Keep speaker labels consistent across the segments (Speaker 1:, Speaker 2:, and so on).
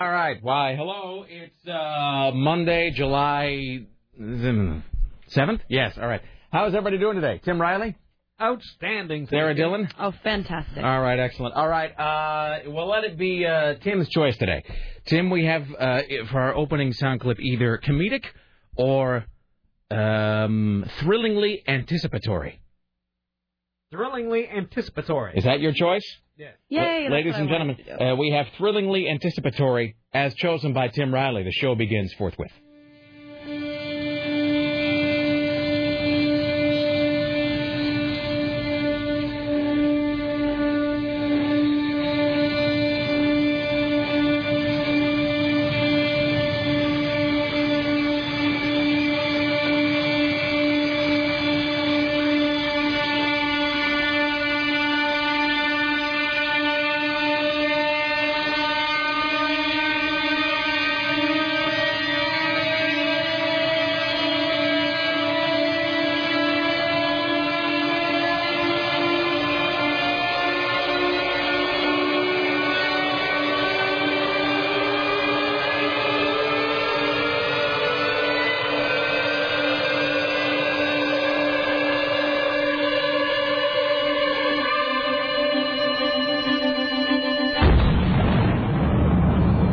Speaker 1: All right. Why, hello. It's uh, Monday, July 7th? Yes, all right. How's everybody doing today? Tim Riley?
Speaker 2: Outstanding.
Speaker 1: Sarah Dillon?
Speaker 3: Oh, fantastic.
Speaker 1: All right, excellent. All right, uh, well, let it be uh, Tim's choice today. Tim, we have uh, for our opening sound clip either comedic or um, thrillingly anticipatory.
Speaker 2: Thrillingly anticipatory.
Speaker 1: Is that your choice?
Speaker 2: Yes.
Speaker 3: Yay, that's
Speaker 1: Ladies
Speaker 3: what I
Speaker 1: and gentlemen,
Speaker 3: wanted to do.
Speaker 1: uh, we have thrillingly anticipatory as chosen by Tim Riley. The show begins forthwith.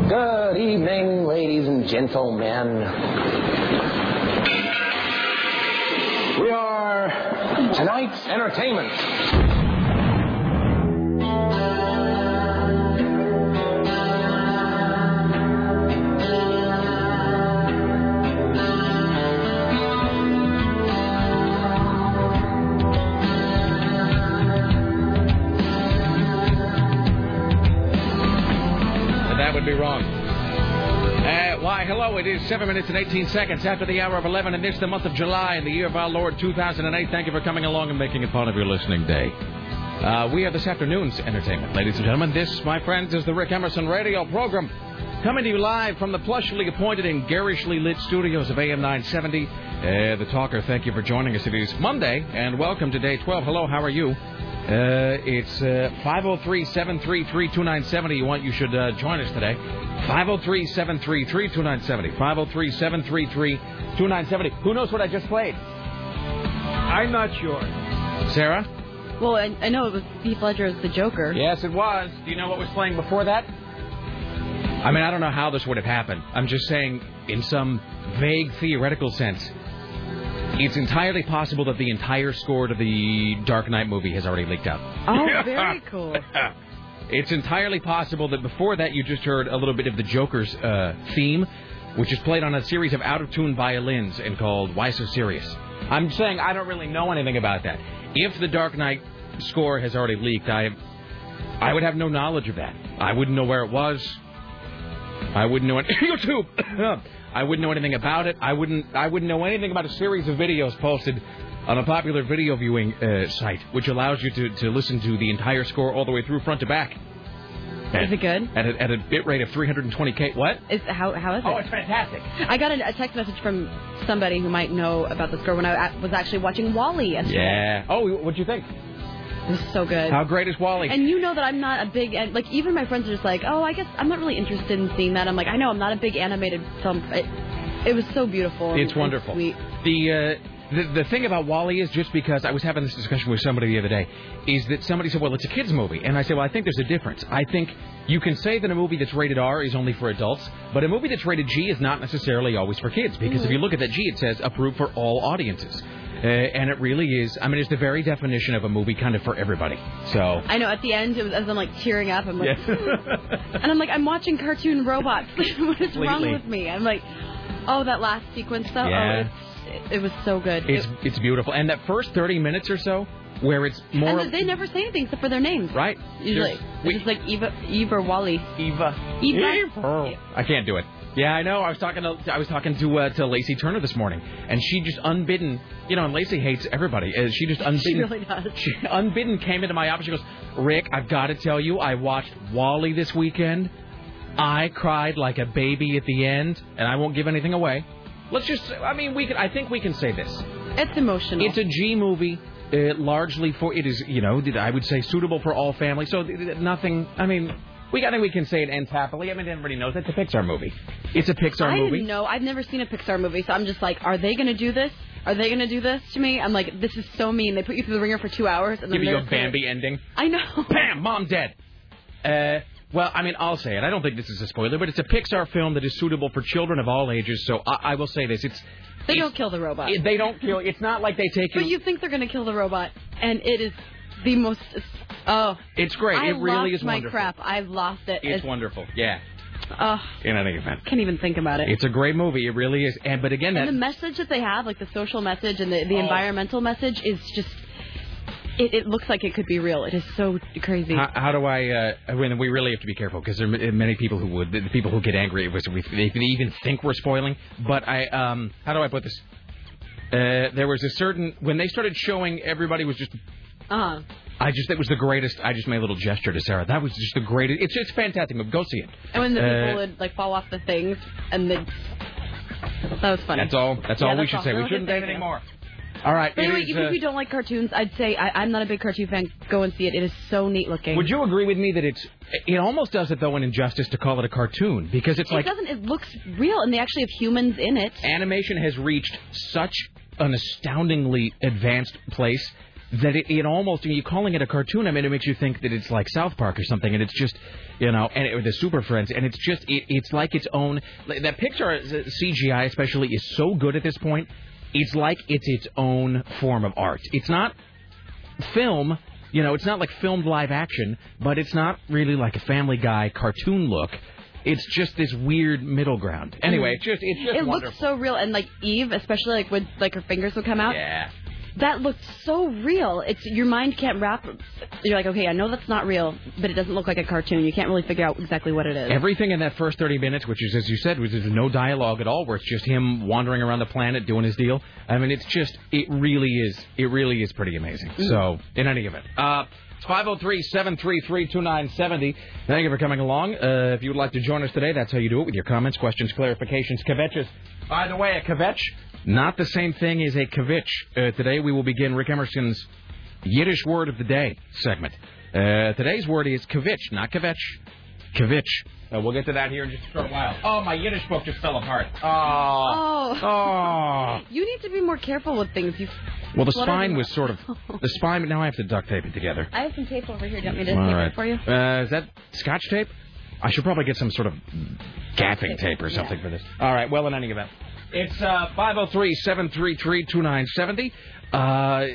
Speaker 4: Good evening, ladies and gentlemen. We are tonight's entertainment.
Speaker 1: And that would be wrong. Uh, why, hello, it is 7 minutes and 18 seconds after the hour of 11, and this the month of July in the year of our Lord 2008. Thank you for coming along and making it part of your listening day. Uh, we have this afternoon's entertainment, ladies and gentlemen. This, my friends, is the Rick Emerson radio program coming to you live from the plushly appointed and garishly lit studios of AM 970. Uh, the Talker, thank you for joining us. It is Monday, and welcome to day 12. Hello, how are you? Uh, oh it's 503 733 2970. You want you should uh, join us today. 503 733 2970. 503 733 2970. Who knows what I just played?
Speaker 2: I'm not sure.
Speaker 1: Sarah?
Speaker 3: Well, I, I know it was Heath Ledger as the Joker.
Speaker 1: Yes, it was. Do you know what was playing before that? I mean, I don't know how this would have happened. I'm just saying, in some vague theoretical sense, it's entirely possible that the entire score to the Dark Knight movie has already leaked out.
Speaker 3: Oh, very cool.
Speaker 1: It's entirely possible that before that you just heard a little bit of the Joker's uh, theme, which is played on a series of out of tune violins and called Why So Serious. I'm saying I don't really know anything about that. If the Dark Knight score has already leaked, I I would have no knowledge of that. I wouldn't know where it was. I wouldn't know it. YouTube. I wouldn't know anything about it. I wouldn't. I wouldn't know anything about a series of videos posted on a popular video viewing uh, site, which allows you to, to listen to the entire score all the way through front to back.
Speaker 3: Is it good?
Speaker 1: At a, at a bit rate of 320k. What?
Speaker 3: Is how how is it?
Speaker 1: Oh, it's fantastic.
Speaker 3: I got a, a text message from somebody who might know about the score when I a- was actually watching Wally yesterday.
Speaker 1: Yeah. Oh, what'd you think?
Speaker 3: It was so good.
Speaker 1: How great is Wally?
Speaker 3: and you know that I'm not a big and like even my friends are just like, oh, I guess I'm not really interested in seeing that. I'm like, I know I'm not a big animated film. It, it was so beautiful. and-
Speaker 1: It's
Speaker 3: and
Speaker 1: wonderful.
Speaker 3: sweet.
Speaker 1: The, uh, the the thing about Wally is just because I was having this discussion with somebody the other day, is that somebody said, "Well, it's a kids' movie," and I said, "Well, I think there's a difference. I think you can say that a movie that's rated R is only for adults, but a movie that's rated G is not necessarily always for kids because if you
Speaker 3: Mm-hmm.
Speaker 1: look at that G, it says approved for all audiences." Uh, and it really is. I mean, it's the very definition of a movie, kind of for everybody. So,
Speaker 3: I know at the end, it was, as I'm like tearing up, I'm like,
Speaker 1: yeah.
Speaker 3: And I'm like, I'm watching cartoon robots. what is
Speaker 1: Completely.
Speaker 3: wrong with me? I'm like, oh, that last sequence though.
Speaker 1: Yeah.
Speaker 3: Oh, it's, it, was so good.
Speaker 1: It's
Speaker 3: It-
Speaker 1: it's beautiful, and that first thirty minutes or so, where it's more
Speaker 3: and they never say anything except for their names.
Speaker 1: right.
Speaker 3: Usually,
Speaker 1: There's-
Speaker 3: it's
Speaker 1: we-
Speaker 3: just like Eva, Eva or Wally.
Speaker 1: Eva.
Speaker 3: Eva.
Speaker 1: I can't do it. Yeah, I know. I was talking to I was talking to uh, to Lacey Turner this morning, and she just unbidden, you know, and Lacey hates everybody. Uh, she just unbidden,
Speaker 3: She really does.
Speaker 1: she unbidden came into my office. She goes, Rick, I've got to tell you, I watched Wally this weekend. I cried like a baby at the end, and I won't give anything away. Let's just, I mean, we can. I think we can say this.
Speaker 3: It's emotional.
Speaker 1: It's a G movie, uh, largely for it is you know I would say suitable for all families. So th- th- nothing. I mean, We I think we can say it ends happily. I mean, everybody knows it's a Pixar movie. It's a Pixar
Speaker 3: I
Speaker 1: movie.
Speaker 3: didn't know. I've never seen a Pixar movie, so I'm just like, are they going to do this? Are they going to do this to me? I'm like, this is so mean. They put you through the ringer for two hours, and then
Speaker 1: Give me
Speaker 3: they're
Speaker 1: your Bambi ending.
Speaker 3: I know.
Speaker 1: Bam! Mom dead. Uh, well, I mean, I'll say it. I don't think this is a spoiler, but it's a Pixar film that is suitable for children of all ages. So I, I will say this: it's
Speaker 3: They don't kill the robot.
Speaker 1: it- they don't kill. It's not like they take
Speaker 3: But
Speaker 1: you.
Speaker 3: you think they're going to kill the robot, and it is the most. Oh,
Speaker 1: It's great.
Speaker 3: I
Speaker 1: it really
Speaker 3: lost
Speaker 1: is
Speaker 3: my
Speaker 1: wonderful.
Speaker 3: crap. I've lost it.
Speaker 1: It's wonderful. Yeah.
Speaker 3: Oh,
Speaker 1: In any event,
Speaker 3: can't even think about it.
Speaker 1: it's a great movie. It really is. And but again,
Speaker 3: and the
Speaker 1: that
Speaker 3: message that they have, like the social message and the, the
Speaker 1: Oh.
Speaker 3: environmental message, is just. It, it looks like it could be real. It is so crazy.
Speaker 1: How, how do I? Uh, I mean, we really have to be careful because there are m- many people who would, the people who get angry if we- if they even think we're spoiling. But I, um, how do I put this? Uh, there was a certain when they started showing everybody was just.
Speaker 3: Uh-huh.
Speaker 1: I just that was the greatest. I just made a little gesture to Sarah. That was just the greatest. It's it's fantastic. But go see it.
Speaker 3: And when the
Speaker 1: Uh,
Speaker 3: people would like fall off the things, and the that was funny.
Speaker 1: That's all. That's
Speaker 3: Yeah,
Speaker 1: all we
Speaker 3: that's
Speaker 1: should
Speaker 3: all.
Speaker 1: say.
Speaker 3: No
Speaker 1: We
Speaker 3: one
Speaker 1: shouldn't
Speaker 3: can
Speaker 1: say
Speaker 3: say
Speaker 1: anything
Speaker 3: anything.
Speaker 1: more. All right.
Speaker 3: But
Speaker 1: it
Speaker 3: anyway,
Speaker 1: is,
Speaker 3: even
Speaker 1: uh,
Speaker 3: if you don't like cartoons, I'd say I, I'm not a big cartoon fan. Go and see it. It is so neat looking.
Speaker 1: would you agree with me that it's it almost does it though an injustice to call it a cartoon because it's
Speaker 3: It
Speaker 1: like
Speaker 3: doesn't. It looks real, and they actually have humans in it.
Speaker 1: animation has reached such an astoundingly advanced place that it, it almost you're calling it a cartoon. I mean, it makes you think that it's like South Park or something, and it's just you know, and it, or the Super Friends, and it's just it, it's like its own. like, That Pixar uh, CGI especially is so good at this point. It's like it's its own form of art. It's not film. You know, it's not like filmed live action, but it's not really like a Family Guy cartoon look. It's just this weird middle ground. Anyway, it's just it's just
Speaker 3: It
Speaker 1: wonderful.
Speaker 3: looked so real, and like Eve, especially like when like her fingers would come out.
Speaker 1: Yeah.
Speaker 3: That looked so real. It's your mind can't wrap. You're like, okay, I know that's not real, but it doesn't look like a cartoon. You can't really figure out exactly what it is.
Speaker 1: Everything in that first 30 minutes, which is, as you said, was there's no dialogue at all, where it's just him wandering around the planet doing his deal. I mean, it's just, it really is, it really is pretty amazing. So, in any event, uh, it's 503-733-2970. oh. Thank you for coming along. Uh, if you would like to join us today, that's how you do it with your comments, questions, clarifications, kvetches. By the way, a kvetch, not the same thing as a kvetch. Uh, today we will begin Rick Emerson's Yiddish word of the day segment. Uh, today's word is kvetch, not kvetch. Kavich. Uh, we'll get to that here in just a short while. Oh, my Yiddish book just fell apart. Oh.
Speaker 3: Oh.
Speaker 1: Oh.
Speaker 3: You need to be more careful with things. You.
Speaker 1: Well, the
Speaker 3: Whatever.
Speaker 1: spine was sort of the spine, but now I have to duct tape it together.
Speaker 3: I have some tape over here. Do you want me to
Speaker 1: All
Speaker 3: tape
Speaker 1: right.
Speaker 3: it for you?
Speaker 1: Uh, is that Scotch tape? I should probably get some sort of gapping tape or something for this. All right. Well, in any event, it's uh, 503-733-2970. oh. Uh,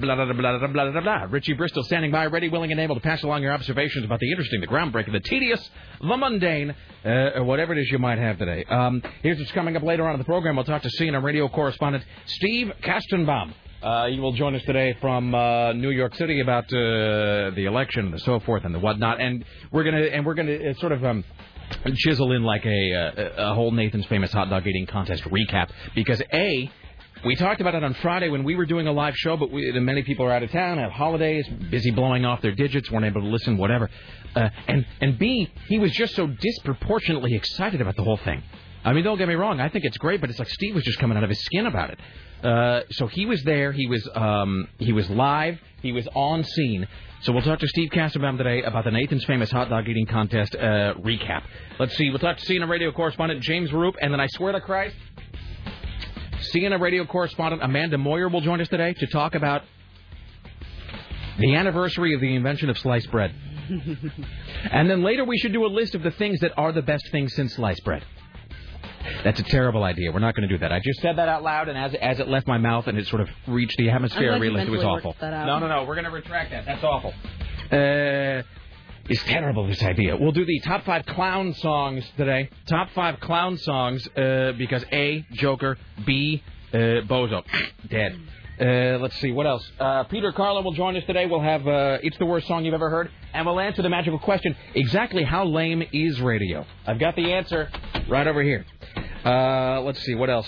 Speaker 1: blah, blah, blah, blah, blah, blah, blah, blah. Richie Bristol standing by, ready, willing, and able to pass along your observations about the interesting, the groundbreaking, the tedious, the mundane, uh, or whatever it is you might have today. Um, here's what's coming up later on in the program. We'll talk to CNN radio correspondent Steve Kastenbaum. Uh, you will join us today from uh, New York City about uh, the election and so forth and the whatnot, and we're gonna and we're gonna uh, sort of um, chisel in like a, uh, a whole Nathan's famous hot dog eating contest recap because a we talked about it on Friday when we were doing a live show, but we, the many people are out of town, have holidays, busy blowing off their digits, weren't able to listen, whatever. Uh, and and B, he was just so disproportionately excited about the whole thing. I mean, don't get me wrong, I think it's great, but it's like Steve was just coming out of his skin about it. Uh, so he was there, he was um, he was live, he was on scene. So we'll talk to Steve Castenbaum today about the Nathan's Famous Hot Dog Eating Contest uh, recap. Let's see, we'll talk to CNN radio correspondent James Roop, and then I swear to Christ, CNN radio correspondent Amanda Moyer will join us today to talk about the anniversary of the invention of sliced bread. and then later we should do a list of the things that are the best things since sliced bread. That's a terrible idea. We're not going to do that. I just said that out loud, and as, as it left my mouth and it sort of reached the atmosphere,
Speaker 3: glad
Speaker 1: I
Speaker 3: you
Speaker 1: realized it was
Speaker 3: mentally worked
Speaker 1: awful.
Speaker 3: that out.
Speaker 1: No, no, no. We're going to retract that. That's awful. Uh, it's terrible, this idea. We'll do the top five clown songs today. Top five clown songs uh, because A, Joker, B, uh, Bozo, dead. Uh, let's see, what else? Uh, Peter Carlin will join us today. We'll have uh, It's the Worst Song You've Ever Heard, and we'll answer the magical question exactly how lame is radio? I've got the answer right over here. Uh, let's see, what else?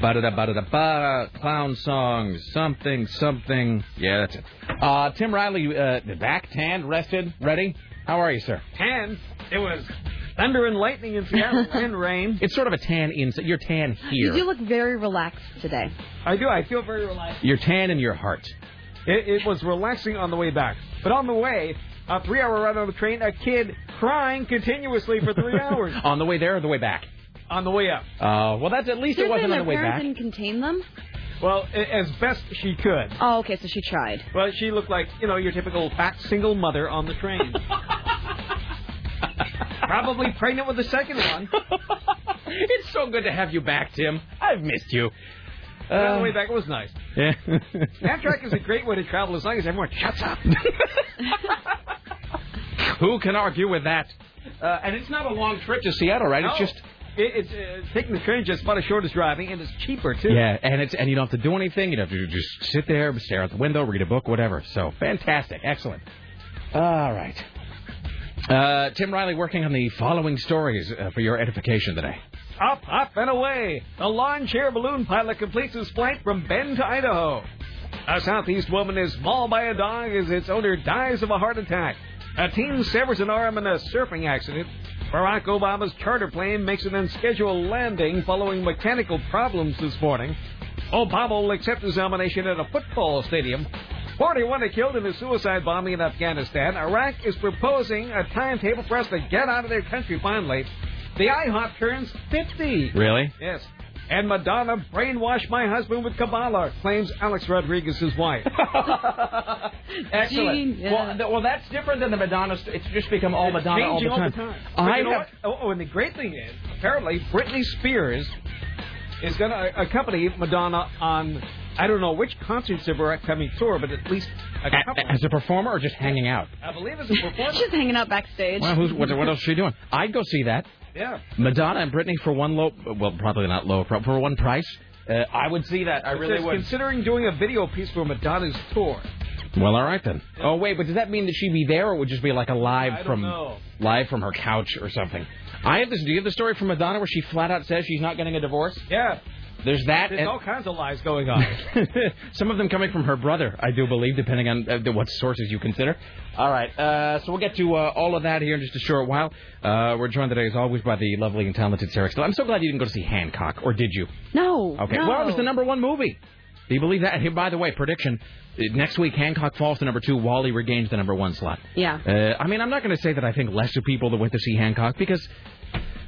Speaker 1: Ba da da ba da da ba. Clown songs. Something, something. Yeah, that's it. Uh, Tim Riley, uh, back tanned, rested, ready. How are you, sir?
Speaker 2: Ten. It was thunder and lightning in Seattle and rain.
Speaker 1: It's sort of a tan inside. You're tan
Speaker 3: You
Speaker 1: here.
Speaker 3: do look very relaxed today.
Speaker 2: I do. I feel very relaxed.
Speaker 1: You're tan in your heart.
Speaker 2: It, it was relaxing on the way back, but on the way, a three-hour ride on the train, a kid crying continuously for three hours
Speaker 1: on the way there or the way back?
Speaker 2: on the way up.
Speaker 1: Uh, well, that's at least it
Speaker 3: Seriously,
Speaker 1: wasn't on
Speaker 3: their
Speaker 1: the way
Speaker 3: parents
Speaker 1: back.
Speaker 3: didn't contain them.
Speaker 2: Well, a- as best she could.
Speaker 3: Oh, okay, so she tried.
Speaker 2: Well, she looked like you know your typical fat single mother on the train. Probably pregnant with the second one.
Speaker 1: it's so good to have you back, Tim. I've missed you. Uh,
Speaker 2: But on the way back, it was nice.
Speaker 1: Yeah.
Speaker 2: Amtrak is a great way to travel as long as everyone shuts up.
Speaker 1: Who can argue with that? Uh, and it's not a long trip to Seattle, right? It's
Speaker 2: No.
Speaker 1: just
Speaker 2: It, it's uh, taking the train just about as short as driving, and it's cheaper too.
Speaker 1: yeah, and it's and you don't have to do anything. You don't have to just sit there, stare out the window, read a book, whatever. So fantastic, excellent. All right. Uh, Tim Riley working on the following stories uh, for your edification today.
Speaker 2: Up, up, and away. The lawn chair balloon pilot completes his flight from Bend to Idaho. A southeast woman is mauled by a dog as its owner dies of a heart attack. A teen severs an arm in a surfing accident. Barack Obama's charter plane makes an unscheduled landing following mechanical problems this morning. Obama will accept his nomination at a football stadium. 41 are killed in a suicide bombing in Afghanistan. Iraq is proposing a timetable for us to get out of their country finally. The IHOP turns 50.
Speaker 1: Really?
Speaker 2: Yes. And Madonna brainwashed my husband with Kabbalah, claims Alex Rodriguez's wife.
Speaker 1: Excellent.
Speaker 3: Gene, yeah.
Speaker 1: Well, th- well, that's different than the Madonna. St- it's just become all Madonna all the
Speaker 2: Changing
Speaker 1: time.
Speaker 2: But
Speaker 1: I
Speaker 2: you know
Speaker 1: have-
Speaker 2: what? Oh, oh, and the great thing is, apparently, Britney Spears is going to accompany Madonna on, I don't know which concerts of her upcoming tour, but at least a
Speaker 1: A-
Speaker 2: couple.
Speaker 1: a- as a performer or just hanging out?
Speaker 2: I believe it's a performance.
Speaker 3: She's hanging out backstage.
Speaker 1: Well, who's, what, what else is she doing? I'd go see that.
Speaker 2: yeah.
Speaker 1: Madonna and Britney for one low, well, probably not low, pro- for one price. Uh, I would see that. I
Speaker 2: Says, Considering doing a video piece for Madonna's tour.
Speaker 1: Well, all right then. Oh wait, but does that mean that she'd be there, or would it just be like a live
Speaker 2: I don't
Speaker 1: from
Speaker 2: know.
Speaker 1: live from her couch or something? I have this. Do you have the story from Madonna where she flat out says she's not getting a divorce?
Speaker 2: Yeah.
Speaker 1: There's that.
Speaker 2: There's
Speaker 1: and-
Speaker 2: all kinds of lies going on.
Speaker 1: Some of them coming from her brother, I do believe, depending on uh, what sources you consider. All right, uh, so we'll get to uh, all of that here in just a short while. Uh, we're joined today, as always, by the lovely and talented Sarah Still. I'm so glad you didn't go to see Hancock, or did you?
Speaker 3: no.
Speaker 1: Okay,
Speaker 3: No.
Speaker 1: well, it was the number one movie. Do you believe that? And here, by the way, prediction: uh, next week Hancock falls to number two. Wally regains the number one slot.
Speaker 3: Yeah.
Speaker 1: Uh, I mean, I'm not going to say that I think less of people that went to see Hancock because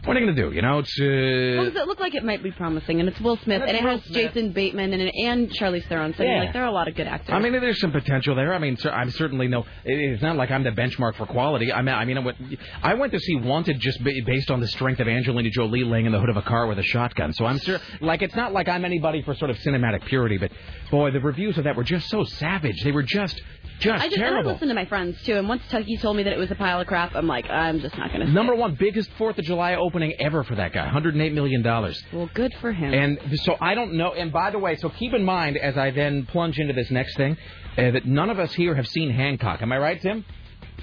Speaker 1: what are you going to do? You know, it's.
Speaker 3: Well,
Speaker 1: Uh,
Speaker 3: does it look like it might be promising? And it's Will Smith, and it has Jason Bateman and and Charlize Theron. So
Speaker 1: Yeah.
Speaker 3: like, there are a lot of good actors.
Speaker 1: I mean, there's some potential there. I mean, cer- I'm certainly no. it- It's not like I'm the benchmark for quality. I mean, I mean, I went, I went to see Wanted just ba- based on the strength of Angelina Jolie laying in the hood of a car with a shotgun. So I'm sure, like, it's not like I'm anybody for sort of cinematic purity. But boy, the reviews of that were just so savage. They were just, just,
Speaker 3: I just I
Speaker 1: terrible.
Speaker 3: listen to my friends too, and once Tucky told me that it was a pile of crap, I'm like, I'm just not gonna. see
Speaker 1: Number
Speaker 3: it.
Speaker 1: one biggest Fourth of July opening ever for that guy, 108 million dollars.
Speaker 3: Well, good for him.
Speaker 1: And so I don't know. And by the way, so keep in mind as I then plunge into this next thing uh, that none of us here have seen Hancock. Am I right, Tim?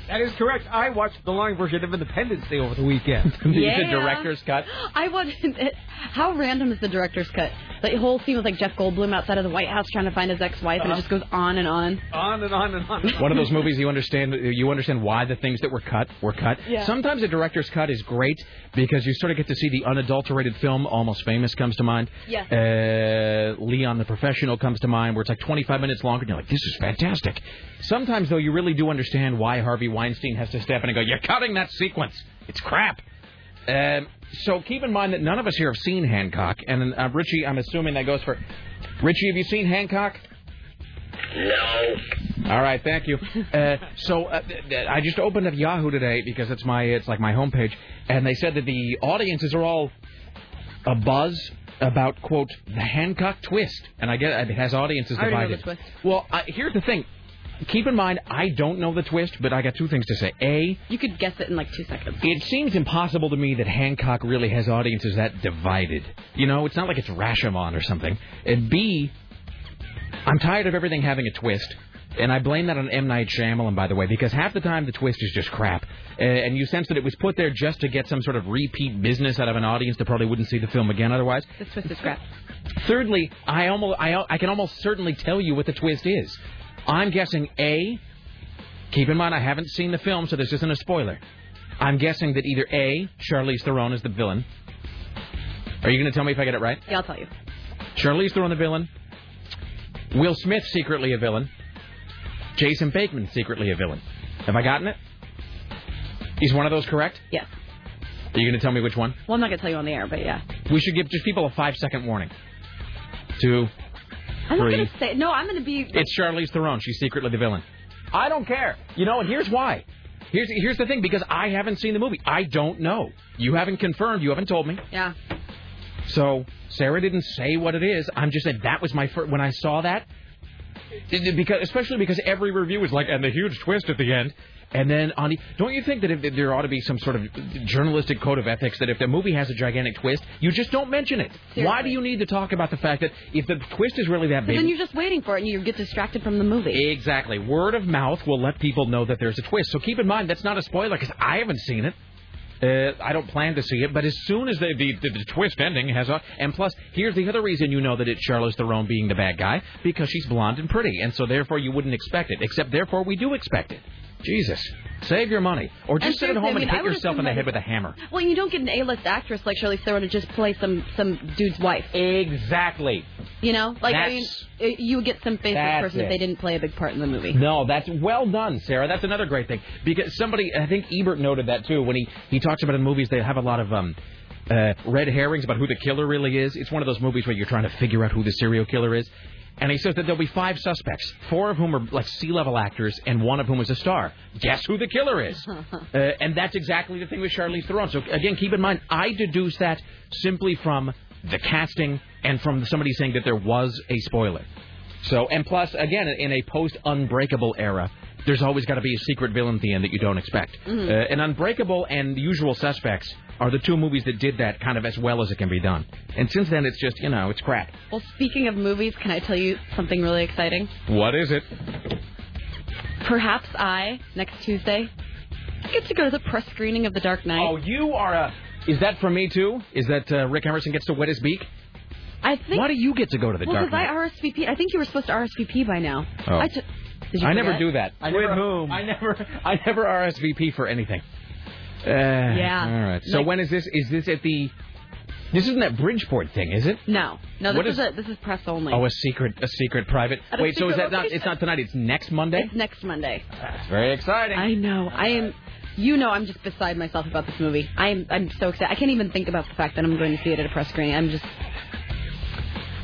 Speaker 2: that is correct. I watched the long version of Independence Day over the weekend.
Speaker 1: the
Speaker 3: Yeah.
Speaker 1: director's cut.
Speaker 3: I was. How random is the director's cut? The whole scene was like Jeff Goldblum outside of the White House trying to find his ex-wife,
Speaker 1: Uh-huh.
Speaker 3: and it just goes on and on.
Speaker 2: on and on and on.
Speaker 1: One of those movies you understand you understand why the things that were cut were cut.
Speaker 3: Yeah.
Speaker 1: Sometimes a director's cut is great because you sort of get to see the unadulterated film. Almost Famous comes to mind.
Speaker 3: Yeah.
Speaker 1: Uh, Leon the Professional comes to mind, where it's like 25 minutes longer, and you're like, this is fantastic. Sometimes though, you really do understand why Harvey Weinstein has to step in and go, you're cutting that sequence. It's crap. Um, so keep in mind that none of us here have seen Hancock, and uh, Richie, I'm assuming that goes for Richie. Have you seen Hancock? All right, thank you. Uh, so uh, th- th- I just opened up Yahoo today because it's my it's like my homepage, and they said that the audiences are all a buzz about quote the Hancock twist, and I get it has audiences
Speaker 3: I already know the
Speaker 1: divided.
Speaker 3: twist.
Speaker 1: Well, I, here's the thing. Keep in mind, I don't know the twist, but I got two things to say. A,
Speaker 3: You could guess it in like two seconds.
Speaker 1: it seems impossible to me that Hancock really has audiences that divided. You know, it's not like it's Rashomon or something. And B, I'm tired of everything having a twist. And I blame that on M. Night Shyamalan, by the way, because half the time the twist is just crap. Uh, And you sense that it was put there just to get some sort of repeat business out of an audience that probably wouldn't see the film again otherwise.
Speaker 3: The twist is crap.
Speaker 1: Thirdly, I almost I, I can almost certainly tell you what the twist is. I'm guessing A. Keep in mind I haven't seen the film, so this isn't a spoiler. I'm guessing that either A. Charlize Theron is the villain. Are you going to tell me if I get it right?
Speaker 3: Yeah, I'll tell you.
Speaker 1: Charlize Theron the villain. Will Smith secretly a villain. Jason Bateman secretly a villain. Have I gotten it? Is one of those correct?
Speaker 3: Yes.
Speaker 1: Are you going to tell me which one?
Speaker 3: Well, I'm not going to tell you on the air, but yeah.
Speaker 1: We should give just people a five second warning. Two,
Speaker 3: I'm not
Speaker 1: three.
Speaker 3: going to say. No, I'm going to be.
Speaker 1: It's Charlize Theron. She's secretly the villain. I don't care. You know, and here's why. Here's here's the thing because I haven't seen the movie. I don't know. You haven't confirmed. You haven't told me.
Speaker 3: Yeah.
Speaker 1: So Sarah didn't say what it is. I'm just saying that was my first when I saw that. it- it- Because especially because every review is like and the huge twist at the end. And then on the, don't you think that if there ought to be some sort of journalistic code of ethics that if the movie has a gigantic twist, you just don't mention it. Why do you need to talk about the fact that if the twist is really that
Speaker 3: But
Speaker 1: big?
Speaker 3: then you're just waiting for it, and you get distracted from the movie.
Speaker 1: Exactly. Word of mouth will let people know that there's a twist. So keep in mind that's not a spoiler because I haven't seen it. Uh, I don't plan to see it, but as soon as the, the, the, the twist ending has a, and plus, here's the other reason you know that it's Charlize Theron being the bad guy because she's blonde and pretty, and so therefore you wouldn't expect it. Except therefore we do expect it. Jesus, save your money, or just
Speaker 3: And
Speaker 1: sit at
Speaker 3: seriously,
Speaker 1: home
Speaker 3: I mean,
Speaker 1: and
Speaker 3: I
Speaker 1: hit
Speaker 3: would
Speaker 1: yourself in the
Speaker 3: assume
Speaker 1: head with a hammer.
Speaker 3: Well, you don't get an A-list actress like Charlize Theron to just play some some dude's wife.
Speaker 1: Exactly.
Speaker 3: You know, like I mean,
Speaker 1: That's-
Speaker 3: uh, you would get some faceless
Speaker 1: That's
Speaker 3: person
Speaker 1: it.
Speaker 3: if they didn't play a big part in the movie.
Speaker 1: No, that's well done, Sarah. That's another great thing because somebody, I think Ebert noted that too when he he talks about in movies they have a lot of um. Uh, red herrings about who the killer really is. It's one of those movies where you're trying to figure out who the serial killer is. And he says that there'll be five suspects, four of whom are like sea level actors, and one of whom is a star. Guess who the killer is? Uh, and that's exactly the thing with Charlize Theron. So again, keep in mind, I deduce that simply from the casting and from somebody saying that there was a spoiler. So, and plus, again, in a post-Unbreakable era, there's always got to be a secret villain at the end that you don't expect.
Speaker 5: Mhm.
Speaker 3: Mm-hmm.
Speaker 1: Uh, and Unbreakable and The Usual Suspects are the two movies that did that kind of as well as it can be done. And since then, it's just you know, it's crap.
Speaker 3: Well, speaking of movies, can I tell you something really exciting?
Speaker 1: What is it?
Speaker 3: Perhaps I next Tuesday get to go to the press screening of The Dark Knight.
Speaker 1: Oh, you are a. Is that for me too? Is that uh, Rick Emerson gets to wet his beak?
Speaker 3: I think.
Speaker 1: Why do you get to go to the
Speaker 3: well,
Speaker 1: dark?
Speaker 3: because I
Speaker 1: Knight?
Speaker 3: RSVP. I think you were supposed to RSVP by now.
Speaker 1: Oh.
Speaker 3: I, t- did you
Speaker 1: I never
Speaker 3: forget?
Speaker 1: do that. I
Speaker 3: With
Speaker 1: never,
Speaker 3: whom?
Speaker 1: I never, I never RSVP for anything. Uh,
Speaker 3: Yeah.
Speaker 1: All right. So
Speaker 3: Like-
Speaker 1: when is this? Is this at the? This isn't that Bridgeport thing, is it?
Speaker 3: No, no. This
Speaker 1: What
Speaker 3: is,
Speaker 1: is-
Speaker 3: a, this is press only.
Speaker 1: Oh, a secret, a secret private.
Speaker 3: At a
Speaker 1: Wait, so is
Speaker 3: secret
Speaker 1: that not? It's
Speaker 3: location.
Speaker 1: not tonight. It's next Monday. Uh,
Speaker 3: It's next Monday.
Speaker 1: It's very exciting.
Speaker 3: I know. I am. You know, I'm just beside myself about this movie. I'm. I'm so excited. I can't even think about the fact that I'm going to see it at a press screening. I'm just.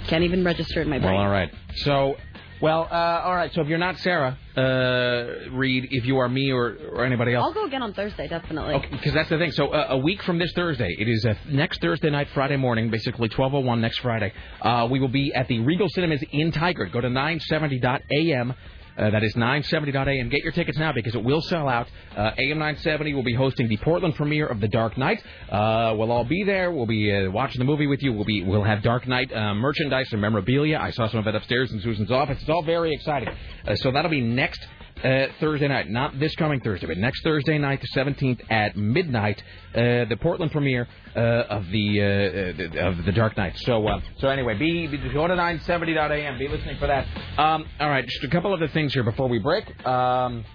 Speaker 3: Can't even register in my brain.
Speaker 1: Well, all right. So, well, uh, all right. So if you're not Sarah uh, Reed, if you are me or, or anybody else,
Speaker 3: I'll go again on Thursday, definitely.
Speaker 1: Because that's the thing. So uh, a week from this Thursday, it is uh, next Thursday night, Friday morning, basically 12:01 next Friday. Uh, we will be at the Regal Cinemas in Tigard. Go to 970.am. Uh, that is 970.am. Get your tickets now because it will sell out. Uh, AM 970 will be hosting the Portland premiere of The Dark Knight. Uh, we'll all be there. We'll be uh, watching the movie with you. We'll be we'll have Dark Knight uh, merchandise and memorabilia. I saw some of it upstairs in Susan's office. It's all very exciting. Uh, so that'll be next uh, Thursday night, not this coming Thursday, but next Thursday night, the 17th at midnight, uh, the Portland premiere uh, of the uh, uh, of the Dark Knight. So uh, so anyway, be, be go to 970.am. Be listening for that. Um, all right, just a couple other things here before we break. Um,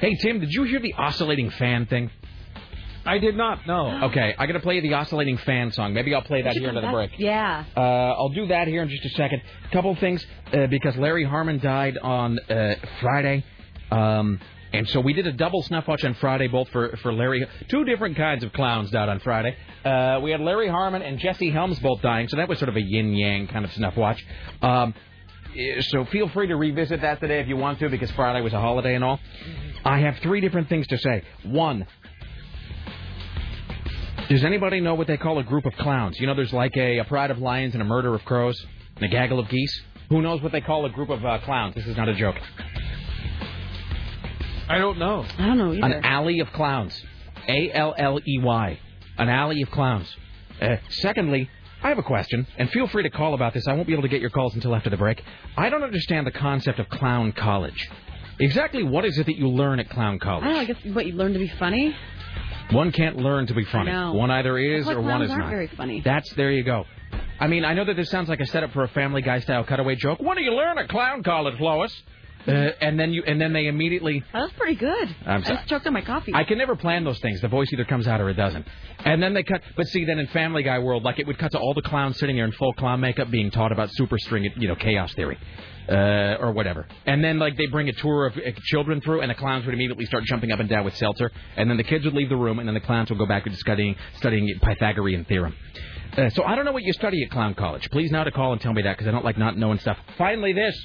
Speaker 1: hey Tim, did you hear the oscillating fan thing? I did not. No. Okay, I got to play you the oscillating fan song. Maybe I'll play that here into the break.
Speaker 3: Yeah.
Speaker 1: Uh, I'll do that here in just a second. Couple things uh, because Larry Harmon died on uh, Friday, um, and so we did a double snuff watch on Friday, both for for Larry. Two different kinds of clowns died on Friday. Uh, we had Larry Harmon and Jesse Helms both dying, so that was sort of a yin yang kind of snuff watch. Um, eh, so feel free to revisit that today if you want to, because Friday was a holiday and all. I have three different things to say. One, does anybody know what they call a group of clowns? You know, there's like a, a pride of lions and a murder of crows and a gaggle of geese. Who knows what they call a group of uh, clowns? This is not a joke. I don't know.
Speaker 3: I don't know either.
Speaker 1: An alley of clowns. A L L E Y. An alley of clowns. Uh, secondly, I have a question, and feel free to call about this. I won't be able to get your calls until after the break. I don't understand the concept of clown college. Exactly what is it that you learn at clown
Speaker 3: I
Speaker 1: college?
Speaker 3: don't know. I guess what you learn to be funny.
Speaker 1: One can't learn to be funny.
Speaker 3: I know.
Speaker 1: One either is
Speaker 3: That's
Speaker 1: or
Speaker 3: why
Speaker 1: one
Speaker 3: clowns
Speaker 1: is
Speaker 3: aren't
Speaker 1: not.
Speaker 3: very funny.
Speaker 1: That's there you go. I mean, I know that this sounds like a setup for a Family Guy style cutaway joke. What do you learn at clown college, Lois? Uh, and then you and then they immediately
Speaker 3: That was Oh, pretty good.
Speaker 1: I'm sorry.
Speaker 3: I just choked on my coffee.
Speaker 1: I can never plan those things. The voice either comes out or it doesn't. And then they cut. But see, then in Family Guy world, like it would cut to all the clowns sitting there in full clown makeup being taught about super string, you know, chaos theory, uh, or whatever. And then like they bring a tour of uh, children through, and the clowns would immediately start jumping up and down with seltzer. And then the kids would leave the room, and then the clowns would go back to studying studying Pythagorean theorem. Uh, so I don't know what you study at clown college. Please now to call and tell me that because I don't like not knowing stuff. Finally, this.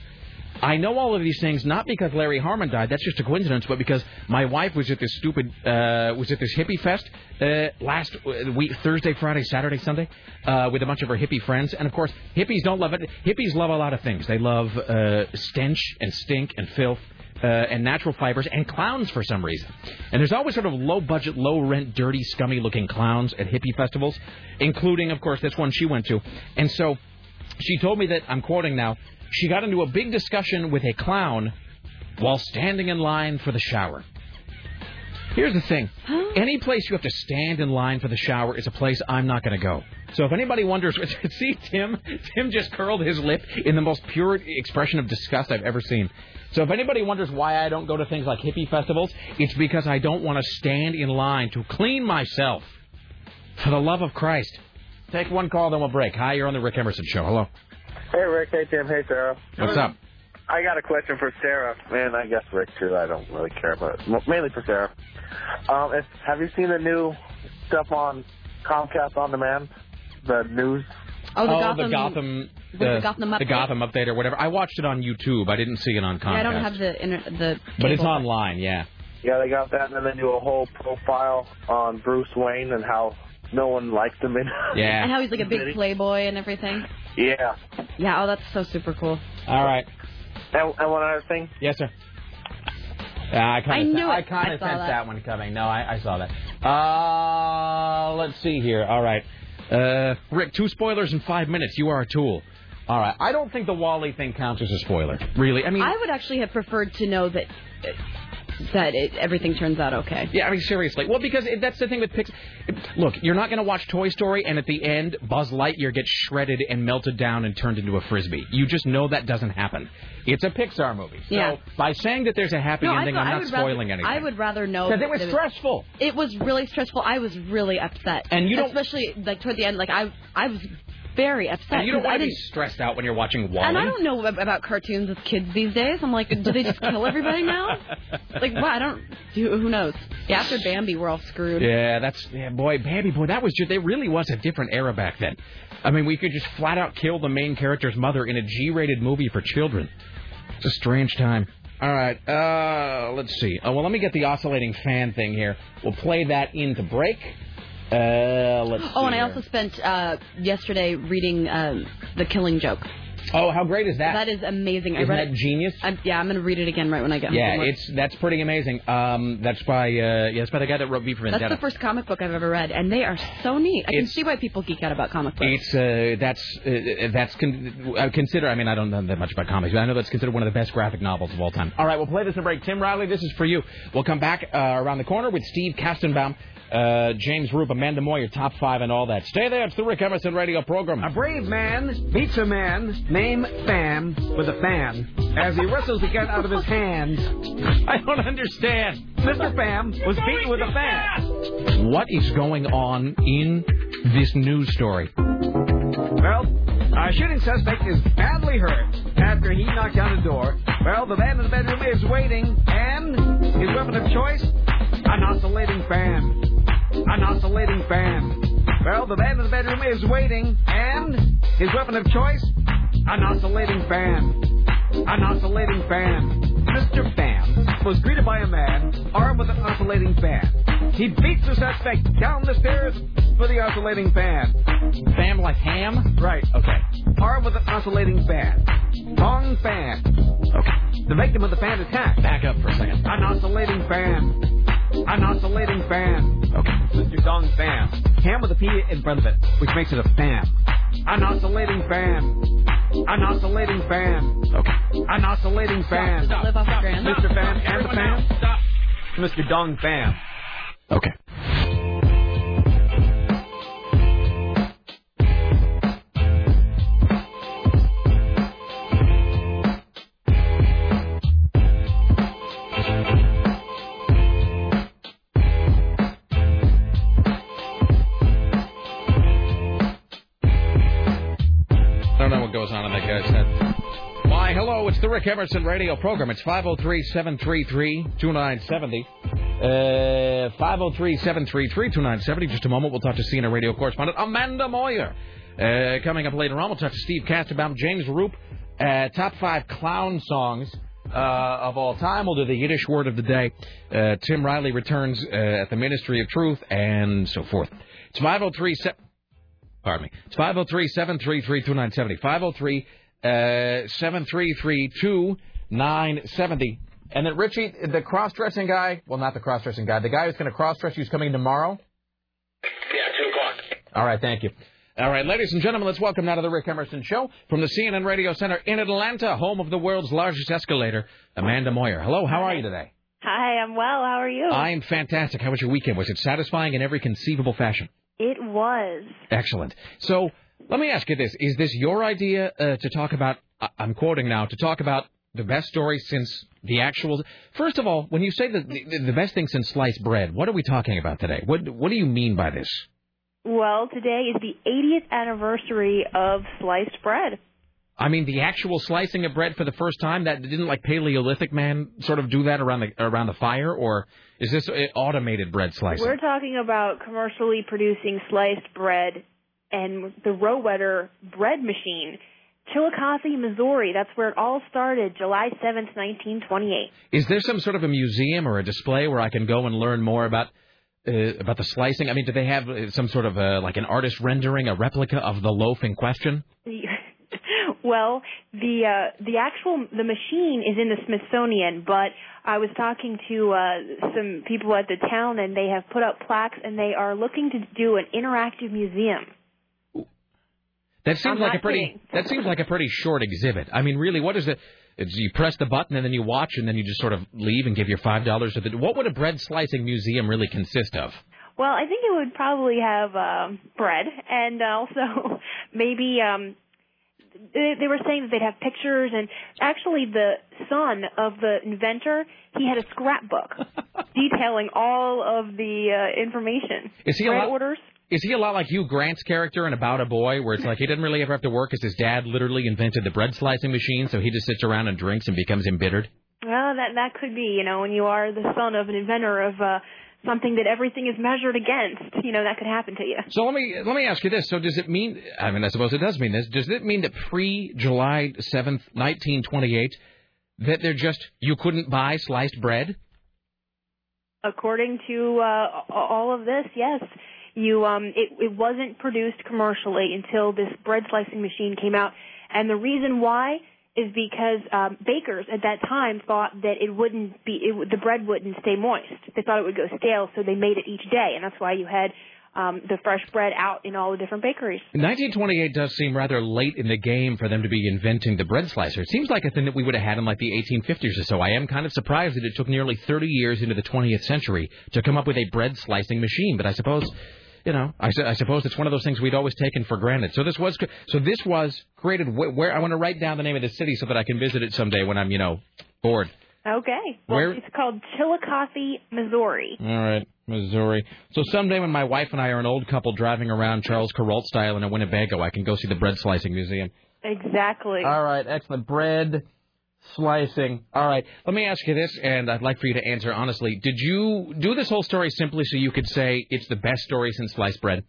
Speaker 1: I know all of these things not because Larry Harmon died. That's just a coincidence, but because my wife was at this stupid uh, was at this hippie fest uh, last uh, week, Thursday, Friday, Saturday, Sunday, uh, with a bunch of her hippie friends. And of course, hippies don't love it. Hippies love a lot of things. They love uh, stench and stink and filth. Uh, and natural fibers and clowns for some reason. And there's always sort of low budget, low rent, dirty, scummy looking clowns at hippie festivals, including, of course, this one she went to. And so she told me that, I'm quoting now, she got into a big discussion with a clown while standing in line for the shower. Here's the thing any place you have to stand in line for the shower is a place I'm not going to go. So if anybody wonders, see, Tim, Tim just curled his lip in the most pure expression of disgust I've ever seen. So if anybody wonders why I don't go to things like hippie festivals, it's because I don't want to stand in line to clean myself. For the love of Christ. Take one call, then we'll break. Hi, you're on the Rick Emerson Show. Hello.
Speaker 5: Hey Rick, hey Tim, hey Sarah.
Speaker 1: What's up?
Speaker 5: I got a question for Sarah, and I guess Rick too. I don't really care, but m- mainly for Sarah. Um, if, have you seen the new stuff on Comcast On Demand? The news.
Speaker 3: Oh, the
Speaker 1: the
Speaker 3: Gotham-
Speaker 1: Gotham,
Speaker 3: was it Gotham update?
Speaker 1: the Gotham update or whatever. I watched it on YouTube. I didn't see it on Comcast.
Speaker 3: Yeah, I don't have the inter- the.
Speaker 1: but it's
Speaker 3: cable.
Speaker 1: online, yeah.
Speaker 5: Yeah, they got that, and then they do a whole profile on Bruce Wayne and how no one likes him. In-
Speaker 1: Yeah.
Speaker 3: And how he's like a big playboy and everything.
Speaker 5: yeah.
Speaker 3: Yeah. Oh, that's so super cool.
Speaker 1: All right.
Speaker 5: And, and one other thing.
Speaker 1: Yes, sir. Yeah, I
Speaker 3: I
Speaker 1: kind
Speaker 3: knew
Speaker 1: of I
Speaker 3: it.
Speaker 1: kind
Speaker 3: I
Speaker 1: of
Speaker 3: saw
Speaker 1: sensed
Speaker 3: that.
Speaker 1: that one coming. No, I, I saw that. Uh, let's see here. All right, uh, Rick, two spoilers in five minutes. You are a tool. All right, I don't think the Wally thing counts as a spoiler. Really, I mean,
Speaker 3: I would actually have preferred to know that that it, everything turns out okay.
Speaker 1: Yeah, I mean seriously. Well, because it, that's the thing with Pixar. Look, you're not going to watch Toy Story and at the end Buzz Lightyear gets shredded and melted down and turned into a frisbee. You just know that doesn't happen. It's a Pixar movie. So
Speaker 3: Yeah.
Speaker 1: by saying that there's a happy
Speaker 3: No, I
Speaker 1: ending,
Speaker 3: thought- I
Speaker 1: I'm not
Speaker 3: would rather-
Speaker 1: spoiling anything.
Speaker 3: I would rather know.
Speaker 1: Because it was
Speaker 3: that
Speaker 1: stressful.
Speaker 3: It was really stressful. I was really upset.
Speaker 1: And you don't-
Speaker 3: especially like toward the end. Like I, I was very upset.
Speaker 1: And you don't
Speaker 3: 'cause I
Speaker 1: want to be
Speaker 3: didn't.
Speaker 1: stressed out when you're watching Wally.
Speaker 3: And I don't know ab- about cartoons with kids these days. I'm like, do they just kill everybody now? Like, what? I don't. Who who knows? Yeah, after Bambi, we're all screwed.
Speaker 1: Yeah, that's yeah, boy, Bambi boy. That was just it. Really was a different era back then. I mean, we could just flat out kill the main character's mother in a G-rated movie for children. It's a strange time. All right, uh, let's see. Oh, well, let me get the oscillating fan thing here. We'll play that into break. Uh, let's.
Speaker 3: Oh,
Speaker 1: see
Speaker 3: and I
Speaker 1: here.
Speaker 3: also spent uh, yesterday reading um, The Killing Joke.
Speaker 1: Oh, how great is that?
Speaker 3: That is amazing. I
Speaker 1: Isn't
Speaker 3: read
Speaker 1: that genius?
Speaker 3: it. I'm, yeah, I'm gonna read it again right when I get home.
Speaker 1: yeah,
Speaker 3: from work.
Speaker 1: it's that's pretty amazing. Um, that's by uh, yeah, it's by the guy that wrote V for
Speaker 3: that's
Speaker 1: Vendetta.
Speaker 3: the first comic book I've ever read, and they are so neat. I can
Speaker 1: It's-
Speaker 3: see why people geek out about comic books.
Speaker 1: It's uh, that's uh, that's con- I consider. I mean, I don't know that much about comics, but I know that's considered one of the best graphic novels of all time. All right, we'll play this in break. Tim Riley, this is for you. We'll come back uh, around the corner with Steve Kastenbaum, uh, James Roop, Amanda Moore, your top five, and all that. Stay there. It's the Rick Emerson Radio Program.
Speaker 2: A brave man meets a man named Fam with a fan as he wrestles the gun out of his hands.
Speaker 1: I don't understand
Speaker 2: Mr. Fam was beaten with a fan.
Speaker 1: what is going on in this news story.
Speaker 2: Well, a shooting suspect is badly hurt after he knocked down a door. Well, the man in the bedroom is waiting, and his weapon of choice, an oscillating fan. An oscillating fan. Well, the man in the bedroom is waiting, and his weapon of choice, an oscillating fan. An oscillating fan. Mr. Fan was greeted by a man armed with an oscillating fan. He beats the suspect down the stairs with the oscillating fan.
Speaker 1: Fam like ham.
Speaker 2: Right.
Speaker 1: Okay.
Speaker 2: Armed with an oscillating fan. Long fan.
Speaker 1: Okay.
Speaker 2: The victim of the fan attack.
Speaker 1: Back up for a second.
Speaker 2: An oscillating fan. An oscillating fan.
Speaker 1: Okay.
Speaker 2: Mr. Dong fan. Ham with a P in front of it, which makes it a fan. An oscillating fan. An oscillating fan.
Speaker 1: Okay.
Speaker 2: An oscillating fan.
Speaker 3: Does it live off the ground?
Speaker 2: Mr. Fan and the fan. Mr. Dong fan.
Speaker 1: Okay. what goes on in that guy's head. Why, hello, it's the Rick Emerson radio program. It's 503 733 2970. Uh, 503 733 2970. Just a moment, we'll talk to CNN radio correspondent Amanda Moyer. Uh, coming up later on, we'll talk to Steve Kastenbaum, James Roop, uh, top five clown songs uh, of all time. We'll do the Yiddish word of the day. Uh, Tim Riley returns uh, at the Ministry of Truth and so forth. It's 503 se- Pardon me. It's 503 733 2970. 503 733 2970. And then Richie, the cross dressing guy, well, not the cross dressing guy, the guy who's going to cross dress you is coming tomorrow.
Speaker 6: Yeah, 2 o'clock.
Speaker 1: All right, thank you. All right, ladies and gentlemen, let's welcome now to the Rick Emerson Show from the CNN Radio Center in Atlanta, home of the world's largest escalator, Amanda Moyer. Hello, how are you today?
Speaker 7: Hi, I'm well. How are you?
Speaker 1: I am fantastic. How was your weekend? Was it satisfying in every conceivable fashion?
Speaker 7: It was.
Speaker 1: Excellent. So let me ask you this: Is this your idea uh, to talk about? I- I'm quoting now to talk about the best story since the actual. First of all, when you say the, the the best thing since sliced bread, what are we talking about today? What what do you mean by this?
Speaker 7: Well, today is the 80th anniversary of sliced bread.
Speaker 1: I mean, the actual slicing of bread for the first time. That didn't like Paleolithic man sort of do that around the around the fire, or is this uh, automated bread slicing?
Speaker 7: We're talking about commercially producing sliced bread and the Rowetter bread machine. Chillicothe, Missouri. That's where it all started, July 7th, 1928.
Speaker 1: Is there some sort of a museum or a display where I can go and learn more about uh, about the slicing? I mean, do they have uh, some sort of uh like an artist rendering, a replica of the loaf in question?
Speaker 7: well, the uh, the actual the machine is in the Smithsonian, but I was talking to uh, some people at the town, and they have put up plaques, and they are looking to do an interactive museum.
Speaker 1: That seems
Speaker 7: I'm
Speaker 1: like
Speaker 7: not
Speaker 1: a pretty
Speaker 7: kidding.
Speaker 1: that seems like a pretty short exhibit. I mean, really, what is it? It's you press the button and then you watch and then you just sort of leave and give your five dollars to the. What would a bread slicing museum really consist of?
Speaker 7: Well, I think it would probably have uh, bread, and also maybe um, they, they were saying that they'd have pictures, and actually the son of the inventor he had a scrapbook detailing all of the uh, information.
Speaker 1: Is he a
Speaker 7: bread
Speaker 1: lot-
Speaker 7: orders?
Speaker 1: Is he a lot like you Grant's character in About a Boy, where it's like he didn't really ever have to work, because his dad literally invented the bread slicing machine, so he just sits around and drinks and becomes embittered.
Speaker 7: Well, that that could be, you know, when you are the son of an inventor of uh, something that everything is measured against, you know, that could happen to you.
Speaker 1: So let me let me ask you this. So does it mean? I mean, I suppose it does mean this. Does it mean that pre July seventh, nineteen twenty eight, that they're just you couldn't buy sliced bread?
Speaker 7: According to uh, a- all of this, yes, you um, it it wasn't produced commercially until this bread slicing machine came out, and the reason why is because um, bakers at that time thought that it wouldn't be it, would- the bread wouldn't stay moist. They thought it would go stale, so they made it each day, and that's why you had um, the fresh bread out in all the different bakeries.
Speaker 1: Nineteen twenty eight does seem rather late in the game for them to be inventing the bread slicer. It seems like a thing that we would have had in like the eighteen fifties or so. I am kind of surprised that it took nearly thirty years into the twentieth century to come up with a bread slicing machine. But I suppose. You know, I, su- I suppose it's one of those things we'd always taken for granted. So this was, cr- so this was created. Wh- where I want to write down the name of the city so that I can visit it someday when I'm, you know, bored.
Speaker 7: Okay. Well,
Speaker 1: Where-
Speaker 7: it's called Chillicothe, Missouri.
Speaker 1: All right, Missouri. So someday when my wife and I are an old couple driving around Charles Carroll style in a Winnebago, I can go see the bread slicing museum.
Speaker 7: Exactly.
Speaker 1: All right, excellent. Bread slicing. All right, let me ask you this, and I'd like for you to answer honestly. Did you do this whole story simply so you could say it's the best story since sliced bread?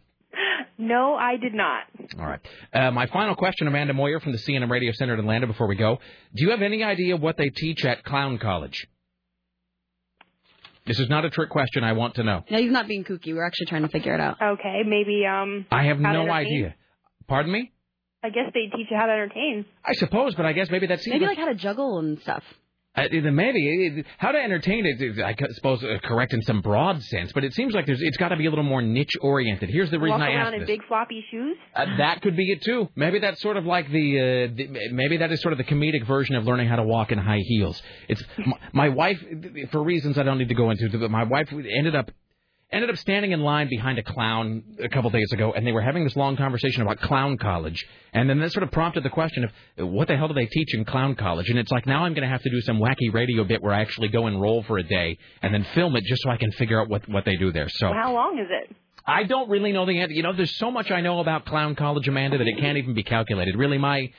Speaker 7: No, I did not.
Speaker 1: All right. Uh, my final question, Amanda Moyer from the CNN Radio Center in Atlanta, before we go. Do you have any idea what they teach at Clown College? This is not a trick question. I want to know.
Speaker 3: No, he's not being kooky. We're actually trying to figure it out.
Speaker 7: Okay, maybe um
Speaker 1: I have
Speaker 7: how to
Speaker 1: no
Speaker 7: entertain.
Speaker 1: idea. Pardon me?
Speaker 7: I guess they teach you how to entertain.
Speaker 1: I suppose, but I guess maybe that seems
Speaker 3: Maybe like how to juggle and stuff.
Speaker 1: Uh, the maybe it- it- how to entertain it. is, I suppose uh, correct in some broad sense, but it seems like there's it's got to be a little more niche oriented. Here's the reason
Speaker 7: Walk
Speaker 1: I
Speaker 7: around
Speaker 1: asked
Speaker 7: in
Speaker 1: this.
Speaker 7: big floppy shoes.
Speaker 1: Uh, that could be it too. Maybe that's sort of like the, uh, the maybe that is sort of the comedic version of learning how to walk in high heels. It's my, my wife for reasons I don't need to go into, but my wife ended up ended up standing in line behind a clown a couple days ago, and they were having this long conversation about clown college, and then that sort of prompted the question of uh, what the hell do they teach in clown college? And it's like now I'm going to have to do some wacky radio bit where I actually go enroll for a day and then film it just so I can figure out what what they do there. So
Speaker 7: How long is it?
Speaker 1: I don't really know the answer. You know, there's so much I know about Clown College, Amanda, that it can't even be calculated. Really, my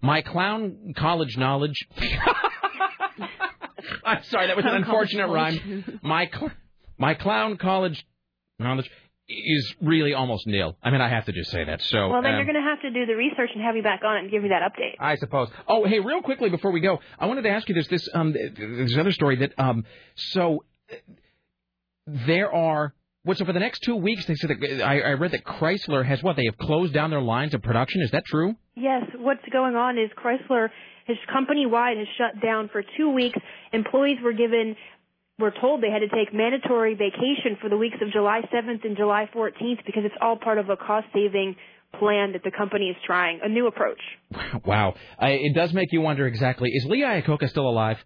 Speaker 1: my Clown College knowledge. I'm sorry, that was an
Speaker 8: Clown College
Speaker 1: unfortunate rhyme. My cl- my Clown College knowledge is really almost nil. I mean, I have to just say that. So.
Speaker 7: well, then
Speaker 1: um,
Speaker 7: you're going to have to do the research and have me back on and give me that update.
Speaker 1: I suppose. Oh, hey, real quickly before we go, I wanted to ask you this. This um, th- there's another story that um, so uh, there are. What so for the next two weeks? They said that I, I read that Chrysler has what they have closed down their lines of production. Is that true?
Speaker 7: Yes, what's going on is Chrysler, his company wide, has shut down for two weeks. Employees were given, were told they had to take mandatory vacation for the weeks of July 7th and July 14th because it's all part of a cost saving plan that the company is trying, a new approach.
Speaker 1: Wow, I, it does make you wonder exactly. Is Lee Iacocca still alive?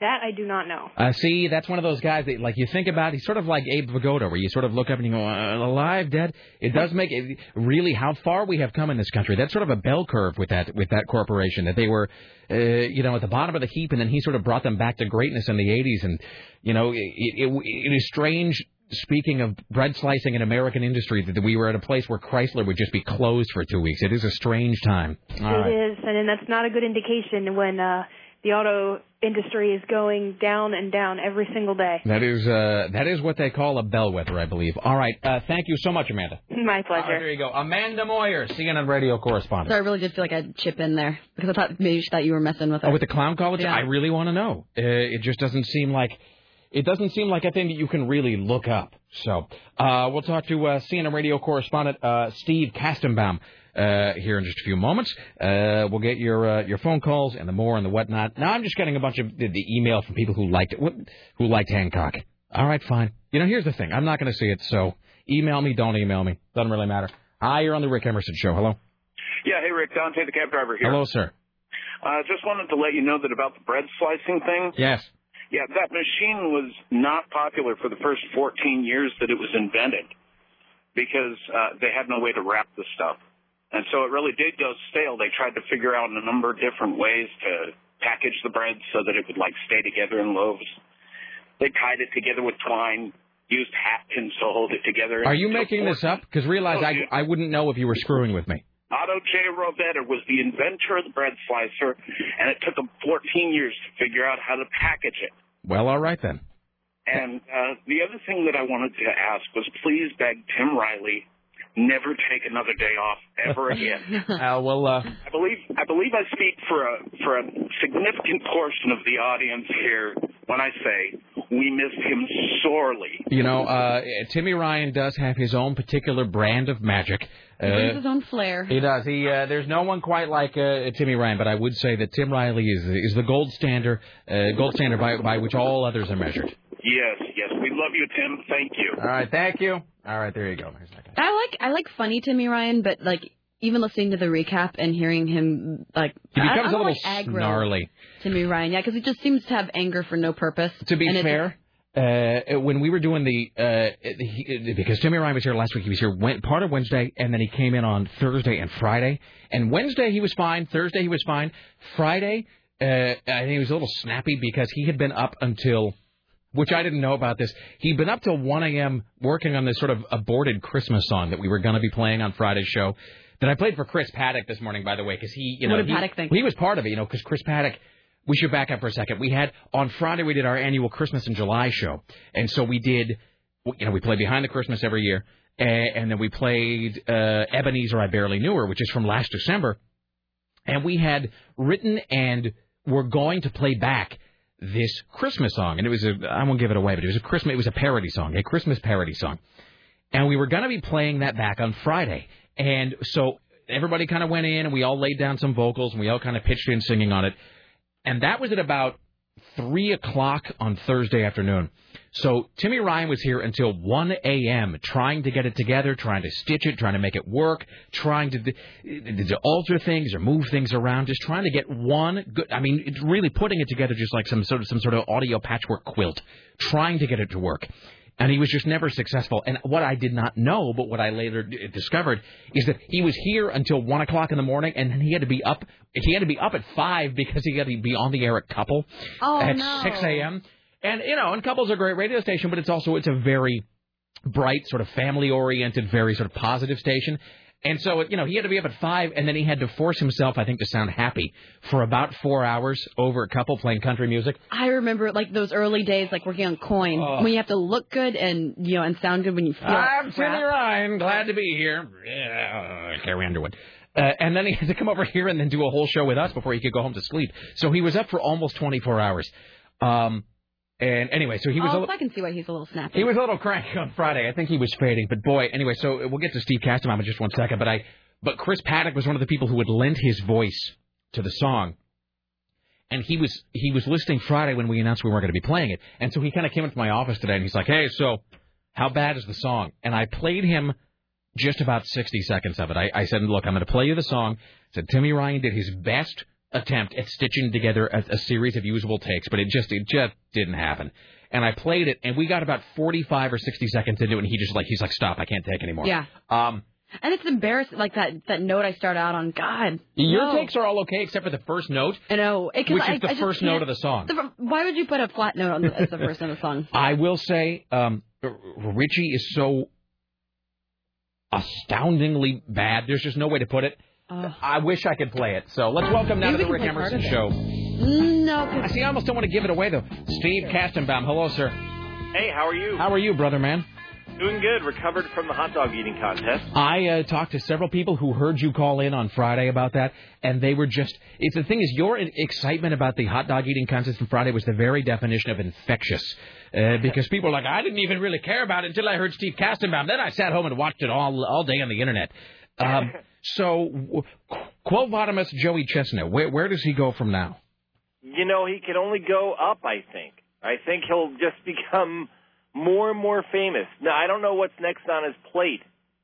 Speaker 7: That I do not know.
Speaker 1: Uh, see, that's one of those guys that, like, you think about. He's sort of like Abe Vigoda, where you sort of look up and you go, uh, "Alive, dead." It does make it really how far we have come in this country. That's sort of a bell curve with that with that corporation that they were, uh, you know, at the bottom of the heap, and then he sort of brought them back to greatness in the '80s. And you know, it, it, it is strange. Speaking of bread slicing in American industry, that we were at a place where Chrysler would just be closed for two weeks. It is a strange time. All
Speaker 7: It
Speaker 1: right.
Speaker 7: is, and then that's not a good indication when uh, the auto industry is going down and down every single day.
Speaker 1: That is uh, that is what they call a bellwether, I believe. All right, uh, thank you so much, Amanda.
Speaker 7: My pleasure.
Speaker 1: there you go, Amanda Moyer, CNN radio
Speaker 3: So I
Speaker 1: correspondent.
Speaker 3: really did feel like I'd chip in there because I thought maybe she thought you were messing with her.
Speaker 1: Oh, with the clown college,
Speaker 3: Yeah.
Speaker 1: I really want to know. Uh, it just doesn't seem like it doesn't seem like a thing that you can really look up. So uh, we'll talk to uh, CNN radio correspondent uh, Steve Kastenbaum. Uh, here in just a few moments, uh, we'll get your uh, your phone calls and the more and the whatnot. Now I'm just getting a bunch of the, the email from people who liked it, who liked Hancock. All right, fine. You know, here's the thing. I'm not going to see it, so email me, don't email me. Doesn't really matter. Hi, you're on the Rick Emerson show. Hello.
Speaker 9: Yeah, hey Rick, Dante the cab driver here.
Speaker 1: Hello, sir.
Speaker 9: Uh, just wanted to let you know that about the bread slicing thing.
Speaker 1: Yes.
Speaker 9: Yeah, that machine was not popular for the first 14 years that it was invented because uh, they had no way to wrap the stuff. And so it really did go stale. They tried to figure out a number of different ways to package the bread so that it would like stay together in loaves. They tied it together with twine, used hat pins to hold it together.
Speaker 1: Are you making this up? Because realize I I wouldn't know if you were screwing with me.
Speaker 9: Otto J. Rovetta was the inventor of the bread slicer, and it took him 14 years to figure out how to package it.
Speaker 1: Well, all right then.
Speaker 9: And uh, the other thing that I wanted to ask was please beg Tim Riley never take another day off ever again.
Speaker 1: Uh, well, uh,
Speaker 9: I believe I believe I speak for a for a significant portion of the audience here when I say we miss him sorely.
Speaker 1: you know, uh, Timmy Ryan does have his own particular brand of magic.
Speaker 3: he brings
Speaker 1: Uh,
Speaker 3: his own flair.
Speaker 1: he does. He uh, there's no one quite like uh, Timmy Ryan, but I would say that Tim Riley is is the gold standard, uh, gold standard by by which all others are measured.
Speaker 9: Yes, yes, we love you, Tim. Thank you.
Speaker 1: All right, thank you. All right, there you go. Here's that.
Speaker 3: I like I like funny Timmy Ryan, but like even listening to the recap and hearing him like
Speaker 1: He
Speaker 3: I-
Speaker 1: becomes
Speaker 3: I'm
Speaker 1: a little
Speaker 3: like aggro
Speaker 1: snarly.
Speaker 3: Timmy Ryan, yeah, because he just seems to have anger for no purpose.
Speaker 1: To be
Speaker 3: And it's-
Speaker 1: fair, uh, when we were doing the, uh, he, because Timmy Ryan was here last week, he was here Wed- part of Wednesday, and then he came in on Thursday and Friday. And Wednesday he was fine, Thursday he was fine, Friday uh, I think he was a little snappy because he had been up until. Which I didn't know about this. He'd been up till 1 a.m. working on this sort of aborted Christmas song that we were going to be playing on Friday's show. That I played for Chris Paddock this morning, by the way, because he, you know,
Speaker 3: What did
Speaker 1: he-
Speaker 3: Paddock think?
Speaker 1: he was part of it, you know, because Chris Paddock. We should back up for a second. We had on Friday we did our annual Christmas in July show, and so we did, you know, we play behind the Christmas every year, a- and then we played uh, Ebenezer I Barely Knew Her, which is from last December, and we had written and were going to play back this Christmas song, and it was a I won't give it away, but it was a Christmas it was a parody song, a Christmas parody song and we were going to be playing that back on Friday. And so everybody kind of went in and we all laid down some vocals and we all kind of pitched in singing on it. And that was at about three o'clock on Thursday afternoon. So Timmy Ryan was here until 1 a.m. trying to get it together, trying to stitch it, trying to make it work, trying to, to alter things or move things around, just trying to get one good. I mean, it's really putting it together just like some sort of some sort of audio patchwork quilt, trying to get it to work. And he was just never successful. And what I did not know, but what I later d- discovered, is that he was here until one o'clock in the morning, and then he had to be up. He had to be up at five because he had to be on the air at Couple
Speaker 3: Oh,
Speaker 1: at
Speaker 3: no.
Speaker 1: six a.m. And you know, and Couple's a great radio station, but it's also it's a very bright, sort of family-oriented, very sort of positive station. And so, you know, he had to be up at five, and then he had to force himself, I think, to sound happy for about four hours over a couple playing country music.
Speaker 3: I remember like those early days, like working on Coin,
Speaker 1: Oh.
Speaker 3: when you have to look good and you know and sound good when you feel.
Speaker 1: I'm
Speaker 3: crap.
Speaker 1: Timmy Ryan, glad to be here. Yeah, Carrie Underwood. Uh, and then he had to come over here and then do a whole show with us before he could go home to sleep. So he was up for almost 24 hours. Um, and anyway, so he was a
Speaker 3: oh,
Speaker 1: little,
Speaker 3: so I can see why he's a little snappy.
Speaker 1: he was a little cranky on Friday. I think he was fading, but boy, anyway. So we'll get to Steve Castenbaum in just one second. But I, but Chris Paddock was one of the people who would lend his voice to the song, and he was he was listening Friday when we announced we weren't going to be playing it, and so he kind of came into my office today and he's like, "Hey, so how bad is the song?" And I played him just about 60 seconds of it. I, I said, look, I'm going to play you the song. I said Timmy Ryan did his best attempt at stitching together a, a series of usable takes, but it just it just didn't happen. And I played it, and we got about 45 or 60 seconds into it, and he just like he's like, stop, I can't take anymore.
Speaker 3: Yeah.
Speaker 1: Um,
Speaker 3: And it's embarrassing, like that that note I start out on. God,
Speaker 1: your
Speaker 3: no.
Speaker 1: takes are all okay except for the first note,
Speaker 3: I know, it, 'cause
Speaker 1: which
Speaker 3: I-
Speaker 1: is the
Speaker 3: I just
Speaker 1: first note
Speaker 3: can't-
Speaker 1: of the song.
Speaker 3: the fir- why would you put a flat note on the, as the first note of the song?
Speaker 1: I will say, um, R- Richie is so astoundingly bad. There's just no way to put it.
Speaker 3: Ugh.
Speaker 1: I wish I could play it. So let's welcome now
Speaker 3: Maybe
Speaker 1: to
Speaker 3: we
Speaker 1: the
Speaker 3: can
Speaker 1: Rick
Speaker 3: play part
Speaker 1: Emerson
Speaker 3: of it.
Speaker 1: Show.
Speaker 3: No,
Speaker 1: I
Speaker 3: 'cause-
Speaker 1: see. I almost don't want to give it away though. Steve Kastenbaum, hello, sir.
Speaker 10: Hey, how are you?
Speaker 1: How are you, brother man?
Speaker 10: Doing good. Recovered from the hot dog eating contest.
Speaker 1: I uh, talked to several people who heard you call in on Friday about that, and they were just. It's the thing is, your e, excitement about the hot dog eating contest on Friday was the very definition of infectious, uh, because people were like, I didn't even really care about it until I heard Steve Kastenbaum. Then I sat home and watched it all all day on the internet. Um, so, w- Quo Vadis Joey Chestnut, where where does he go from now?
Speaker 10: You know, he can only go up, I think. I think he'll just become more and more famous. Now, I don't know what's next on his plate.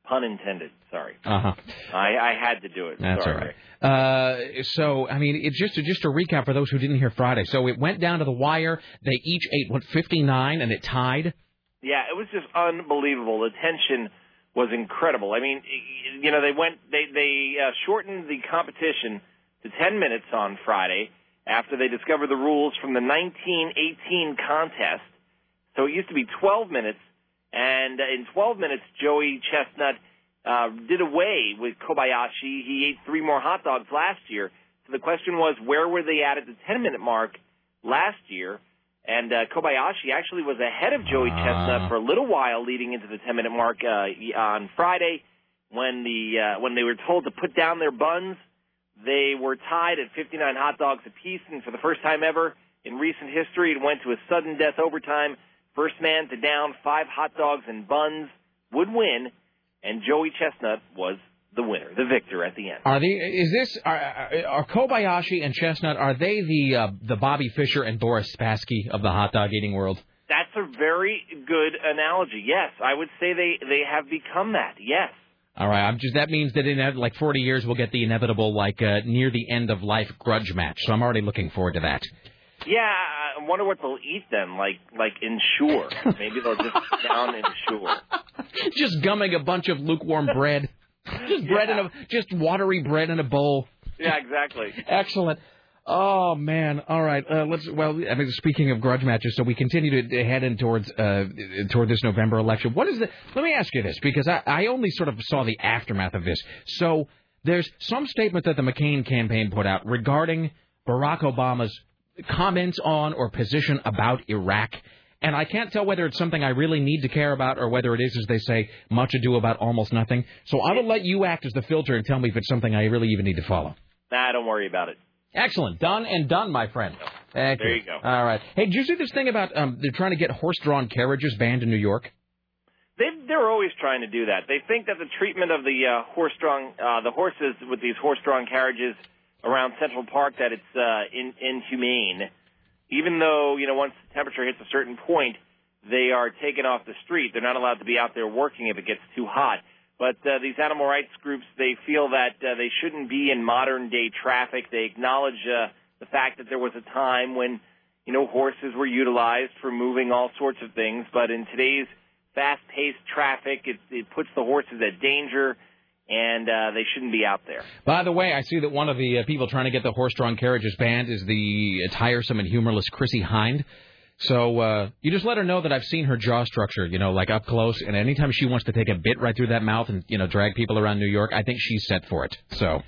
Speaker 10: Pun intended. Sorry.
Speaker 1: Uh huh.
Speaker 10: I, I had to do it.
Speaker 1: That's
Speaker 10: Sorry.
Speaker 1: all right. Uh, so, I mean, it, just to just to recap for those who didn't hear Friday. So it went down to the wire. They each ate what 59, and it tied.
Speaker 10: Yeah, it was just unbelievable. The tension was incredible. I mean, y- you know, they went they they uh, shortened the competition to 10 minutes on Friday after they discovered the rules from the 1918 contest. So it used to be 12 minutes, and in 12 minutes, Joey Chestnut uh, did away with Kobayashi. He ate three more hot dogs last year. So the question was, where were they at at the 10 minute mark last year? And uh, Kobayashi actually was ahead of Joey
Speaker 1: Ah.
Speaker 10: Chestnut for a little while leading into the 10 minute mark uh, y- on Friday when the uh, when they were told to put down their buns. They were tied at 59 hot dogs apiece, and for the first time ever in recent history, it went to a sudden death overtime. First man to down five hot dogs and buns would win, and Joey Chestnut was the winner, the victor at the end.
Speaker 1: Are they? Is this? Are, are Uh, are Kobayashi and Chestnut? Are they the uh, the Bobby Fischer and Boris Spassky of the hot dog eating world?
Speaker 10: That's a very good analogy. Yes, I would say they they have become that. Yes.
Speaker 1: All right. I'm just. That means that in uh, like 40 years, we'll get the inevitable like uh, near the end of life grudge match. So I'm already looking forward to that.
Speaker 10: Yeah, I I wonder what they'll eat then, like like insure. Maybe they'll just down insure.
Speaker 1: Just gumming a bunch of lukewarm bread. Just bread in a just watery bread in a bowl.
Speaker 10: Yeah, exactly.
Speaker 1: Excellent. Oh man! All right. Uh, let's. Well, I mean, speaking of grudge matches, so we continue to head in towards uh, toward this November election. What is the? Let me ask you this because I, I only sort of saw the aftermath of this. So there's some statement that the McCain campaign put out regarding Barack Obama's comments on or position about Iraq, and I can't tell whether it's something I really need to care about or whether it is, as they say, much ado about almost nothing. So I will let you act as the filter and tell me if it's something I really even need to follow.
Speaker 10: Nah, don't worry about it.
Speaker 1: Excellent. Done and done, my friend. Thank
Speaker 10: There you go.
Speaker 1: All right. Hey, did you see this thing about um, they're trying to get horse-drawn carriages banned in New York?
Speaker 10: They they're always trying to do that. They think that the treatment of the uh, horse-drawn uh, the horses with these horse-drawn carriages around Central Park that it's uh, in, inhumane. Even though you know once the temperature hits a certain point, they are taken off the street. They're not allowed to be out there working if it gets too hot. But uh, these animal rights groups they feel that uh, they shouldn't be in modern day traffic. They acknowledge uh, the fact that there was a time when you know horses were utilized for moving all sorts of things, but in today's fast-paced traffic. It, it puts the horses at danger, and uh, they shouldn't be out there.
Speaker 1: By the way, I see that one of uh, the uh, people trying to get the horse-drawn carriages banned is the tiresome and humorless Chrissy Hind. So uh, you just let her know that I've seen her jaw structure, you know, like up close. And anytime she wants to take a bit right through that mouth and, you know, drag people around New York, I think she's set for it. So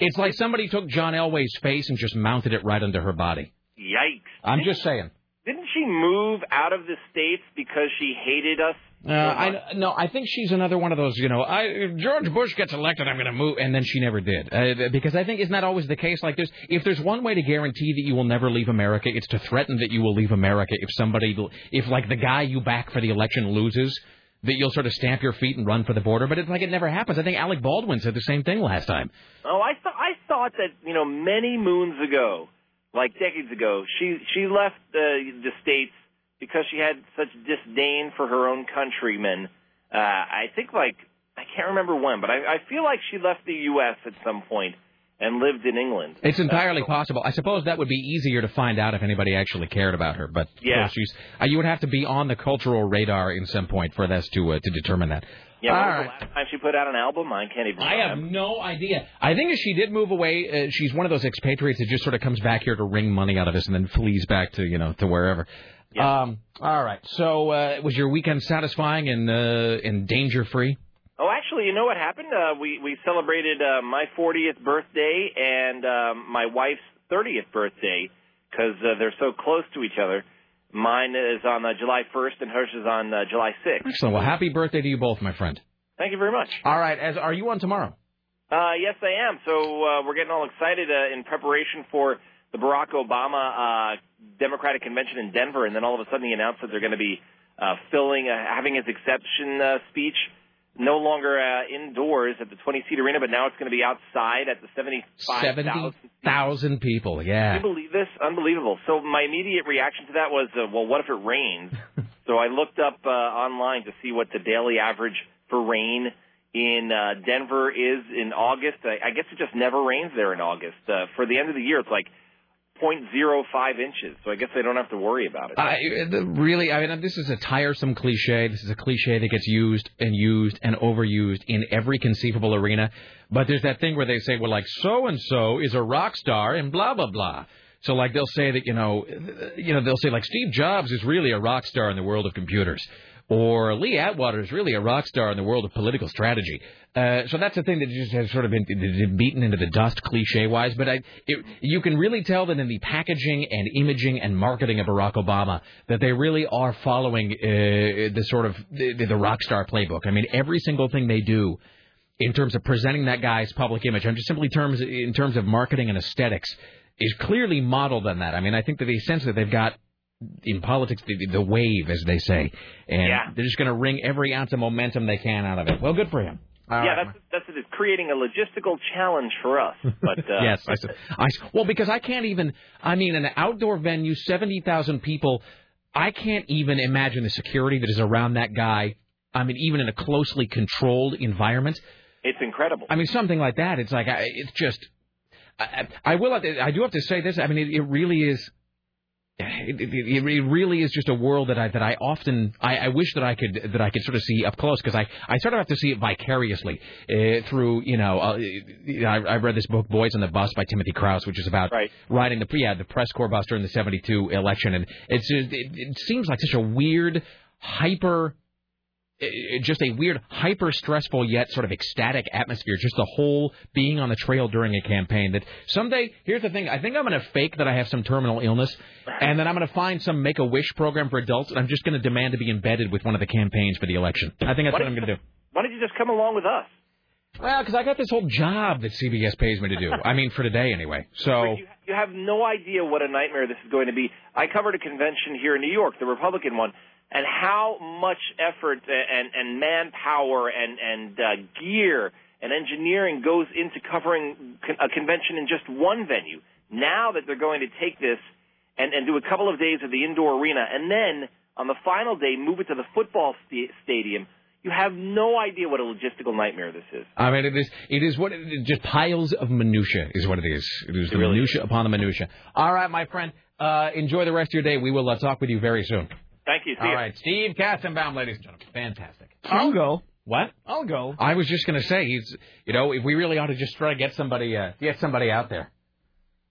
Speaker 1: it's like somebody took John Elway's face and just mounted it right under her body.
Speaker 10: Yikes!
Speaker 1: I'm just saying.
Speaker 10: Didn't she move out of the states because she hated us?
Speaker 1: Uh, I no, I think she's another one of those. You know, I if George Bush gets elected, I'm going to move, and then she never did, uh, because I think isn't that always the case? Like there's if there's one way to guarantee that you will never leave America, it's to threaten that you will leave America if somebody, if like the guy you back for the election loses, that you'll sort of stamp your feet and run for the border. But it's like it never happens. I think Alec Baldwin said the same thing last time.
Speaker 10: Oh, I thought I thought that you know many moons ago, like decades ago, she she left the the states because she had such disdain for her own countrymen. Uh, I think like I can't remember when, but I, I feel like she left the U.S. at some point and lived in England.
Speaker 1: It's entirely possible. I suppose that would be easier to find out if anybody actually cared about her. But of
Speaker 10: Yeah.
Speaker 1: course, she's, uh, you would have to be on the cultural radar in some point for this to uh, to determine that.
Speaker 10: Yeah,
Speaker 1: All
Speaker 10: when was
Speaker 1: right.
Speaker 10: the last time she put out an album, I can't even.
Speaker 1: I have no idea. I think if she did move away, uh, she's one of those expatriates that just sort of comes back here to wring money out of us and then flees back to you know to wherever. Um, all right. So uh, was your weekend satisfying and uh, and danger free?
Speaker 10: Oh, actually, you know what happened? Uh, we we celebrated uh, my 40th birthday and um, my wife's 30th birthday because uh, they're so close to each other. Mine is on uh, July 1st and hers is on uh, July 6th.
Speaker 1: Excellent. Well, happy birthday to you both, my friend.
Speaker 10: Thank you very much.
Speaker 1: All right. As are you on tomorrow?
Speaker 10: Uh, yes, I am. So uh, we're getting all excited uh, in preparation for the Barack Obama uh, Democratic convention in Denver, and then all of a sudden he announced that they're going to be uh, filling, uh, having his exception uh, speech no longer uh, indoors at the 20-seat arena, but now it's going to be outside at the 75,000.
Speaker 1: Seventy thousand people. Yeah.
Speaker 10: Can you believe this? Unbelievable. So my immediate reaction to that was, uh, well, what if it rains? so I looked up uh, online to see what the daily average for rain in uh, Denver is in August. I, I guess it just never rains there in August. Uh, for the end of the year, it's like 0.05 inches. So I guess they don't have to worry about it.
Speaker 1: I, uh, the- really, I mean, this is a tiresome cliche. This is a cliche that gets used and used and overused in every conceivable arena. But there's that thing where they say, well, like, so and so is a rock star and blah, blah, blah. So, like, they'll say that, you know, uh, you know, they'll say, like, Steve Jobs is really a rock star in the world of computers. Or Lee Atwater is really a rock star in the world of political strategy. Uh, so that's the thing that just has sort of been been beaten into the dust cliche wise. But I, it, you can really tell that in the packaging and imaging and marketing of Barack Obama that they really are following uh, the sort of the, the rock star playbook. I mean, every single thing they do in terms of presenting that guy's public image, and just simply terms in terms of marketing and aesthetics, is clearly modeled on that. I mean, I think that they sense that they've got in politics the, the wave, as they say, and they're just going to wring every ounce of momentum they can out of it. Well, good for him. All
Speaker 10: yeah,
Speaker 1: right,
Speaker 10: that's, that's it. It's creating a logistical challenge for us. But uh,
Speaker 1: yes, I, s- I s- well because I can't even. I mean, an outdoor venue, seventy thousand people. I can't even imagine the security that is around that guy. I mean, even in a closely controlled environment.
Speaker 10: it's incredible.
Speaker 1: I mean, something like that. It's like I, it's just. I, I I will. have to- I do have to say this. I mean, it, it really is. It, it, it it really is just a world that I that I often I, I wish that I could that I could sort of see up close because I, I sort of have to see it vicariously uh, through you know uh, I I read this book Boys on the Bus by Timothy Krause which is about riding the yeah the press corps bus during the seventy two election and it's just- it, it seems like such a weird hyper it- just a weird, hyper stressful yet sort of ecstatic atmosphere. Just the whole being on the trail during a campaign. That someday, here's the thing: I think I'm going to fake that I have some terminal illness, and then I'm going to find some Make a Wish program for adults, and I'm just going to demand to be embedded with one of the campaigns for the election. I think that's what, I'm going to do.
Speaker 10: Why don't you just come along with us?
Speaker 1: Well, because I got this whole job that CBS pays me to do. I mean, for today anyway. So
Speaker 10: You have no idea what a nightmare this is going to be. I covered a convention here in New York, the Republican one, and how much effort and, and manpower and, and uh, gear and engineering goes into covering con- a convention in just one venue. Now that they're going to take this and, and do a couple of days at the indoor arena, and then on the final day move it to the football sta- stadium, you have no idea what a logistical nightmare this is.
Speaker 1: I mean, it is it is what it, just piles of minutia is what it is. It is the minutia upon the minutia. All right, my friend. Uh, enjoy the rest of your day. We will uh, talk with you very soon.
Speaker 10: Thank you.
Speaker 1: All right, Steve Katzenbaum, ladies and gentlemen. Fantastic.
Speaker 2: I'll go.
Speaker 1: What?
Speaker 2: I'll go.
Speaker 1: I was just going to say he's, you know, if we really ought to just try to get somebody, uh, get somebody out there.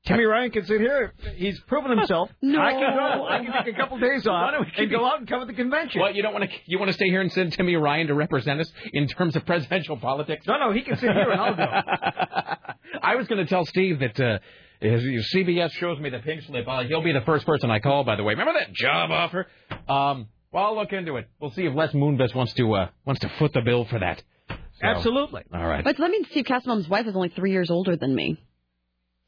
Speaker 2: Timmy Ryan can sit here. He's proven himself.
Speaker 1: No.
Speaker 2: I can go. I can take a couple days
Speaker 1: Why
Speaker 2: off
Speaker 1: don't we keep
Speaker 2: and go
Speaker 1: it-
Speaker 2: out and cover the convention.
Speaker 1: Well, you don't want to. You want to stay here and send Timmy Ryan to represent us in terms of presidential politics?
Speaker 2: No, no, he can sit here and I'll
Speaker 1: go. I was going to tell Steve that uh, if if CBS shows me the pink slip, i he'll be the first person I call. By the way, remember that job offer? Um, well, I'll look into it. We'll see if Les Moonves wants to uh, wants to foot the bill for that. So-
Speaker 2: Absolutely.
Speaker 1: All right.
Speaker 3: But that means Steve Castlebaum's wife is only three years older than me.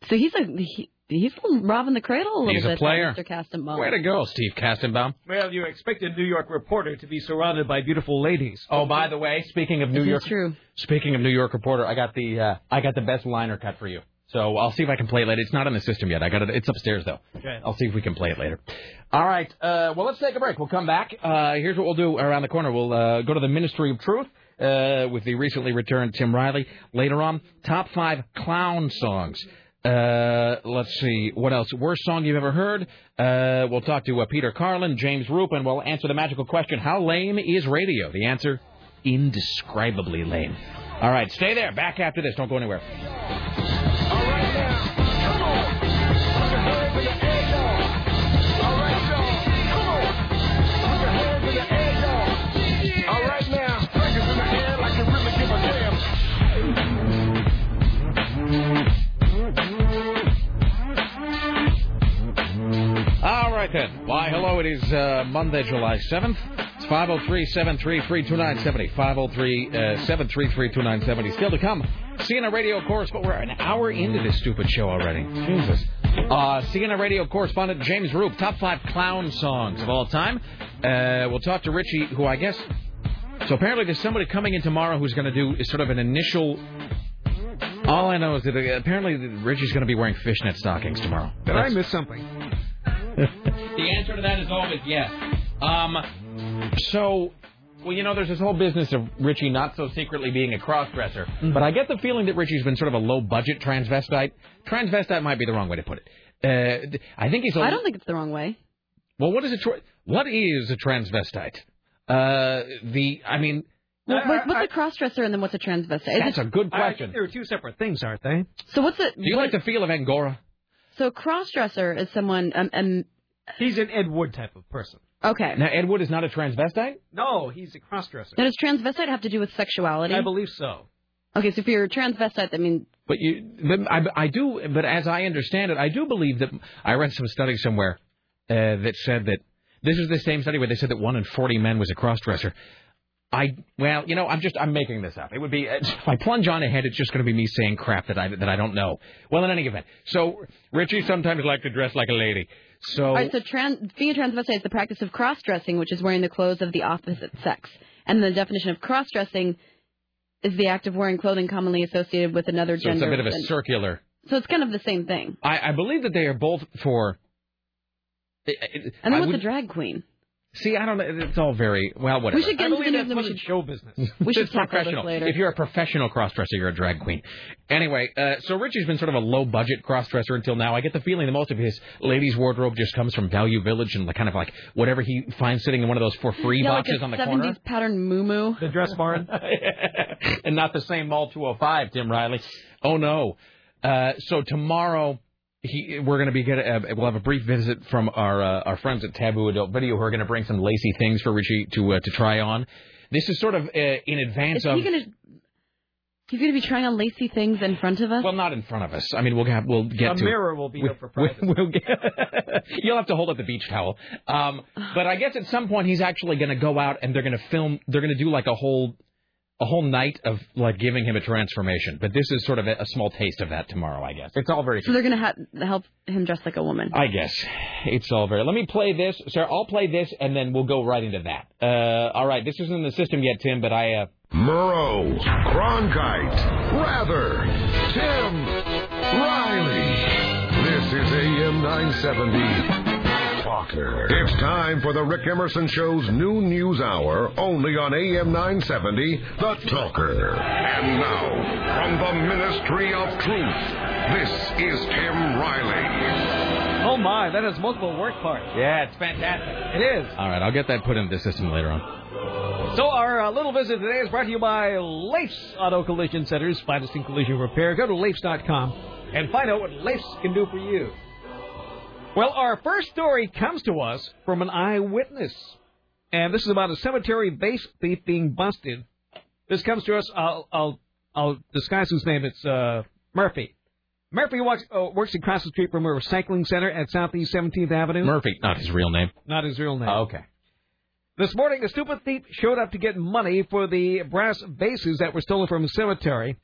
Speaker 3: So he's a he, he's robbing the cradle a little
Speaker 1: He's a
Speaker 3: bit,
Speaker 1: player.
Speaker 3: Mr. Castlebaum.
Speaker 1: Way to go, Steve Kastenbaum.
Speaker 2: Well, you expect a New York reporter to be surrounded by beautiful ladies.
Speaker 1: Oh, by the way, speaking of New
Speaker 2: This is
Speaker 1: York,
Speaker 3: true.
Speaker 1: speaking of New York reporter, I got the uh, I got the best liner cut for you. So I'll see if I can play it later. It's not in the system yet. I got it. It's upstairs though.
Speaker 2: Okay.
Speaker 1: I'll see if we can play it later. All right. Uh, well, let's take a break. We'll come back. Uh, here's what we'll do around the corner. We'll uh, go to the Ministry of Truth uh, with the recently returned Tim Riley. Later on, top five clown songs. Uh, let's see what else. Worst song you've ever heard. Uh, we'll talk to uh, Peter Carlin, James Roop, and we'll answer the magical question: How lame is radio? The answer: indescribably lame. All right, stay there. Back after this. Don't go anywhere.
Speaker 4: All right now, seconds in the air like you really give a damn.
Speaker 1: All right then. Why, hello. It is uh, Monday, July 7th. It's 503-733-2970. uh, 503-733-2970. Still to come, CNN Radio correspondent. We're an hour into this stupid show already.
Speaker 2: Hmm.
Speaker 1: Jesus. Uh, CNN Radio correspondent James Roop, top five clown songs of all time. Uh, we'll talk to Richie, who I guess... So apparently there's somebody coming in tomorrow who's going to do sort of an initial... All I know is that uh, apparently Richie's going to be wearing fishnet stockings tomorrow.
Speaker 2: Did I miss something?
Speaker 1: The answer to that is always yes. Um, so, well, you know, there's this whole business of Richie not so secretly being a crossdresser,
Speaker 2: Mm-hmm.
Speaker 1: but I get the feeling that Richie's been sort of a low-budget transvestite. Transvestite might be the wrong way to put it. Uh, th- I think he's. A,
Speaker 3: I don't think it's the wrong way.
Speaker 1: Well, what is a tra- what is a transvestite? Uh, the I mean,
Speaker 3: What, what, what's a crossdresser and then what's a transvestite? Is
Speaker 1: Uh, that's
Speaker 3: it-
Speaker 1: a good
Speaker 2: I
Speaker 1: question.
Speaker 2: think there are two separate things, aren't they?
Speaker 3: So what's a
Speaker 1: Do you like the feel of Angora?
Speaker 3: so a crossdresser is someone um, um
Speaker 2: He's an Ed Wood type of person.
Speaker 3: okay.
Speaker 1: Now, Ed Wood is not a transvestite.
Speaker 2: No, he's a crossdresser.
Speaker 3: Now does transvestite have to do with sexuality?
Speaker 2: I believe so.
Speaker 3: Okay, so if you're a transvestite, that means
Speaker 1: But you, but I, I do. But as I understand it, I do believe that I read some study somewhere uh, that said that this is the same study where they said that one in forty men was a crossdresser. I well, you know, I'm just I'm making this up. It would be uh, if I plunge on ahead, it's just going to be me saying crap that I that I don't know. Well, in any event, so Richie sometimes liked to dress like a lady. So,
Speaker 3: all right. So trans being a transvestite is the practice of crossdressing, which is wearing the clothes of the opposite sex, and the definition of crossdressing is the act of wearing clothing commonly associated with another
Speaker 1: so it's
Speaker 3: gender.
Speaker 1: a bit of a
Speaker 3: than-
Speaker 1: circular.
Speaker 3: so it's kind of the same thing.
Speaker 1: I, I believe that they are both for. And
Speaker 3: And then what's a drag queen?
Speaker 1: See, I don't. know. It's all very well. Whatever.
Speaker 3: We should get
Speaker 2: I
Speaker 3: into the
Speaker 2: believe
Speaker 3: news
Speaker 2: that's
Speaker 3: and we
Speaker 2: fucking
Speaker 3: should
Speaker 2: show business.
Speaker 3: we should
Speaker 1: It's
Speaker 3: tackle this
Speaker 1: professional.
Speaker 3: later.
Speaker 1: If you're a professional crossdresser, you're a drag queen. Anyway, uh, so Richie's been sort of a low budget crossdresser until now. I get the feeling that most of his ladies' wardrobe just comes from Value Village and like, kind of like whatever he finds sitting in one of those for free
Speaker 3: yeah,
Speaker 1: boxes
Speaker 3: like a
Speaker 1: on
Speaker 3: 70s
Speaker 1: the corner.
Speaker 3: pattern muumuu.
Speaker 2: The dress barn.
Speaker 1: and not the same Mall 205, Tim Riley. Oh no. Uh, so tomorrow. He, we're going to be get uh, we'll have a brief visit from our uh, our friends at Taboo Adult Video who are going to bring some lacy things for Richie to uh, to try on. This is sort of uh, in advance
Speaker 3: Is
Speaker 1: of
Speaker 3: he gonna? He's gonna be trying on lacy things in front of us.
Speaker 1: Well, not in front of us. I mean, we'll have, we'll get
Speaker 2: a
Speaker 1: to.
Speaker 2: mirror will be
Speaker 1: we-
Speaker 2: no proprietor.
Speaker 1: we- we'll get, you'll have to hold up the beach towel. Um, but I guess at some point he's actually going to go out and they're going to film. They're going to do like a whole a whole night of like giving him a transformation. But this is sort of a, a small taste of that tomorrow. I guess it's all very.
Speaker 3: so they're gonna ha- help him dress like a woman.
Speaker 1: I guess it's all very. Let me play this, sir. I'll play this and then we'll go right into that. Uh, all right, this isn't in the system yet, Tim, but I. Uh,
Speaker 11: Murrow, Cronkite, Rather, Tim, Riley. This is AM 970. Talker. It's time for the Rick Emerson Show's new news hour, only on AM 970, The Talker. And now, from the Ministry of Truth, this is Tim Riley.
Speaker 2: Oh my, that has multiple work parts.
Speaker 1: yeah, it's fantastic.
Speaker 2: It is.
Speaker 1: All right, I'll get that put into the system later on.
Speaker 2: So our uh, little visit today is brought to you by Leif's Auto Collision Center's finest in collision repair. Go to leifs.com and find out what life's can do for you. Well, our first story comes to us from an eyewitness. And this is about a cemetery base thief being busted. This comes to us, I'll, I'll, I'll disguise his name, it's uh, Murphy. Murphy walks, oh, works across the street from a recycling center at Southeast 17th Avenue.
Speaker 1: Murphy, not his real name. Oh,
Speaker 2: Not his real name.
Speaker 1: okay.
Speaker 2: This morning, a stupid thief showed up to get money for the brass vases that were stolen from a cemetery.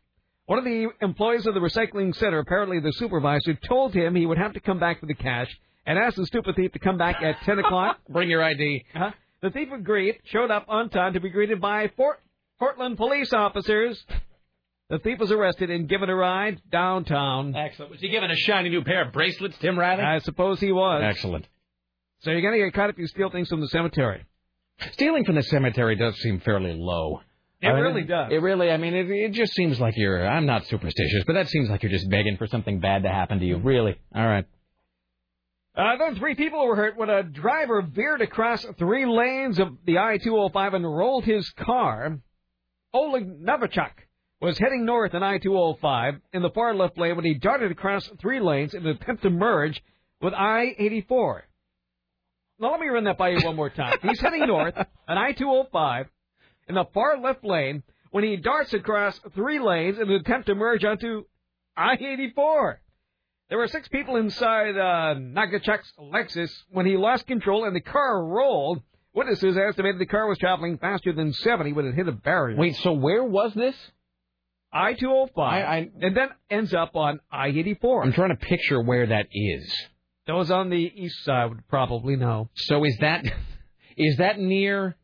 Speaker 2: One of the employees of the recycling center, apparently the supervisor, told him he would have to come back for the cash and asked the stupid thief to come back at 10 o'clock.
Speaker 1: Bring your ID.
Speaker 2: Uh-huh. The thief agreed, showed up on time to be greeted by Fort- Portland police officers. The thief was arrested and given a ride downtown.
Speaker 1: Excellent. Was he given a shiny new pair of bracelets, Tim Riley?
Speaker 2: I suppose he was.
Speaker 1: Excellent.
Speaker 2: So you're going to get caught if you steal things from the cemetery.
Speaker 1: Stealing from the cemetery does seem fairly low.
Speaker 2: It
Speaker 1: I mean,
Speaker 2: really does.
Speaker 1: It really, I mean, it, it just seems like you're. I'm not superstitious, but that seems like you're just begging for something bad to happen to you.
Speaker 2: Mm-hmm.
Speaker 1: Really. All right.
Speaker 2: Uh, then three people were hurt when a driver veered across three lanes of the I-205 and rolled his car. Oleg Novichok was heading north on I-205 in the far left lane when he darted across three lanes in an attempt to merge with I-84. Now let me run that by you one more time. He's heading north on I-205 in the far left lane when he darts across three lanes in an attempt to merge onto I-84. There were six people inside uh, Nagachuk's Lexus when he lost control and the car rolled. Witnesses estimated the car was traveling faster than 70 when it hit a barrier.
Speaker 1: Wait. So where was this?
Speaker 2: I 205,
Speaker 1: I-
Speaker 2: and then ends up on I
Speaker 1: I'm
Speaker 2: 84.
Speaker 1: trying to picture where that is.
Speaker 2: Those on the east side would probably know.
Speaker 1: So is that is that near?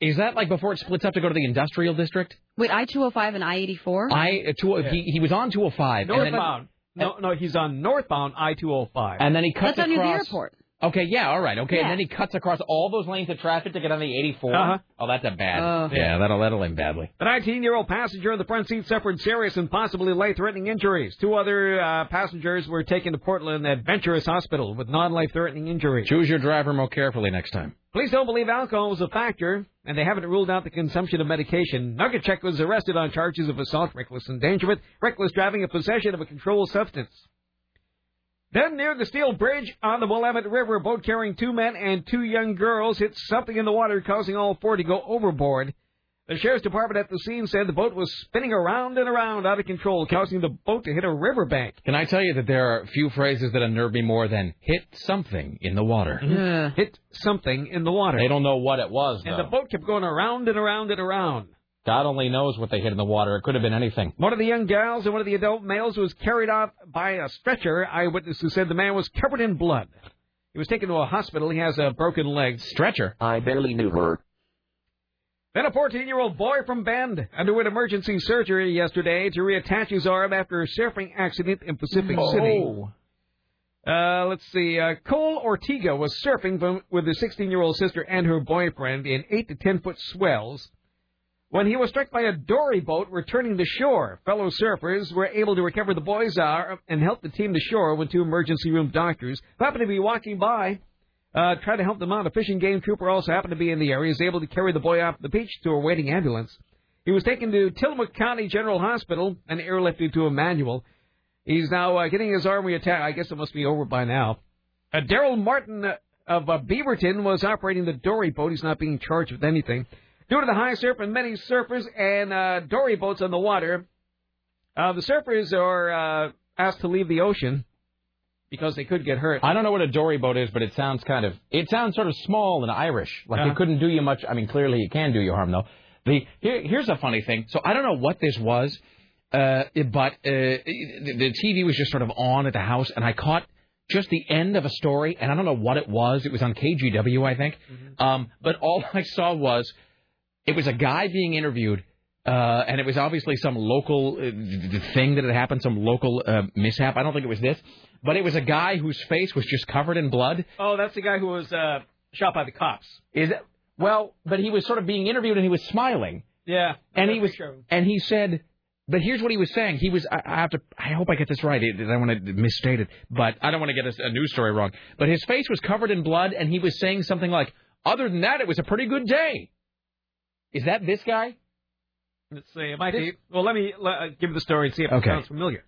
Speaker 1: Is that like before it splits up to go to the industrial district?
Speaker 3: Wait, I two hundred five and I eighty four.
Speaker 1: I uh, two, he, he was on 205 and then,
Speaker 2: Northbound. No, no, he's on northbound I 205.
Speaker 1: and then he cuts
Speaker 3: That's not
Speaker 1: across.
Speaker 3: near the airport.
Speaker 1: Okay, yeah, all right, okay,
Speaker 3: Yeah.
Speaker 1: and then he cuts across all those lanes of traffic to get on the 84.
Speaker 2: Uh-huh.
Speaker 1: Oh, that's a bad.
Speaker 3: Oh.
Speaker 1: yeah, that'll that'll end badly.
Speaker 2: The 19 year old passenger in the front seat suffered serious and possibly life threatening injuries. Two other uh, passengers were taken to Portland Adventurous Hospital with non life threatening injuries.
Speaker 1: Choose your driver more carefully next time.
Speaker 2: Police don't believe alcohol was a factor, and they haven't ruled out the consumption of medication. Nuggetchek was arrested on charges of assault, reckless endangerment, reckless driving, and possession of a controlled substance. Then, near the steel bridge on the Willamette River, a boat carrying two men and two young girls hit something in the water, causing all four to go overboard. The sheriff's department at the scene said the boat was spinning around and around out of control, causing the boat to hit a riverbank.
Speaker 1: Can I tell you that there are few phrases that unnerve me more than "hit something in the water"?
Speaker 3: Ugh.
Speaker 2: Mm-hmm. Hit something in the water.
Speaker 1: They don't know what it was, though.
Speaker 2: And the boat kept going around and around and around.
Speaker 1: God only knows what they hit in the water. It could have been anything.
Speaker 2: One of the young gals and one of the adult males was carried off by a stretcher. Eyewitnesses said the man was covered in blood. He was taken to a hospital. He has a broken leg.
Speaker 1: Stretcher.
Speaker 10: I barely knew her.
Speaker 2: Then a 14-year-old boy from Bend underwent emergency surgery yesterday to reattach his arm after a surfing accident in Pacific City. Uh, let's see. Uh, Cole Ortega was surfing from, with his 16-year-old sister and her boyfriend in 8 to 10-foot swells when he was struck by a dory boat returning to shore. Fellow surfers were able to recover the boy's arm and help the team to shore when two emergency room doctors who happened to be walking by uh, tried to help them out. A fishing game trooper also happened to be in the area. He was able to carry the boy off the beach to a waiting ambulance. He was taken to Tillamook County General Hospital and airlifted to Emmanuel. He's now uh, getting his arm reattached. I guess it must be over by now. Uh, Daryl Martin uh, of uh, Beaverton was operating the dory boat. He's not being charged with anything. Due to the high surf and many surfers and uh, dory boats on the water, uh, the surfers are uh, asked to leave the ocean because they could get hurt.
Speaker 1: I don't know what a dory boat is, but it sounds kind of it sounds sort of small and Irish. Like
Speaker 2: Uh-huh.
Speaker 1: it couldn't do you much. I mean, clearly it can do you harm though. The here, here's a funny thing. So I don't know what this was, uh, but uh, the the TV was just sort of on at the house, and I caught just the end of a story, and I don't know what it was. It was on KGW, I think.
Speaker 2: Mm-hmm.
Speaker 1: Um, but all I saw was it was a guy being interviewed, uh, and it was obviously some local uh, d- d- thing that had happened, some local uh, mishap. I don't think it was this, but it was a guy whose face was just covered in blood.
Speaker 2: Oh, that's the guy who was uh, shot by the cops.
Speaker 1: Is it, well, but he was sort of being interviewed and he was smiling,
Speaker 2: Yeah,
Speaker 1: and he was, and he said, but here's what he was saying. He was, I, I have to, I hope I get this right. I don't want to misstate it, but I don't want to get a, a news story wrong. But his face was covered in blood, and he was saying something like, "Other than that, it was a pretty good day." Is that this guy?
Speaker 2: Let's see. It might be. Well, let me le- uh, give the story and see if
Speaker 1: Okay.
Speaker 2: it sounds familiar.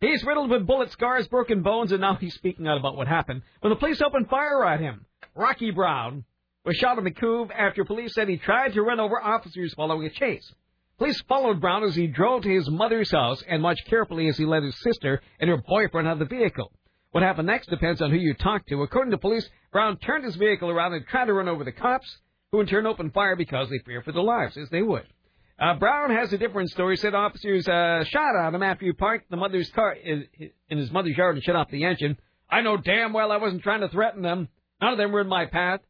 Speaker 2: He's riddled with bullet scars, broken bones, and now he's speaking out about what happened when the police opened fire at him. Rocky Brown was shot in the couve after police said he tried to run over officers following a chase. Police followed Brown as he drove to his mother's house and watched carefully as he let his sister and her boyfriend out of the vehicle. What happened next depends on who you talk to. According to police, Brown turned his vehicle around and tried to run over the cops, who in turn opened fire because they feared for their lives, as they would. Uh, Brown has a different story. Said officers uh, shot at him after he parked the mother's car in in his mother's yard and shut off the engine. I know damn well I wasn't trying to threaten them. None of them were in my path.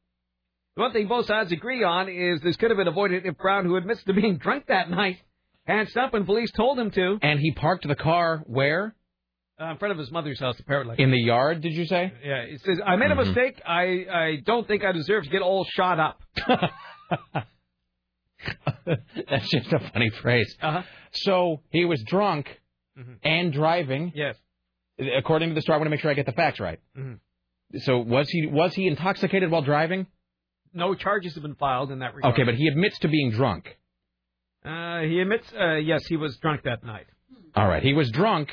Speaker 2: The one thing both sides agree on is this could have been avoided if Brown, who admits to being drunk that night, had stopped when police told him to.
Speaker 1: And he parked the car where?
Speaker 2: Uh, in front of his mother's house, apparently.
Speaker 1: In the Mm-hmm. yard, did you say?
Speaker 2: Yeah, it says I made a mistake. I I don't think I deserve to get all shot up.
Speaker 1: That's just a funny phrase. So he was drunk and driving.
Speaker 2: Yes.
Speaker 1: According to the story, I want to make sure I get the facts right. So was he was he intoxicated while driving?
Speaker 2: No charges have been filed in that regard.
Speaker 1: Okay, but he admits to being drunk. Oh.
Speaker 2: Uh, he admits, uh, yes, he was drunk that night.
Speaker 1: All right, he was drunk,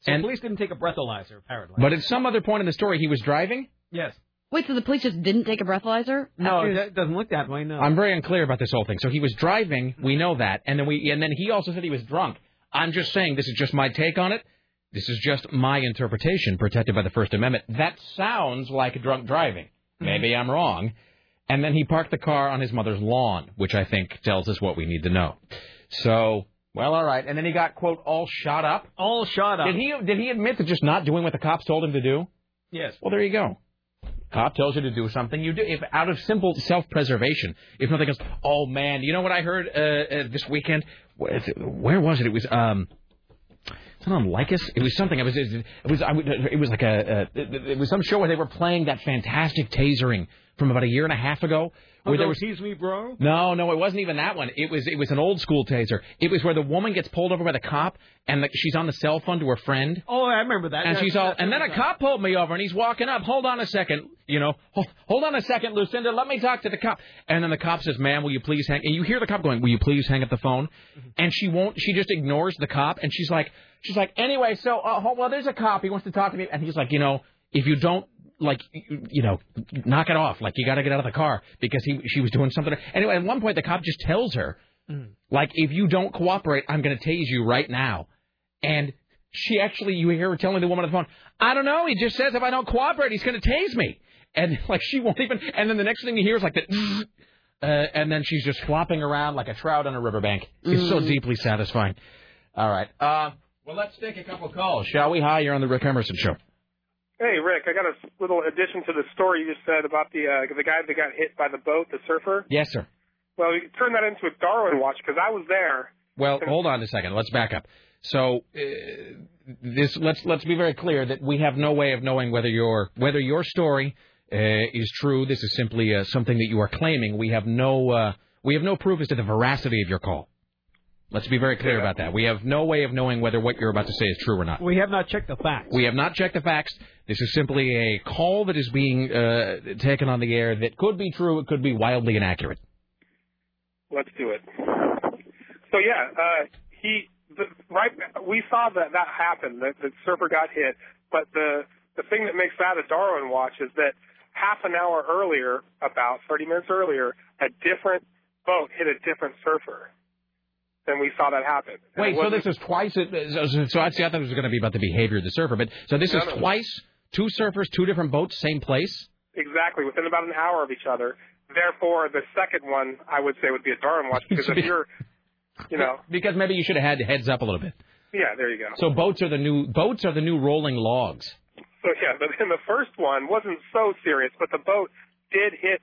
Speaker 2: So
Speaker 1: And-
Speaker 2: police didn't take a breathalyzer, apparently.
Speaker 1: but at some other point in the story, he was driving.
Speaker 2: Yes.
Speaker 3: Wait, so the police just didn't take a breathalyzer?
Speaker 2: No,
Speaker 3: After-
Speaker 2: that doesn't look that way. No.
Speaker 1: I'm very unclear about this whole thing. So he was driving. We know that, and then we and then he also said he was drunk. I'm just saying this is just my take on it. This is just my interpretation, protected by the First Amendment. That sounds like drunk driving. Mm-hmm. Maybe I'm wrong. And then he parked the car on his mother's lawn, which I think tells us what we need to know. So, well, all right. And then he got quote all shot up.
Speaker 2: All shot up.
Speaker 1: Did he did he admit to just not doing what the cops told him to do?
Speaker 2: Yes.
Speaker 1: Well, there you go. Cop tells you to do something, you do. If out of simple self-preservation, if nothing else, oh man, you know what I heard uh, uh, this weekend? Where, is it- where was it? It was um, it's not on Lycus. It was something. It was it was I, would- it was like a uh, it it was some show where they were playing that fantastic tasering from about a year and a half ago, where there was
Speaker 2: tease me, bro.
Speaker 1: no, no, it wasn't even that one. It was it was an old school taser. It was where the woman gets pulled over by the cop and the, she's on the cell phone to her friend.
Speaker 2: Oh, I remember that.
Speaker 1: And
Speaker 2: Yes,
Speaker 1: she's all,
Speaker 2: that's
Speaker 1: and then
Speaker 2: what
Speaker 1: a
Speaker 2: I
Speaker 1: cop pulled me over, and he's walking up. Hold on a second, you know, hold, hold on a second, Lucinda. Let me talk to the cop. And then the cop says, "Ma'am, will you please hang?" And you hear the cop going, "Will you please hang up the phone?"
Speaker 2: Mm-hmm.
Speaker 1: And she won't. She just ignores the cop, and she's like, she's like, anyway, so uh, hold, well, there's a cop. He wants to talk to me, and he's like, you know, if you don't like, you you know, knock it off. Like you got to get out of the car because he she was doing something. Anyway, at one point the cop just tells her, like, if you don't cooperate, I'm going to tase you right now. And she actually, you hear her telling the woman on the phone, I don't know. He just says if I don't cooperate, he's going to tase me. And like she won't even. And then the next thing you hear is like the, uh, and then she's just flopping around like a trout on a riverbank. It's so
Speaker 10: Mm.
Speaker 1: deeply satisfying. All right. Uh, well, let's take a couple calls, shall we? Hi, you're on the Rick Emerson show.
Speaker 12: Hey Rick, I got a little addition to the story you just said about the uh, the guy that got hit by the boat, the surfer.
Speaker 1: Yes, sir.
Speaker 12: Well, you turn that into a Darwin watch because I was there.
Speaker 1: Well, hold on a second. Let's back up. So uh, this let's let's be very clear that we have no way of knowing whether your whether your story uh, is true. This is simply uh, something that you are claiming. We have no uh, we have no proof as to the veracity of your call. Let's be very clear about that. We have no way of knowing whether what you're about to say is true or not.
Speaker 2: thought. We have not checked the facts.
Speaker 1: We have not checked the facts. This is simply a call that is being uh, taken on the air that could be true. It could be wildly inaccurate.
Speaker 12: Let's do it. So yeah, uh, he the, right. We saw that that happened. That the surfer got hit, but the the thing that makes that a Darwin watch is that half an hour earlier, about 30 minutes earlier, a different boat hit a different surfer, and we saw that happen. And it
Speaker 1: Wait, so
Speaker 12: wasn't-
Speaker 1: this is twice. it- uh, So, so, so I see. I thought it was going to be about the behavior of the surfer, but so this
Speaker 12: No,
Speaker 1: is
Speaker 12: no.
Speaker 1: twice. Two surfers, two different boats, same place.
Speaker 12: Exactly, within about an hour of each other. Therefore, the second one I would say would be a Darwin watch because if you're, you know,
Speaker 1: Because maybe you should have had heads up a little bit.
Speaker 12: yeah, there you go.
Speaker 1: So boats are the new boats are the new rolling logs.
Speaker 12: So yeah, but then the first one wasn't so serious, but the boat did hit.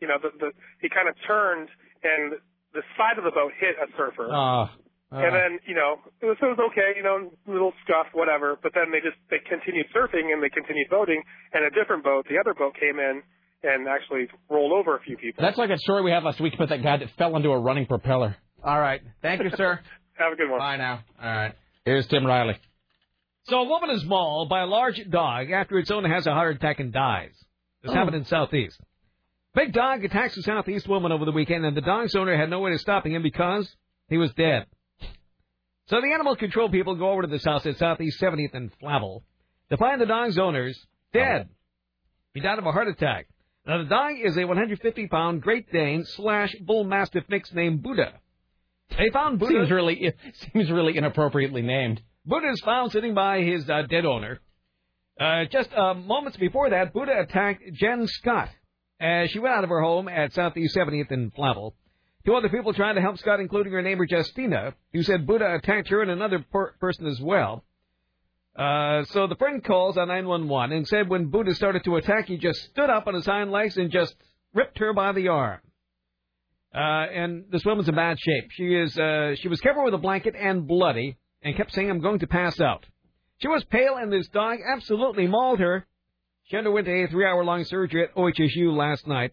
Speaker 12: You know, the, the he kind of turned and the side of the boat hit a surfer,
Speaker 13: Uh,
Speaker 1: Ah.
Speaker 12: and then you know it was, it was okay, you know, little scuff, whatever. But then they just they continued surfing and they continued boating, and a different boat, the other boat came in and actually rolled over a few people.
Speaker 1: That's like a story we had last week about that guy that fell into a running propeller. All right. Thank you, sir.
Speaker 12: Have a good one.
Speaker 1: Bye now. All right. Here's Tim Riley.
Speaker 2: So a woman is mauled by a large dog after its owner has a heart attack and dies. This
Speaker 1: Oh.
Speaker 2: happened in Southeast. Big dog attacks a Southeast woman over the weekend, and the dog's owner had no way of stopping him because he was dead. So the animal control people go over to this house at Southeast 70th and Flavel to find the dog's owners dead. He died of a heart attack. Now, the dog is a 150 pound Great Dane slash Bull Mastiff mix named Buddha. They found Buddha.
Speaker 10: Seems really seems really inappropriately named.
Speaker 2: Buddha is found sitting by his uh, dead owner. Uh, just uh, moments before that, Buddha attacked Jen Scott as she went out of her home at Southeast 70th and Flavel. Two other people tried to help Scott, including her neighbor Justina, who said Buddha attacked her and another per- person as well. Uh, so the friend calls on 911 and said when Buddha started to attack, he just stood up on his hind legs and just ripped her by the arm. Uh, and this woman's in bad shape. She is uh, she was covered with a blanket and bloody, and kept saying, "I'm going to pass out." She was pale, and this dog absolutely mauled her. She underwent a three-hour-long surgery at OHSU last night,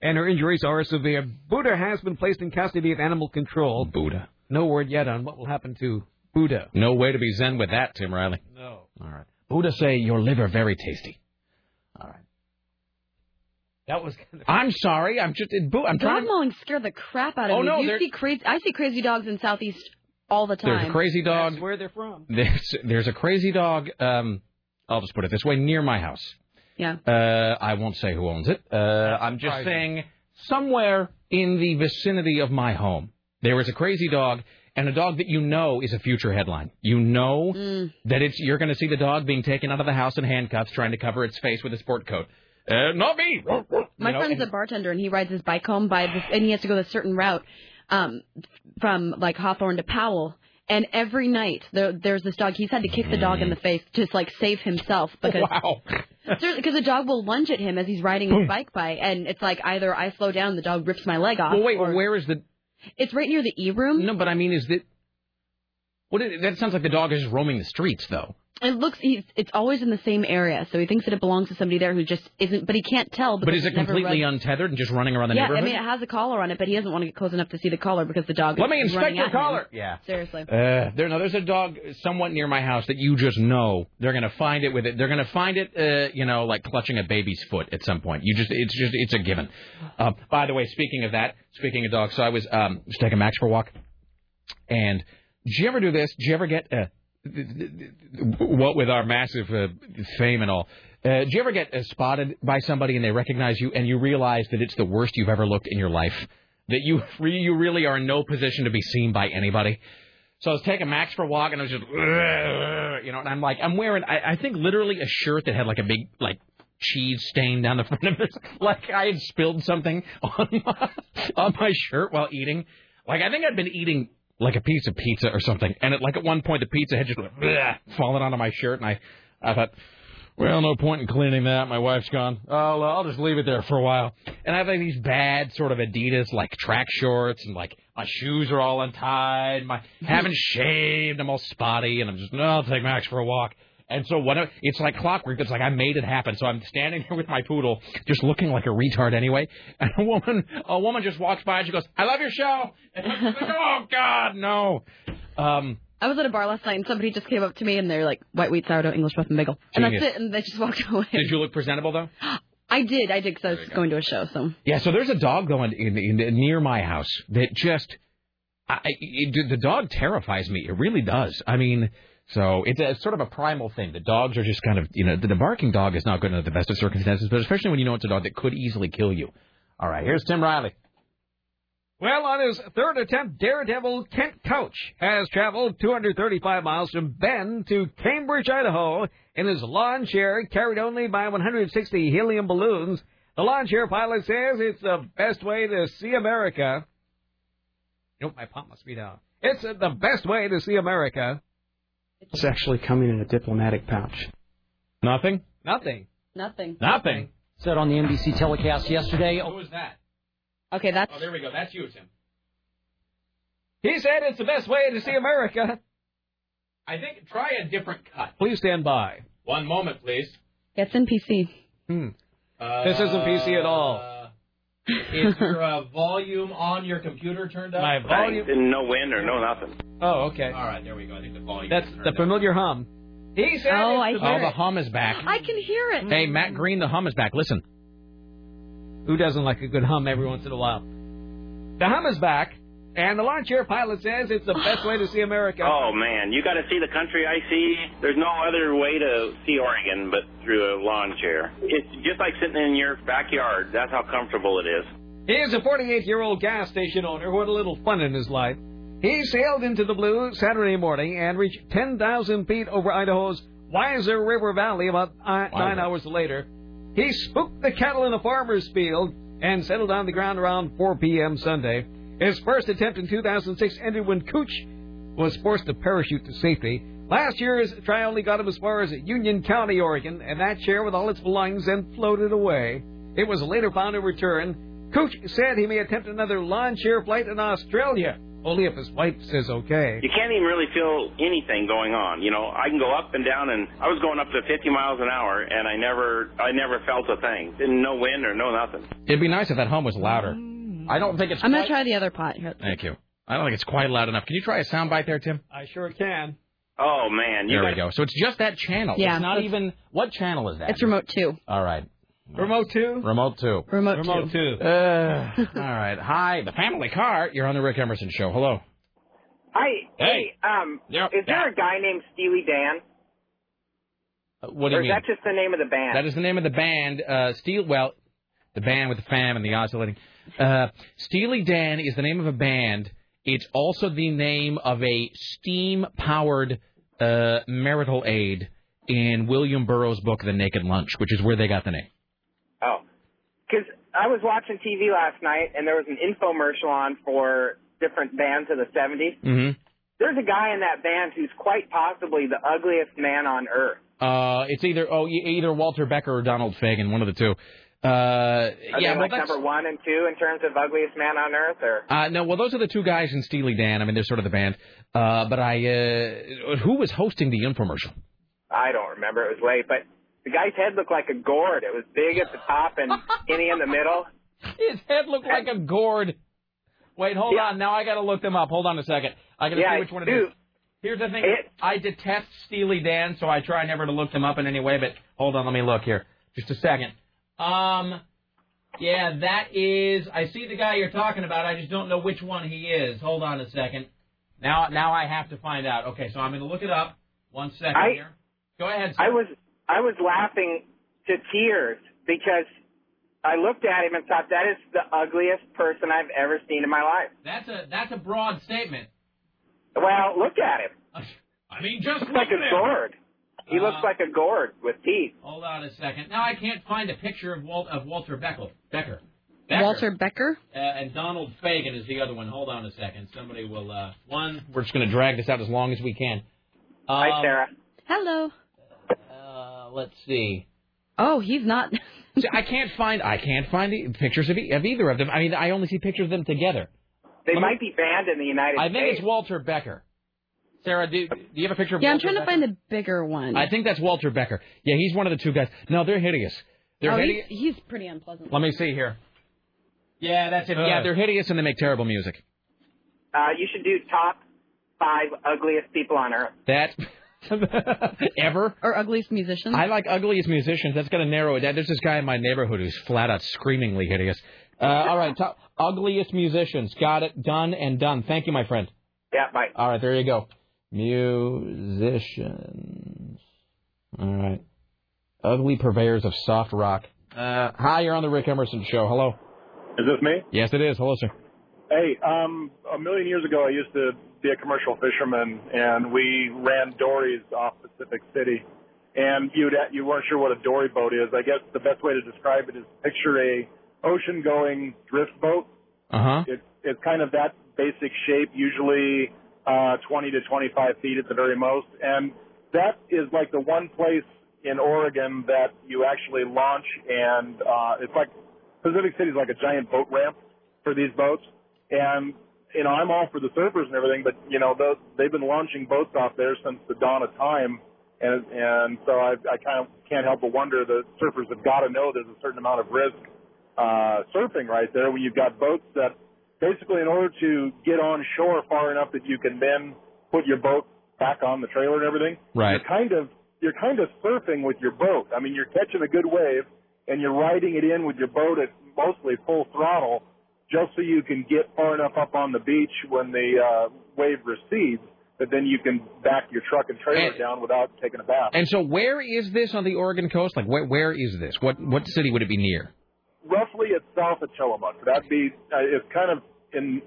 Speaker 2: and her injuries are severe. Buddha has been placed in custody of animal control.
Speaker 1: Buddha.
Speaker 2: No word yet on what will happen to Buddha.
Speaker 1: No way to be zen with that, Tim Riley.
Speaker 2: No.
Speaker 1: All right. Buddha say your liver very tasty.
Speaker 2: That was kind of.
Speaker 1: I'm sorry. I'm just. it- Boo- I'm trying.
Speaker 3: Dog
Speaker 1: To,
Speaker 3: mauling scare the crap out of
Speaker 1: Oh,
Speaker 3: me.
Speaker 1: no,
Speaker 3: you
Speaker 1: they're-
Speaker 3: see crazy. I see crazy dogs in Southeast all the time.
Speaker 1: there's a crazy dog.
Speaker 2: where they're from.
Speaker 1: There's there's a crazy dog. Um, I'll just put it this way: near my house.
Speaker 3: Yeah.
Speaker 1: Uh, I won't say who owns it. Uh, I'm just
Speaker 10: surprising.
Speaker 1: saying somewhere in the vicinity of my home there is a crazy dog, and a dog that you know is a future headline. You know
Speaker 3: Mm.
Speaker 1: that it's you're going to see the dog being taken out of the house in handcuffs, trying to cover its face with a sport coat. Uh, not me.
Speaker 3: My
Speaker 1: You know,
Speaker 3: friend's
Speaker 1: and-
Speaker 3: a bartender, and he rides his bike home by this, and he has to go this certain route um, from like Hawthorne to Powell. And every night there, there's this dog. He's had to kick the dog in the face to just like save himself because
Speaker 1: Mm. wow.
Speaker 3: because the dog will lunge at him as he's riding his bike by, and it's like either I slow down, the dog rips my leg off.
Speaker 1: Well, wait. where is the?
Speaker 3: It's right near the e room.
Speaker 1: No, but I mean, is that? What? Is, that sounds like the dog is just roaming the streets, though.
Speaker 3: It looks he's, it's always in the same area, so he thinks that it belongs to somebody there who just isn't, but he can't tell.
Speaker 1: But
Speaker 3: because
Speaker 1: is it
Speaker 3: never
Speaker 1: completely
Speaker 3: runs-
Speaker 1: untethered and just running around the
Speaker 3: yeah, I
Speaker 1: neighborhood?
Speaker 3: mean it has a collar on it, but he doesn't want to get close enough to see the collar because the dog.
Speaker 1: Let
Speaker 3: is
Speaker 1: me inspect
Speaker 3: running
Speaker 1: your
Speaker 3: at him.
Speaker 1: collar. Yeah.
Speaker 3: seriously.
Speaker 1: Uh, there, no, there's a dog somewhat near my house that you just know they're gonna find it with it. They're gonna find it, uh, you know, like clutching a baby's foot at some point. You just, it's just, it's a given. Um, by the way, speaking of that, speaking of dogs, so I was um, just taking Max for a walk, and did you ever do this? Did you ever get uh, th- th- th- what with our massive uh, fame and all? Uh, did you ever get uh, spotted by somebody and they recognize you and you realize that it's the worst you've ever looked in your life? That you re- you really are in no position to be seen by anybody. So I was taking Max for a walk, and I was just, you know, and I'm like, I'm wearing, I, I think literally a shirt that had like a big like cheese stain down the front of it, like I had spilled something on my, on my shirt while eating. Like I think I'd been eating like a piece of pizza or something, and at, like at one point the pizza had just fallen onto my shirt, and I, I thought. Well, no point in cleaning that. My wife's gone. I'll, uh, I'll just leave it there for a while. And I have like these bad sort of Adidas like track shorts, and like my shoes are all untied. My haven't shaved. I'm all spotty, and I'm just no. I'll take Max for a walk. And so when I- it's like clockwork, it's like I made it happen. So I'm standing there with my poodle, just looking like a retard anyway. And a woman, a woman just walks by and she goes, "I love your show." And I'm like, oh God, no. Um,
Speaker 3: I was at a bar last night and somebody just came up to me and they're like, white wheat sourdough, English muffin bagel. And that's
Speaker 1: Genius.
Speaker 3: it. And they just walked away.
Speaker 1: did you look presentable though?
Speaker 3: I did. I did because I was going to a show. So
Speaker 1: Yeah, so there's a dog going in, in near my house that just, I, I- it, the dog terrifies me. It really does. I mean, so it's, a, it's sort of a primal thing. The dogs are just kind of, you know, the, the barking dog is not good under the best of circumstances, but especially when you know it's a dog that could easily kill you. All right, here's Tim Riley.
Speaker 2: Well, on his third attempt, Daredevil Kent Couch has traveled 235 miles from Bend to Cambridge, Idaho, in his lawn chair carried only by 160 helium balloons. The lawn chair pilot says it's the best way to see America. Nope, my pump must be down. It's uh, the best way to see America.
Speaker 13: It's actually coming in a diplomatic pouch.
Speaker 1: Nothing?
Speaker 2: Nothing.
Speaker 3: nothing.
Speaker 1: Nothing.
Speaker 13: Said on the NBC telecast yesterday.
Speaker 1: was that? Oh,
Speaker 3: Okay, that's.
Speaker 1: there we go. That's you, Tim.
Speaker 2: He said it's the best way to see America.
Speaker 1: I think try a different cut.
Speaker 2: Please stand by.
Speaker 1: One moment, please.
Speaker 3: It's NPC.
Speaker 2: Hmm. This isn't PC at
Speaker 1: all. Uh, Is your uh, volume on your computer turned up?
Speaker 2: My volume-
Speaker 9: And no wind or no nothing.
Speaker 2: Oh, okay.
Speaker 1: All right, there we go. I think the volume.
Speaker 2: That's the familiar hum. He said
Speaker 3: Oh, I
Speaker 2: it's the
Speaker 1: Oh,
Speaker 2: best-
Speaker 1: the hum is back.
Speaker 3: I can hear it.
Speaker 1: Hey, Matt Green, the hum is back. Listen.
Speaker 2: Who doesn't like a good hum every once in a while? The hum is back, And the lawn chair pilot says it's the best way to see America.
Speaker 14: Oh man, you got to see the country I see. There's no other way to see Oregon but through a lawn chair. It's just like sitting in your backyard. That's how comfortable it is.
Speaker 2: Here's a 48 year old gas station owner who had a little fun in his life. He sailed into the blue Saturday morning and reached 10,000 feet over Idaho's Weiser River Valley about uh, nine hours later. He spooked the cattle in a farmer's field and settled on the ground around 4 p.m. Sunday. His first attempt in 2006 ended when Cooch was forced to parachute to safety. Last year's try only got him as far as Union County, Oregon, and that chair with all its belongings then floated away. It was later found and returned. Cooch said he may attempt another lawn chair flight in Australia, only if his wife says okay.
Speaker 14: You can't even really feel anything going on. You know, I can go up and down, and I was going up to 50 miles an hour, and I never, I never felt a thing. Didn't no wind or no nothing.
Speaker 1: It'd be nice if that hum was louder. I don't think it's.
Speaker 3: I'm gonna
Speaker 1: quite...
Speaker 3: try the other pot here.
Speaker 1: Thank you. I don't think it's quite loud enough. Can you try a soundbite there, Tim?
Speaker 2: I sure can.
Speaker 14: Oh man, you
Speaker 1: there we
Speaker 14: got-
Speaker 1: go. So it's just that channel.
Speaker 3: Yeah.
Speaker 1: It's not even. What channel is that?
Speaker 3: It's remote two.
Speaker 1: All right.
Speaker 2: Remote two.
Speaker 1: Remote two.
Speaker 3: Remote Remote
Speaker 2: two.
Speaker 1: Uh, all right. Hi, the family car. You're on the Rick Emerson show. Hello.
Speaker 15: Hi.
Speaker 1: Hey.
Speaker 15: um, is there a guy named Steely Dan?
Speaker 1: Uh, What do
Speaker 15: or
Speaker 1: you mean?
Speaker 15: is that just the name of the band?
Speaker 1: That is the name of the band. Uh, Steel. Well, the band with the fam and the oscillating. Uh, Steely Dan is the name of a band. It's also the name of a steam-powered uh, marital aid in William Burroughs' book *The Naked Lunch*, which is where they got the name.
Speaker 15: Oh. Because I was watching TV last night, and there was an infomercial on for different bands of the 70s.
Speaker 1: Mm-hmm.
Speaker 15: There's a guy in that band who's quite possibly the ugliest man on earth.
Speaker 1: Uh, it's either oh e- either Walter Becker or Donald Fagen, one of the two. Uh,
Speaker 15: Are
Speaker 1: yeah,
Speaker 15: they
Speaker 1: well,
Speaker 15: like
Speaker 1: that's,
Speaker 15: number one and two in terms of ugliest man on earth, or
Speaker 1: Uh, no, well, those are the two guys in Steely Dan. I mean, they're sort of the band. Uh, but I, uh, who was hosting the infomercial?
Speaker 15: I don't remember. It was late, but the guy's head looked like a gourd. It was big at the top and skinny in the middle.
Speaker 1: His head looked like a gourd. Wait, hold on. Now I got to look them up. Hold on a second. I got to
Speaker 15: Yeah,
Speaker 1: see which one it is.
Speaker 15: dude.
Speaker 1: Here's the thing.
Speaker 15: It-
Speaker 1: I detest Steely Dan, so I try never to look them up in any way. But hold on, let me look here. Just a second. Um, yeah, that is. I see the guy you're talking about. I just don't know which one he is. Hold on a second. Now, now I have to find out. Okay, so I'm going to look it up. One second
Speaker 15: I-
Speaker 1: here. Go ahead. Sir.
Speaker 15: I was I was laughing to tears because I looked at him and thought that is the ugliest person I've ever seen in my life.
Speaker 1: That's a that's a broad statement.
Speaker 15: Well, look at him.
Speaker 1: I mean, just
Speaker 15: Looks like
Speaker 1: look at
Speaker 15: a
Speaker 1: him.
Speaker 15: gourd. He
Speaker 1: Uh-huh.
Speaker 15: looks like a gourd with teeth.
Speaker 1: Hold on a second. Now I can't find a picture of Walt of Walter Beckel, Becker. Becker.
Speaker 3: Walter Becker.
Speaker 1: Uh, and Donald Fagan is the other one. Hold on a second. Somebody will uh one. We're just going to drag this out as long as we can. Um,
Speaker 15: Hi, Sarah.
Speaker 3: Hello.
Speaker 1: Uh, let's see.
Speaker 3: Oh, he's not.
Speaker 1: See, I can't find I can't find e- pictures of, e- of either of them. I mean, I only see pictures of them together.
Speaker 15: They
Speaker 1: Let me-
Speaker 15: might be banned in the United
Speaker 1: I
Speaker 15: States.
Speaker 1: think it's Walter Becker. Sarah, do, do you have a picture of
Speaker 3: yeah, I'm
Speaker 1: Walter
Speaker 3: trying to
Speaker 1: Becker?
Speaker 3: find the bigger one.
Speaker 1: I think that's Walter Becker. Yeah, he's one of the two guys. No, they're hideous. They're
Speaker 3: oh,
Speaker 1: hideous.
Speaker 3: he's, he's pretty unpleasant.
Speaker 1: Let me see here. Yeah, that's it.
Speaker 15: Uh.
Speaker 1: yeah, they're hideous and they make terrible music.
Speaker 15: Uh, you should do top five ugliest people on earth.
Speaker 1: That ever.
Speaker 3: Or ugliest musician.
Speaker 1: I like ugliest musicians. That's gonna narrow it down. There's this guy in my neighborhood who's flat out screamingly hideous. Uh, all right, top, ugliest musicians. Got it. Done and done. Thank you, my friend.
Speaker 15: Yeah, bye.
Speaker 1: All right, there you go. Musicians. All right. Ugly purveyors of soft rock. Uh, hi, you're on the Rick Emerson show. Hello.
Speaker 16: Is this me?
Speaker 1: Yes, it is. Hello, sir.
Speaker 16: Hey, um, a million years ago, I used to be a commercial fisherman, and we ran dories off Pacific City. And you would you weren't sure what a dory boat is. I guess the best way to describe it is picture a ocean going drift boat.
Speaker 1: Uh huh.
Speaker 16: It's it's kind of that basic shape, usually uh, 20 to 25 feet at the very most. And that is like the one place in Oregon that you actually launch, and uh, it's like Pacific City is like a giant boat ramp for these boats. And you know, I'm all for the surfers and everything, but you know, those they've been launching boats off there since the dawn of time. And, and so I, I kind of can't help but wonder the surfers have got to know there's a certain amount of risk uh, surfing right there when you've got boats that basically in order to get on shore far enough that you can then put your boat back on the trailer and everything,
Speaker 1: Right.
Speaker 16: you're kind of you're kind of surfing with your boat. I mean, you're catching a good wave and you're riding it in with your boat at mostly full throttle just so you can get far enough up on the beach when the uh, wave recedes that then you can back your truck and trailer down without taking a bath.
Speaker 1: And so, where is this on the Oregon coast? Like, where, where is this? What what city would it be near?
Speaker 16: Roughly, it's south of Tillamook. That'd be uh, it's kind of in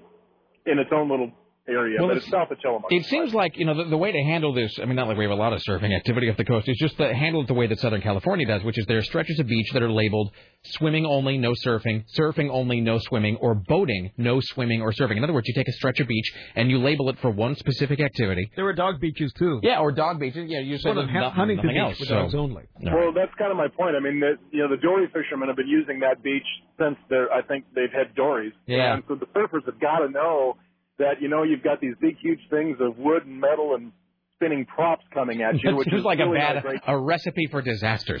Speaker 16: in its own little area,
Speaker 1: Well,
Speaker 16: but
Speaker 1: it's-
Speaker 16: it's south of Tillamook.
Speaker 1: It seems like you know the, the way to handle this. I mean, not like we have a lot of surfing activity off the coast. It's just to handle it the way that Southern California does, which is there are stretches of beach that are labeled swimming only, no surfing, surfing only, no swimming, or boating, no swimming or surfing. In other words, you take a stretch of beach and you label it for one specific activity.
Speaker 2: There were dog beaches too.
Speaker 1: Yeah, or dog beaches. Yeah, you said
Speaker 2: Well,
Speaker 1: nothing-
Speaker 2: Huntington
Speaker 1: nothing
Speaker 2: Beach
Speaker 1: else,
Speaker 2: for
Speaker 1: so-
Speaker 2: dogs only.
Speaker 16: Well, that's kind of my point. I mean, the, you know, the dory fishermen have been using that beach since they're, I think they've had dories.
Speaker 1: Yeah.
Speaker 16: And so the surfers have got to know that, you know, you've got these big, huge things of wood and metal and spinning props coming at you,
Speaker 1: It's
Speaker 16: which is
Speaker 1: just like a
Speaker 16: really not
Speaker 1: bad
Speaker 16: great.
Speaker 1: a recipe for disaster,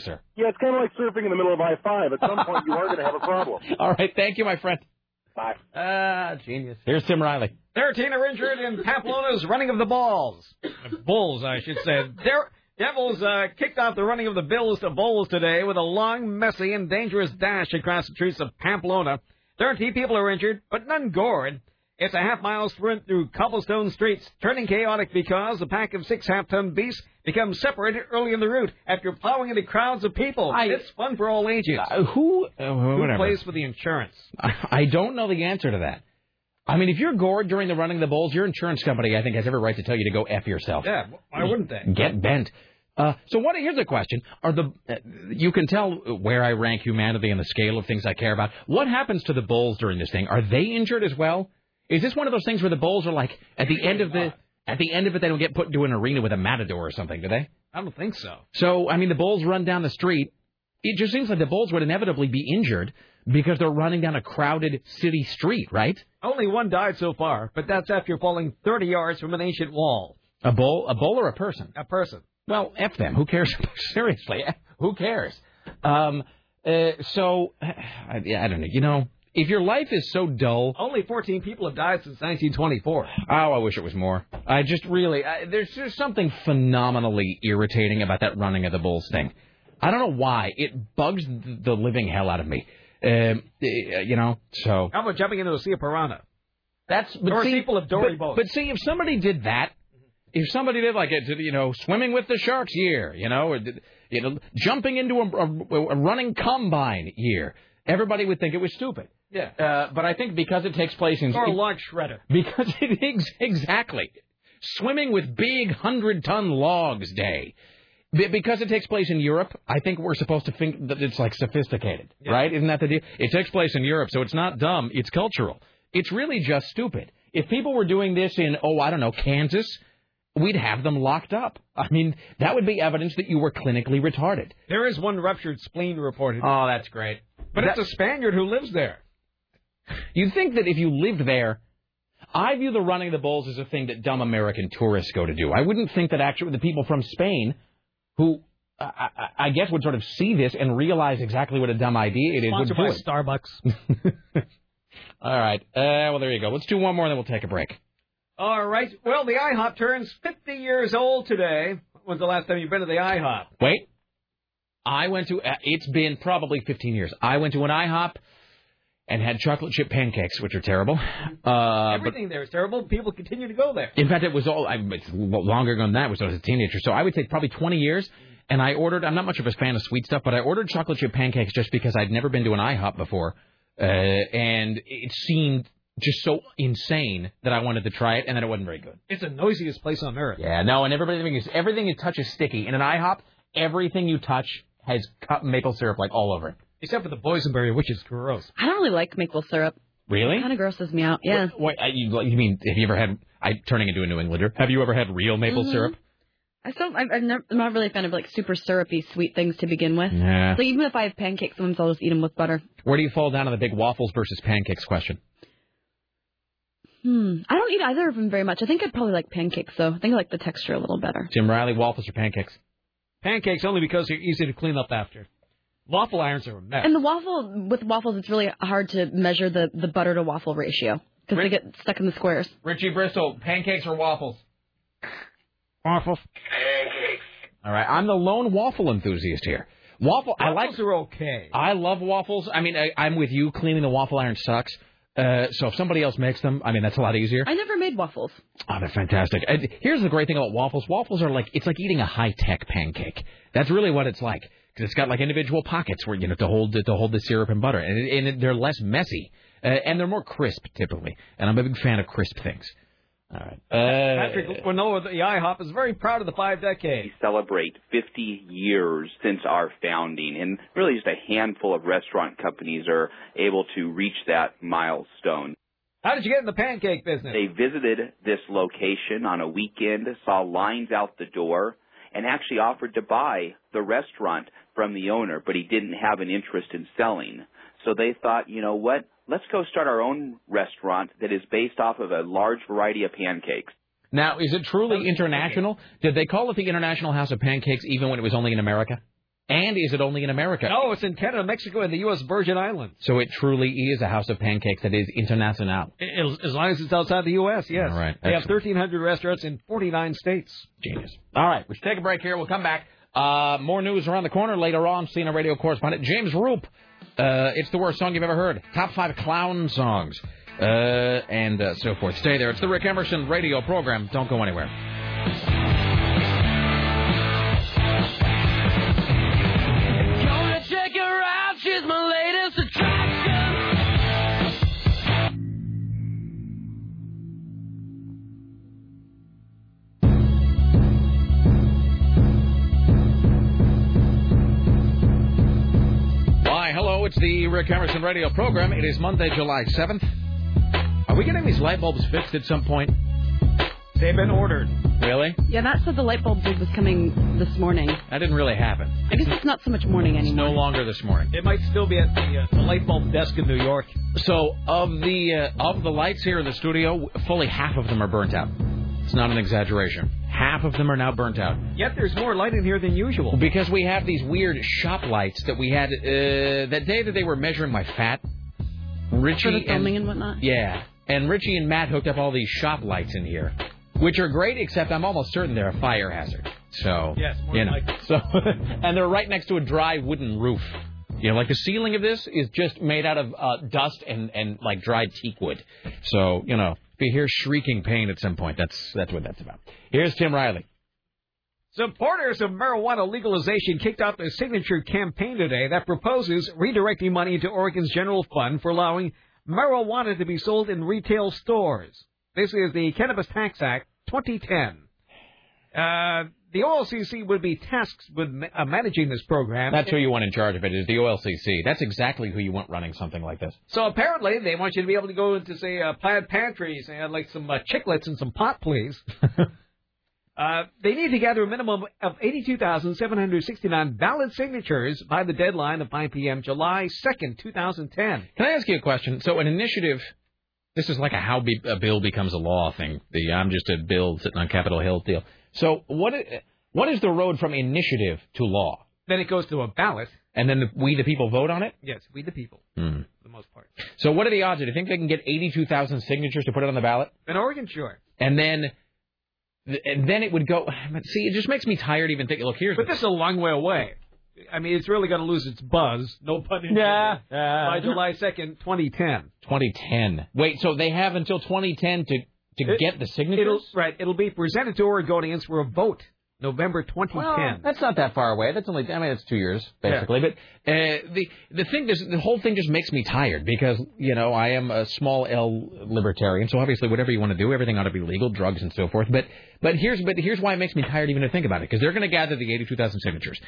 Speaker 1: sir.
Speaker 16: Yeah, it's kind of like surfing in the middle of I five. At some point, you are going to have a problem.
Speaker 1: All right, thank you, my friend.
Speaker 16: Bye.
Speaker 2: Ah, genius.
Speaker 1: Here's Tim Riley.
Speaker 2: 13 are injured in Pamplona's running of the balls. Bulls, I should say. Der- Devils uh, kicked off the running of the Bills to Bulls today with a long, messy, and dangerous dash across the streets of Pamplona. 13 people are injured, but none gored. It's a half mile sprint through cobblestone streets, turning chaotic because the pack of six half ton beasts becomes separated early in the route after plowing into crowds of people. it's fun for all ages.
Speaker 1: Uh, who
Speaker 2: Uh, who
Speaker 1: whatever.
Speaker 2: plays for the insurance?
Speaker 1: I don't know the answer to that. I mean, if you're gored during the running of the bulls, your insurance company, I think, has every right to tell you to go f yourself.
Speaker 2: Yeah, why wouldn't they?
Speaker 1: Get bent. Uh, so what? Here's a question: Are the uh, you can tell where I rank humanity in the scale of things I care about? What happens to the bulls during this thing? Are they injured as well? Is this one of those things where the bulls are like at the end of the at the end of it they don't get put into an arena with a matador or something? Do they?
Speaker 2: I don't think so.
Speaker 1: So, I mean, the Bulls run down the street. It just seems like the Bulls would inevitably be injured because they're running down a crowded city street, right?
Speaker 2: Only one died so far, but that's after falling 30 yards from an ancient wall.
Speaker 1: A bull, a bull, or a person?
Speaker 2: A person.
Speaker 1: Well, f them. Who cares? Seriously, who cares? Um, uh, so, I, I don't know. You know, if your life is so dull,
Speaker 2: Only 14 people have died since 1924.
Speaker 1: Oh, I wish it was more. I just really, I, there's just something phenomenally irritating about that running of the Bulls thing. I don't know why. It bugs th- the living hell out of me. Um, eh, you know, so.
Speaker 2: How about jumping into a sea of piranha?
Speaker 1: That's but
Speaker 2: or
Speaker 1: see-
Speaker 2: people of Dory
Speaker 1: but,
Speaker 2: boats.
Speaker 1: But see, if somebody did that, if somebody did like it, you know, swimming with the sharks year, you know, or did, you know, jumping into a, a, a running combine year, everybody would think it was stupid.
Speaker 2: Yeah.
Speaker 1: Uh, but I think because it takes place in
Speaker 2: or a log shredder.
Speaker 1: because it ex- exactly swimming with big hundred ton logs day. Be- Because it takes place in Europe, I think we're supposed to think that it's like sophisticated, right? Isn't that the deal? It takes place in Europe, so it's not dumb. It's cultural. It's really just stupid. If people were doing this in, oh, I don't know, Kansas, we'd have them locked up. I mean, that would be evidence that you were clinically retarded.
Speaker 2: There is one ruptured spleen reported.
Speaker 1: Oh, that's great.
Speaker 2: But it's a Spaniard who lives there.
Speaker 1: You think that if you lived there, I view the running of the bulls as a thing that dumb American tourists go to do. I wouldn't think that actually the people from Spain, who uh, I, I I guess would sort of see this and realize exactly what a dumb idea it is, would
Speaker 2: Sponsored
Speaker 1: do
Speaker 2: by
Speaker 1: it.
Speaker 2: Starbucks.
Speaker 1: All right. Uh, well, there you go. Let's do one more, and then we'll take a break.
Speaker 2: All right. Well, the IHOP turns 50 years old today. When's the last time you've been to the IHOP?
Speaker 1: Wait. I went to. Uh, it's been probably 15 years. I went to an IHOP and had chocolate chip pancakes, which are terrible. Uh, but
Speaker 2: Everything there is terrible. People continue to go there.
Speaker 1: In fact, it was all I, it's longer ago than that. It was when I was a teenager, so I would say probably 20 years. And I ordered. I'm not much of a fan of sweet stuff, but I ordered chocolate chip pancakes just because I'd never been to an IHOP before, uh, and it seemed just so insane that I wanted to try it, and then it wasn't very good.
Speaker 2: It's the noisiest place on earth.
Speaker 1: Yeah, no, and everything is everything you touch is sticky. In an IHOP, everything you touch has cup maple syrup like all over it.
Speaker 2: Except for the boysenberry, which is gross.
Speaker 3: I don't really like maple syrup.
Speaker 1: Really?
Speaker 3: Kind of grosses me out. Yeah.
Speaker 1: What, what- I- you, you mean have you ever had? I turning into a New Englander. Have you ever had real maple
Speaker 3: Mhm.
Speaker 1: syrup?
Speaker 3: I still, I'm, I'm never- I'm not really a fan of like super syrupy sweet things to begin with.
Speaker 1: Yeah.
Speaker 3: So even if I have pancakes, sometimes I'll just eat them with butter.
Speaker 1: Where do you fall down on the big waffles versus pancakes question?
Speaker 3: Hmm. I don't eat either of them very much. I think I'd probably like pancakes though. I think I like the texture a little better.
Speaker 1: Jim Riley, waffles or pancakes?
Speaker 2: Pancakes only because they're easy to clean up after. Waffle irons are a mess.
Speaker 3: And the waffle with waffles, it's really hard to measure the the butter to waffle ratio because they get stuck in the squares.
Speaker 1: Richie Bristol, pancakes or waffles?
Speaker 2: Waffles.
Speaker 1: All right, I'm the lone waffle enthusiast here. Waffle, I like.
Speaker 2: Waffles are okay.
Speaker 1: I love waffles. I mean, I, I'm with you. Cleaning the waffle iron sucks. Uh, so if somebody else makes them, I mean, that's a lot easier.
Speaker 3: I never made waffles.
Speaker 1: Oh, they're fantastic. And here's the great thing about waffles. Waffles are like, it's like eating a high-tech pancake. That's really what it's like. Because it's got like individual pockets where, you know, to hold, to hold the syrup and butter. And, it- and it- they're less messy. Uh, and they're more crisp, typically. And I'm a big fan of crisp things. All right. Uh,
Speaker 2: Patrick Winnow of the IHOP is very proud of the five decades.
Speaker 17: celebrate 50 years since our founding, and really just a handful of restaurant companies are able to reach that milestone.
Speaker 2: How did you get in the pancake business?
Speaker 17: They visited this location on a weekend, saw lines out the door, and actually offered to buy the restaurant from the owner, but he didn't have an interest in selling. So they thought, you know what? Let's go start our own restaurant that is based off of a large variety of pancakes.
Speaker 1: Now, is it truly international? Did they call it the International House of Pancakes even when it was only in America? And is it only in America?
Speaker 2: No, Oh, it's in Canada, Mexico, and the U.S. Virgin Islands.
Speaker 1: So it truly is a house of pancakes that is international.
Speaker 2: As as long as it's outside the U.S., yes.
Speaker 1: All right,
Speaker 2: They have 1,300 restaurants in 49 states.
Speaker 1: Genius. All right, we should take a break here. We'll come back. Uh, more news around the corner later on. Seeing a radio correspondent, James Roop. Uh, it's the worst song you've ever heard. Top five clown songs, uh, and uh, so forth. Stay there. It's the Rick Emerson radio program. Don't go anywhere.
Speaker 4: Gonna check her out, she's my latest attraction.
Speaker 1: Why, hello, it's the Rick Emerson radio program. It is Monday, July 7th. Are we getting these light bulbs fixed at some point?
Speaker 2: They've been ordered.
Speaker 1: Really?
Speaker 3: Yeah, that's what the light bulb dude was coming this morning.
Speaker 1: That didn't really happen.
Speaker 3: I guess it's not so much morning
Speaker 1: It's
Speaker 3: anymore.
Speaker 1: no longer this morning.
Speaker 2: It might still be at the, uh, the light bulb desk in New York.
Speaker 1: So, of the uh, of the lights here in the studio, fully half of them are burnt out. It's not an exaggeration. Half of them are now burnt out.
Speaker 2: Yet there's more light in here than usual.
Speaker 1: Because we have these weird shop lights that we had uh, that day that they were measuring my fat. Richie
Speaker 3: For the filming and
Speaker 1: and
Speaker 3: whatnot.
Speaker 1: yeah, and Richie and Matt hooked up all these shop lights in here, which are great. Except I'm almost certain they're a fire hazard. So
Speaker 2: Yes, more
Speaker 1: you
Speaker 2: than
Speaker 1: know.
Speaker 2: likely.
Speaker 1: So and they're right next to a dry wooden roof. You know, like the ceiling of this is just made out of uh, dust and and like dried teak wood. So you know, if you hear shrieking pain at some point, that's that's what that's about. Here's Tim Riley.
Speaker 2: Supporters of marijuana legalization kicked off their signature campaign today that proposes redirecting money to Oregon's general fund for allowing marijuana to be sold in retail stores. This is the Cannabis Tax Act 2010. Uh, the OLCC would be tasked with ma- uh, managing this program.
Speaker 1: That's who you want in charge of it is the OLCC. That's exactly who you want running something like this.
Speaker 2: So apparently they want you to be able to go into say uh, plaid pantries and like some uh, chiclets and some pot, please. uh, they need to gather a minimum of 82,769 valid signatures by the deadline of 5 p.m. July 2nd, 2010.
Speaker 1: Can I ask you a question? So an initiative, this is like a how be, a bill becomes a law thing. The I'm just a bill sitting on Capitol Hill deal. So what i- what is the road from initiative to law?
Speaker 2: Then it goes to a ballot.
Speaker 1: And then the, we the people vote on it.
Speaker 2: Yes, we the people,
Speaker 1: Hmm.
Speaker 2: for the most part.
Speaker 1: So what are the odds? Do you think they can get 82,000 signatures to put it on the ballot?
Speaker 2: In Oregon, sure.
Speaker 1: And then and then it would go. but See, it just makes me tired even thinking. Look, here's
Speaker 2: But this is a long way away. I mean, it's really going to lose its buzz, no ah, pun intended,
Speaker 1: Yeah, yeah.
Speaker 2: by July 2nd, 2010.
Speaker 1: 2010. Wait, so they have until 2010 to to
Speaker 2: It-
Speaker 1: get the signatures.
Speaker 2: It'll, right, it'll be presented to Oregonians for a vote November 2010.
Speaker 1: Well, that's not that far away. That's only I mean it's two years basically. But uh, the the thing this the whole thing just makes me tired because you know I am a small L libertarian, so obviously whatever you want to do, everything ought to be legal, drugs and so forth. But but here's but here's why it makes me tired even to think about it because they're going to gather the 82,000 signatures,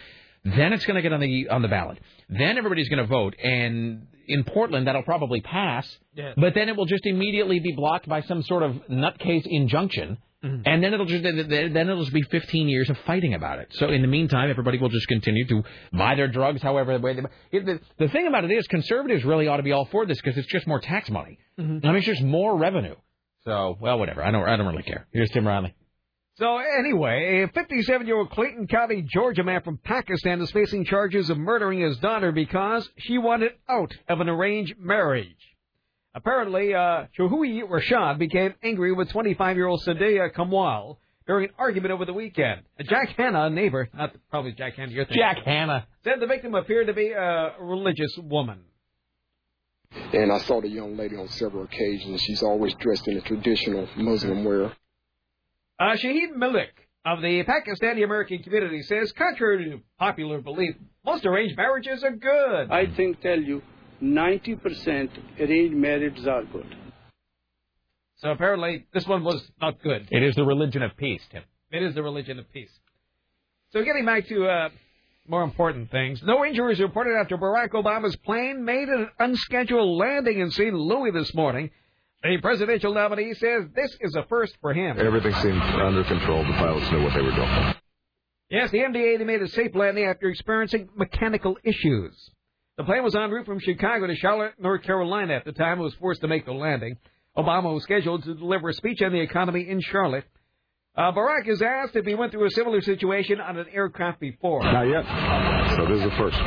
Speaker 1: then it's going to get on the on the ballot, then everybody's going to vote, and in Portland that'll probably pass,
Speaker 4: Yeah.
Speaker 1: but then it will just immediately be blocked by some sort of nutcase injunction.
Speaker 2: Mm.
Speaker 1: And then it'll just then it'll just be 15 years of fighting about it. So in the meantime, everybody will just continue to buy their drugs, however the way they. It, the, the thing about it is, conservatives really ought to be all for this because it's just more tax money.
Speaker 2: Mm-hmm.
Speaker 1: I mean, it's just more revenue. So well, whatever. I don't I don't really care. Here's Tim Riley.
Speaker 2: So anyway, a 57-year-old Clayton County, Georgia man from Pakistan is facing charges of murdering his daughter because she wanted out of an arranged marriage. Apparently, uh, Shahui Rashad became angry with 25-year-old Sadia Kamwal during an argument over the weekend. Jack Hanna, a neighbor, not probably Jack Hanna, you're thinking,
Speaker 1: Jack Hanna.
Speaker 2: said the victim appeared to be a religious woman.
Speaker 12: And I saw the young lady on several occasions. She's always dressed in a traditional Muslim wear.
Speaker 2: Uh, Shahid Malik of the Pakistani American community says, contrary to popular belief, most arranged marriages are good.
Speaker 18: I think, tell you, 90% arranged marriages are good.
Speaker 2: So apparently, this one was not good.
Speaker 1: It is the religion of peace, Tim.
Speaker 2: It is the religion of peace. So getting back to uh, more important things, no injuries reported after Barack Obama's plane made an unscheduled landing in St. Louis this morning. The presidential nominee says this is a first for him.
Speaker 4: Everything seemed under control. The pilots knew what they were doing.
Speaker 2: Yes, the MDA made a safe landing after experiencing mechanical issues. The plane was en route from Chicago to Charlotte, North Carolina at the time it was forced to make the landing. Obama was scheduled to deliver a speech on the economy in Charlotte. Uh, Barack is asked if he went through a similar situation on an aircraft before.
Speaker 4: Not yet. So this is the first.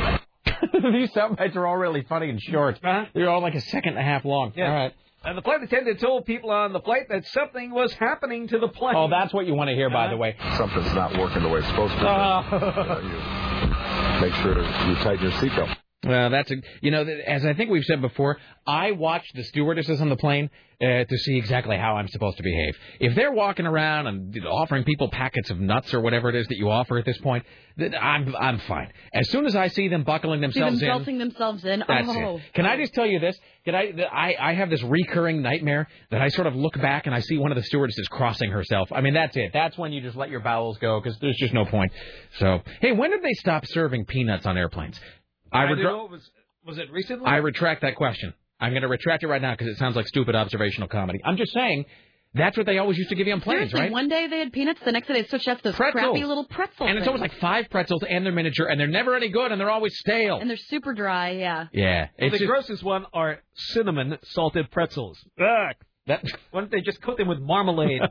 Speaker 1: These soundbites are all really funny and short. They're all like a second and a half long.
Speaker 2: Uh-huh. Yeah.
Speaker 1: All right.
Speaker 2: And the flight attendant told people on the flight that something was happening to the plane.
Speaker 1: Oh, that's what you want to hear,
Speaker 2: Uh-huh.
Speaker 1: by the way.
Speaker 4: Something's not working the way it's supposed to.
Speaker 1: Uh,
Speaker 4: You Make sure to you tighten your seatbelt.
Speaker 1: Well, that's a you know th- as I think we've said before. I watch the stewardesses on the plane uh, to see exactly how I'm supposed to behave. If they're walking around and you know, offering people packets of nuts or whatever it is that you offer at this point, then I'm I'm fine. As soon as I see them buckling
Speaker 3: See them
Speaker 1: themselves in,
Speaker 3: belting themselves in.
Speaker 1: that's
Speaker 3: oh.
Speaker 1: it. Can I just tell you this? Did I, that I I have this recurring nightmare that I sort of look back and I see one of the stewardesses crossing herself. I mean, that's it. That's when you just let your bowels go because there's just no point. So, hey, when did they stop serving peanuts on airplanes? I
Speaker 2: don't
Speaker 1: regret.
Speaker 2: know, was, was it recently?
Speaker 1: I retract that question. I'm going to retract it right now because it sounds like stupid observational comedy. I'm just saying that's what they always used to give you on planes,
Speaker 3: Seriously,
Speaker 1: right?
Speaker 3: one day they had peanuts, the next day they switched out to those crappy little pretzel
Speaker 1: and it's always
Speaker 3: things.
Speaker 1: like five pretzels and they're miniature and they're never any good and they're always stale.
Speaker 3: and they're super dry. Yeah.
Speaker 1: yeah,
Speaker 2: Well,
Speaker 1: it's
Speaker 2: the
Speaker 1: just-
Speaker 2: grossest one are cinnamon salted pretzels. Ugh.
Speaker 1: That...
Speaker 2: Why don't they just coat them with marmalade?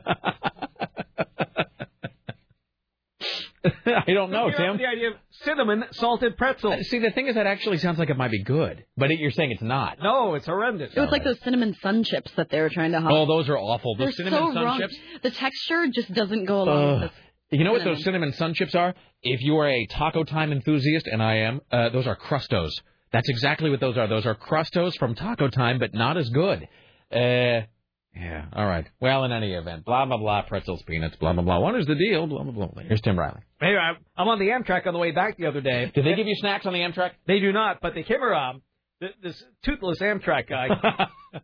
Speaker 1: I don't know,
Speaker 2: Here are
Speaker 1: Tim.
Speaker 2: The idea of cinnamon salted pretzels.
Speaker 1: See, the thing is, that actually sounds like it might be good, but it, you're saying it's not.
Speaker 2: No, it's horrendous.
Speaker 3: It was like those cinnamon sun chips that they were trying to hide.
Speaker 1: Oh, those are awful.
Speaker 3: They're
Speaker 1: Those cinnamon
Speaker 3: so
Speaker 1: sun
Speaker 3: wrong.
Speaker 1: chips.
Speaker 3: The texture just doesn't go along
Speaker 1: Ugh.
Speaker 3: with this.
Speaker 1: You know what those cinnamon sun chips are? If you are a taco time enthusiast, and I am, uh, those are crustos. That's exactly what those are. Those are crustos from Taco Time, but not as good. Uh, yeah. All right. Well, in any event, blah blah blah. Pretzels, peanuts, blah blah blah. What is the deal? Blah blah blah. Here's Tim Riley.
Speaker 2: Hey, I'm I'm on the Amtrak on the way back the other day.
Speaker 1: Did they give you snacks on the Amtrak?
Speaker 2: They do not, but they came around. th- This toothless Amtrak guy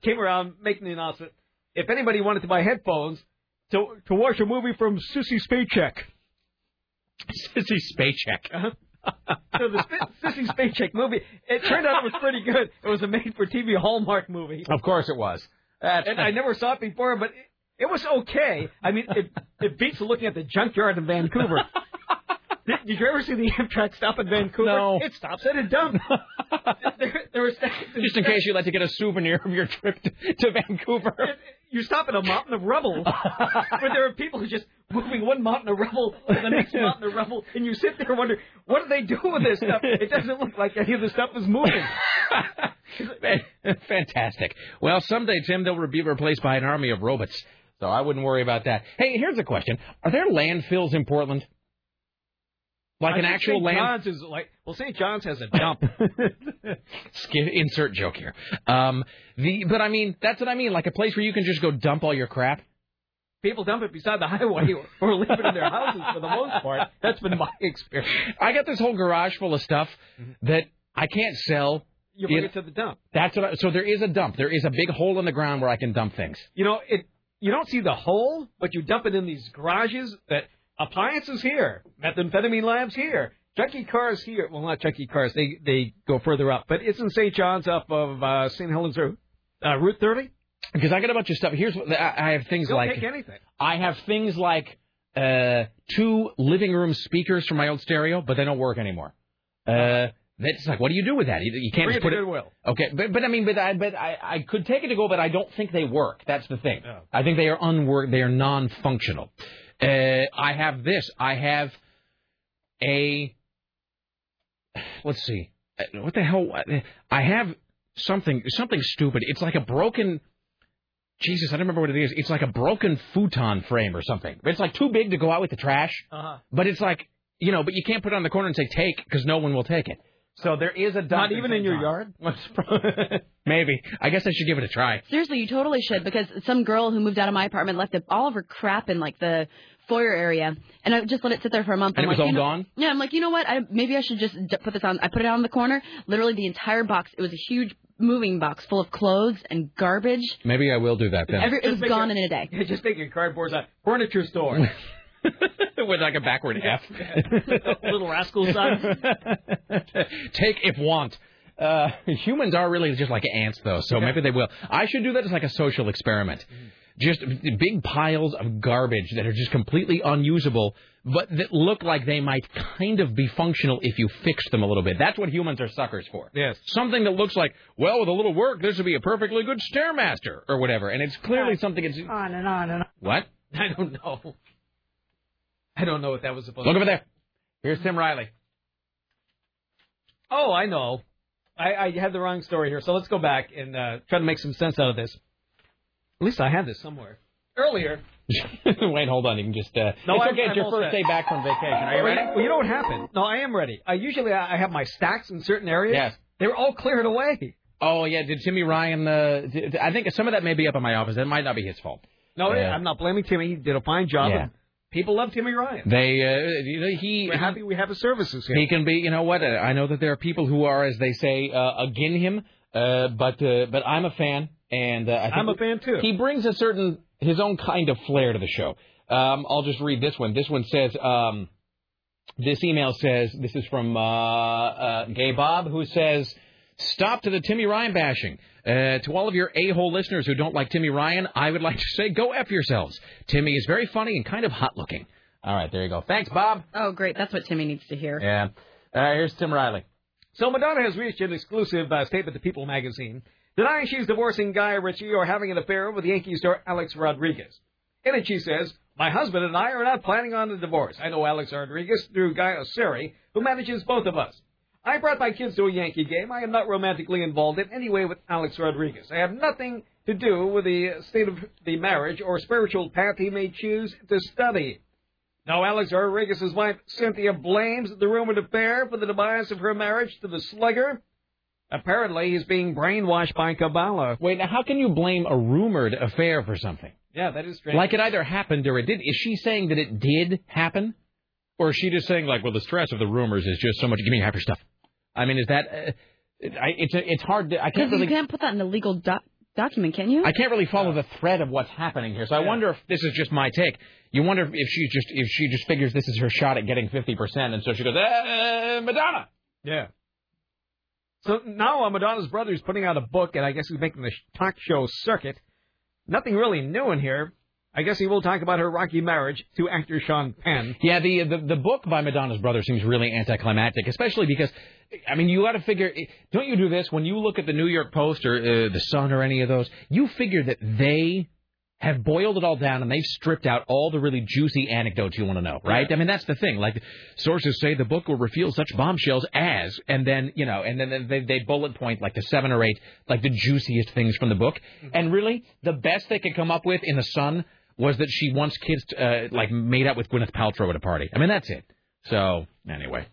Speaker 2: came around making the announcement. If anybody wanted to buy headphones to to watch a movie from Sissy Spacek. Uh-huh.
Speaker 1: Sissy Spacek.
Speaker 2: So the Sp- Sissy Spacek movie, it turned out it was pretty good. It was a made-for-TV Hallmark movie.
Speaker 1: Of course it was.
Speaker 2: and I never saw it before, but it, it was okay. I mean, it, it beats looking at the junkyard in Vancouver. did, did you ever see the Amtrak stop in Vancouver?
Speaker 1: No.
Speaker 2: It stops at a dump. there, there were stacks and
Speaker 1: Just in
Speaker 2: stacks.
Speaker 1: case you'd like to get a souvenir of your trip to, to Vancouver.
Speaker 2: You stop in a mountain of rubble, where there are people who just moving one mountain of rubble to the next mountain of rubble, and you sit there and wonder, what do they do with this stuff? It doesn't look like any of the stuff is moving.
Speaker 1: Fantastic. Well, someday, Tim, they'll be replaced by an army of robots. So I wouldn't worry about that. Hey, here's a question: Are there landfills in Portland? Like
Speaker 2: I
Speaker 1: an
Speaker 2: think
Speaker 1: actual
Speaker 2: St.
Speaker 1: land?
Speaker 2: John's is like, well, St. John's has a dump.
Speaker 1: Skip- Insert joke here. Um, the but I mean that's what I mean. Like a place where you can just go dump all your crap.
Speaker 2: people dump it beside the highway or, or leave it in their houses for the most part. That's been my experience. Mm-hmm.
Speaker 1: I got this whole garage full of stuff that I can't sell.
Speaker 2: You bring
Speaker 1: You-
Speaker 2: it to the dump.
Speaker 1: That's what I, so there is a dump. There is a big hole in the ground where I can dump things.
Speaker 2: You know, it. You don't see the hole, but you dump it in these garages that appliances here, methamphetamine labs here, junkie cars here. Well, not junkie cars. They they go further up, but it's in St. John's up of uh, St. Helens Road, uh, Route 30.
Speaker 1: Because I got a bunch of stuff. Here's what I I have things
Speaker 2: They'll
Speaker 1: like
Speaker 2: take anything.
Speaker 1: I have things like uh, two living room speakers from my old stereo, but they don't work anymore. Uh, that's like, what do you do with that? You, you can't
Speaker 2: Bring it
Speaker 1: just put
Speaker 2: to
Speaker 1: it.
Speaker 2: Goodwill.
Speaker 1: Okay, but but I mean, but I but I, I could take it to go, but I don't think they work. That's the thing. I think they are unwork. They are non-functional. Uh, I have this. I have a. Let's see. Uh, What the hell? I have something something stupid. It's like a broken. Jesus, I don't remember what it is. It's like a broken futon frame or something. It's like too big to go out with the trash,
Speaker 2: Uh-huh.
Speaker 1: but it's like you know, but you can't put it on the corner and say take because no one will take it.
Speaker 2: So there is a duck.
Speaker 1: Not even in your
Speaker 2: yard?
Speaker 1: Maybe. I guess I should give it a try.
Speaker 3: Seriously, you totally should because some girl who moved out of my apartment left all of her crap in like the foyer area, and I just let it sit there for a month.
Speaker 1: And
Speaker 3: I'm
Speaker 1: it was
Speaker 3: like,
Speaker 1: all
Speaker 3: you know-
Speaker 1: gone?
Speaker 3: Yeah, I'm like, you know what? I, maybe I should just d- put this on. I put it on the corner. Literally, the entire box. It was a huge moving box full of clothes and garbage.
Speaker 1: Maybe I will do that then.
Speaker 3: Every, it was
Speaker 2: make
Speaker 3: gone
Speaker 2: it-
Speaker 3: in a day.
Speaker 2: Just make your cardboard's a furniture store.
Speaker 1: With like a backward F.
Speaker 2: Little rascal son.
Speaker 1: Take if want. Uh, humans are really just like ants, though, so maybe they will. I should do that as like a social experiment.
Speaker 2: Mm-hmm.
Speaker 1: Just big piles of garbage that are just completely unusable, but that look like they might kind of be functional if you fix them a little bit. That's what humans are suckers for. Yes. Something that looks like, well, with a little work, this would be a perfectly good stairmaster or whatever, and it's clearly something. It's
Speaker 2: on and on and on.
Speaker 1: what?
Speaker 2: I don't know. Oh. I don't know what that was supposed.
Speaker 1: Look
Speaker 2: to
Speaker 1: over there. Here's Tim Riley.
Speaker 2: Oh, I know. I, I had the wrong story here, so let's go back and uh, try to make some sense out of this. At least I had this somewhere earlier.
Speaker 1: Wait, hold on. You can just. Uh,
Speaker 2: No,
Speaker 1: it's
Speaker 2: I'm-
Speaker 1: okay.
Speaker 2: I'm
Speaker 1: it's your
Speaker 2: all
Speaker 1: first
Speaker 2: set.
Speaker 1: day back from vacation. Are you ready?
Speaker 2: Well, you know what happened? No, I am ready. I usually I I have my stacks in certain areas.
Speaker 1: Yes.
Speaker 2: They were all cleared away.
Speaker 1: Oh yeah, did Timmy Ryan? Uh, d- d- I think some of that may be up in my office. That might not be his fault. Uh,
Speaker 2: No,
Speaker 1: Yeah.
Speaker 2: I'm not blaming Timmy. He did a fine job.
Speaker 1: Yeah.
Speaker 2: People love Timmy Ryan.
Speaker 1: They, uh, you know, he.
Speaker 2: We're happy we have his services here.
Speaker 1: He can be. You know what? Uh, I know that there are people who are, as they say, uh, again him. Uh, but uh, but I'm a fan, and uh, I think
Speaker 2: I'm a fan, too.
Speaker 1: He brings a certain his own kind of flair to the show. Um, I'll just read this one. This one says. Um, this email says this is from uh, uh, Gay Bob, who says, "Stop to the Timmy Ryan bashing." Uh, to all of your a-hole listeners who don't like Timmy Ryan, I would like to say, go f yourselves. Timmy is very funny and kind of hot looking. All right, there you go. Thanks, Bob.
Speaker 3: Oh, great. That's what Timmy needs to hear.
Speaker 1: Yeah. All right, here's Tim Riley.
Speaker 2: So Madonna has reached an exclusive uh, statement to People magazine, denying she's divorcing Guy Ritchie or having an affair with Yankee star Alex Rodriguez. In it, she says, "My husband and I are not planning on a divorce. I know Alex Rodriguez through Guy Osiri, who manages both of us. I brought my kids to a Yankee game. I am not romantically involved in any way with Alex Rodriguez. I have nothing to do with the state of the marriage or spiritual path he may choose to study." Now, Alex Rodriguez's wife, Cynthia, blames the rumored affair for the demise of her marriage to the slugger. Apparently, he's being brainwashed by Kabbalah.
Speaker 1: Wait, now how can you blame a rumored affair for something?
Speaker 2: Yeah, that is strange.
Speaker 1: Like it either happened or it did. Is she saying that it did happen, or is she just saying like, well, the stress of the rumors is just so much. Give me half your stuff. I mean, is that? Uh, it, I, it's it's hard. To, I can't
Speaker 3: Because
Speaker 1: really.
Speaker 3: you can't put that in a legal doc- document, can you?
Speaker 1: I can't really follow the thread of what's happening here. So I wonder if this is just my take. You wonder if she just if she just figures this is her shot at getting fifty percent, and so she goes, uh, Madonna.
Speaker 2: Yeah. So now uh, Madonna's brother is putting out a book, and I guess he's making the sh- talk show circuit. Nothing really new in here. I guess he will talk about her rocky marriage to actor Sean Penn.
Speaker 1: Yeah, the, the the book by Madonna's brother seems really anticlimactic, especially because, I mean, you got to figure, eh, don't you do this when you look at the New York Post or uh, the Sun or any of those? You figure that they have boiled it all down and they've stripped out all the really juicy anecdotes you want to know, right? I mean, that's the thing. Like, sources say the book will reveal such bombshells as, and then you know, and then they they bullet point like the seven or eight, like the juiciest things from the book, and really the best they could come up with in the Sun was that she once kissed, uh, like, made out with Gwyneth Paltrow at a party. I mean, that's it. So, anyway.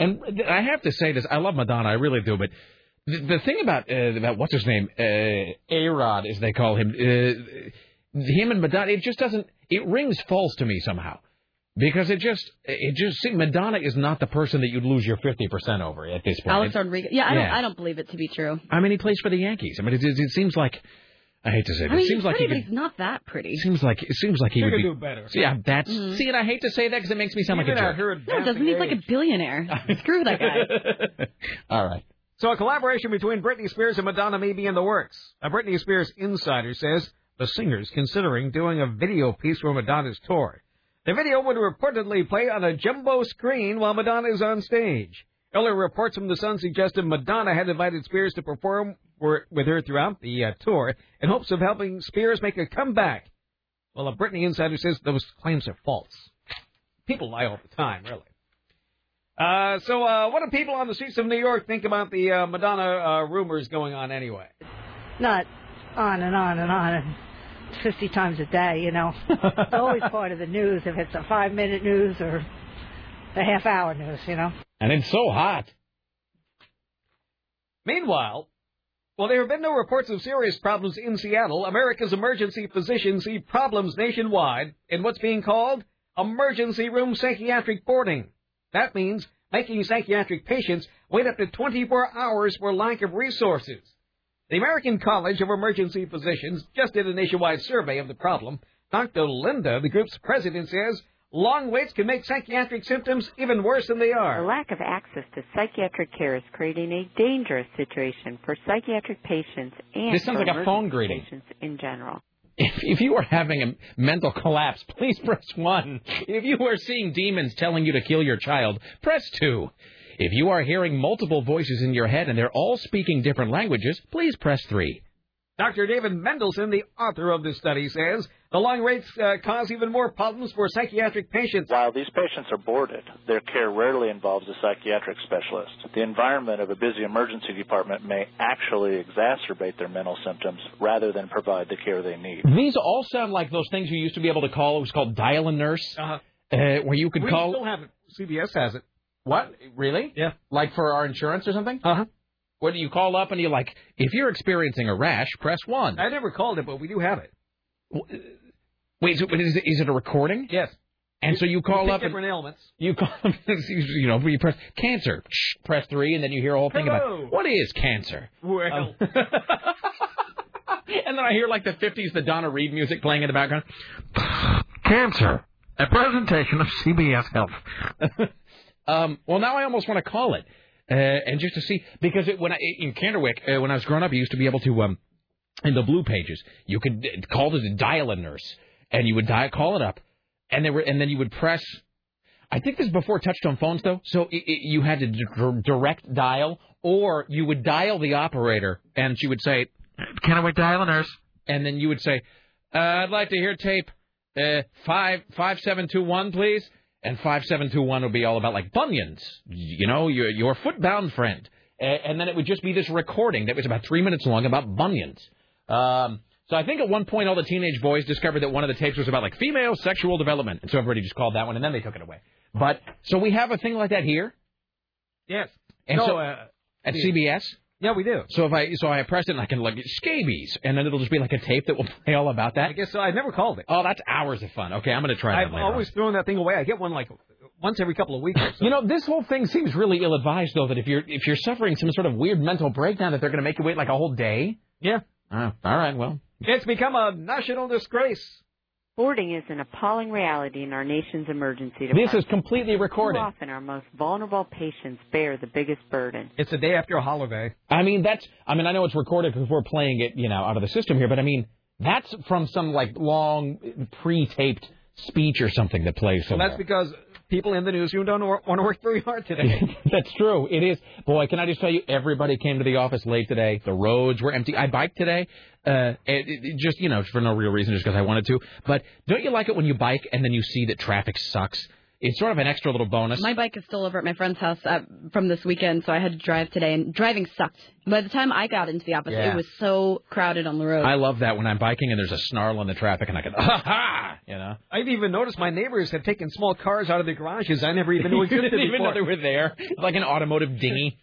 Speaker 1: And I have to say this. I love Madonna. I really do. But the, the thing about, uh, about what's his name? Uh, A-Rod, as they call him. Uh, him and Madonna, it just doesn't, it rings false to me somehow. Because it just, it just, see, Madonna is not the person that you'd lose your 50% over at this point.
Speaker 3: Alex Rodriguez. Yeah, I don't.
Speaker 1: Yeah.
Speaker 3: I don't believe it to be true.
Speaker 1: I mean, he plays for the Yankees. I mean, it, it, it seems like, I hate to say
Speaker 3: I
Speaker 1: this,
Speaker 3: mean,
Speaker 1: it seems
Speaker 3: he's
Speaker 1: like
Speaker 3: pretty,
Speaker 1: he could
Speaker 3: but he's not that pretty.
Speaker 1: Seems like it seems like he
Speaker 3: He
Speaker 1: would
Speaker 3: could
Speaker 1: be
Speaker 3: do better.
Speaker 1: Yeah, that's
Speaker 3: Mhm.
Speaker 1: see, and I hate to say that because it makes me sound like a jerk.
Speaker 3: No, it doesn't. He's like a billionaire. Screw that guy.
Speaker 1: All right.
Speaker 2: So a collaboration between Britney Spears and Madonna may be in the works. A Britney Spears insider says the singer's considering doing a video piece for Madonna's tour. The video would reportedly play on a jumbo screen while Madonna is on stage. Earlier reports from The Sun suggested Madonna had invited Spears to perform wor- with her throughout the uh, tour in hopes of helping Spears make a comeback. Well, a Britney insider says those claims are false. People lie all the time, really. Uh, so, uh, what do people on the streets of New York think about the uh, Madonna uh, rumors going on anyway?
Speaker 7: not on and on and on and 50 times a day, you know. it's always part of the news if it's a five minute news or a half hour news, you know.
Speaker 1: And it's so hot.
Speaker 2: Meanwhile, while there have been no reports of serious problems in Seattle, America's emergency physicians see problems nationwide in what's being called emergency room psychiatric boarding. That means making psychiatric patients wait up to 24 hours for lack of resources. The American College of Emergency Physicians just did a nationwide survey of the problem. Dr. Linda, the group's president, says long waits can make psychiatric symptoms even worse than they are.
Speaker 7: The lack of access to psychiatric care is creating a dangerous situation for psychiatric patients and
Speaker 1: This sounds
Speaker 7: for
Speaker 1: like a phone
Speaker 7: emergency
Speaker 1: greeting.
Speaker 7: patients in general.
Speaker 1: If, if you are having a mental collapse, please press one. If you are seeing demons telling you to kill your child, press two. If you are hearing multiple voices in your head and they're all speaking different languages, please press three.
Speaker 2: Dr. David Mendelson, the author of the study, says the long rates uh, cause even more problems for psychiatric patients.
Speaker 14: While these patients are boarded, their care rarely involves a psychiatric specialist. The environment of a busy emergency department may actually exacerbate their mental symptoms rather than provide the care they need.
Speaker 1: These all sound like those things you used to be able to call. It was called dial a nurse, uh where you could
Speaker 2: Uh-huh. we
Speaker 1: call.
Speaker 2: still have it. CBS has it.
Speaker 1: What? Really?
Speaker 2: Yeah.
Speaker 1: Like for our insurance or something?
Speaker 2: Uh huh.
Speaker 1: What do you call up and you're like, if you're experiencing a rash, press one.
Speaker 2: I never called it, but we do have it.
Speaker 1: Wait, so, but is, it, is it a recording?
Speaker 2: Yes.
Speaker 1: And so you call
Speaker 2: pick
Speaker 1: up and
Speaker 2: different ailments.
Speaker 1: you call, you know, you press cancer, Shh, press three, and then you hear a whole thing
Speaker 2: Hello.
Speaker 1: about what is cancer.
Speaker 2: Well,
Speaker 1: and then I hear like the 50s, the Donna Reed music playing in the background. Cancer, a presentation of CBS Health. um, well, now I almost want to call it, uh, and just to see because it, when I in Canterwick uh, when I was growing up, you used to be able to um, in the blue pages you could uh, call it a dial a nurse, and you would dial call it up, and they were and then you would press. I think this is before touch-tone phones though, so it, it, you had to d- dir- direct dial, or you would dial the operator, and she would say, "Can I dial a nurse?" And then you would say, uh, "I'd like to hear tape." uh, five five seven two one, please. And five seven two one would be all about like bunions, you know, your your footbound friend. A- And then it would just be this recording that was about three minutes long about bunions. Um, so I think at one point all the teenage boys discovered that one of the tapes was about like female sexual development, and so everybody just called that one, and then they took it away. But so we have a thing like that here
Speaker 2: yes.
Speaker 1: And
Speaker 2: no,
Speaker 1: so-
Speaker 2: uh,
Speaker 1: at CBS.
Speaker 2: Yeah, we do.
Speaker 1: So if I so I press it and I can like scabies, and then it'll just be like a tape that will play all about that. I
Speaker 2: guess so. I never called it.
Speaker 1: Oh, that's hours of fun. Okay, I'm gonna try that
Speaker 2: I've
Speaker 1: later. on.
Speaker 2: always thrown that thing away. I get one like once every couple of weeks. Or so.
Speaker 1: You know, this whole thing seems really ill-advised, though. That if you're if you're suffering some sort of weird mental breakdown, that they're going to make you wait like a whole day.
Speaker 2: Yeah.
Speaker 1: Oh, all right. Well,
Speaker 2: It's become a national disgrace.
Speaker 7: Boarding is an appalling reality in our nation's emergency department.
Speaker 1: this is completely recorded.
Speaker 7: Too often, our most vulnerable patients bear the biggest burden.
Speaker 2: It's the day after a holiday.
Speaker 1: I mean, that's. I mean, I know it's recorded because we're playing it, you know, out of the system here. But I mean, that's from some like long pre-taped speech or something that plays
Speaker 2: Well,
Speaker 1: somewhere.
Speaker 2: that's because people in the newsroom don't want to work very hard today.
Speaker 1: That's true. It is. Boy, can I just tell you, everybody came to the office late today. The roads were empty. I biked today, uh, it, it, it just you know for no real reason, just because I wanted to. But don't you like it when you bike and then you see that traffic sucks? It's sort of an extra little bonus.
Speaker 3: My bike is still over at my friend's house uh, from this weekend, so I had to drive today, and driving sucked. By the time I got into the office,
Speaker 1: Yeah.
Speaker 3: it was so crowded on the road.
Speaker 1: I love that when I'm biking and there's a snarl in the traffic and I can ha ha, you know.
Speaker 2: I've even noticed my neighbors have taken small cars out of the garages. I never even knew existed
Speaker 1: didn't even know
Speaker 2: before.
Speaker 1: they were there. It's like an automotive dinghy.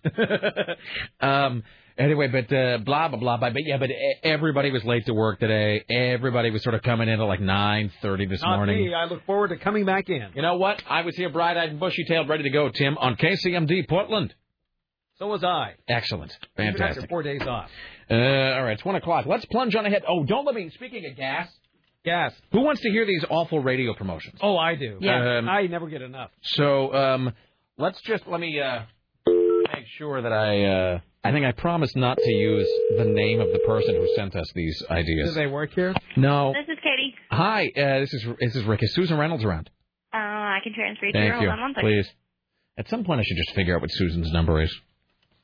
Speaker 1: um, anyway, but uh, blah blah blah. But but yeah, but e- everybody was late to work today. Everybody was sort of coming in at like nine thirty this
Speaker 2: Not
Speaker 1: morning.
Speaker 2: me. I look forward to coming back in.
Speaker 1: You know what? I was here bright-eyed and bushy-tailed, ready to go, Tim, on KCMD Portland.
Speaker 2: So was I.
Speaker 1: Excellent,
Speaker 2: Even after
Speaker 1: fantastic.
Speaker 2: four days off.
Speaker 1: Uh, all right, it's one o'clock. Let's plunge on ahead. Oh, don't let me. Speaking of gas,
Speaker 2: gas.
Speaker 1: Who wants to hear these awful radio promotions?
Speaker 2: Oh, I do.
Speaker 1: Yeah. Um,
Speaker 2: I never get enough.
Speaker 1: So um, let's just let me uh, make sure that I. Uh, I think I promised not to use the name of the person who sent us these
Speaker 2: Do
Speaker 1: ideas.
Speaker 2: they work here?
Speaker 1: No.
Speaker 4: This is Katie.
Speaker 1: Hi, uh, this is this is Rick. Is Susan Reynolds around?
Speaker 4: Uh, I can transfer you to her.
Speaker 1: Thank
Speaker 4: Hold
Speaker 1: you.
Speaker 4: on one second.
Speaker 1: Please. At some point, I should just figure out what Susan's number is.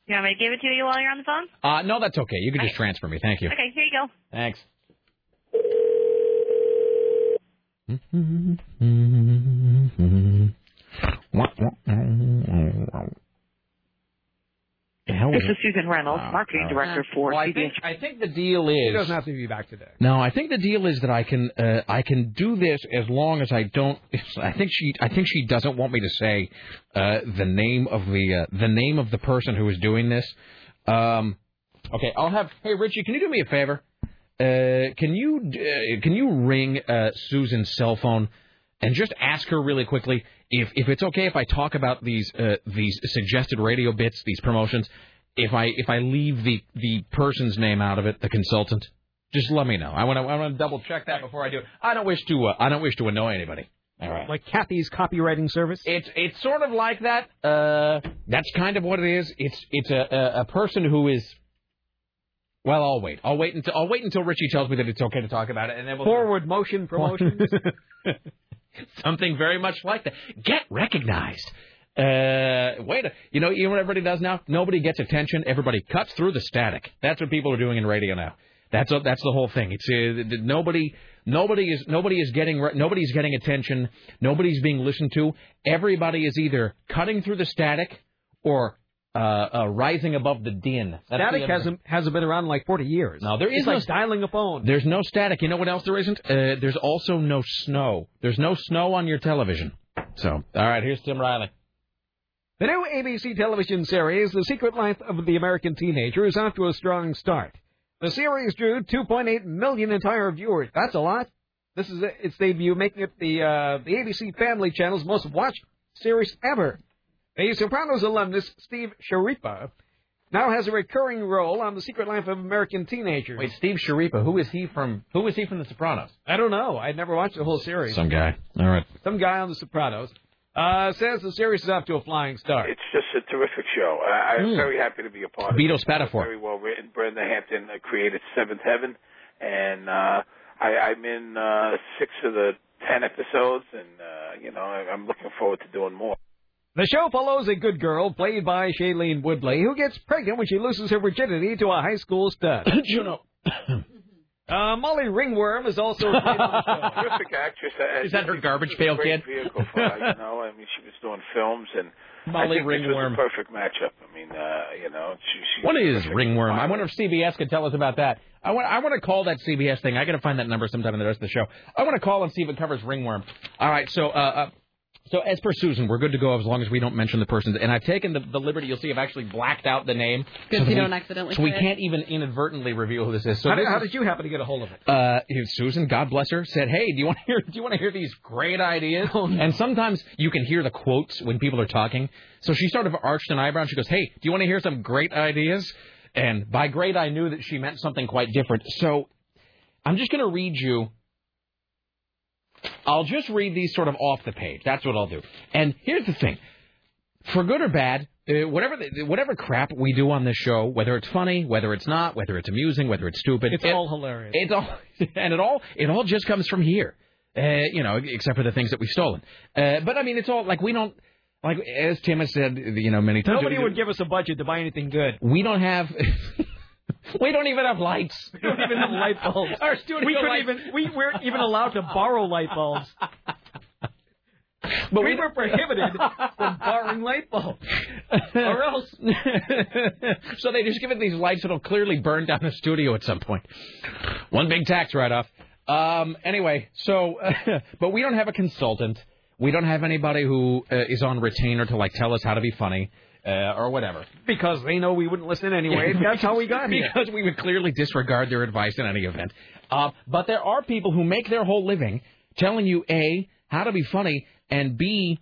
Speaker 4: You want me to give it to you while you're on the phone?
Speaker 1: Uh, no, that's okay. You can just transfer me. Thank you.
Speaker 4: Okay, here you go.
Speaker 1: Thanks.
Speaker 2: Oh,
Speaker 4: This is Susan Reynolds, marketing
Speaker 1: all right.
Speaker 4: director for
Speaker 1: Well, I
Speaker 4: CBS.
Speaker 1: think, I think the deal is
Speaker 2: Ah, She doesn't have to be back today.
Speaker 1: No, I think the deal is that I can uh, I can do this as long as I don't. I think she I think she doesn't want me to say uh, the name of the uh, the name of the person who is doing this. Um, okay, I'll have. Hey, Richie, can you do me a favor? Uh, can you uh, can you ring uh, Susan's cell phone and just ask her really quickly if if it's okay if I talk about these uh, these suggested radio bits, these promotions, if I if I leave the the person's name out of it, the consultant. Just let me know. I want to I want to double check that before I do. I don't wish to uh, I don't wish to annoy anybody. All right.
Speaker 2: Like Kathy's copywriting service?
Speaker 1: It's it's sort of like that. Uh, that's kind of what it is. It's it's a a, a person who is. Well, I'll wait. I'll wait until I'll wait until Richie tells me that it's okay to talk about it, and then we'll
Speaker 2: Forward motion promotions.
Speaker 1: something very much like that. Get recognized. Uh, wait, a, you know, you know what everybody does now? Nobody gets attention. Everybody cuts through the static. That's what people are doing in radio now. That's a, that's the whole thing. It's uh, th- nobody nobody is nobody is getting re- nobody's getting attention. Nobody's being listened to. Everybody is either cutting through the static or uh, uh, rising above the din. That's the
Speaker 2: Static
Speaker 1: other thing.
Speaker 2: hasn't hasn't been around like 40 years.
Speaker 1: No, there
Speaker 2: It's
Speaker 1: is no
Speaker 2: like dialing a phone.
Speaker 1: There's no static. You know what else there isn't? Uh, there's also no snow. There's no snow on your television. So, all right, here's Tim Riley.
Speaker 2: The new ABC television series, The Secret Life of the American Teenager, is off to a strong start. The series drew 2.8 million entire viewers. That's a lot. This is its debut, making it the uh, the ABC Family Channel's most watched series ever. The Sopranos alumnus Steve Sharipa now has a recurring role on The Secret Life of American Teenagers.
Speaker 1: Wait, Steve Sharipa, who is he from? Who is he from The Sopranos?
Speaker 2: I don't know. I never watched the whole series.
Speaker 1: Some guy. All right.
Speaker 2: Some guy on The Sopranos uh, says the series is off to a flying start.
Speaker 9: It's just a terrific show. I, I'm
Speaker 2: Hmm.
Speaker 9: very happy to be a part
Speaker 1: Vito
Speaker 9: of it.
Speaker 1: Spadafore.
Speaker 9: Very well written. Brenda Hampton uh, created Seventh Heaven, and uh, I, I'm in uh, six of the ten episodes, and uh, you know I, I'm looking forward to doing more.
Speaker 2: The show follows a good girl, played by Shailene Woodley, who gets pregnant when she loses her virginity to a high school stud.
Speaker 1: Juno.
Speaker 2: uh, Molly Ringworm is also played on the show.
Speaker 9: terrific actress. I-
Speaker 2: Is that her
Speaker 9: she
Speaker 2: garbage
Speaker 9: was a
Speaker 2: pail
Speaker 9: great
Speaker 2: kid?
Speaker 9: Vehicle for her, you know. I mean, she was doing films and
Speaker 1: Molly
Speaker 9: I think this was
Speaker 1: Ringworm.
Speaker 9: a perfect matchup. I mean, uh, you know, she, she
Speaker 1: What is ringworm? I wonder if CBS could tell us about that. I want I want to call that CBS thing. I got to find that number sometime in the rest of the show. I want to call and see if it covers ringworm. All right, so uh, uh so as per Susan, we're good to go as long as we don't mention the person. And I've taken the, the liberty. You'll see I've actually blacked out the name.
Speaker 19: Good
Speaker 1: so
Speaker 19: if you
Speaker 1: that we-
Speaker 19: don't accidentally
Speaker 1: So we
Speaker 19: say it.
Speaker 1: can't even inadvertently reveal who this is. So
Speaker 2: how,
Speaker 1: this
Speaker 2: did, how
Speaker 1: is-
Speaker 2: did you happen to get a hold of it?
Speaker 1: uh, here, Susan, God bless her, said, "Hey, do you want to hear? Do you want to hear these great ideas?"
Speaker 2: Oh,
Speaker 1: And sometimes you can hear the quotes when people are talking. So she sort of arched an eyebrow. and She goes, "Hey, do you want to hear some great ideas?" And by great, I knew that she meant something quite different. So I'm just going to read you. I'll just read these sort of off the page. That's what I'll do. And here's the thing for good or bad, uh, whatever the, whatever crap we do on this show, whether it's funny, whether it's not, whether it's amusing, whether it's stupid,
Speaker 2: It's all hilarious.
Speaker 1: It's all, and it all it all just comes from here, uh, you know, except for the things that we've stolen. Uh, but I mean, it's all like we don't like as Tim has said, you know, many times.
Speaker 2: Nobody would give us a budget to buy anything good.
Speaker 1: We don't have. we don't even have lights.
Speaker 2: We don't even have light bulbs.
Speaker 1: Our studio
Speaker 2: we couldn't
Speaker 1: lights-
Speaker 2: even we weren't even allowed to borrow light bulbs.
Speaker 1: But
Speaker 2: we
Speaker 1: we-
Speaker 2: were prohibited from borrowing light bulbs.
Speaker 1: or else. so they just give it these lights that'll clearly burn down the studio at some point. One big tax write-off. Um, anyway, so but we don't have a consultant. We don't have anybody who uh, is on retainer to like tell us how to be funny uh, or whatever.
Speaker 2: Because they know we wouldn't listen anyway. That's how we got here.
Speaker 1: Because we would clearly disregard their advice in any event. Uh, but there are people who make their whole living telling you a how to be funny and b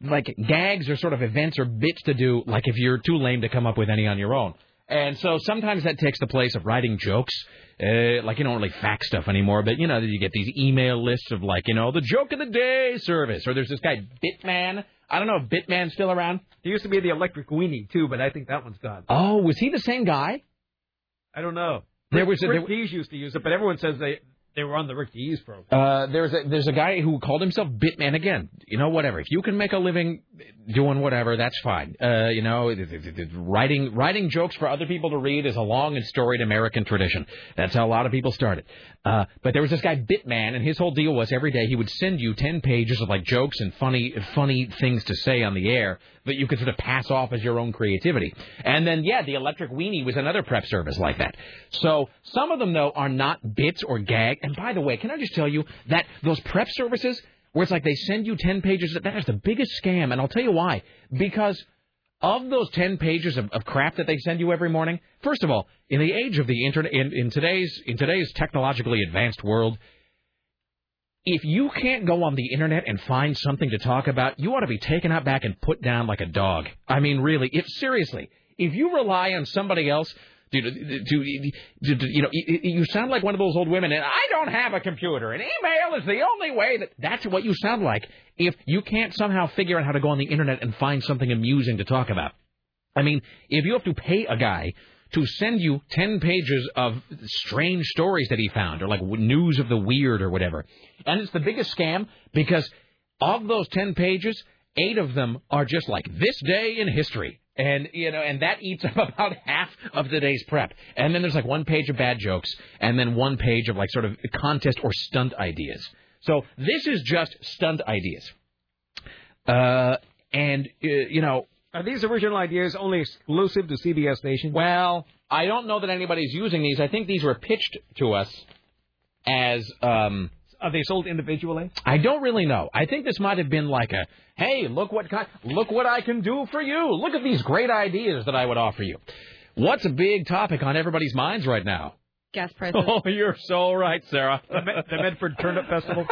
Speaker 1: like gags or sort of events or bits to do. Like if you're too lame to come up with any on your own. And so sometimes that takes the place of writing jokes. Uh, like you don't really fax stuff anymore, but you know you get these email lists of like you know the joke of the day service, or there's this guy Bitman. I don't know if Bitman's still around.
Speaker 2: There used to be the electric weenie too, but I think that one's gone.
Speaker 1: Oh, was he the same guy?
Speaker 2: I don't know.
Speaker 1: There
Speaker 2: Rick-
Speaker 1: was a-
Speaker 2: Rick Dees used to use it, but everyone says they they were on the Rick Dees program.
Speaker 1: Uh, there's a there's a guy who called himself Bitman again. You know, whatever. If you can make a living doing whatever, that's fine. Uh, you know, th- th- th- writing writing jokes for other people to read is a long and storied American tradition. That's how a lot of people started. Uh, but there was this guy Bitman, and his whole deal was every day he would send you ten pages of like jokes and funny funny things to say on the air that you could sort of pass off as your own creativity. And then yeah, the Electric Weenie was another prep service like that. So some of them though are not bits or gag. And by the way, can I just tell you that those prep services where it's like they send you ten pages, that is the biggest scam, and I'll tell you why. Because of those 10 pages of, of crap that they send you every morning, first of all, in the age of the internet, in, in today's in today's technologically advanced world, if you can't go on the internet and find something to talk about, you ought to be taken out back and put down like a dog. I mean, really, if seriously, if you rely on somebody else to, to, to, to, to- you know, you you sound like one of those old women. And I don't have a computer, and email is the only way that that's what you sound like. If you can't somehow figure out how to go on the internet and find something amusing to talk about, I mean, if you have to pay a guy to send you 10 pages of strange stories that he found or like w- news of the weird or whatever. And it's the biggest scam because of those 10 pages, 8 of them are just like this day in history. And you know, and that eats up about half of today's prep. And then there's like one page of bad jokes and then one page of like sort of contest or stunt ideas. So this is just stunt ideas. Uh and uh, you know,
Speaker 2: Are these original ideas only exclusive to CBS Nation?
Speaker 1: Well, I don't know that anybody's using these. I think these were pitched to us as um
Speaker 2: are they sold individually?
Speaker 1: I don't really know. I think this might have been like a, hey, look what kind, look what I can do for you. Look at these great ideas that I would offer you. What's a big topic on everybody's minds right now?
Speaker 3: Gas prices.
Speaker 1: Oh, you're so right, Sarah. The,
Speaker 2: Medford Turnip Festival.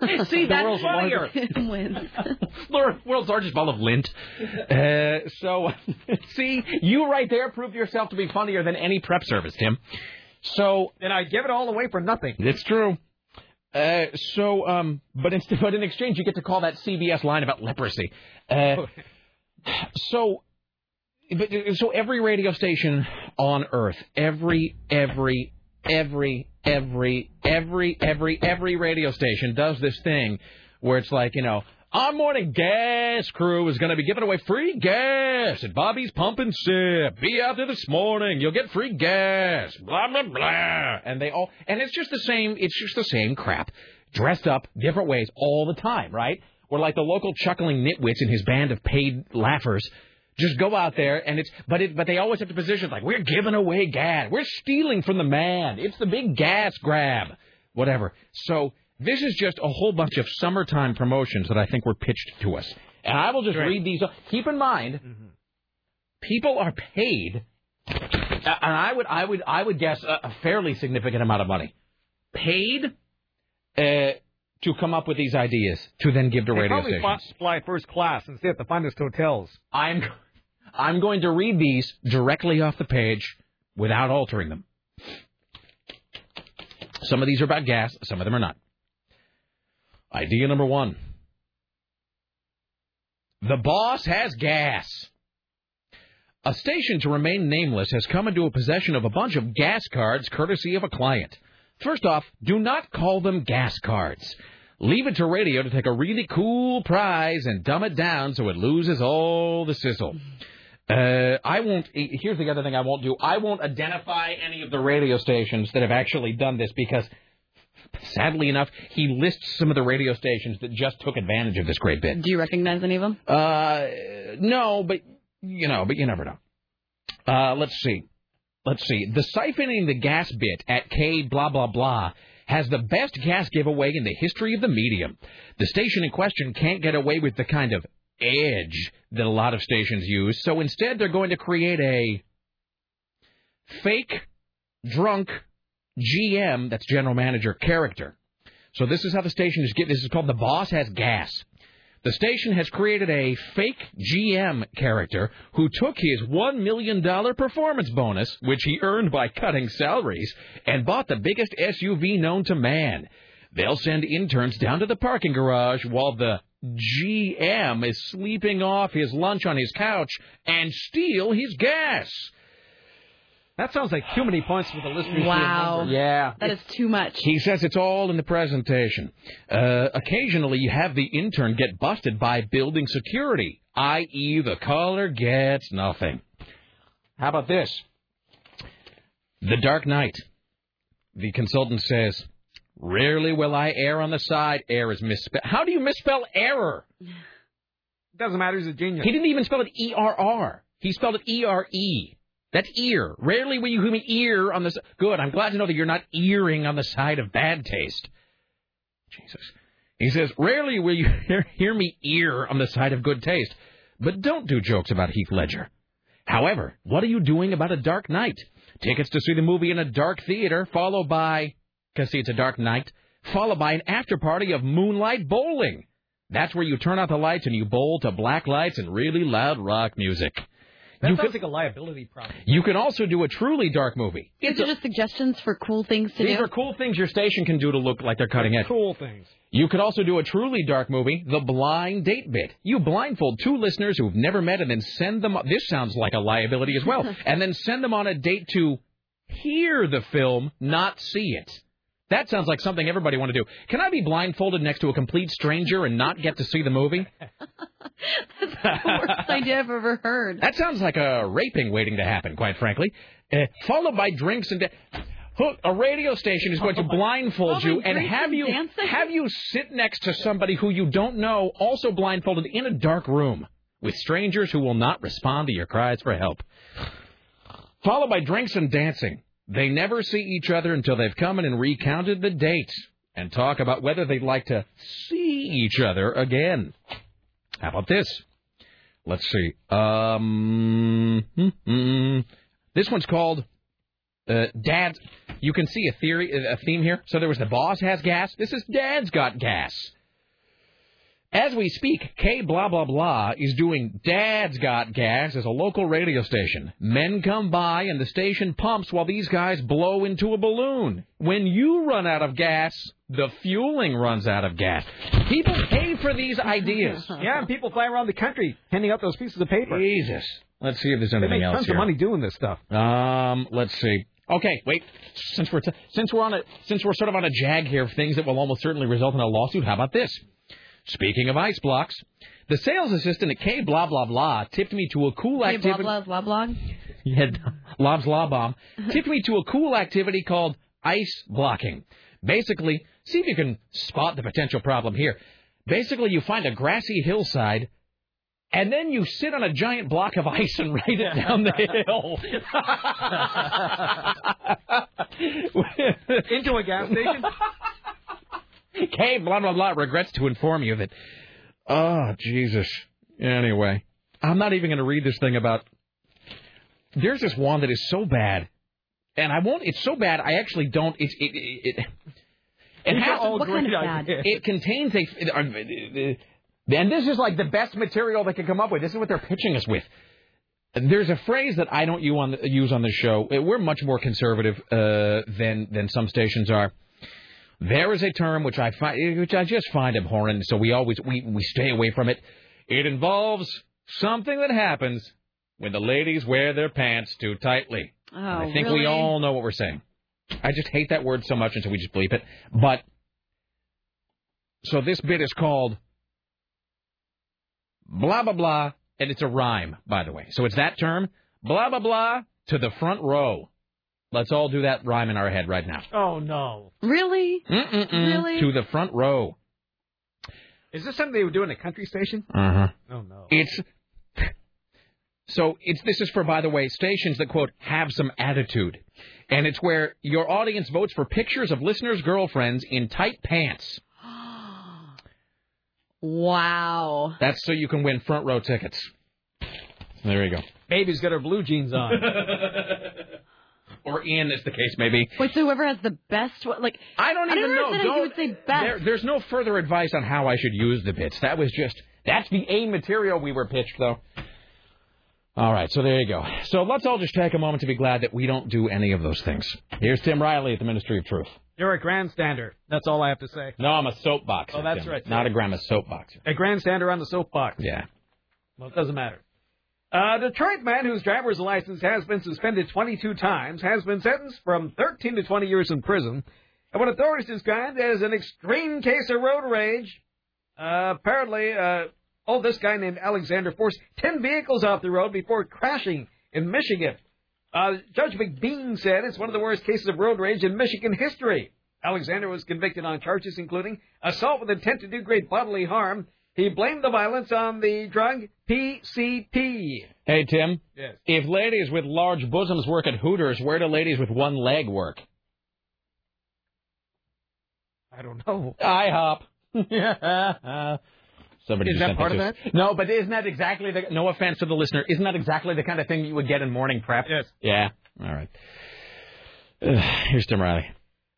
Speaker 1: See,
Speaker 3: See,
Speaker 1: the
Speaker 3: that's
Speaker 1: world's
Speaker 3: funnier.
Speaker 1: largest, the world's largest ball of lint. Uh, so, see, you right there proved yourself to be funnier than any prep service, Tim. So,
Speaker 2: and I give it all away for nothing.
Speaker 1: It's true. Uh, so, um, but instead, but in exchange, you get to call that CBS line about leprosy. Uh, so, but, uh, so every radio station on Earth, every, every, every, every, every, every, every radio station does this thing where it's like, you know, our morning gas crew is going to be giving away free gas at Bobby's Pump and Sip. Be out there this morning. You'll get free gas. Blah blah blah. And they all and it's just the same. It's just the same crap, dressed up different ways all the time, right? Where like the local chuckling nitwits and his band of paid laughers just go out there and it's but it but they always have to position it like we're giving away gas. We're stealing from the man. It's the big gas grab. Whatever. So this is just a whole bunch of summertime promotions that I think were pitched to us. And I will just read these. Keep in mind, people are paid, and I would, I would, I would guess a, a fairly significant amount of money, paid uh, to come up with these ideas to then give to
Speaker 2: They
Speaker 1: radio
Speaker 2: probably
Speaker 1: stations.
Speaker 2: fly, fly first class and stay at the finest hotels.
Speaker 1: I'm I'm going to read these directly off the page without altering them. Some of these are about gas, some of them are not. Idea number one The boss has gas. A station to remain nameless has come into a possession of a bunch of gas cards courtesy of a client. First off, do not call them gas cards. Leave it to radio to take a really cool prize and dumb it down so it loses all the sizzle. Uh, I won't. Here's the other thing I won't do. I won't identify any of the radio stations that have actually done this because, sadly enough, he lists some of the radio stations that just took advantage of this great bit.
Speaker 3: Do you recognize any of them?
Speaker 1: Uh, no, but you know, but you never know. Uh, let's see. Let's see. The siphoning the gas bit at K blah blah blah has the best gas giveaway in the history of the medium. The station in question can't get away with the kind of edge that a lot of stations use, so instead they're going to create a fake drunk GM, that's general manager character. So this is how the station is getting this is called the boss has gas. The station has created a fake GM character who took his $1 million performance bonus, which he earned by cutting salaries, and bought the biggest SUV known to man. They'll send interns down to the parking garage while the GM is sleeping off his lunch on his couch and steal his gas.
Speaker 2: That sounds like too many points for the listeners. to
Speaker 3: Wow.
Speaker 2: remember.
Speaker 1: Yeah.
Speaker 3: That is too much.
Speaker 1: He says it's all in the presentation. Uh, occasionally, you have the intern get busted by building security, i.e., the caller gets nothing. How about this? The Dark Knight. The consultant says, Rarely will I err on the side. Err is misspelled. How do you misspell error?
Speaker 2: Doesn't matter. He's a genius.
Speaker 1: He didn't even spell it E R R. He spelled it E R E. That's ear. Rarely will you hear me ear on this. Good. I'm glad to know that you're not earring on the side of bad taste. Jesus. He says, rarely will you hear, hear me ear on the side of good taste. but don't do jokes about Heath Ledger. However, what are you doing about a dark night? Tickets to see the movie in a dark theater, followed by, because see, it's a dark night, followed by an after party of moonlight bowling. That's where you turn out the lights and you bowl to black lights and really loud rock music.
Speaker 2: That
Speaker 1: you,
Speaker 2: sounds
Speaker 1: could,
Speaker 2: like a liability problem.
Speaker 1: you can also do a truly dark movie.
Speaker 3: These are just suggestions for cool things to
Speaker 1: These
Speaker 3: do.
Speaker 1: are cool things your station can do to look like they're cutting edge.
Speaker 2: Cool things.
Speaker 1: You could also do a truly dark movie, The Blind Date Bit. You blindfold two listeners who've never met and then send them. This sounds like a liability as well. and then send them on a date to hear the film, not see it. That sounds like something everybody want to do. Can I be blindfolded next to a complete stranger and not get to see the movie?
Speaker 3: Worst idea I've ever heard.
Speaker 1: That sounds like a raping waiting to happen, quite frankly. Uh, followed by drinks and. Da- Who- a radio station is going to blindfold you and
Speaker 3: drinks
Speaker 1: have
Speaker 3: and
Speaker 1: you
Speaker 3: dancing?
Speaker 1: have you sit next to somebody who you don't know, also blindfolded, in a dark room with strangers who will not respond to your cries for help. Followed by drinks and dancing. They never see each other until they've come in and recounted the date and talk about whether they'd like to see each other again. How about this? Let's see. Um, hmm, hmm. this one's called uh, Dad's. You can see a theory, a theme here. So there was the boss has gas. This is Dad's got gas. As we speak, K blah blah blah is doing Dad's Got Gas as a local radio station. Men come by and the station pumps while these guys blow into a balloon. When you run out of gas, the fueling runs out of gas. People pay for these ideas.
Speaker 2: yeah, and people fly around the country handing out those pieces of paper.
Speaker 1: Jesus. Let's see if there's anything
Speaker 2: they make
Speaker 1: else
Speaker 2: tons
Speaker 1: here.
Speaker 2: of money doing this stuff.
Speaker 1: Um, let's see. Okay, wait. Since we're t- since we're on a since we're sort of on a jag here of things that will almost certainly result in a lawsuit, how about this? Speaking of ice blocks, the sales assistant at K blah blah blah tipped me to a cool
Speaker 3: Hey, blah
Speaker 1: activity.
Speaker 3: blah blah blah.
Speaker 1: Yeah, Lob's Law Bomb tipped me to a cool activity called ice blocking. Basically, see if you can spot the potential problem here. Basically, you find a grassy hillside, and then you sit on a giant block of ice and ride it down the hill.
Speaker 2: Into a gas station?
Speaker 1: K blah blah blah regrets to inform you that. Oh Jesus. Anyway, I'm not even going to read this thing about. There's this one that is so bad, and I won't. It's so bad I actually don't. It's it it. it
Speaker 10: These
Speaker 1: it
Speaker 10: are
Speaker 1: has
Speaker 10: all What kind of great bad? ideas.
Speaker 1: It contains a. And this is like the best material they can come up with. This is what they're pitching us with. There's a phrase that I don't u- on the- use on this show. We're much more conservative uh, than than some stations are. There is a term which I find which I just find abhorrent, so we always we, we stay away from it. It involves something that happens when the ladies wear their pants too tightly.
Speaker 3: Oh,
Speaker 1: And I think
Speaker 3: really?
Speaker 1: we all know what we're saying. I just hate that word so much, and so we just bleep it. But so this bit is called blah blah blah, and it's a rhyme, by the way. So it's that term blah blah blah to the front row. Let's all do that rhyme in our head right now.
Speaker 2: Oh, no.
Speaker 3: Really?
Speaker 1: Mm-mm-mm.
Speaker 2: Really?
Speaker 1: To the front row.
Speaker 2: Is this something they would do in a country station?
Speaker 1: Uh-huh.
Speaker 2: Oh, no.
Speaker 1: It's so it's this is for by the way stations that quote have some attitude, and it's where your audience votes for pictures of listeners' girlfriends in tight pants.
Speaker 3: Wow.
Speaker 1: That's so you can win front row tickets. There you go.
Speaker 2: Baby's got her blue jeans on.
Speaker 1: Or in, as the case may be.
Speaker 3: Wait, so whoever has the best one, like
Speaker 1: I don't even know.
Speaker 3: understand how
Speaker 1: Don't-
Speaker 3: you would say best.
Speaker 1: There, there's no further advice on how I should use the bits. That was just that's the A material we were pitched though. All right, so there you go. So let's all just take a moment to be glad that we don't do any of those things. Here's Tim Riley at the Ministry of Truth.
Speaker 2: You're a grandstander. That's all I have to say.
Speaker 1: No, I'm a soapbox.
Speaker 2: Oh, that's
Speaker 1: Tim.
Speaker 2: right.
Speaker 1: Not a grandma soapbox.
Speaker 2: A grandstander on the soapbox.
Speaker 1: Yeah.
Speaker 2: Well, it doesn't matter. A Detroit man whose driver's license has been suspended 22 times has been sentenced from 13 to 20 years in prison. And what authorities described as an extreme case of road rage. Uh, apparently, uh, oh, this guy named Alexander forced 10 vehicles off the road before crashing in Michigan. Uh, Judge McBean said it's one of the worst cases of road rage in Michigan history. Alexander was convicted on charges including assault with intent to do great bodily harm. He blamed the violence on the drug PCP.
Speaker 1: Hey Tim.
Speaker 2: Yes.
Speaker 1: If ladies with large bosoms work at Hooters, where do ladies with one leg work?
Speaker 2: I don't know.
Speaker 1: IHOP. Somebody
Speaker 10: Is
Speaker 1: just
Speaker 10: that
Speaker 1: sent
Speaker 10: part of
Speaker 1: to us. No, but isn't that exactly the? No offense to the listener, isn't that exactly the kind of thing you would get in morning prep? Yes. Yeah. All right. Ugh, here's Tim Riley.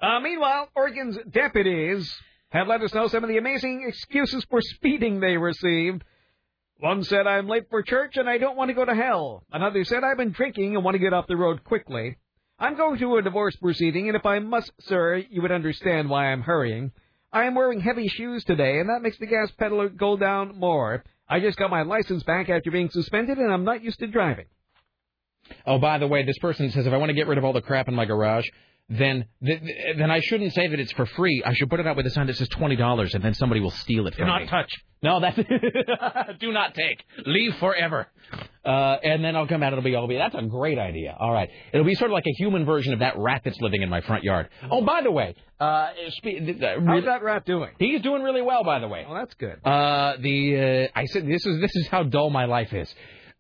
Speaker 2: Uh, meanwhile, Oregon's deputies have let us know some of the amazing excuses for speeding they received. One said, I'm late for church and I don't want to go to hell. Another said, I've been drinking and want to get off the road quickly. I'm going to a divorce proceeding, and if I must, sir, you would understand why I'm hurrying. I am wearing heavy shoes today, and that makes the gas pedal go down more. I just got my license back after being suspended, and I'm not used to driving.
Speaker 1: Oh, by the way, this person says if I want to get rid of all the crap in my garage, then th- th- then I shouldn't say that it's for free. I should put it out with a sign that says twenty dollars, and then somebody will steal it from me.
Speaker 10: touch.
Speaker 1: No, that's do not take. Leave forever. Uh, and then I'll come out. It'll be all be. That's a great idea. All right. It'll be sort of like a human version of that rat that's living in my front yard. Oh, by the way, uh, spe- uh,
Speaker 2: How's that rat doing?
Speaker 1: He's doing really well, by the way.
Speaker 2: Well, that's good.
Speaker 1: Uh, the uh, I said this is this is how dull my life is.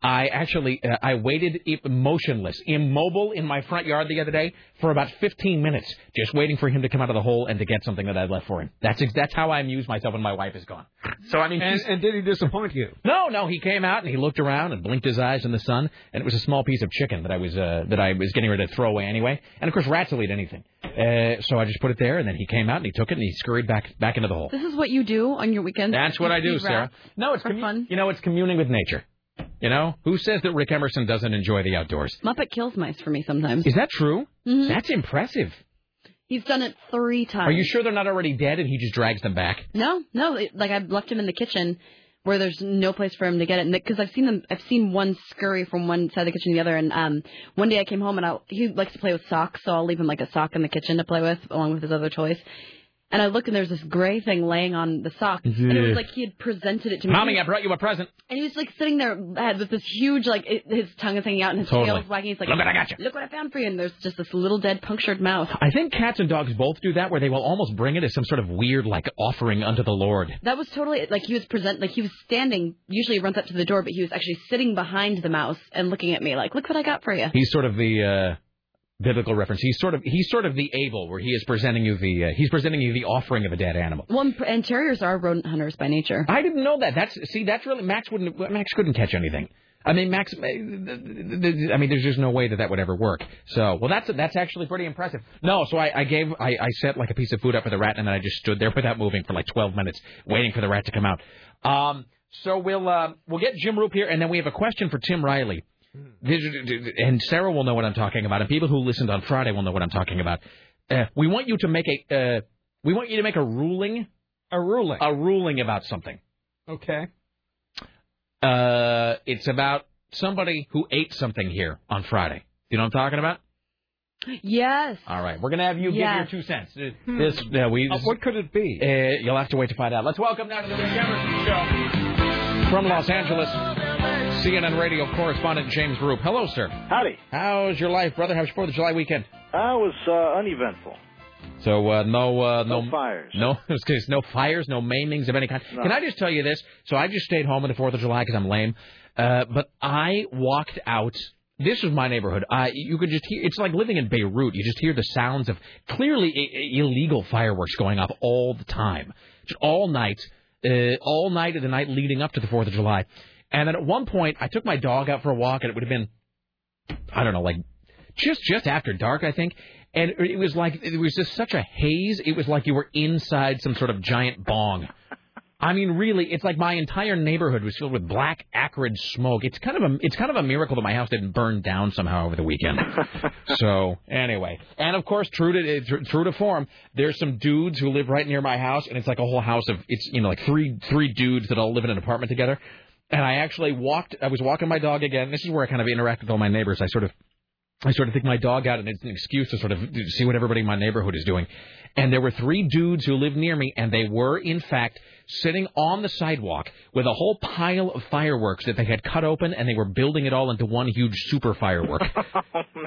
Speaker 1: I actually uh, I waited e- motionless, immobile in my front yard the other day for about 15 minutes, just waiting for him to come out of the hole and to get something that I left for him. That's ex- that's how I amuse myself when my wife is gone. So I mean,
Speaker 2: And, and did he disappoint you?
Speaker 1: no, no, he came out and he looked around and blinked his eyes in the sun, and it was a small piece of chicken that I was uh, that I was getting ready to throw away anyway. And of course, rats will eat anything. Uh, so I just put it there, and then he came out and he took it and he scurried back back into the hole.
Speaker 3: This is what you do on your weekends.
Speaker 1: That's what
Speaker 3: You
Speaker 1: I do,
Speaker 3: feed
Speaker 1: Sarah.
Speaker 3: rats.
Speaker 1: No, it's commu- You know, it's communing with nature. You know, who says that Rick Emerson doesn't enjoy the outdoors?
Speaker 3: Muppet kills mice for me sometimes.
Speaker 1: Is that true?
Speaker 3: Mhm.
Speaker 1: That's impressive.
Speaker 3: He's done it three times.
Speaker 1: Are you sure they're not already dead and he just drags them back?
Speaker 3: No, no. It, like I've left him in the kitchen where there's no place for him to get it. Because I've seen them. I've seen one scurry from one side of the kitchen to the other. And um, one day I came home and I, he likes to play with socks, so I'll leave him like a sock in the kitchen to play with along with his other toys. And I looked and there's this gray thing laying on the sock, and it
Speaker 1: Yeah.
Speaker 3: was like he had presented it to me.
Speaker 1: Mommy, I brought you a present.
Speaker 3: And he was like sitting there had- with this huge, like it, his tongue is hanging out and his tail
Speaker 1: Totally.
Speaker 3: is wagging. He's like,
Speaker 1: Look what I got you.
Speaker 3: Look what I found for you!" And there's just this little dead punctured mouth.
Speaker 1: I think cats and dogs both do that, where they will almost bring it as some sort of weird, like, offering unto the Lord.
Speaker 3: That was totally like he was present, like he was standing. Usually he runs up to the door, but he was actually sitting behind the mouse and looking at me like, "Look what I got for you."
Speaker 1: He's sort of the uh, biblical reference. He's sort of he's sort of the Abel, where he is presenting you the uh, he's presenting you the offering of a dead animal.
Speaker 3: Well, and- and terriers are rodent hunters by nature.
Speaker 1: I didn't know that. That's see, that's really Max wouldn't Max couldn't catch anything. I mean, Max. eh, I mean, there's just no way that that would ever work. So, well, that's that's actually pretty impressive. No, so I, I gave I, I set like a piece of food up for the rat, and then I just stood there without moving for like 12 minutes, waiting for the rat to come out. Um, so we'll uh, we'll get Jim Roop here, and then we have a question for Tim Riley.
Speaker 2: Hmm.
Speaker 1: This- And Sarah will know what I'm talking about, and people who listened on Friday will know what I'm talking about. Uh, we want you to make a uh, we want you to make a ruling,
Speaker 2: a ruling,
Speaker 1: a ruling about something.
Speaker 2: Okay.
Speaker 1: Uh, it's about somebody who ate something here on Friday. You know what I'm talking about?
Speaker 3: Yes.
Speaker 1: All right, we're gonna have you
Speaker 3: Yes.
Speaker 1: give your two cents. Uh, This, yeah, we. what
Speaker 2: could it be?
Speaker 1: Uh, you'll have to wait to find out. Let's welcome now to the Rick Emerson Show from Los Angeles, CNN radio correspondent James Roop. Hello, sir.
Speaker 8: Howdy.
Speaker 1: How's your life, brother? How's your Fourth of July weekend?
Speaker 8: I was uh, uneventful.
Speaker 1: So uh, no, uh, no,
Speaker 8: No fires.
Speaker 1: No, I was gonna say, no fires, no maimings of any kind. Can I just tell you this? So I just stayed home on the Fourth of July because I'm lame, uh, but I walked out. This was my neighborhood. I you could just hear. It's like living in Beirut. You just hear the sounds of clearly I- illegal fireworks going off all the time, just all night, uh, all night of the night leading up to the Fourth of July. And then at one point, I took my dog out for a walk, and it would have been I don't know, like just just after dark, I think. And it was like it was just such a haze. It was like you were inside some sort of giant bong. I mean, really, it's like my entire neighborhood was filled with black, acrid smoke. It's kind of a it's kind of a miracle that my house didn't burn down somehow over the weekend. so anyway, and of course, true to eh, tr- true to form, there's some dudes who live right near my house, and it's like a whole house of it's you know like three three dudes that all live in an apartment together. And I actually walked. I was walking my dog again. This is where I kind of interact with all my neighbors. I sort of I sort of take my dog out, and it's an excuse to sort of see what everybody in my neighborhood is doing. And there were three dudes who lived near me, and they were, in fact, sitting on the sidewalk with a whole pile of fireworks that they had cut open, and they were building it all into one huge super firework,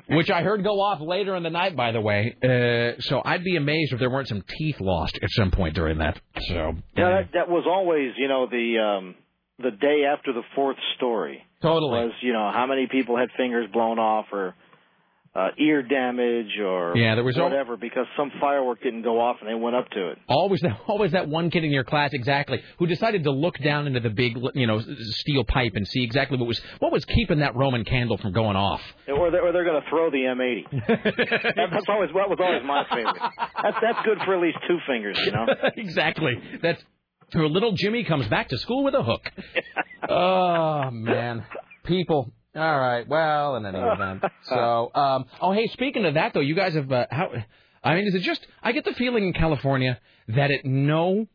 Speaker 1: which I heard go off later in the night, by the way. Uh, so I'd be amazed if there weren't some teeth lost at some point during that. So
Speaker 8: Yeah, that, that was always, you know, the um, the day after the fourth story.
Speaker 1: Totally.
Speaker 8: Was you know how many people had fingers blown off or uh, ear damage or
Speaker 1: Yeah, there was al-
Speaker 8: whatever because some firework didn't go off and they went up to it.
Speaker 1: Always that, always that one kid in your class, exactly, who decided to look down into the big, you know, s- steel pipe and see exactly what was what was keeping that Roman candle from going off.
Speaker 8: Or they're, or they're going to throw the M80. That- that's always that was always my favorite. That's that's good for at least two fingers, you know.
Speaker 1: exactly. That's her little Jimmy comes back to school with a hook. oh man, people. All right. Well, in any event. So, um, oh hey, speaking of that though, you guys have uh, how? I mean, is it just? I get the feeling in California that at no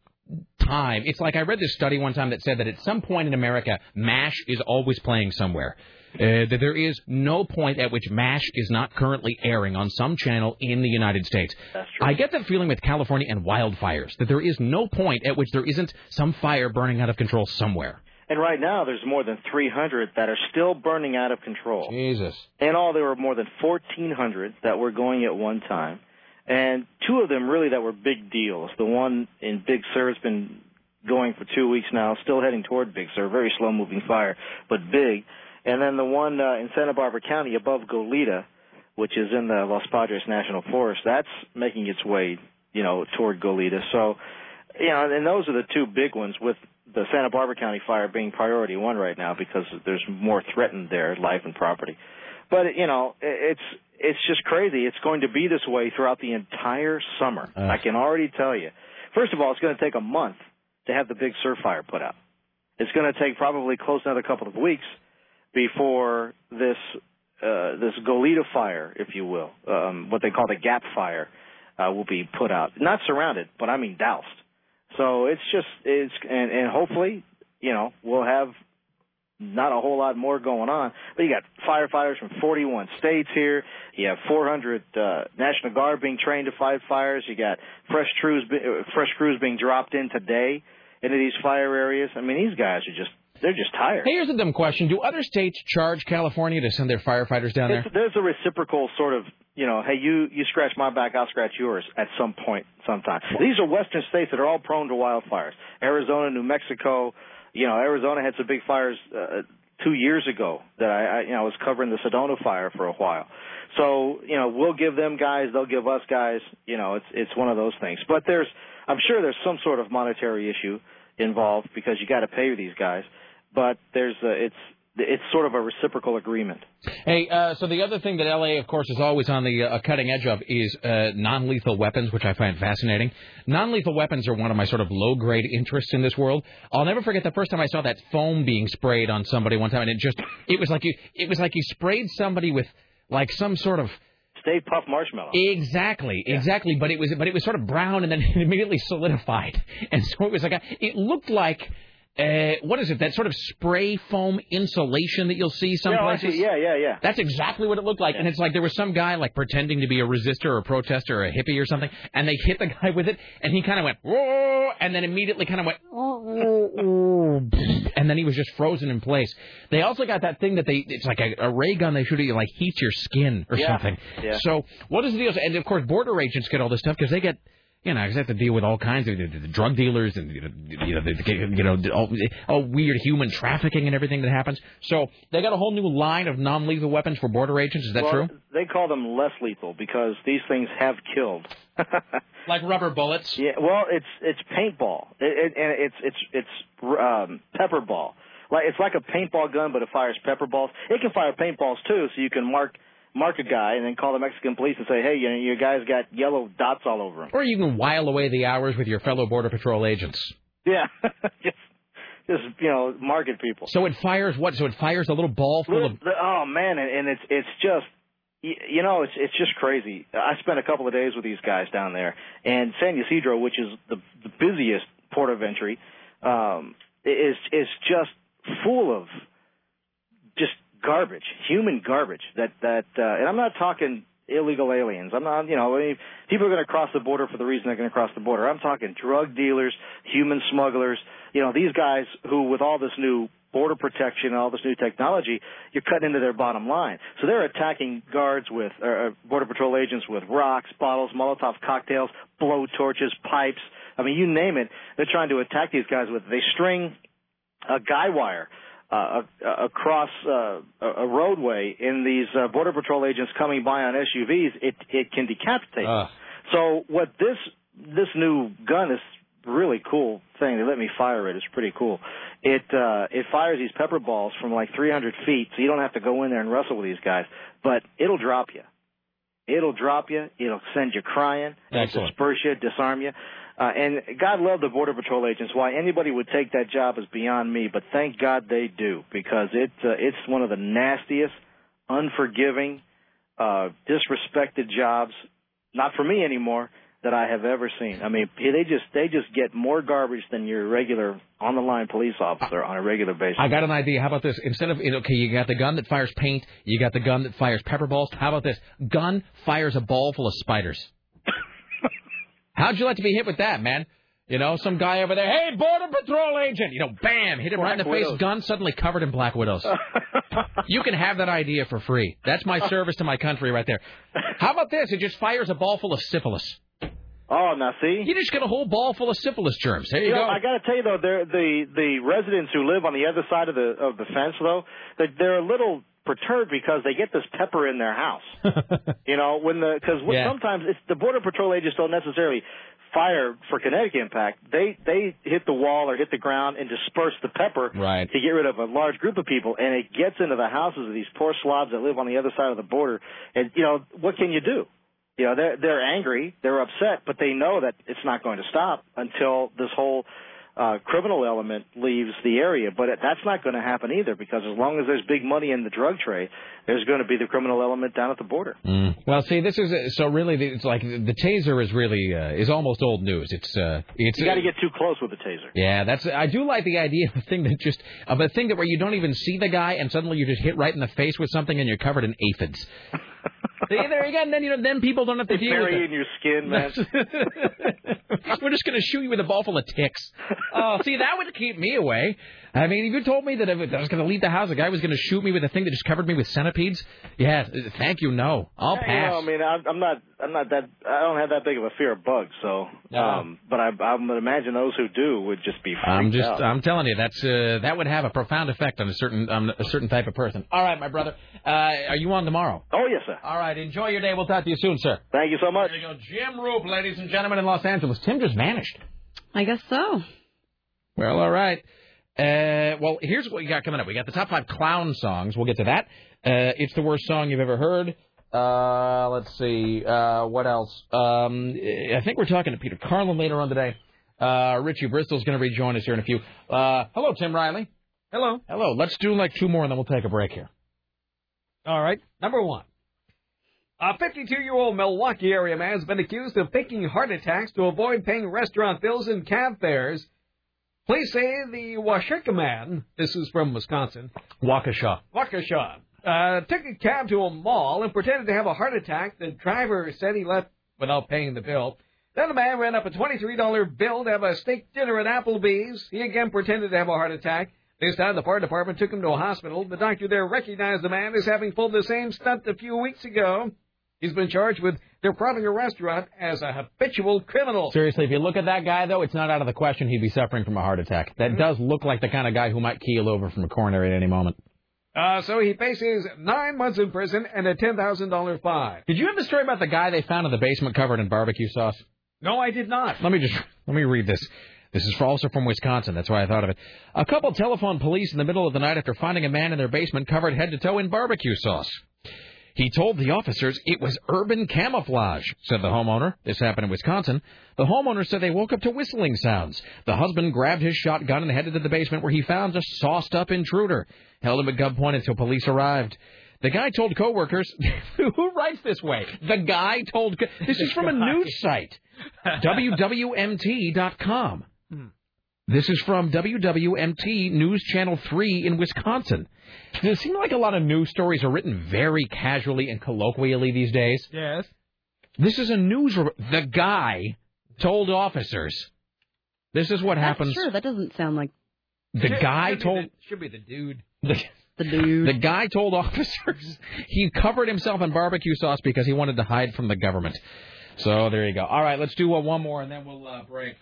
Speaker 1: time, it's like I read this study one time that said that at some point in America, Mash is always playing somewhere. Uh, that there is no point at which MASH is not currently airing on some channel in the United States. I get that feeling with California and wildfires that there is no point at which there isn't some fire burning out of control somewhere.
Speaker 8: And right now, there's more than 300 that are still burning out of control.
Speaker 1: Jesus.
Speaker 8: In all, there were more than 1,400 that were going at one time, and two of them really that were big deals. The one in Big Sur has been going for two weeks now, still heading toward Big Sur, very slow-moving fire, but big. And then the one uh, in Santa Barbara County above Goleta, which is in the Los Padres National Forest, that's making its way, you know, toward Goleta. So, you know, and those are the two big ones with the Santa Barbara County fire being priority one right now because there's more threatened there, life and property. But you know, it- it's it's just crazy. It's going to be this way throughout the entire summer. I can already tell you. First of all, it's going to take a month to have the big surf fire put out. It's going to take probably close another couple of weeks before this uh, this Goleta fire, if you will, um, what they call the gap fire, uh, will be put out. Not surrounded, but I mean doused. So it's just it's and, and hopefully, you know, we'll have not a whole lot more going on. But you got firefighters from 41 states here. You have 400 uh, National Guard being trained to fight fires. You got fresh crews be- uh, fresh crews being dropped in today into these fire areas. I mean, these guys are just they're just tired.
Speaker 1: Hey, here's a dumb question: Do other states charge California to send their firefighters down there?
Speaker 8: It's- there's a reciprocal sort of, you know, hey, you you scratch my back, I'll scratch yours at some point, sometime. These are Western states that are all prone to wildfires. Arizona, New Mexico, you know, Arizona had some big fires uh, two years ago that I, I, you know, I was covering the Sedona fire for a while. So, you know, we'll give them guys, they'll give us guys. You know, it's it's one of those things. But there's, I'm sure there's some sort of monetary issue involved because you got to pay these guys. But there's, a, it's it's sort of a reciprocal agreement.
Speaker 1: Hey, uh, so the other thing that LA, of course, is always on the uh, cutting edge of is uh, non lethal weapons, which I find fascinating. Non lethal weapons are one of my sort of low grade interests in this world. I'll never forget the first time I saw that foam being sprayed on somebody one time, and it just it was like you it was like you sprayed somebody with like some sort of
Speaker 8: Stay Puff Marshmallow.
Speaker 1: Exactly, exactly. But it was but it was sort of brown and then it immediately solidified, and so it was like a, it looked like. Uh, what is it? That sort of spray foam insulation that you'll see some
Speaker 8: Yeah, I
Speaker 1: places.
Speaker 8: see. Yeah, yeah, yeah.
Speaker 1: That's exactly what it looked like. And it's like there was some guy like pretending to be a resistor or a protester or a hippie or something, and they hit the guy with it, and he kind of went whoa, and then immediately kind of went "Oh, and then he was just frozen in place. They also got that thing that they it's like a, a ray gun they shoot at you like heats your skin or
Speaker 10: Yeah.
Speaker 1: something.
Speaker 10: Yeah.
Speaker 1: So what is the deal? And of course, border agents get all this stuff because they get. You know, 'cause they have to deal with all kinds of the, the drug dealers and you know, you know, the, you know all, all weird human trafficking and everything that happens. So they got a whole new line of non-lethal weapons for border agents. Is that
Speaker 8: Well,
Speaker 1: true?
Speaker 8: They call them less lethal because these things have killed.
Speaker 1: like rubber bullets.
Speaker 8: Yeah. Well, it's it's paintball, it, it, and it's it's it's um, pepper ball. Like it's like a paintball gun, but it fires pepper balls. It can fire paintballs too, so you can mark mark a guy and then call the Mexican police and say, hey, you know, your guy's got yellow dots all over him.
Speaker 1: Or you can while away the hours with your fellow border patrol agents.
Speaker 8: Yeah. just just you know, market people.
Speaker 1: So it fires what? So it fires a little ball full
Speaker 8: Little-
Speaker 1: of
Speaker 8: the- oh man, and, and it's it's just y- you know it's it's just crazy. I spent a couple of days with these guys down there, and San Ysidro, which is the, the busiest port of entry, um, i- is is just full of just garbage, human garbage. That that, uh, and I'm not talking illegal aliens. I'm not, you know, I mean, people are going to cross the border for the reason they're going to cross the border. I'm talking drug dealers, human smugglers. You know, these guys who, with all this new border protection and all this new technology, you're cutting into their bottom line. So they're attacking guards with, or, or border patrol agents with rocks, bottles, Molotov cocktails, blow torches, pipes. I mean, you name it. They're trying to attack these guys with. They string a guy wire uh, a- across uh, a a roadway in these uh, border patrol agents coming by on SUVs, it it can decapitate. them. So what this this new gun is really cool thing. They let me fire it. It's pretty cool. It uh, it fires these pepper balls from like 300 feet, so you don't have to go in there and wrestle with these guys. But it'll drop you. It'll drop you. It'll send you crying. It'll
Speaker 1: Excellent.
Speaker 8: disperse you, disarm you. Uh, and God love the Border Patrol agents. Why anybody would take that job is beyond me, but thank God they do because it, uh, it's one of the nastiest, unforgiving, uh, disrespected jobs, not for me anymore, that I have ever seen. I mean, they just they just get more garbage than your regular on the line police officer on a regular basis.
Speaker 1: I got an idea. How about this? Instead of okay, you got the gun that fires paint, you got the gun that fires pepper balls. How about this? Gun fires a ball full of spiders. How'd you like to be hit with that, man? You know, some guy over there. Hey, border patrol agent. You know, bam, hit him right in the
Speaker 20: Black
Speaker 1: face.
Speaker 20: widows.
Speaker 1: Gun suddenly covered in black widows. you can have that idea for free. That's my service to my country right there. How about this? It just fires a ball full of syphilis.
Speaker 8: Oh, now see,
Speaker 1: you just get a whole ball full of syphilis germs. There you,
Speaker 8: You
Speaker 1: go.
Speaker 8: know, I got to tell you though, they're, the the residents who live on the other side of the of the fence though, that they're a little perturbed because they get this pepper in their house. you know, when the because
Speaker 9: Yeah.
Speaker 8: sometimes it's the border patrol agents don't necessarily fire for kinetic impact. They they hit the wall or hit the ground and disperse the pepper
Speaker 1: Right.
Speaker 8: to get rid of a large group of people, and it gets into the houses of these poor slobs that live on the other side of the border. And you know, what can you do? You know, they're they're angry, they're upset, but they know that it's not going to stop until this whole uh, criminal element leaves the area. But it, that's not going to happen either, because as long as there's big money in the drug trade, there's going to be the criminal element down at the border.
Speaker 20: Mm.
Speaker 1: Well, see, this is so really. It's like the taser is really uh, is almost old news. It's uh, it's
Speaker 8: you got to get too close with the taser.
Speaker 1: Yeah, that's. I do like the idea of a thing that just of a thing that where you don't even see the guy and suddenly you're just hit right in the face with something and you're covered in aphids. See, there you go. And then you know, then people don't have to
Speaker 8: They
Speaker 1: deal with
Speaker 8: bury
Speaker 1: it.
Speaker 8: in your skin, man.
Speaker 1: We're just going to shoot you with a ball full of ticks. Oh, see, that would keep me away. I mean, if you told me that if I was going to leave the house, a guy was going to shoot me with a thing that just covered me with centipedes. Yeah, thank you. No, I'll
Speaker 8: Yeah, You
Speaker 1: pass.
Speaker 8: know, I mean, I'm, I'm not, I'm not that, I don't have that big of a fear of bugs, so. Um, but I, I would imagine those who do would just be. Freaked
Speaker 1: I'm just,
Speaker 8: out.
Speaker 1: I'm telling you, that's uh, that would have a profound effect on a certain on a certain type of person. All right, my brother, uh, are you on tomorrow?
Speaker 8: Oh yes, sir.
Speaker 1: All right, enjoy your day. We'll talk to you soon, sir.
Speaker 8: Thank you so much.
Speaker 1: There you go, Jim Roop, ladies and gentlemen in Los Angeles. Tim just vanished.
Speaker 3: I guess so.
Speaker 1: Well, all right. Uh, well, here's what we got coming up. We got the top five clown songs. We'll get to that. Uh, it's the worst song you've ever heard. Uh, let's see. Uh, what else? Um, I think we're talking to Peter Carlin later on today. Uh, Richie Bristol's going to rejoin us here in a few. Uh, hello, Tim Riley.
Speaker 2: Hello.
Speaker 1: Hello. Let's do like two more and then we'll take a break here.
Speaker 2: All right. Number one. A 52 year old Milwaukee area man has been accused of faking heart attacks to avoid paying restaurant bills and cab fares. Police say the Washakie man, this is from Wisconsin,
Speaker 1: Waukesha.
Speaker 2: Waukesha, uh, took a cab to a mall and pretended to have a heart attack. The driver said he left without paying the bill. Then the man ran up a $23 bill to have a steak dinner at Applebee's. He again pretended to have a heart attack. This time, the fire department took him to a hospital. The doctor there recognized the man as having pulled the same stunt a few weeks ago. He's been charged with defrauding a restaurant as a habitual criminal.
Speaker 1: Seriously, if you look at that guy, though, it's not out of the question he'd be suffering from a heart attack.
Speaker 2: Mm-hmm.
Speaker 1: That does look like the kind of guy who might keel over from a coronary at any moment.
Speaker 2: Uh, so he faces nine months in prison and a $10,000 fine.
Speaker 1: Did you have the story about the guy they found in the basement covered in barbecue sauce?
Speaker 2: No, I did not.
Speaker 1: Let me just let me read this. This is also from Wisconsin. That's why I thought of it. A couple telephoned police in the middle of the night after finding a man in their basement covered head to toe in barbecue sauce. He told the officers it was urban camouflage, said the homeowner. This happened in Wisconsin. The homeowner said they woke up to whistling sounds. The husband grabbed his shotgun and headed to the basement where he found a sauced up intruder. Held him at gunpoint until police arrived. The guy told coworkers, who writes this way? The guy told, co- this is from a news site, WWMT.com. This is from WWMT News Channel 3 in Wisconsin. Does it seem like a lot of news stories are written very casually and colloquially these days?
Speaker 2: Yes.
Speaker 1: This is a news. Re- the guy told officers. This is what happens.
Speaker 3: Sure, that doesn't sound like
Speaker 1: The guy told.
Speaker 2: Should be the dude.
Speaker 1: The,
Speaker 3: dude.
Speaker 1: The guy told officers he covered himself in barbecue sauce because he wanted to hide from the government. So there you go. All right, let's do uh, one more and then we'll uh, break.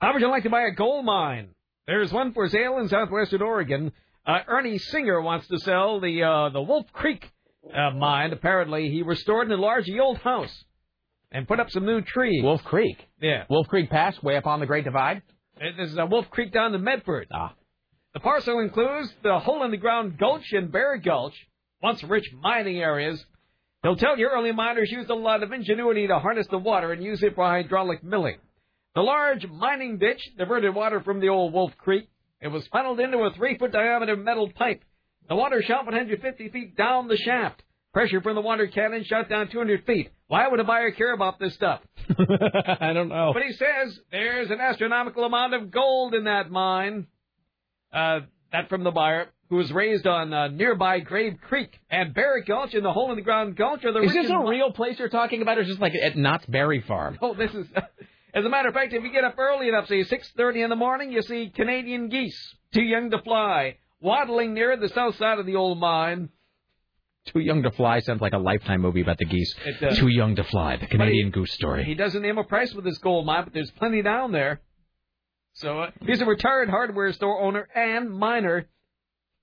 Speaker 2: How would you like to buy a gold mine? There's one for sale in southwestern Oregon. Uh, Ernie Singer wants to sell the uh, the Wolf Creek uh, mine. Apparently, he restored and enlarged the old house and put up some new trees.
Speaker 1: Wolf Creek.
Speaker 2: Yeah.
Speaker 1: Wolf Creek Pass, way up on the Great Divide.
Speaker 2: This is uh, Wolf Creek down in Medford.
Speaker 1: Ah.
Speaker 2: The parcel includes the hole in the ground gulch and Bear Gulch, once rich mining areas. They'll tell you early miners used a lot of ingenuity to harness the water and use it for hydraulic milling. The large mining ditch diverted water from the old Wolf Creek. It was funneled into a three foot diameter metal pipe. The water shot 150 feet down the shaft. Pressure from the water cannon shot down 200 feet. Why would a buyer care about this stuff?
Speaker 1: I don't know.
Speaker 2: But he says there's an astronomical amount of gold in that mine. Uh, that from the buyer, who was raised on uh, nearby Grave Creek and Barrick Gulch and the hole in the ground gulch are the
Speaker 1: Is this
Speaker 2: richest
Speaker 1: a
Speaker 2: mi-
Speaker 1: real place you're talking about, or is this like at Knott's Berry Farm?
Speaker 2: Oh, this is. As a matter of fact, if you get up early enough, say 6:30 in the morning, you see Canadian geese, too young to fly, waddling near the south side of the old mine.
Speaker 1: Too Young to Fly sounds like a lifetime movie about the geese.
Speaker 2: It does.
Speaker 1: Too Young to Fly, the Canadian Goose
Speaker 2: He
Speaker 1: Story.
Speaker 2: doesn't name a price for this gold mine, but there's plenty down there. So uh, he's a retired hardware store owner and miner.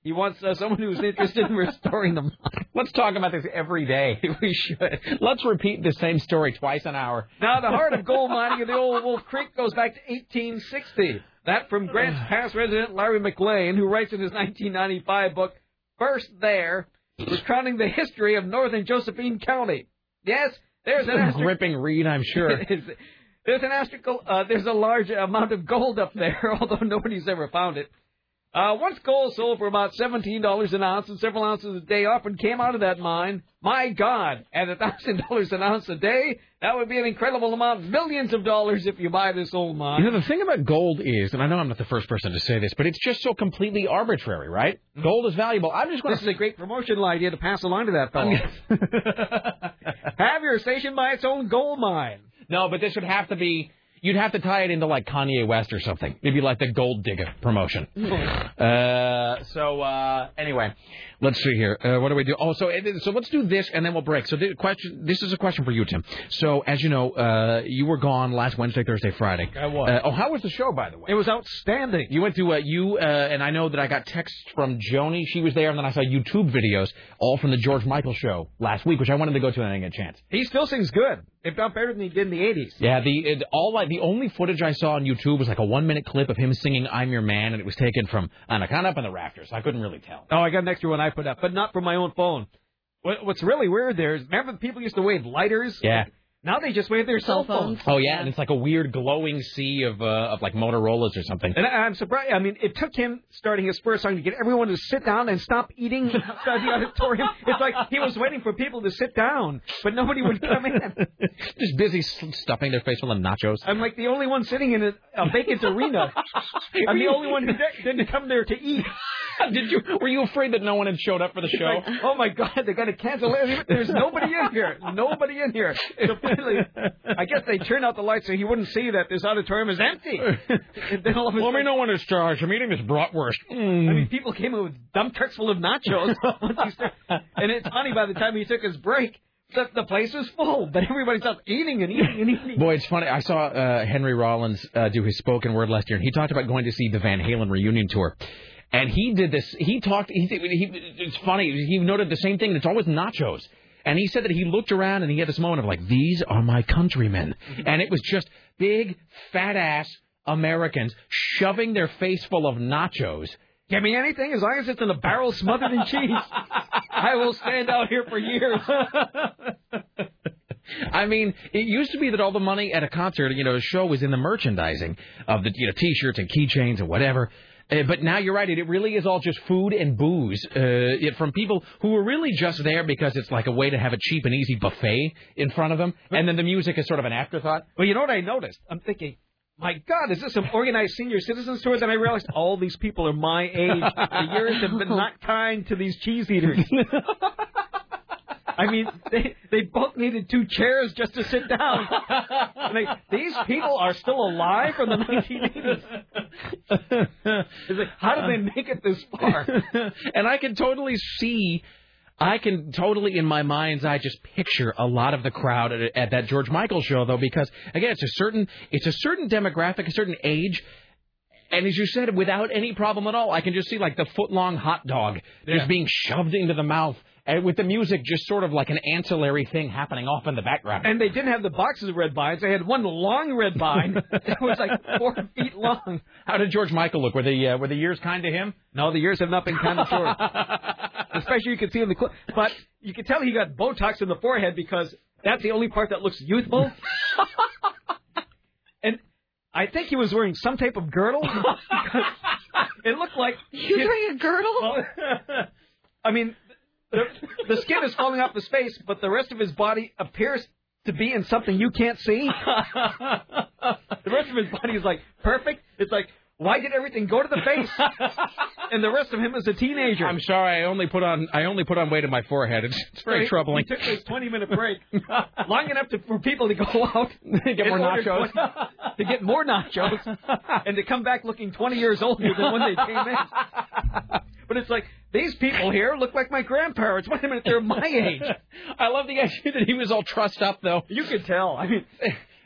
Speaker 2: He wants uh, someone who's interested in restoring the mine.
Speaker 1: Let's talk about this every day.
Speaker 2: we should.
Speaker 1: Let's repeat the same story twice an hour.
Speaker 2: Now, the heart of gold mining in the old Wolf Creek goes back to 1860. That from Grants Pass resident Larry McLean, who writes in his 1995 book, First There, recounting the history of northern Josephine County. Yes, there's an
Speaker 1: Some
Speaker 2: astro-
Speaker 1: gripping read, I'm sure.
Speaker 2: there's an astro- uh, there's a large amount of gold up there, although nobody's ever found it. Uh, once gold sold for about seventeen dollars an ounce and several ounces a day often came out of that mine. My God, at a thousand dollars an ounce a day, that would be an incredible amount, millions of dollars if you buy this old mine.
Speaker 1: You know, the thing about gold is, and I know I'm not the first person to say this, but it's just so completely arbitrary, right? Gold is valuable. I'm just going
Speaker 2: This is a great promotional idea to pass along to that fellow. Have your station buy its own gold mine.
Speaker 1: No, but this would have to be. You'd have to tie it into like Kanye West or something. Maybe like the Gold Digger promotion. Uh, so uh, anyway, let's see here. Uh, what do we do? Oh, so it is- so let's do this and then we'll break. So the question. This is a question for you, Tim. So as you know, uh, you were gone last Wednesday, Thursday, Friday. I was. Uh, oh, how was the show, by the way? It
Speaker 2: was outstanding.
Speaker 1: You went to uh, you uh, and I know that I got texts from Joni. She was there, and then I saw YouTube videos, all from the George Michael show last week, which I wanted to go to and I didn't get a chance.
Speaker 2: He still sings good, if not better than he did in the '80s.
Speaker 1: Yeah, the it, all I, the only footage I saw on YouTube was like a one minute clip of him singing "I'm Your Man," and it was taken from on a kind up in the rafters. I couldn't really tell.
Speaker 2: Oh, I got an extra one I put up, but not from my own phone. What, what's really weird there is, remember the people used to wave lighters?
Speaker 1: Yeah.
Speaker 2: Now they just wave their cell phones.
Speaker 1: Oh yeah, and it's like a weird glowing sea of uh, of like Motorola's or something.
Speaker 2: And I- I'm surprised. I mean, it took him starting his first song to get everyone to sit down and stop eating outside the auditorium. It's like he was waiting for people to sit down, but nobody would come in.
Speaker 1: Just busy s- stuffing their face full of nachos.
Speaker 2: I'm like the only one sitting in a, a vacant arena. I'm the only one who di- didn't come there to eat.
Speaker 1: Did you? Were you afraid that no one had showed up for the
Speaker 2: It's
Speaker 1: show?
Speaker 2: like, oh my God, they got to cancel it. There's nobody in here. Nobody in here. So finally, I guess they turned out the lights so he wouldn't see that this auditorium is empty. And then all of a
Speaker 1: Let me
Speaker 2: sudden-
Speaker 1: know when it's charged. I'm eating this bratwurst.
Speaker 2: I
Speaker 1: Mm.
Speaker 2: mean, people came in with dump trucks full of nachos. Once he started- and it's funny, by the time he took his break, the, the place was full, but everybody's up eating and eating and eating.
Speaker 1: Boy, it's funny. I saw uh, Henry Rollins uh, do his spoken word last year, and he talked about going to see the Van Halen reunion tour. And he did this. He talked. He, he it's funny. He noted the same thing. It's always nachos. And he said that he looked around and he had this moment of like, these are my countrymen. And it was just big fat ass Americans shoving their face full of nachos.
Speaker 2: Give me anything as long as it's in a barrel smothered in cheese. I will stand out here for years.
Speaker 1: I mean, it used to be that all the money at a concert, you know, a show was in the merchandising of the you know T-shirts and keychains and whatever. Uh, but now you're right; it, it really is all just food and booze uh, it- from people who are really just there because it's like a way to have a cheap and easy buffet in front of them, and then the music is sort of an afterthought.
Speaker 2: Well, you know what I noticed? I'm thinking, my God, is this some organized senior citizen store? Then I realized all these people are my age. The years have been not kind to these cheese eaters. I mean, they they both needed two chairs just to sit down. I mean, these people are still alive from the 1980s. It's like, how did they make it this far?
Speaker 1: and I can totally see. I can totally, in my mind's eye, just picture a lot of the crowd at, at that George Michael show, though, because again, it's a certain, it's a certain demographic, a certain age, And as you said, without any problem at all, I can just see like the foot long hot dog just being shoved into the mouth and with the music just sort of like an ancillary thing happening off in the background.
Speaker 2: And they didn't have the boxes of red vines. They had one long red vine that was like four feet long.
Speaker 1: How did George Michael look? Were the uh, were the years kind to him?
Speaker 2: No, the years have not been kind of short. Especially you could see in the clip. But you could tell he got Botox in the forehead because that's the only part that looks youthful. and I think he was wearing some type of girdle. because it looked like he was
Speaker 3: wearing a girdle.
Speaker 2: I mean, the, the skin is falling off his face, but the rest of his body appears to be in something you can't see. the rest of his body is like perfect. It's like why did everything go to the face? and the rest of him is a teenager.
Speaker 1: I'm sorry, I only put on I only put on weight in my forehead. It's, it's very
Speaker 2: He-
Speaker 1: troubling.
Speaker 2: He took this 20 minute break, long enough to, for people to go out
Speaker 1: get
Speaker 2: and
Speaker 1: more
Speaker 2: order 20
Speaker 1: nachos.
Speaker 2: to get more nachos, and to come back looking 20 years older than when they came in. But it's like these people here look like my grandparents. Wait a minute, they're my age.
Speaker 1: I love the idea that he was all trussed up though.
Speaker 2: You could tell. I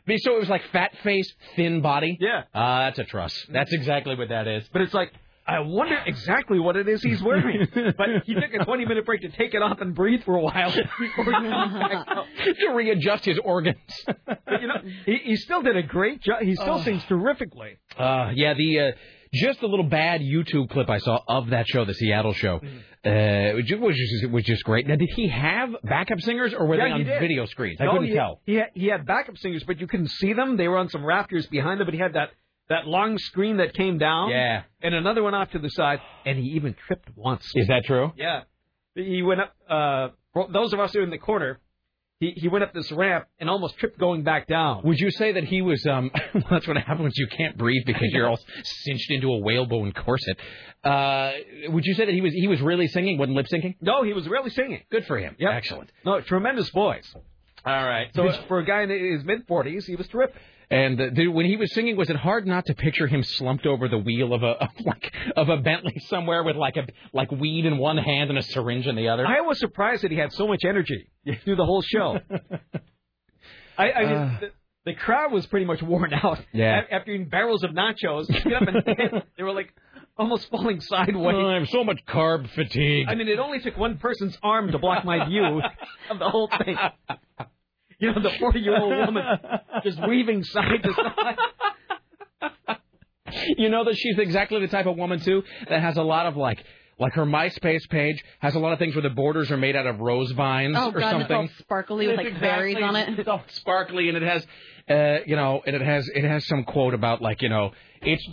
Speaker 2: mean,
Speaker 1: so it was like fat face, thin body.
Speaker 2: Yeah.
Speaker 1: Ah, that's a truss. That's exactly what that is.
Speaker 2: But it's like I wonder exactly what it is he's wearing. but he took a 20 minute break to take it off and breathe for a while before he comes back out.
Speaker 1: to readjust his organs.
Speaker 2: But, you know, he, he still did a great job. He still
Speaker 1: Oh.
Speaker 2: sings terrifically.
Speaker 1: Uh, yeah, the uh, just the little bad YouTube clip I saw of that show, the Seattle show,
Speaker 2: Mm-hmm.
Speaker 1: uh, which was just was just great. Now, did he have backup singers or were
Speaker 2: Yeah,
Speaker 1: they
Speaker 2: he
Speaker 1: on
Speaker 2: did.
Speaker 1: video screens? I
Speaker 2: No,
Speaker 1: couldn't
Speaker 2: he,
Speaker 1: tell.
Speaker 2: He had, he had backup singers, but you couldn't see them. They were on some rafters behind him, but he had that that long screen that came down.
Speaker 1: Yeah.
Speaker 2: And another one off to the side, and he even tripped once.
Speaker 1: Is that true?
Speaker 2: Yeah. He went up. Uh, for those of us who are in the corner, he he went up this ramp and almost tripped going back down.
Speaker 1: Would you say that he was? Um, well, that's what happens. You can't breathe because you're all cinched into a whalebone corset. Uh, would you say that he was? He was really singing, wasn't lip syncing?
Speaker 2: No, he was really singing.
Speaker 1: Good for him.
Speaker 2: Yep.
Speaker 1: Excellent.
Speaker 2: No, tremendous voice.
Speaker 1: All right.
Speaker 2: So for a guy in his mid forties, he was terrific.
Speaker 1: And uh, dude, when he was singing, was it hard not to picture him slumped over the wheel of a of like of a Bentley somewhere with like a like weed in one hand and a syringe in the other?
Speaker 2: I was surprised that he had so much energy through the whole show. I, I mean,
Speaker 1: Uh.
Speaker 2: the, the crowd was pretty much worn out.
Speaker 1: Yeah.
Speaker 2: A- After eating barrels of nachos, get up and they were like almost falling sideways.
Speaker 1: Oh, I have so much carb fatigue.
Speaker 2: I mean, it only took one person's arm to block my view of the whole thing. You know, the 40 year old woman just weaving side to side.
Speaker 1: you know that she's exactly the type of woman too that has a lot of like like her MySpace page has a lot of things where the borders are made out of rose vines
Speaker 3: Oh
Speaker 1: or
Speaker 3: god, and it's all
Speaker 1: something.
Speaker 3: sparkly with
Speaker 1: It's
Speaker 3: like berries
Speaker 1: exactly-
Speaker 3: on it.
Speaker 1: It's all sparkly, and it has, uh, you know, and it has it has some quote about like you know, it's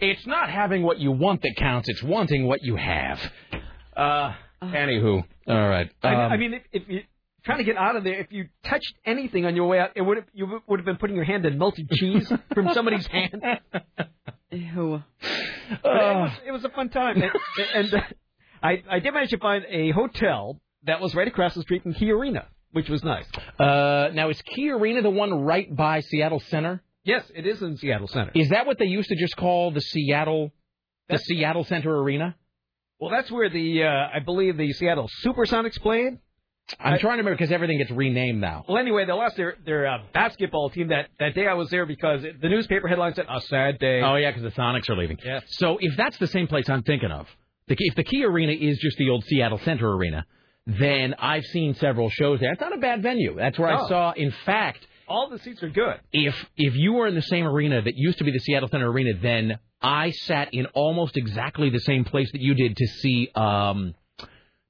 Speaker 1: it's not having what you want that counts. It's wanting what you have. Uh, anywho, all right.
Speaker 2: I,
Speaker 1: um,
Speaker 2: I mean, if, if you trying to get out of there, if you touched anything on your way out, it would have, you would have been putting your hand in melted cheese from somebody's hand.
Speaker 3: Ew.
Speaker 2: But it, was, it was a fun time, and, and uh, I, I did manage to find a hotel that was right across the street from Key Arena, which was nice.
Speaker 1: uh, now is Key Arena the one right by Seattle Center?
Speaker 2: Yes, it is in Seattle Center.
Speaker 1: Is that what they used to just call the Seattle, the Seattle Center Arena?
Speaker 2: Well, that's where the uh, I believe the Seattle SuperSonics played.
Speaker 1: I'm trying to remember because everything gets renamed now.
Speaker 2: Well, anyway, they lost their their uh, basketball team that that day. I was there because it, the newspaper headline said a sad day.
Speaker 1: Oh yeah, because the Sonics are leaving. Yeah. So if that's the same place I'm thinking of, the, if the Key Arena is just the old Seattle Center Arena, then I've seen several shows there. It's not a bad venue. That's where
Speaker 2: No.
Speaker 1: I saw. In fact,
Speaker 2: All the seats are good.
Speaker 1: if if you were in the same arena that used to be the Seattle Center Arena, then I sat in almost exactly the same place that you did to see um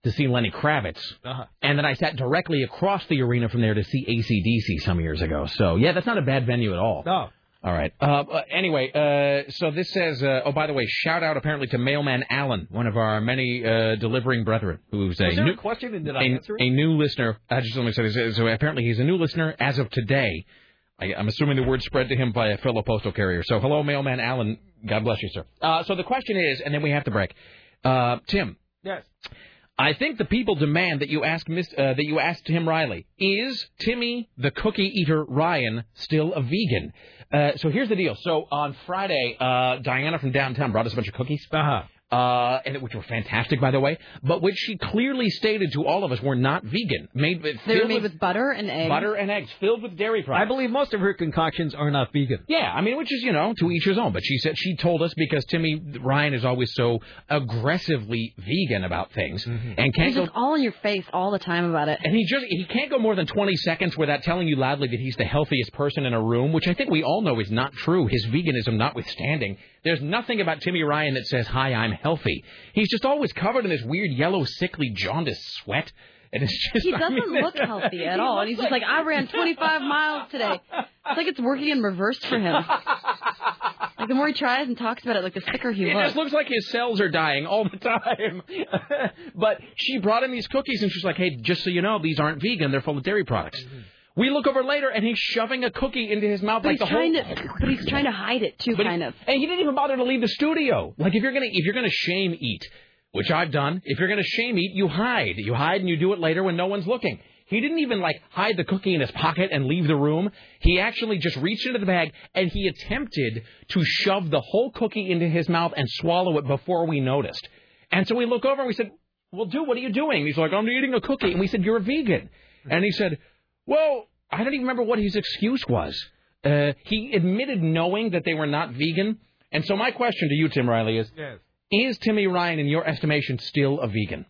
Speaker 1: to see Lenny Kravitz.
Speaker 2: Uh-huh.
Speaker 1: And then I sat directly across the arena from there to see ACDC some years ago. So, yeah, that's not a bad venue at all.
Speaker 2: No.
Speaker 1: All right. Uh, uh, anyway, uh, so this says, uh, oh, by the way, shout out apparently to Mailman Allen, one of our many uh, delivering brethren, who's a
Speaker 2: Was there
Speaker 1: new,
Speaker 2: a question and did I
Speaker 1: a,
Speaker 2: answer it?
Speaker 1: a new listener. I just only said, this. so apparently he's a new listener as of today. I, I'm assuming the word spread to him by a fellow postal carrier. So, hello, Mailman Allen. God bless you, sir. Uh, so the question is, and then we have to break. Uh, Tim,
Speaker 2: Yes.
Speaker 1: I think the people demand that you ask Miss, uh, that you ask Tim Riley, is Timmy the cookie eater Ryan still a vegan? Uh, so here's the deal. So on Friday, uh, Diana from downtown brought us a bunch of cookies.
Speaker 2: Uh-huh.
Speaker 1: uh, and which were fantastic, by the way, but which she clearly stated to all of us were not vegan. Made,
Speaker 3: They were
Speaker 1: filled
Speaker 3: made with butter and eggs.
Speaker 1: butter and eggs, filled with dairy products. I believe most of her concoctions are not vegan. Yeah, I mean, which is you know to each his own. But she said she told us because Timmy Ryan is always so aggressively vegan about things, and can't
Speaker 3: He's
Speaker 1: go
Speaker 3: just all in your face all the time about it.
Speaker 1: and he just he can't go more than 20 seconds without telling you loudly that he's the healthiest person in a room, which I think we all know is not true. His veganism notwithstanding, there's nothing about Timmy Ryan that says, "Hi, I'm healthy." He's just always covered in this weird yellow, sickly, jaundiced sweat, and it's just
Speaker 3: He
Speaker 1: I
Speaker 3: doesn't
Speaker 1: mean-
Speaker 3: look healthy at
Speaker 1: He
Speaker 3: all.
Speaker 1: looks
Speaker 3: And he's just like, I ran 25 miles today. It's like it's working in reverse for him. Like the more he tries and talks about it, like the sicker he
Speaker 1: It
Speaker 3: looks.
Speaker 1: just looks like his cells are dying all the time. but she brought him these cookies and she's like, hey, just so you know, these aren't vegan. They're full of dairy products. We look over later and he's shoving a cookie into his
Speaker 3: Mm-hmm.
Speaker 1: mouth
Speaker 3: But
Speaker 1: like
Speaker 3: he's
Speaker 1: the whole.
Speaker 3: trying to, but he's trying to hide it too, kind of.
Speaker 1: And he didn't even bother to leave the studio. Like if you're gonna if you're gonna shame eat, which I've done, if you're gonna shame eat, you hide. You hide and you do it later when no one's looking. He didn't even like hide the cookie in his pocket and leave the room. He actually just reached into the bag and he attempted to shove the whole cookie into his mouth and swallow it before we noticed. And so we look over and we said, Well, dude, what are you doing? And he's like, I'm eating a cookie. And we said, You're a vegan. And he said, Well, I don't even remember what his excuse was. Uh, he admitted knowing that they were not vegan. And so my question to you, Tim Riley, is
Speaker 2: Yes.
Speaker 1: Is Timmy Ryan, in your estimation, still a vegan?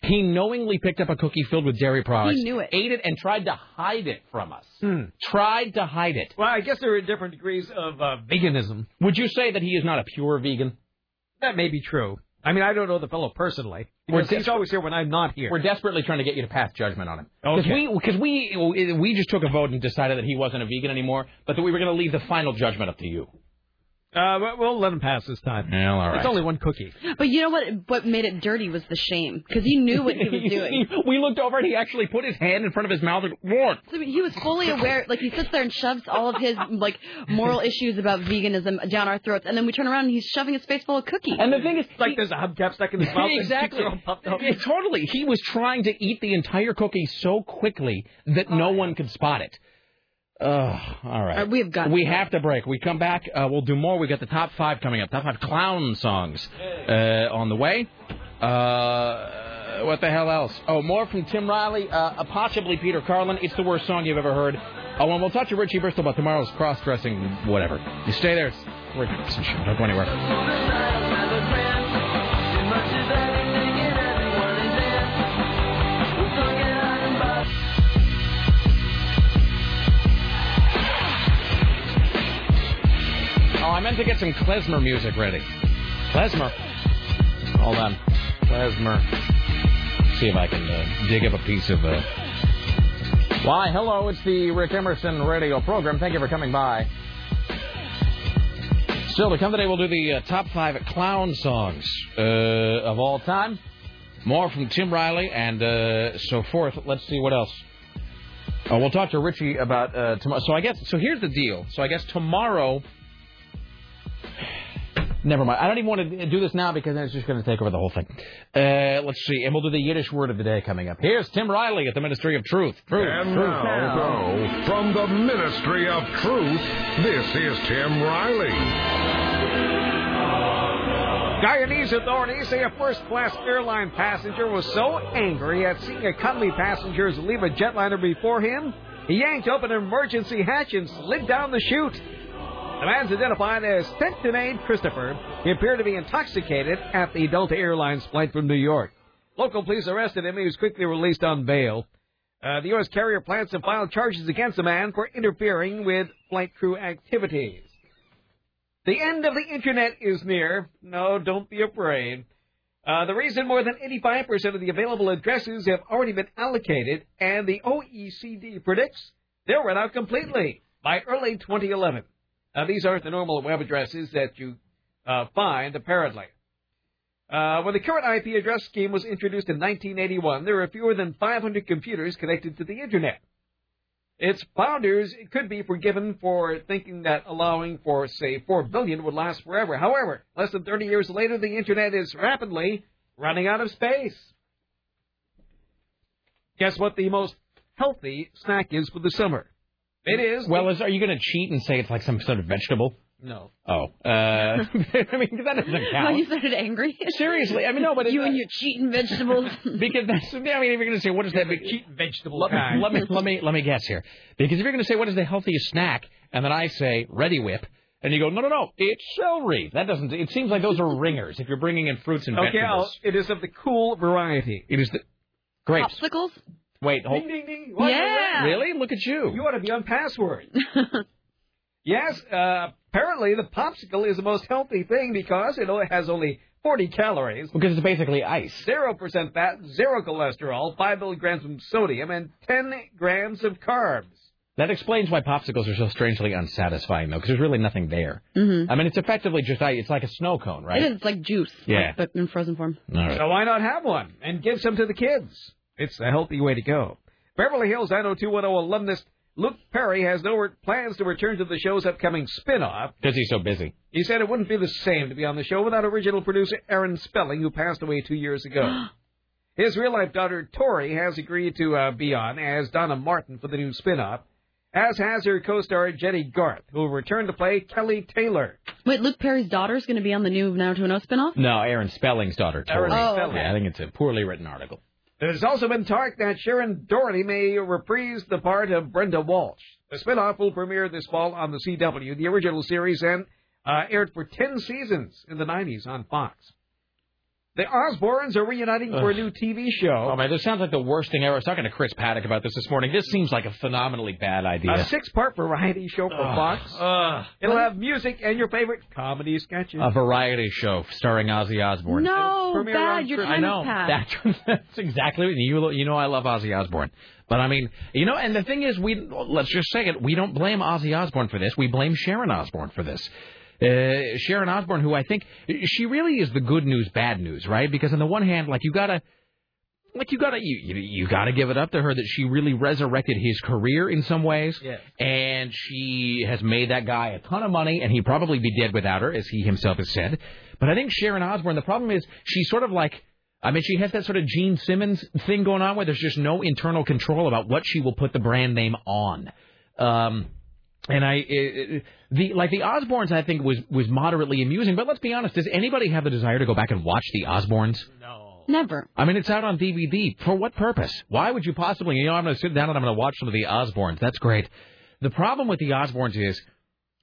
Speaker 1: He knowingly picked up a cookie filled with dairy products,
Speaker 2: He knew it.
Speaker 1: ate it, and tried to hide it from us.
Speaker 2: Hmm.
Speaker 1: Tried to hide it.
Speaker 2: Well, I guess there are different degrees of uh, veganism.
Speaker 1: Would you say that he is not a pure vegan?
Speaker 2: That may be true. I mean, I don't know the fellow personally. Because he's always here when I'm not here.
Speaker 1: We're desperately trying to get you to pass judgment on him. Because
Speaker 2: Okay.
Speaker 1: we, because we, we just took a vote and decided that he wasn't a vegan anymore, but that we were going to leave the final judgment up to you.
Speaker 2: Uh, but we'll let him pass this time.
Speaker 1: Well, all right.
Speaker 2: It's only one cookie.
Speaker 3: But you know what? What made it dirty was the shame, because he knew what he was doing.
Speaker 1: we looked over and he actually put his hand in front of his mouth and warned.
Speaker 3: So he was fully aware. Like he sits there and shoves all of his like moral issues about veganism down our throats, and then we turn around and he's shoving his face full of cookies.
Speaker 1: And the thing is,
Speaker 2: like there's a hubcap stuck in his mouth. and
Speaker 1: exactly.
Speaker 2: keeps it all puffed up.
Speaker 1: Yeah, totally. He was trying to eat the entire cookie so quickly that no one could spot it. Ugh, all right.
Speaker 3: Oh, Uh, we have got-
Speaker 1: We have to break. We come back. Uh, we'll do more. We got the top five coming up. Top five clown songs uh, on the way. Uh, what the hell else? Oh, more from Tim Riley, uh, possibly Peter Carlin. It's the worst song you've ever heard. Oh, and we'll talk to Richie Bristol about tomorrow's cross-dressing, whatever. You stay there. It's Rick Emerson Show. Don't go anywhere. Oh, I meant to get some klezmer music ready. Klezmer. Hold on. Klezmer. See if I can uh, dig up a piece of. Uh... Why, hello, it's the Rick Emerson radio program. Thank you for coming by. Still to come today, we'll do the uh, top five clown songs uh, of all time. More from Tim Riley and uh, so forth. Let's see what else. Uh, we'll talk to Richie about uh, tomorrow. So I guess so. Here's the deal. So I guess tomorrow. Never mind. I don't even want to do this now because then it's just going to take over the whole thing. Uh, let's see, and we'll do the Yiddish word of the day coming up. Here's Tim Riley at the Ministry of Truth. Truth.
Speaker 4: And
Speaker 1: truth.
Speaker 4: now, though, from the Ministry of Truth, this is Tim Riley.
Speaker 2: Guyanese authorities say a first class airline passenger was so angry at seeing a cuddly passenger leave a jetliner before him, he yanked open an emergency hatch and slid down the chute. The man's identified as Tentonade Christopher. He appeared to be intoxicated at the Delta Airlines flight from New York. Local police arrested him. He was quickly released on bail. Uh, the U.S. carrier plans to file charges against the man for interfering with flight crew activities. The end of the internet is near. No, don't be afraid. Uh, the reason more than 85% of the available addresses have already been allocated, and the OECD predicts they'll run out completely by early 2011. Now, these aren't the normal web addresses that you uh, find, apparently. Uh, when the current IP address scheme was introduced in 1981, there were fewer than 500 computers connected to the internet. Its founders could be forgiven for thinking that allowing for, say, 4 billion would last forever. However, less than 30 years later, the Internet is rapidly running out of space. Guess what the most healthy snack is for the summer? It is.
Speaker 1: Well, is, are you going to cheat and say it's like some sort of vegetable?
Speaker 2: No.
Speaker 1: Oh, uh, I mean that doesn't
Speaker 3: Why you
Speaker 1: count.
Speaker 3: sounded angry?
Speaker 1: Seriously, I mean no, but
Speaker 3: you and your cheating vegetables.
Speaker 1: Because that's, I mean, if you're going to say what is that big
Speaker 2: vegetable
Speaker 1: let, me- let me let me let me guess here. Because if you're going to say what is the healthiest snack, and then I say Ready Whip, and you go no no no, it's celery. That doesn't. It seems like those are ringers. If you're bringing in fruits and
Speaker 2: Okay, I'll,
Speaker 1: vegetables,
Speaker 2: it is of the cool variety.
Speaker 1: it is the grapes.
Speaker 3: Popsicles?
Speaker 1: Wait, hold.
Speaker 2: Ding, ding, ding.
Speaker 3: Oh, Yeah.
Speaker 1: Really? Look at you.
Speaker 2: You ought to be on password. yes, uh, apparently the popsicle is the most healthy thing because it only has only 40 calories.
Speaker 1: Because it's basically ice.
Speaker 2: 0% fat, 0 cholesterol, 5 milligrams of sodium, and 10 grams of carbs.
Speaker 1: That explains why popsicles are so strangely unsatisfying, though, because there's really nothing there. I mean, it's effectively just ice. It's like a snow cone, right?
Speaker 3: Mm-hmm. It is like juice.
Speaker 1: Yeah.
Speaker 3: But in frozen form.
Speaker 1: All right.
Speaker 2: So why not have one and give some to the kids? It's a healthy way to go. Beverly Hills 90210 alumnus Luke Perry has no re- plans to return to the show's upcoming spin-off.
Speaker 1: Because he's so busy.
Speaker 2: He said it wouldn't be the same to be on the show without original producer Aaron Spelling, who passed away two years ago. His real life daughter Tori has agreed to uh, be on as Donna Martin for the new spin off, as has her co star Jenny Garth, who will return to play Kelly Taylor.
Speaker 3: Wait, Luke Perry's daughter's going to be on the new Now to Know spinoff?
Speaker 1: No, Aaron Spelling's daughter, Tori.
Speaker 2: Aaron Oh, Spelling.
Speaker 1: Yeah, I think it's a poorly written article.
Speaker 2: It has also been talked that Sharon Doherty may reprise the part of Brenda Walsh. The spin off will premiere this fall on the CW. The original series and uh, aired for 10 seasons in the 90s on Fox. The Osbournes are reuniting for a new TV show.
Speaker 1: Oh, man, this sounds like the worst thing ever. I was talking to Chris Paddock about this this morning. This seems like a phenomenally bad idea.
Speaker 2: A six part variety show for
Speaker 1: Ugh.
Speaker 2: Fox. It'll have music and your favorite comedy sketches.
Speaker 1: A variety show starring Ozzy Osbourne.
Speaker 3: No,
Speaker 2: Premiere on
Speaker 3: bad. Your
Speaker 2: Christmas.
Speaker 3: time
Speaker 2: I
Speaker 3: has
Speaker 2: know.
Speaker 3: passed.
Speaker 1: That's, that's exactly what you you know. I love Ozzy Osbourne, but I mean, you know, and the thing is, we let's just say it. We don't blame Ozzy Osbourne for this. We blame Sharon Osbourne for this. Uh, Sharon Osbourne, who I think she really is the good news, bad news, right? Because on the one hand, like you gotta. Like you gotta you you- you gotta give it up to her that she really resurrected his career in some ways,
Speaker 21: Yes.
Speaker 1: and she has made that guy a ton of money, and he'd probably be dead without her, as he himself has said. But I think Sharon Osbourne, the problem is she's sort of like I mean, she has that sort of Gene Simmons thing going on where there's just no internal control about what she will put the brand name on. Um, and I, it, it, the like the Osbournes, I think was was moderately amusing. But let's be honest, does anybody have the desire to go back and watch the Osbournes? Oh.
Speaker 3: Never.
Speaker 1: I mean, it's out on DVD. For what purpose? Why would you possibly? You know, I'm going to sit down and I'm going to watch some of the Osbournes. That's great. The problem with the Osbournes is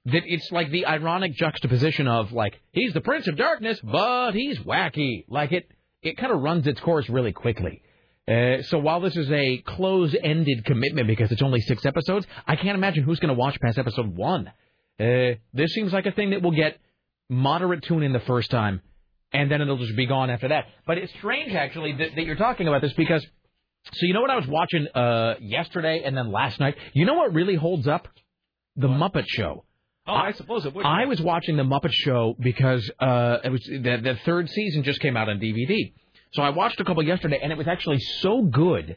Speaker 1: that it's like the ironic juxtaposition of like he's the Prince of Darkness, but he's wacky. Like it, it kind of runs its course really quickly. Uh, so while this is a close-ended commitment because it's only six episodes, I can't imagine who's going to watch past episode one. Uh, this seems like a thing that will get moderate tune in the first time, and then it'll just be gone after that. But it's strange, actually, that, that you're talking about this because. So you know what I was watching uh, yesterday and then last night. You know what really holds up? The Muppet Show.
Speaker 2: Oh, I, suppose it would.
Speaker 1: I was watching the Muppet Show because uh, it was the, the third season just came out on DVD. So I watched a couple yesterday, and it was actually so good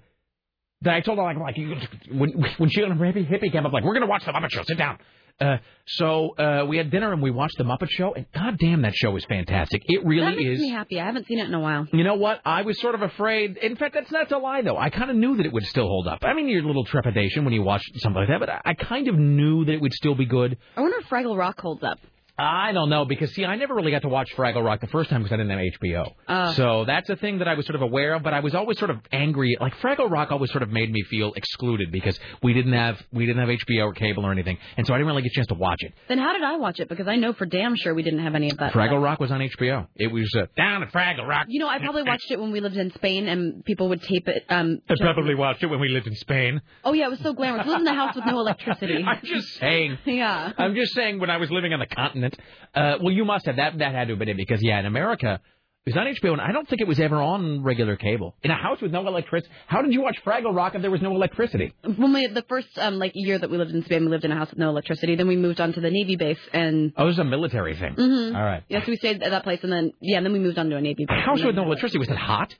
Speaker 1: that I told her like, like you, when when she and hippie hippie came up, like we're gonna watch the Muppet Show. Sit down. Uh, so uh, we had dinner and we watched the Muppet Show, and goddamn, that show is fantastic. It
Speaker 3: that
Speaker 1: really
Speaker 3: makes
Speaker 1: is.
Speaker 3: me happy. I haven't seen it in a while.
Speaker 1: You know what? I was sort of afraid. In fact, that's not a lie, though. I kind of knew that it would still hold up. I mean, your little trepidation when you watch something like that, but I- I kind of knew that it would still be good.
Speaker 3: I wonder if Fraggle Rock holds up.
Speaker 1: I don't know because see, I never really got to watch Fraggle Rock the first time because I didn't have HBO.
Speaker 3: Ah.
Speaker 1: So that's a thing that I was sort of aware of, but I was always sort of angry. Like Fraggle Rock always sort of made me feel excluded because we didn't have we didn't have HBO or cable or anything, and so I didn't really get a chance to watch it.
Speaker 3: Then how did I watch it? Because I know for damn sure we didn't have any of that.
Speaker 1: Fraggle Rock was on HBO. It was uh, down at Fraggle Rock.
Speaker 3: You know, I probably watched it when we lived in Spain and people would tape it. Um,
Speaker 1: I probably watched it when we lived in Spain.
Speaker 3: oh, yeah, it was so glamorous. Live in the house with no electricity.
Speaker 1: I'm just saying.
Speaker 3: yeah.
Speaker 1: I'm just saying when I was living on the continent. Uh, well, you must have that. That had to have been it because yeah, in America it was on HBO, and I don't think it was ever on regular cable. In a house with no electricity, how did you watch Fraggle Rock if there was no electricity?
Speaker 3: When we, the first um, like year that we lived in Spain, we lived in a house with no electricity. Then we moved on to the Navy base and.
Speaker 1: Oh, it was a military thing.
Speaker 3: Mhm.
Speaker 1: All right.
Speaker 3: Yes, we stayed at that place, and then yeah, and then we moved on to a Navy base.
Speaker 1: House
Speaker 3: And
Speaker 1: with
Speaker 3: then-
Speaker 1: no electricity was it hot?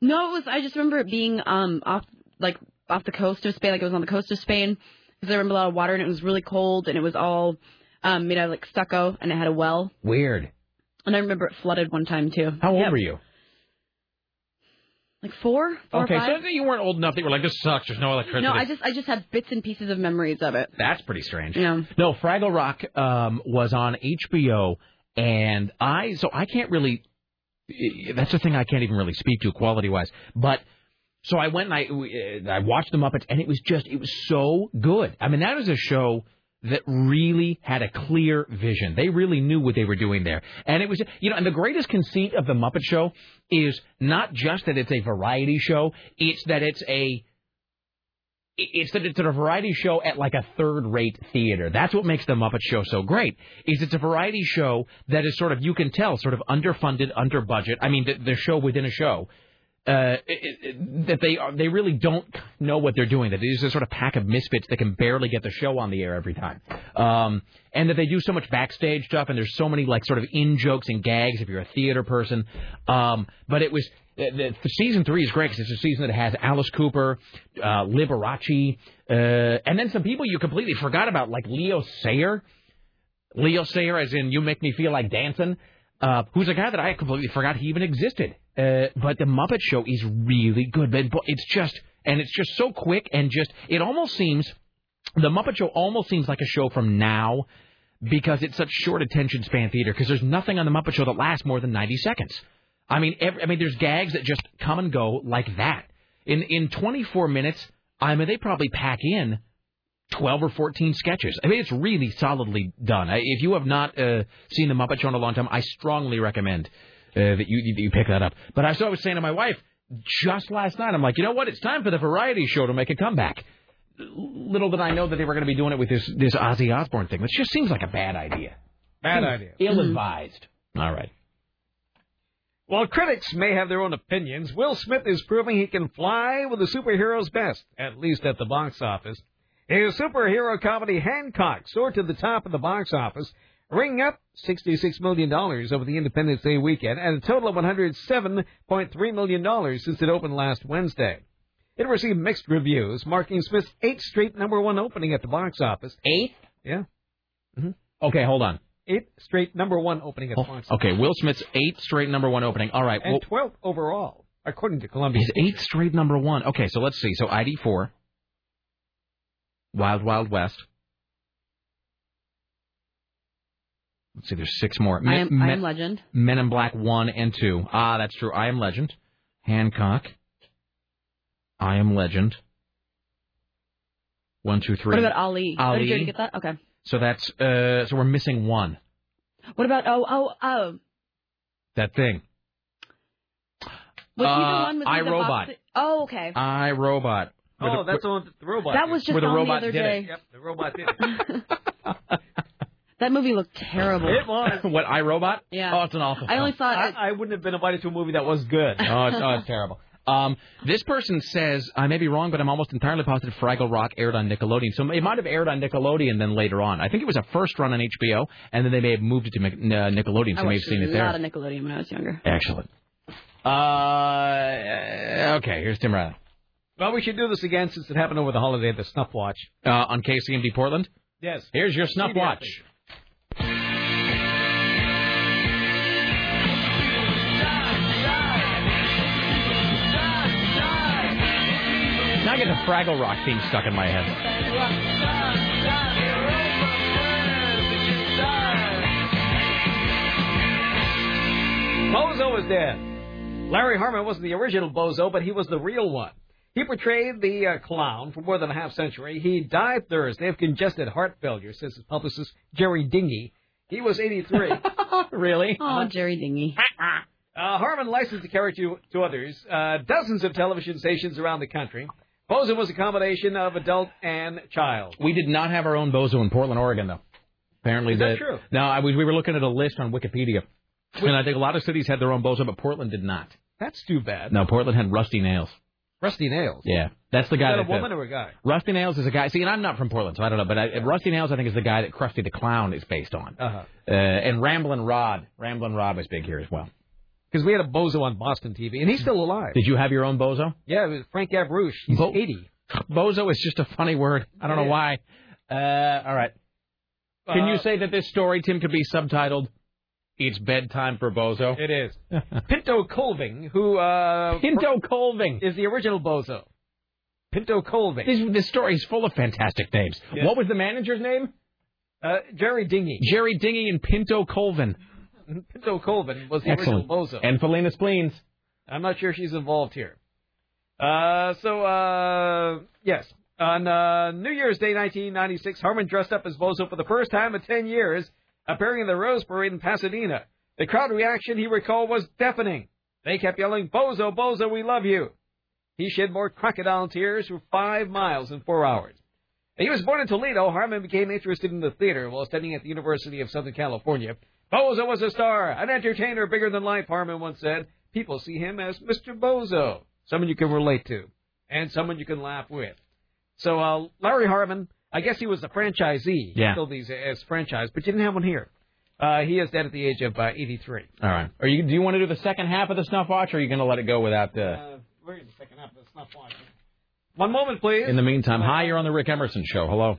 Speaker 3: No, it was. I just remember it being um off like off the coast of Spain, like it was on the coast of Spain, because I remember a lot of water and it was really cold and it was all um made out of like stucco and it had a well.
Speaker 1: Weird.
Speaker 3: And I remember it flooded one time too.
Speaker 1: How old
Speaker 3: Yeah.
Speaker 1: were you?
Speaker 3: Like four, four
Speaker 1: okay,
Speaker 3: or five.
Speaker 1: so you weren't old enough that you were like, this sucks. There's no electricity.
Speaker 3: no, I just I just had bits and pieces of memories of it.
Speaker 1: That's pretty strange.
Speaker 3: Yeah.
Speaker 1: No, Fraggle Rock um, was on HBO, and I so I can't really. That's the thing I can't even really speak to quality wise, but. So I went and I we, uh, I watched the Muppets and it was just it was so good. I mean that is a show that really had a clear vision. They really knew what they were doing there. And it was you know and the greatest conceit of the Muppet show is not just that it's a variety show, it's that it's a it's that it's a variety show at like a third rate theater. That's what makes the Muppet Show so great. Is it's a variety show that is sort of you can tell sort of underfunded, under budget. I mean the, the show within a show. Uh, it, it, that they are, they really don't know what they're doing. That these are sort of pack of misfits that can barely get the show on the air every time, um, and that they do so much backstage stuff and there's so many like sort of in jokes and gags if you're a theater person. Um, but it was the, the, the season three is great because it's a season that has Alice Cooper, uh, Liberace, uh, and then some people you completely forgot about like Leo Sayer. Leo Sayer, as in "You Make Me Feel Like Dancing," uh, who's a guy that I completely forgot he even existed. Uh, but the Muppet Show is really good. But but it's just and it's just so quick and just it almost seems the Muppet Show almost seems like a show from now because it's such short attention span theater. Because there's nothing on the Muppet Show that lasts more than 90 seconds. I mean, every, I mean, there's gags that just come and go like that. In in 24 minutes, I mean, they probably pack in 12 or 14 sketches. I mean, it's really solidly done. I, if you have not uh, seen The Muppet Show in a long time, I strongly recommend uh, that you that you pick that up. But I, so I was saying to my wife just last night, I'm like, you know what? It's time for the variety show to make a comeback. Little did I know that they were going to be doing it with this this Ozzy Osbourne thing, which just seems like a bad idea.
Speaker 2: Bad
Speaker 3: Hmm.
Speaker 1: Seems
Speaker 2: idea.
Speaker 1: Ill-advised. All right.
Speaker 2: While critics may have their own opinions, Will Smith is proving he can fly with the superhero's best, at least at the box office. His superhero comedy Hancock soared to the top of the box office, ringing up $66 million over the Independence Day weekend and a total of $107.3 million since it opened last Wednesday. It received mixed reviews, marking Smith's eighth straight number one opening at the box office.
Speaker 1: Eighth?
Speaker 2: Yeah. Mm-hmm.
Speaker 1: Okay, hold on.
Speaker 2: Eighth straight number one opening at the box office.
Speaker 1: Okay, Will Smith's eighth straight number one opening. All right,
Speaker 2: And
Speaker 1: well,
Speaker 2: 12th overall, according to Columbia.
Speaker 1: his eighth straight number one. Okay, so let's see. So ID four, Wild Wild West. Let's see, there's six more.
Speaker 3: I
Speaker 1: Men-
Speaker 3: am I
Speaker 1: Men-
Speaker 3: am legend.
Speaker 1: Men in Black 1 and 2. Ah, that's true. I Am Legend. Hancock. I Am Legend. One, two, three.
Speaker 3: What about Ali? Oh, did you already
Speaker 1: Ali.
Speaker 3: get that? Okay.
Speaker 1: So that's, uh, so we're missing one.
Speaker 3: What about oh oh oh?
Speaker 1: That thing.
Speaker 3: Was he the
Speaker 1: Uh,
Speaker 3: one with
Speaker 1: I,
Speaker 3: the box-
Speaker 1: Robot.
Speaker 3: Oh okay.
Speaker 1: I, Robot. Where
Speaker 2: Oh, that's the one with the robot.
Speaker 3: That
Speaker 2: did.
Speaker 3: was just Where the on the robot other did it. day.
Speaker 2: Yep, the robot did it.
Speaker 3: That movie looked terrible.
Speaker 2: It was.
Speaker 1: what, iRobot?
Speaker 3: Yeah.
Speaker 1: Oh, it's an awful
Speaker 3: I only
Speaker 1: film.
Speaker 3: thought
Speaker 2: I,
Speaker 3: it-
Speaker 2: I wouldn't have been invited to a movie that was good.
Speaker 1: oh, it's, oh, it's terrible. Um, this person says, I may be wrong, but I'm almost entirely positive Fraggle Rock aired on Nickelodeon. So it might have aired on Nickelodeon then later on. I think it was a first run on HBO, and then they may have moved it to Mc- uh, Nickelodeon,
Speaker 3: I
Speaker 1: so you may have
Speaker 3: watched
Speaker 1: seen
Speaker 3: a
Speaker 1: it there.
Speaker 3: lot of Nickelodeon when I was younger.
Speaker 1: Excellent. Uh, okay, here's Tim Riley.
Speaker 2: Well, we should do this again since it happened over the holiday, the snuff watch.
Speaker 1: Uh, on KCMD Portland?
Speaker 2: Yes.
Speaker 1: Here's your snuff
Speaker 2: Immediately.
Speaker 1: watch. Now I get the Fraggle Rock theme stuck in my head.
Speaker 2: Bozo is dead. Larry Harmon wasn't the original Bozo, but he was the real one. He portrayed the uh, clown for more than a half century. He died Thursday of congested heart failure, says his publicist Jerry Dingy. He was 83.
Speaker 1: really?
Speaker 3: Oh, Jerry Dingy.
Speaker 2: Uh, Harmon licensed the character to others, uh, dozens of television stations around the country. Bozo was a combination of adult and child.
Speaker 1: We did not have our own Bozo in Portland, Oregon, though. Apparently,
Speaker 2: Is
Speaker 1: the,
Speaker 2: that true?
Speaker 1: No, I was, we were looking at a list on Wikipedia, and I think a lot of cities had their own Bozo, but Portland did not.
Speaker 2: That's too bad.
Speaker 1: No, Portland had Rusty Nails.
Speaker 2: Rusty Nails.
Speaker 1: Yeah, that's the
Speaker 2: Is
Speaker 1: guy
Speaker 2: that a
Speaker 1: that uh,
Speaker 2: woman or a guy?
Speaker 1: Rusty Nails is a guy. See, and I'm not from Portland, so I don't know. But I, Rusty Nails, I think, is the guy that Krusty the Clown is based on.
Speaker 2: Uh-huh.
Speaker 1: Uh, and Ramblin' Rod, Ramblin' Rod was big here as well.
Speaker 2: Because we had a Bozo on Boston TV, and he's still alive.
Speaker 1: Did you have your own Bozo?
Speaker 2: Yeah, it was Frank Gavroche. He's 80.
Speaker 1: Bozo is just a funny word. I don't know why. Uh, all right. Can
Speaker 2: Uh,
Speaker 1: you say that this story, Tim, could be subtitled
Speaker 22: It's bedtime for Bozo.
Speaker 2: It is. Pinto Colving, who uh
Speaker 1: Pinto Colving
Speaker 2: is the original Bozo. Pinto Colving.
Speaker 1: This, this story is full of fantastic names. What was the manager's name?
Speaker 2: Uh, Jerry Dingy.
Speaker 1: Jerry Dingy and Pinto Colvin.
Speaker 2: Pinto Colvin was the
Speaker 1: Excellent.
Speaker 2: original Bozo.
Speaker 1: And Felina Spleens.
Speaker 2: I'm not sure she's involved here. Uh, so, uh, yes. On uh, New Year's Day 1996, Harmon dressed up as Bozo for the first time in 10 years, appearing in the Rose Parade in Pasadena. The crowd reaction, he recalled, was deafening. They kept yelling, Bozo, Bozo, we love you. He shed more crocodile tears for five miles in four hours. He was born in Toledo. Harmon became interested in the theater while studying at the University of Southern California. Bozo was a star, an entertainer bigger than life, Harmon once said. People see him as Mr. Bozo, someone you can relate to, and someone you can laugh with. So uh, Larry Harmon, I guess he was a franchisee.
Speaker 1: Yeah.
Speaker 2: He filled these as franchise, but you didn't have one here. Uh, he is dead at the age of uh, 83.
Speaker 1: All right. Are you? Do you want to do the second half of the snuff watch, or are you going to let it go without the?
Speaker 2: Where is the second half of the snuff watch? Uh, One moment, please.
Speaker 1: In the meantime, hi, you're on the Rick Emerson show. Hello.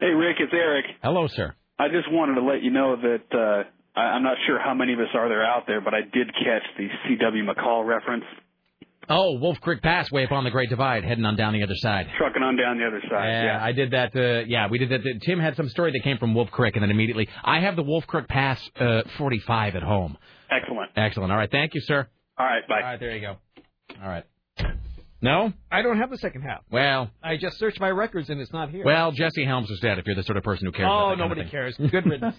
Speaker 9: Hey, Rick, it's Eric.
Speaker 1: Hello, sir.
Speaker 9: I just wanted to let you know that uh, I, I'm not sure how many of us are there out there, but I did catch the C.W. McCall reference,
Speaker 1: Oh, Wolf Creek Pass, way up on the Great Divide, heading on down the other side.
Speaker 9: trucking on down the other side.
Speaker 1: Yeah, I did that. Uh, yeah, we did that. Tim had some story that came from Wolf Creek, and then immediately I have the Wolf Creek Pass uh, 45 at home.
Speaker 9: Excellent.
Speaker 1: Excellent. All right, thank you, sir.
Speaker 9: All right, bye. All
Speaker 1: right, there you go. All right. No.
Speaker 2: I don't have the second half.
Speaker 1: Well,
Speaker 2: I just searched my records and it's not here.
Speaker 1: well, Jesse Helms is dead. If you're the sort of person who cares.
Speaker 2: oh,
Speaker 1: about that
Speaker 2: nobody
Speaker 1: kind
Speaker 2: cares. Good riddance.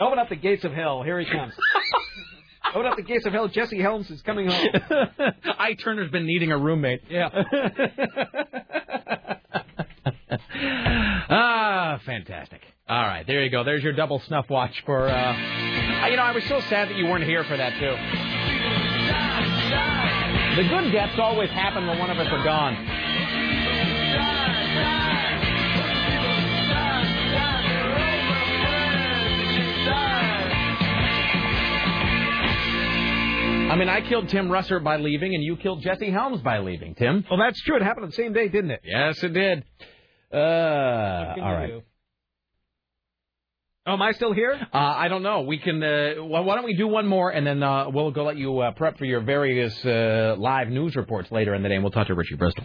Speaker 2: Open up the gates of hell. Here he comes. Open up the gates of hell. Jesse Helms is coming home.
Speaker 1: of thing. I Turner's been needing a roommate.
Speaker 2: Yeah.
Speaker 1: ah, fantastic. All right, there you go. There's your double snuff watch for. Uh, you know, I was so sad that you weren't here for that too. The good deaths always happen when one of us are gone. I mean, I killed Tim Russer by leaving, and you killed Jesse Helms by leaving, Tim.
Speaker 2: Well, that's true. It happened on the same day, didn't it?
Speaker 1: Yes, it did. Uh, all right.
Speaker 2: Oh, am I still here?
Speaker 1: Uh, I don't know. We can. Uh, well, why don't we do one more, and then uh, we'll go let you uh, prep for your various uh, live news reports later in the day, and we'll talk to Richie Bristol.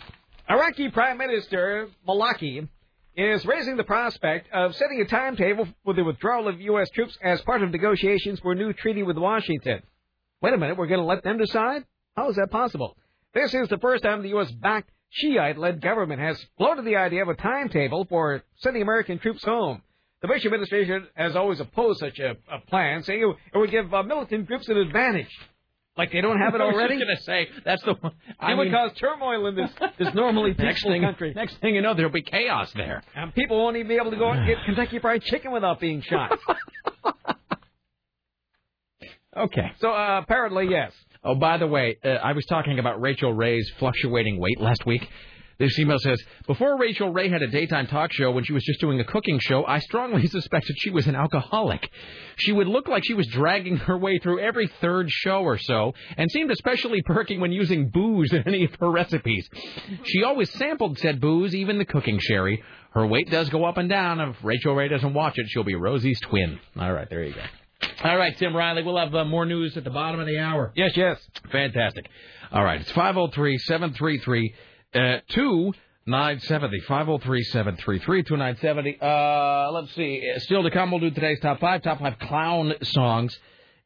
Speaker 2: Iraqi Prime Minister Malaki is raising the prospect of setting a timetable for the withdrawal of U.S. troops as part of negotiations for a new treaty with Washington. Wait a minute, we're going to let them decide? How is that possible? This is the first time the U.S. backed Shiite led government has floated the idea of a timetable for sending American troops home. The Bush administration has always opposed such a, a plan, saying it would give uh, militant groups an advantage. Like they don't have it
Speaker 1: I was
Speaker 2: already?
Speaker 1: just gonna say that's the one. I
Speaker 2: it would
Speaker 1: mean-
Speaker 2: cause turmoil in this, this normally peaceful
Speaker 1: next thing,
Speaker 2: country.
Speaker 1: Next thing you know, there'll be chaos there.
Speaker 2: And people won't even be able to go out and get Kentucky Fried Chicken without being shot.
Speaker 1: Okay.
Speaker 2: So uh, apparently, yes.
Speaker 1: Oh, by the way, uh, I was talking about Rachel Ray's fluctuating weight last week. This email says, before Rachel Ray had a daytime talk show when she was just doing a cooking show, I strongly suspected she was an alcoholic. She would look like she was dragging her way through every third show or so, and seemed especially perky when using booze in any of her recipes. She always sampled said booze, even the cooking sherry. Her weight does go up and down. If Rachel Ray doesn't watch it, she'll be Rosie's twin. All right, there you go. All right, Tim Riley, we'll have uh, more news at the bottom of the hour.
Speaker 2: Yes, yes.
Speaker 1: Fantastic. All right, it's 503 733 uh, 2970. 503 733 2970. Let's see. Uh, Still to come, we'll do today's top five, top five clown songs,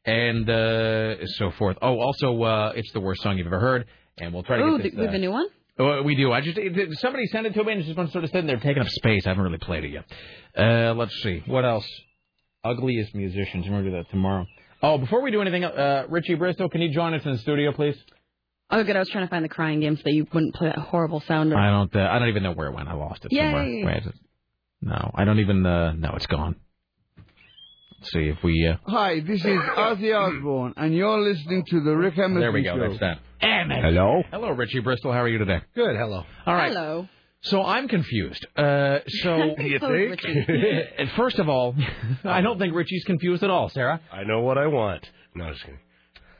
Speaker 1: and uh, so forth. Oh, also, uh, it's the worst song you've ever heard, and we'll try to
Speaker 3: Ooh,
Speaker 1: get
Speaker 3: th-
Speaker 1: this.
Speaker 3: we have
Speaker 1: uh,
Speaker 3: a new one.
Speaker 1: Oh, we do. I just it- it- somebody sent it to me and it's just been sort of sitting there taking up space. I haven't really played it yet. Uh, let's see what else. Ugliest musicians. We're gonna do that tomorrow. Oh, before we do anything, uh, Richie Bristol, can you join us in the studio, please?
Speaker 3: Oh, good. I was trying to find the crying game so that you wouldn't play that horrible sound.
Speaker 1: I don't. Uh, I don't even know where it went. I lost it somewhere.
Speaker 3: Yay.
Speaker 1: Wait, is it- no, I don't even. Uh, no, it's gone. Let's see if we. Uh,
Speaker 23: Hi, this is Ozzy Osbourne, and you're listening to the Rick Emerson
Speaker 1: there we go.
Speaker 23: Show.
Speaker 1: That's that.
Speaker 23: Hello?
Speaker 1: Hello, Richie Bristol. How are you today?
Speaker 23: Good, hello.
Speaker 1: All right.
Speaker 3: Hello.
Speaker 1: So I'm confused. Uh, so
Speaker 3: You think?
Speaker 1: And First of all, I don't think Richie's confused at all, Sarah.
Speaker 13: I know what I want. No, I'm just kidding.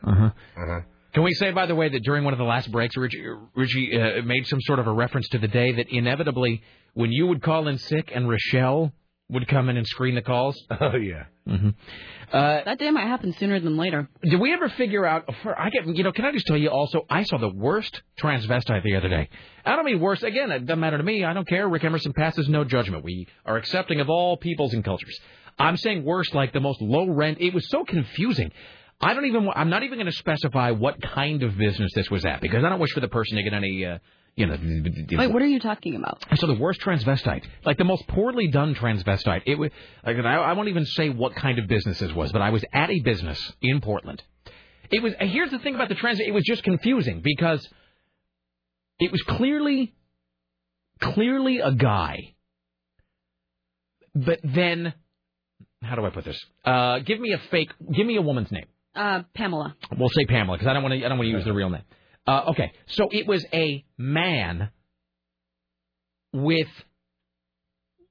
Speaker 1: Uh-huh.
Speaker 13: Uh-huh.
Speaker 1: Can we say, by the way, that during one of the last breaks, Richie, Richie uh, made some sort of a reference to the day that inevitably, when you would call in sick and Rochelle would come in and screen the calls. Oh yeah. Uh,
Speaker 3: that day might happen sooner than later.
Speaker 1: Did we ever figure out? For, I get, you know, can I just tell you? Also, I saw the worst transvestite the other day. I don't mean worst. Again, it doesn't matter to me. I don't care. Rick Emerson passes no judgment. We are accepting of all peoples and cultures. I'm saying worst, like the most low rent. It was so confusing. I don't even. wa- I'm not even going to specify what kind of business this was at because I don't wish for the person to get any. Uh, you know.
Speaker 3: Wait, what are you talking about?
Speaker 1: I saw the worst transvestite, like the most poorly done transvestite. It was, like, and I, I won't even say what kind of business this was, but I was at a business in Portland. It was. and Here's the thing about the trans. It was just confusing because it was clearly, clearly a guy, but then, how do I put this? Uh, give me a fake. Give me a woman's name.
Speaker 3: Uh, Pamela.
Speaker 1: We'll say Pamela because I don't want to. I don't want to use the real name. Uh, okay, so it was a man with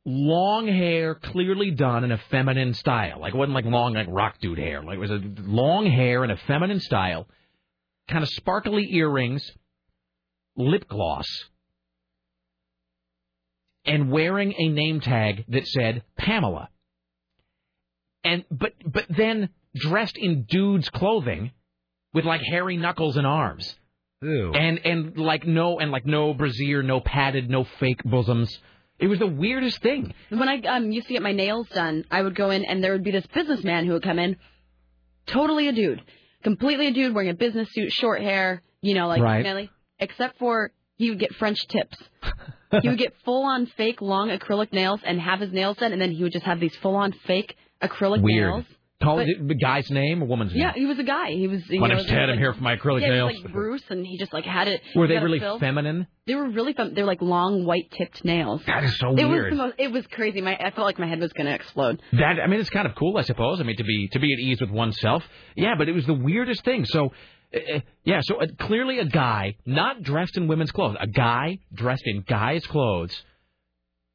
Speaker 1: long hair, clearly done in a feminine style. Like it wasn't like long like rock dude hair. Like it was a long hair in a feminine style, kind of sparkly earrings, lip gloss, and wearing a name tag that said Pamela. And but but then dressed in dude's clothing with like hairy knuckles and arms. And and like no and like no brassiere, no padded, no fake bosoms. It was the weirdest thing.
Speaker 3: When I um, used to get my nails done, I would go in and there would be this businessman who would come in, totally a dude, completely a dude wearing a business suit, short hair, you know, like
Speaker 24: Right.
Speaker 3: Nelly, except for he would get French tips. he would get full on fake long acrylic nails and have his nails done, and then he would just have these full on fake acrylic
Speaker 1: Weird.
Speaker 3: nails.
Speaker 1: Call
Speaker 3: But-
Speaker 1: it the guy's name, a woman's
Speaker 3: Yeah,
Speaker 1: name.
Speaker 3: he was a guy. He was. You
Speaker 1: My
Speaker 3: know,
Speaker 1: name's Ted. I'm here for my acrylic
Speaker 3: yeah, he was
Speaker 1: nails.
Speaker 3: like Bruce, and he just like had it.
Speaker 1: Were they
Speaker 3: got a
Speaker 1: really
Speaker 3: fill.
Speaker 1: feminine?
Speaker 3: They were really fun. They were like long white tipped nails.
Speaker 1: That is so
Speaker 3: it
Speaker 1: weird.
Speaker 3: Was the most, it was crazy. My I felt like my head was gonna explode.
Speaker 1: That I mean, it's kind of cool, I suppose. I mean, to be to be at ease with oneself. Yeah, but it was the weirdest thing. So, uh, uh, yeah, so uh, clearly a guy not dressed in women's clothes, a guy dressed in guys' clothes,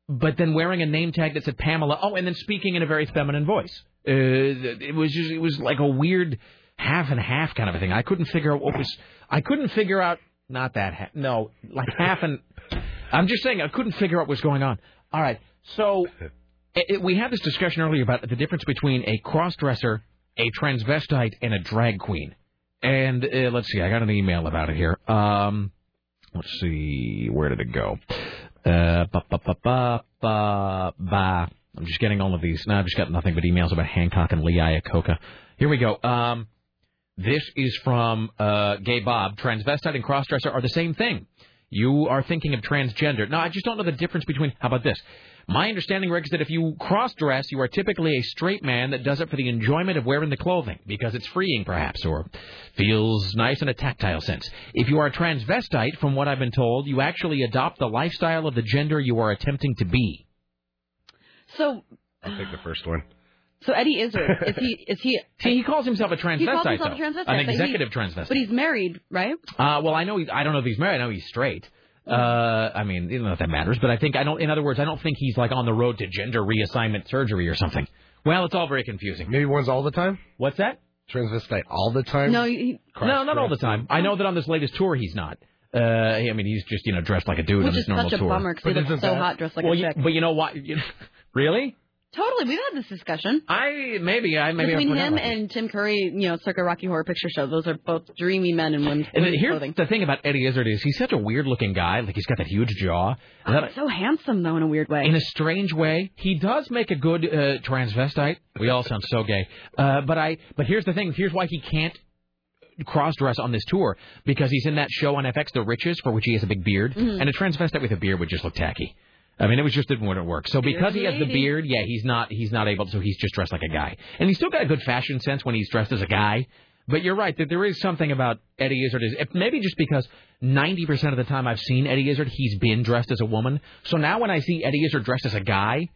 Speaker 1: but then wearing a name tag that said Pamela. Oh, and then speaking in a very feminine voice. Uh, it was just it was like a weird half and half kind of a thing. I couldn't figure out what was. I couldn't figure out not that half. No, like half and. I'm just saying I couldn't figure out what was going on. All right, so. It, it- we had this discussion earlier about the difference between a crossdresser, a transvestite, and a drag queen. And uh, let's see, I got an email about it here. Um, let's see, where did it go? Uh, ba, ba, ba, ba, ba, ba. I'm just getting all of these. No, I've just got nothing but emails about Hancock and Lee Iacocca. Here we go. Um, this is from uh, Gay Bob. Transvestite and crossdresser are the same thing. You are thinking of transgender. No, I just don't know the difference between. How about this? My understanding, Rick, is that if you cross dress, you are typically a straight man that does it for the enjoyment of wearing the clothing because it's freeing, perhaps, or feels nice in a tactile sense. If you are a transvestite, from what I've been told, you actually adopt the lifestyle of the gender you are attempting to be.
Speaker 3: So
Speaker 13: I'll take the first one.
Speaker 3: so Eddie Izzard is he is he?
Speaker 1: See, he calls himself a transvestite,
Speaker 3: He calls himself a
Speaker 1: though.
Speaker 3: transvestite,
Speaker 1: an
Speaker 3: but he-
Speaker 1: executive transvestite.
Speaker 3: But he's married, right?
Speaker 1: Uh, well, I know. He, I don't know if he's married. I know he's straight. Uh, I mean, you know if that matters, but I think I don't. In other words, I don't think he's like on the road to gender reassignment surgery or something. Well, it's all very confusing.
Speaker 13: Maybe one's all the time.
Speaker 1: What's that?
Speaker 13: Transvestite all the time.
Speaker 3: No, he,
Speaker 1: no, not all the time. I know that on this latest tour, he's not. Uh, I mean, he's just you know dressed like a dude
Speaker 3: Which
Speaker 1: on
Speaker 3: is
Speaker 1: his normal
Speaker 3: such a
Speaker 1: tour.
Speaker 3: bummer 'cause he But looks isn't so that- hot dressed like a
Speaker 1: Well, you-
Speaker 3: chick.
Speaker 1: But you know what? You- really?
Speaker 3: totally. We've had this discussion.
Speaker 1: I maybe I maybe I
Speaker 3: between
Speaker 1: forgot
Speaker 3: him
Speaker 1: about that.
Speaker 3: and Tim Curry, you know, circa Rocky Horror Picture Show. Those are both dreamy men in women's,
Speaker 1: And then
Speaker 3: women's
Speaker 1: here's
Speaker 3: clothing.
Speaker 1: the thing about Eddie Izzard is he's such a weird looking guy. Like he's got that huge jaw. And that-
Speaker 3: So handsome though, in a weird way.
Speaker 1: In a strange way, he does make a good uh, transvestite. We all sound so gay. Uh, but I. But here's the thing. Here's why he can't cross dress on this tour because he's in that show on FX, The Riches, for which he has a big beard,
Speaker 2: Mhm.
Speaker 1: and a transvestite with a beard would just look tacky. I mean, it was just didn't wouldn't work. So because he has the
Speaker 2: Beardy.
Speaker 1: beard, yeah, he's not he's not able. So he's just dressed like a guy, and he's still got a good fashion sense when he's dressed as a guy. But you're right that there is something about Eddie Izzard. Is maybe just because 90% of the time I've seen Eddie Izzard, he's been dressed as a woman. So now when I see Eddie Izzard dressed as a guy,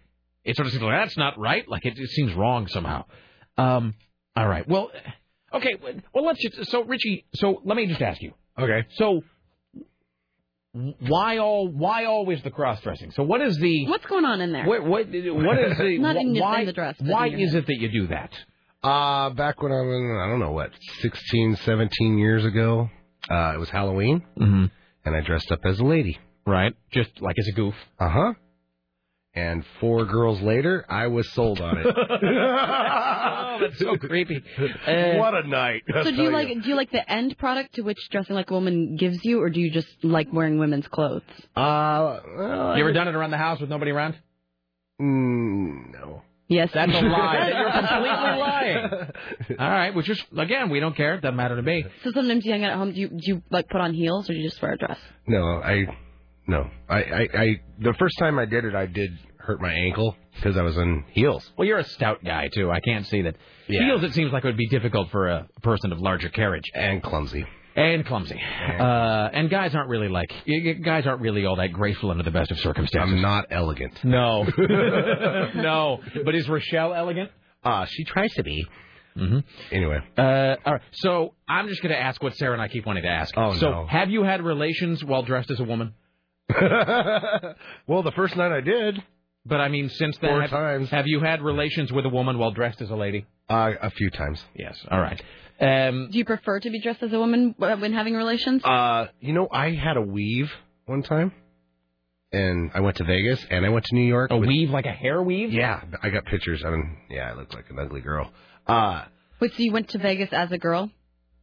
Speaker 1: it sort of seems like that's not right. Like it, it seems wrong somehow. Um, all right. Well, okay. Well, let's just. So Richie. So let me just ask you.
Speaker 13: Okay.
Speaker 1: So why all? Why always the cross dressing? So what is the?
Speaker 3: What's going on in there?
Speaker 1: What what what is the?
Speaker 3: Not in, the-
Speaker 1: why
Speaker 3: in the dress. but
Speaker 1: why
Speaker 3: in your
Speaker 1: is
Speaker 3: head.
Speaker 1: it that you do that?
Speaker 13: Uh, back when I was, I don't know what, 16, 17 years ago, uh, it was Halloween,
Speaker 1: mm-hmm.
Speaker 13: and I dressed up as a lady.
Speaker 1: Right. Just like as a goof.
Speaker 13: Uh huh. And four girls later, I was sold on it.
Speaker 4: oh, that's so creepy.
Speaker 1: Uh,
Speaker 13: what a night! I'll
Speaker 3: So do
Speaker 13: tell
Speaker 3: you like do you like the end product to which dressing like a woman gives you, or do you just like wearing women's clothes?
Speaker 13: Uh,
Speaker 1: you ever done it around the house with nobody around?
Speaker 13: Mm, no.
Speaker 3: Yes.
Speaker 1: That's a lie.
Speaker 3: You're
Speaker 1: completely lying. All right, which is again, we don't care. It doesn't matter to me.
Speaker 3: So sometimes you hang out at home. Do you, do you like put on heels, or do you just wear a dress?
Speaker 13: No, I no. I, I, I the first time I did it, I did hurt my ankle because I was in heels.
Speaker 1: Well, you're a stout guy too. I can't see that. Heels, it seems like would be difficult for a person of larger carriage
Speaker 13: and clumsy.
Speaker 1: And clumsy. Uh, and guys aren't really like y- y- guys aren't really all that graceful under the best of circumstances. I'm
Speaker 13: not elegant.
Speaker 1: No, no. But is Rochelle elegant?
Speaker 13: Uh, she tries to be.
Speaker 1: Mm-hmm.
Speaker 13: Anyway.
Speaker 1: Uh, all right. So I'm just going to ask what Sarah and I keep wanting to ask.
Speaker 13: Oh,
Speaker 1: so
Speaker 13: no.
Speaker 1: have you had relations while dressed as a woman?
Speaker 13: well, the first night I did.
Speaker 1: But I mean, since then,
Speaker 13: Four
Speaker 1: have, have you had relations with a woman while dressed as a lady?
Speaker 13: Uh, a few times.
Speaker 1: Yes. All right. Um,
Speaker 3: Do you prefer to be dressed as a woman uh, when having relations?
Speaker 13: Mm. uh, you know, I had a weave one time, and I went to Vegas and I went to New York. A
Speaker 1: weave, like a hair weave.
Speaker 13: Yeah, I got pictures. I mean, yeah, I looked like an ugly girl. Uh,
Speaker 3: Wait, so you went to Vegas as a girl?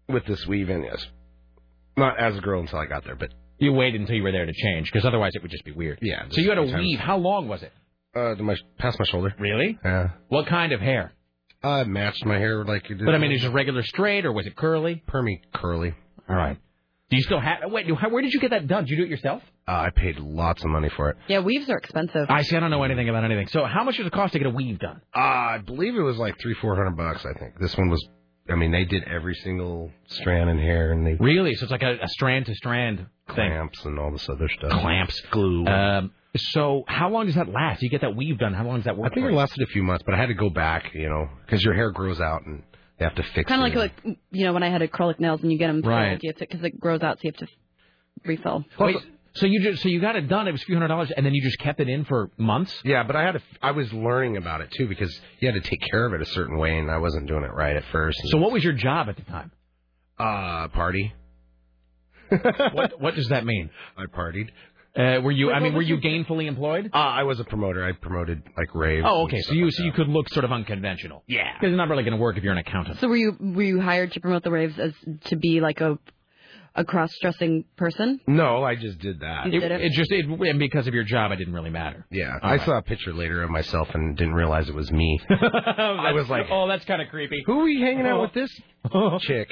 Speaker 13: with this weave in, yes. Not as a girl until I got there, but
Speaker 1: you waited until you were there to change because otherwise it would just be weird.
Speaker 13: Yeah.
Speaker 1: So you had a
Speaker 13: just a few
Speaker 1: weave.
Speaker 13: times.
Speaker 1: How long was it?
Speaker 13: Uh, to my past my shoulder.
Speaker 1: Really?
Speaker 13: Yeah.
Speaker 1: What kind of hair?
Speaker 13: I matched my hair like you did.
Speaker 1: But I mean, is it regular straight or was it curly?
Speaker 13: Permy curly.
Speaker 1: All right. Do you still have? Wait, how, where did you get that done? Did you do it yourself?
Speaker 13: Uh, I paid lots of money for it.
Speaker 3: Yeah, weaves are expensive.
Speaker 1: I see. I don't know anything about anything. So how much does it cost to get a weave done?
Speaker 13: Uh, I believe it was like three, four hundred bucks. I think this one was. I mean, they did every single strand and hair, and they
Speaker 1: Really? So it's like a, a strand to strand thing.
Speaker 13: clamps and all this other stuff.
Speaker 1: Clamps.
Speaker 13: glue.
Speaker 1: Um, so how long does that last? You get that weave done. How long does that work?
Speaker 13: I think
Speaker 1: for
Speaker 13: it
Speaker 1: you?
Speaker 13: lasted a few months, but I had to go back, you know, because your hair grows out and they have to fix
Speaker 3: Kind
Speaker 13: it.
Speaker 3: of like, like you know when I had acrylic nails and you get them
Speaker 13: Right.
Speaker 3: because it grows out, so you have to refill.
Speaker 1: Wait, so you just so you got it done. It was a few hundred dollars, and then you just kept it in for months.
Speaker 13: Yeah, but I had to, I was learning about it too because you had to take care of it a certain way, and I wasn't doing it right at first.
Speaker 1: So what was your job at the time?
Speaker 13: Uh, party.
Speaker 1: what What does that mean?
Speaker 13: I partied.
Speaker 1: Uh, were you?
Speaker 13: Wait,
Speaker 1: I
Speaker 13: what
Speaker 1: mean, were
Speaker 13: was
Speaker 1: you
Speaker 13: your-
Speaker 1: gainfully employed?
Speaker 13: Uh, I was a promoter. I promoted like raves.
Speaker 1: Oh, okay. So you so you could look sort of unconventional. Yeah, because it's not really going to work if you're an accountant.
Speaker 3: So were you were you hired to promote the raves as to be like a a cross dressing person?
Speaker 13: No, I just did that.
Speaker 3: You did it?
Speaker 1: it just it, and because of your job, it didn't really matter.
Speaker 13: Yeah,
Speaker 1: All
Speaker 13: I
Speaker 1: right.
Speaker 13: saw a picture later of myself and didn't realize it was me. I was like,
Speaker 1: oh, that's kind of creepy.
Speaker 13: who are you hanging out with this chick?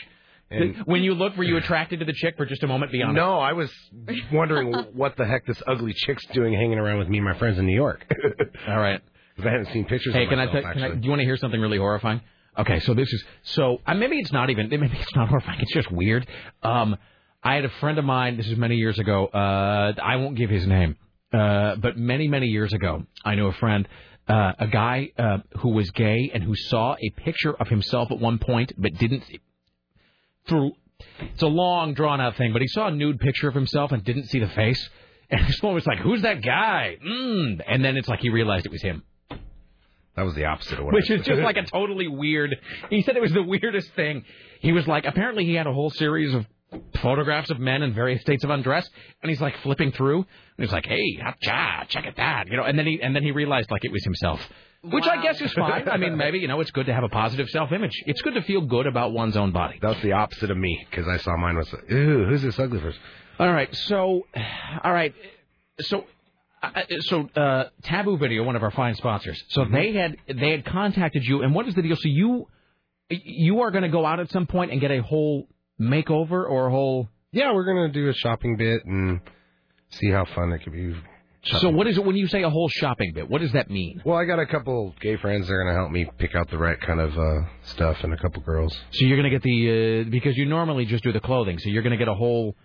Speaker 13: And
Speaker 1: When you looked, were you attracted to the chick for just a moment? Beyond
Speaker 13: no, I was wondering what the heck this ugly chick's doing hanging around with me and my friends in New York.
Speaker 1: All right.
Speaker 13: Because I hadn't seen pictures
Speaker 1: Hey,
Speaker 13: of
Speaker 1: can I,
Speaker 13: myself,
Speaker 1: tell can I?
Speaker 13: actually.
Speaker 1: Do you want to hear something really horrifying? Okay, so this is so uh, maybe it's not even maybe it's not horrifying. It's just weird. Um, I had a friend of mine. This is many years ago. Uh, I won't give his name, uh, but many many years ago, I knew a friend, uh, a guy uh, who was gay and who saw a picture of himself at one point, but didn't through it's a long drawn out thing, but he saw a nude picture of himself and didn't see the face. And his phone was like, "Who's that guy?" Mm. And then it's like he realized it was him.
Speaker 13: That was the opposite of what
Speaker 1: Which
Speaker 13: I-
Speaker 1: is just like a totally weird. He said it was the weirdest thing. He was like, apparently he had a whole series of photographs of men in various states of undress, and he's like flipping through, and he's like, hey, ah, cha, check it out, you know. And then he and then he realized like it was himself, which I guess is fine. I mean, maybe you know, it's good to have a positive self-image. It's good to feel good about one's own body.
Speaker 13: That's the opposite of me because I saw mine was like, ooh, who's this ugly person?
Speaker 1: All right, so, all right, so, uh, so uh, Taboo Video, one of our fine sponsors, so they had they had contacted you, and what is the deal? So you you are going to go out at some point and get a whole makeover or a whole.
Speaker 13: Yeah, we're gonna do a shopping bit and Mm, see how fun it could be.
Speaker 1: So what is it when you say a whole shopping bit? What does that mean?
Speaker 13: Well, I got a couple gay friends. They're gonna help me pick out the right kind of uh, stuff and a couple girls.
Speaker 1: So you're going to get the uh, because you normally just do the clothing, so you're going to get a whole.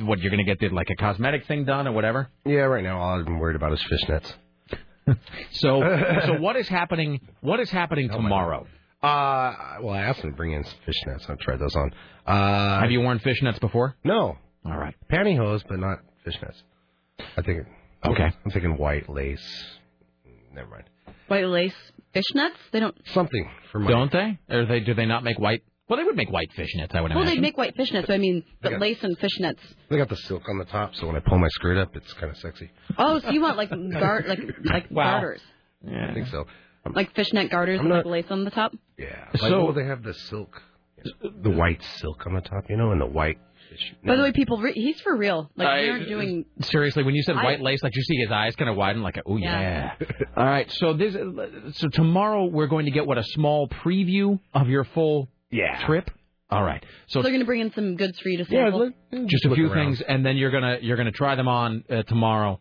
Speaker 1: What you're going to get the, like a cosmetic thing done or whatever.
Speaker 13: Yeah, right now all I'm worried about is fishnets.
Speaker 1: So so what is happening? What is happening tomorrow?
Speaker 13: Uh, well, I asked them to bring in fishnets. I've tried those on. Uh,
Speaker 1: Have you worn fishnets before?
Speaker 13: No.
Speaker 1: All right.
Speaker 13: Pantyhose, but not fishnets. I think.
Speaker 1: Okay.
Speaker 13: I'm thinking white lace. Never mind.
Speaker 3: White lace fishnets? They don't.
Speaker 13: Something for my.
Speaker 1: Don't they? Or they do they not make white Well, they would make white fish nets, I would
Speaker 3: Well,
Speaker 1: imagine.
Speaker 3: they'd make white fishnets, but I mean, but
Speaker 13: Yeah.
Speaker 3: lace and fishnets.
Speaker 13: They got the silk on the top, so when I pull my skirt up, it's kind of sexy.
Speaker 3: Oh, so you want like gar- like like
Speaker 13: Wow.
Speaker 3: garters,
Speaker 13: Yeah. I think so.
Speaker 3: like fishnet garters
Speaker 13: I'm
Speaker 3: with
Speaker 13: not-
Speaker 3: like lace on the top?
Speaker 13: Yeah.
Speaker 3: So-
Speaker 13: Like, so they have the silk, the white silk on the top, you know, and the white.
Speaker 3: By the way, people, re- he's for real. Like
Speaker 1: I-
Speaker 3: they're doing.
Speaker 1: Seriously, when you said
Speaker 3: I-
Speaker 1: white lace, like you see his eyes kind of widen, like, oh yeah.
Speaker 3: Yeah.
Speaker 1: All right, so this, so tomorrow we're going to get what a small preview of your full trip. All right,
Speaker 3: So,
Speaker 1: so
Speaker 3: they're gonna bring in some goods for you to
Speaker 1: Yeah,
Speaker 3: sample.
Speaker 1: just a
Speaker 13: Look
Speaker 1: few
Speaker 13: around.
Speaker 1: things, and then you're gonna you're gonna try them on uh, tomorrow,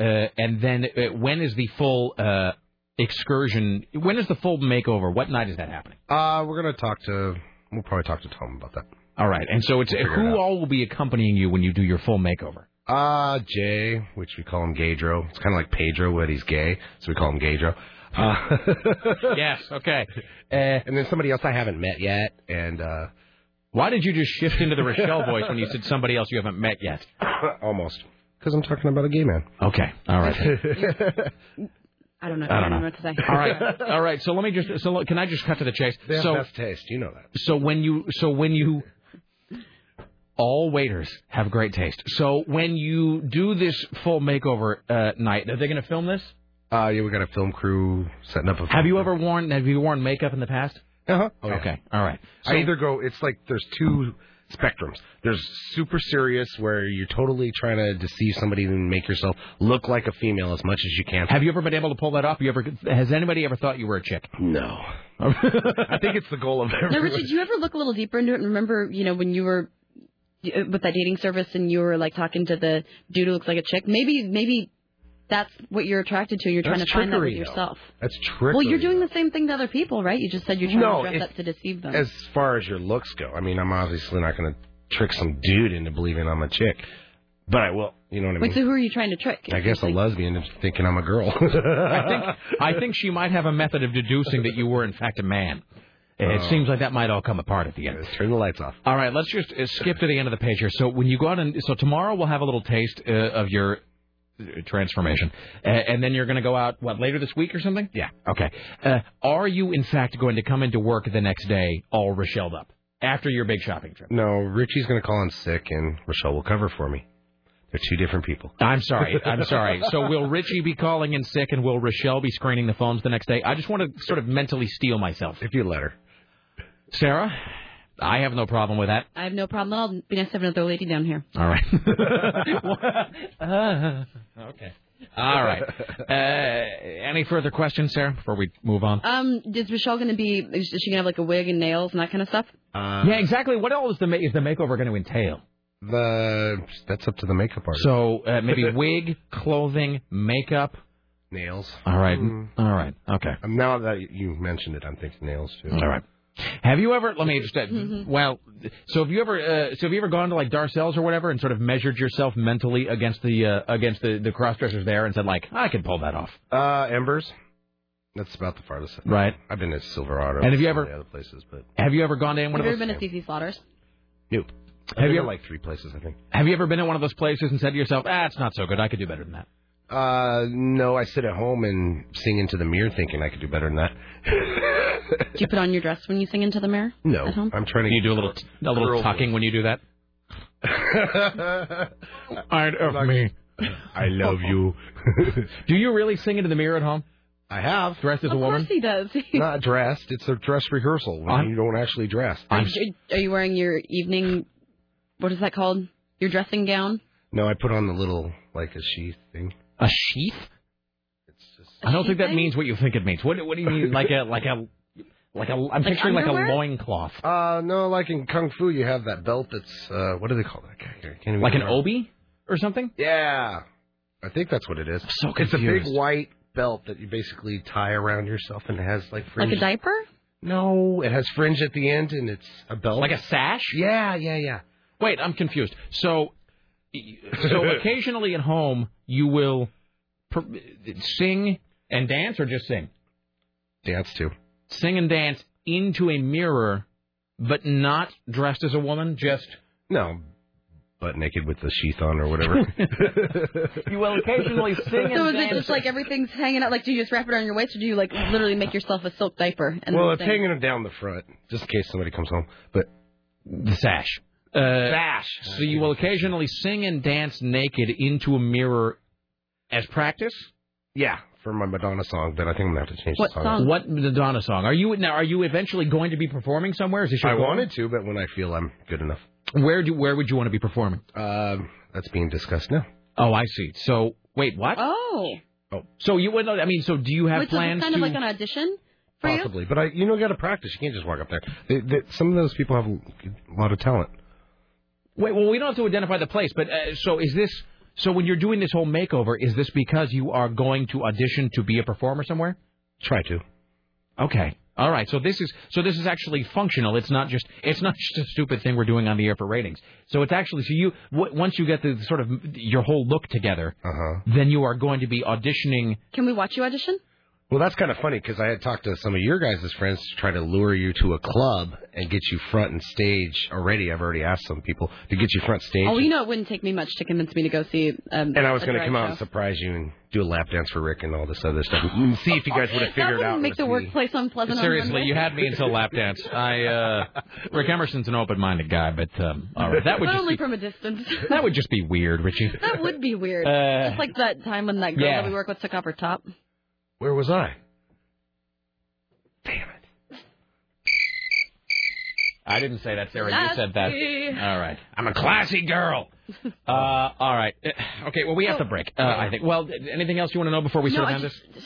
Speaker 1: uh, and then uh, when is the full uh, excursion? When is the full makeover? What night is that happening?
Speaker 13: Uh, we're gonna talk to. We'll probably talk to Tom about that.
Speaker 1: All right, and so it's
Speaker 13: We'll figure it
Speaker 1: who
Speaker 13: out.
Speaker 1: all will be accompanying you when you do your full makeover?
Speaker 13: Uh, Jay, which we call him Gadro. It's kind of like Pedro, but he's gay, so we call him Gadro. Uh,
Speaker 1: yes, okay. Eh.
Speaker 13: and then somebody else I haven't met yet, and uh,
Speaker 1: why did you just shift into the Rochelle voice when you said somebody else you haven't met yet?
Speaker 13: Almost. Because I'm talking about a gay man.
Speaker 1: Okay. All right.
Speaker 3: I don't know.
Speaker 1: I don't know.
Speaker 3: what to say.
Speaker 1: All right. All right. So let me just. So look, can I just cut to the chase?
Speaker 13: They have
Speaker 1: so
Speaker 13: best taste. You know that.
Speaker 1: so when you so when you all waiters have great taste. So when you do this full makeover uh, night, are they going to film this?
Speaker 13: Uh, yeah, we got a film crew setting up a.
Speaker 1: Have you ever worn Have you worn makeup in the past?
Speaker 13: Uh huh. Oh, yeah.
Speaker 1: Okay. All right.
Speaker 13: I either go. It's like there's two spectrums. There's super serious where you're totally trying to deceive somebody and make yourself look like a female as much as you can.
Speaker 1: Have you ever been able to pull that off? You ever has anybody ever thought you were a chick?
Speaker 13: No. I think it's the goal of
Speaker 3: Now,
Speaker 13: everyone.
Speaker 3: Richard, did you ever look a little deeper into it and remember, you know, when you were uh, with that dating service and you were like talking to the dude who looks like a chick? Maybe, maybe that's what you're attracted to. and You're trying
Speaker 13: That's
Speaker 3: to find that with
Speaker 13: trickery, though.
Speaker 3: yourself.
Speaker 13: That's trickery.
Speaker 3: Well, you're doing the same thing to other people, right? You just said you're trying
Speaker 13: No,
Speaker 3: to dress
Speaker 13: it's-
Speaker 3: up to deceive them.
Speaker 13: As far as your looks go, I mean, I'm obviously not going to trick some dude into believing I'm a chick, but I will. You know what I
Speaker 3: Wait,
Speaker 13: mean?
Speaker 3: so who are you trying to trick?
Speaker 13: I guess a lesbian is thinking I'm a girl.
Speaker 1: I think I think she might have a method of deducing that you were in fact a man. It
Speaker 13: Oh.
Speaker 1: seems like that might all come apart at the end.
Speaker 13: Turn the lights off.
Speaker 1: All right, let's just uh, skip to the end of the page here. So when you go out and so tomorrow we'll have a little taste uh, of your uh, transformation, uh, and then you're going to go out what later this week or something. Yeah. Okay. Uh, are you in fact going to come into work the next day all Rochelled up after your big shopping trip?
Speaker 13: No, Richie's going to call in sick, and Rochelle will cover for me. They're two different people.
Speaker 1: I'm sorry. I'm sorry. So will Richie be calling in sick, and will Rochelle be screening the phones the next day? I just want to sort of mentally steel myself.
Speaker 13: If you let her,
Speaker 1: Sarah, I have no problem with that.
Speaker 3: I have no problem. I'll be nice to have another lady down here.
Speaker 1: All right.
Speaker 13: Uh-huh.
Speaker 1: okay. All right. Uh, any further questions, Sarah, before we move on?
Speaker 3: Um, is Michelle going to be? Is she going to have like a wig and nails and that kind of stuff?
Speaker 13: Uh,
Speaker 1: yeah, exactly. What all is the ma- is the makeover going to entail?
Speaker 13: The that's up to the makeup artist.
Speaker 1: So uh, maybe wig, clothing, makeup,
Speaker 13: nails.
Speaker 1: All right.
Speaker 13: Mm.
Speaker 1: All right. Okay.
Speaker 13: Um, now that you mentioned it, I'm thinking nails too.
Speaker 1: All right. Have you ever? Let me just. Uh,
Speaker 3: Mm-hmm.
Speaker 1: well, so have you ever? Uh, so have you ever gone to like Darcel's or whatever and sort of measured yourself mentally against the uh, against the the crossdressers there and said like I could pull that off.
Speaker 13: Uh, Embers. That's about the farthest.
Speaker 1: Right.
Speaker 13: I've been to Silverado.
Speaker 1: And have you
Speaker 13: some of
Speaker 1: ever-
Speaker 13: the other places? But
Speaker 1: Have you ever gone to any one
Speaker 3: Have
Speaker 1: of
Speaker 3: you
Speaker 1: those?
Speaker 3: ever been to Cece Slaughter's?
Speaker 13: nope.
Speaker 1: Have
Speaker 13: I've
Speaker 1: you
Speaker 13: been
Speaker 1: ever-
Speaker 13: to like three places? I think.
Speaker 1: Have you ever been at one of those places and said to yourself, "Ah, it's not so good. I could do better than that."
Speaker 13: Uh, no. I sit at home and sing into the mirror, thinking I could do better than that.
Speaker 3: Do you put on your dress when you sing into the mirror?
Speaker 13: No,
Speaker 3: At home?
Speaker 13: I'm trying to.
Speaker 1: You do a little a little tucking when you do that. I'd of me.
Speaker 13: I love you.
Speaker 1: do you really sing into the mirror at home?
Speaker 13: I have
Speaker 1: dressed as
Speaker 3: of
Speaker 1: a woman.
Speaker 3: course he does.
Speaker 13: Not dressed. It's a dress rehearsal when
Speaker 1: I'm-
Speaker 13: you don't actually dress.
Speaker 3: Are you, are you wearing your evening? What is that called? Your dressing gown?
Speaker 13: No, I put on the little like a sheath thing.
Speaker 1: A sheath? I don't think that means what you think it means. What What do you mean? Like a like a like a I'm
Speaker 13: Like
Speaker 1: picturing like, a
Speaker 13: underwear?
Speaker 1: loincloth.
Speaker 13: Uh, no, like in kung fu, you have that belt that's uh, what do they call that? I can't even
Speaker 1: Like an
Speaker 13: remember.
Speaker 1: obi or something?
Speaker 13: Yeah, I think that's what it is.
Speaker 1: so
Speaker 13: it's a big
Speaker 1: confused.
Speaker 13: white belt that you basically tie around yourself, and it has like fringe.
Speaker 3: Like a diaper?
Speaker 13: No, it has fringe at the end, and it's a belt.
Speaker 1: Like a sash?
Speaker 13: Yeah, yeah, yeah.
Speaker 1: Wait, I'm confused. So so occasionally at home you will per- sing and dance or just sing?
Speaker 13: Dance too.
Speaker 1: Sing and dance into a mirror but not dressed as a woman, just
Speaker 13: No, butt naked with the sheath on or whatever.
Speaker 2: you will occasionally sing
Speaker 3: So
Speaker 2: and
Speaker 3: is it
Speaker 2: dance.
Speaker 3: just like everything's hanging out? Like, do you just wrap it on your waist, or do you like literally make yourself a silk diaper? And
Speaker 13: well,
Speaker 3: then
Speaker 13: it's
Speaker 3: thing-
Speaker 13: hanging them down the front just in case somebody comes home. But
Speaker 1: the sash. Uh, Bash. So you will occasionally sing and dance naked into a mirror as practice.
Speaker 13: Yeah, for my Madonna song, but I think I'm gonna have to change the song.
Speaker 1: What Madonna song? Are you now? Are you eventually going to be performing somewhere? Is this your
Speaker 13: I
Speaker 1: goal?
Speaker 13: wanted to, but when I feel I'm good enough,
Speaker 1: Where do Where would you want to be performing?
Speaker 13: Um, that's being discussed now.
Speaker 1: Oh, I see. So wait, what?
Speaker 3: Oh,
Speaker 13: Oh,
Speaker 1: so you would. I mean, so do you have
Speaker 3: Wait, so
Speaker 1: plans
Speaker 3: it's kind
Speaker 1: to?
Speaker 3: of like an audition for you.
Speaker 13: Possibly, but I, you know, got to practice. You can't just walk up there. They, they, some of those people have a lot of talent.
Speaker 1: Wait, well, we don't have to identify the place, but uh, so is this? So when you're doing this whole makeover, is this because you are going to audition to be a performer somewhere?
Speaker 13: Try to.
Speaker 1: Okay. All right. So this is so this is actually functional. It's not just it's not just a stupid thing we're doing on the air for ratings. So it's actually so you w- once you get the sort of your whole look together,
Speaker 13: Uh-huh.
Speaker 1: then you are going to be auditioning.
Speaker 3: Can we watch you audition?
Speaker 13: Well, that's kind of funny because I had talked to some of your guys' friends to try to lure you to a club and get you front and stage already. I've already asked some people to get you front stage.
Speaker 3: Oh, you know, it wouldn't take me much to convince me to go see. Um,
Speaker 13: and I was
Speaker 3: a
Speaker 13: going to
Speaker 3: drag
Speaker 13: come out and
Speaker 3: show.
Speaker 13: surprise you and do a lap dance for Rick and all this other stuff and see if you guys would have
Speaker 3: That
Speaker 13: figured
Speaker 3: wouldn't
Speaker 13: out.
Speaker 3: make the
Speaker 13: with me.
Speaker 3: workplace unpleasant. on
Speaker 1: Seriously,
Speaker 3: Monday.
Speaker 1: you had me until lap dance. I uh, Rick Emerson's an open-minded guy, but um, all right, that would
Speaker 3: but
Speaker 1: just
Speaker 3: only
Speaker 1: be,
Speaker 3: from a distance.
Speaker 1: that would just be weird, Richie.
Speaker 3: That would be weird.
Speaker 1: Uh,
Speaker 3: Just like that time when that girl
Speaker 1: yeah.
Speaker 3: that we work with took off her top.
Speaker 13: Where was I?
Speaker 1: I didn't say that, Sarah. You said that.
Speaker 3: Nasty.
Speaker 1: All right. I'm a classy girl. Uh, all right. Uh, Okay. Well, we have to break. Uh, I think. Well, th- anything else you want to know before we
Speaker 3: No,
Speaker 1: sort
Speaker 3: I
Speaker 1: of end this?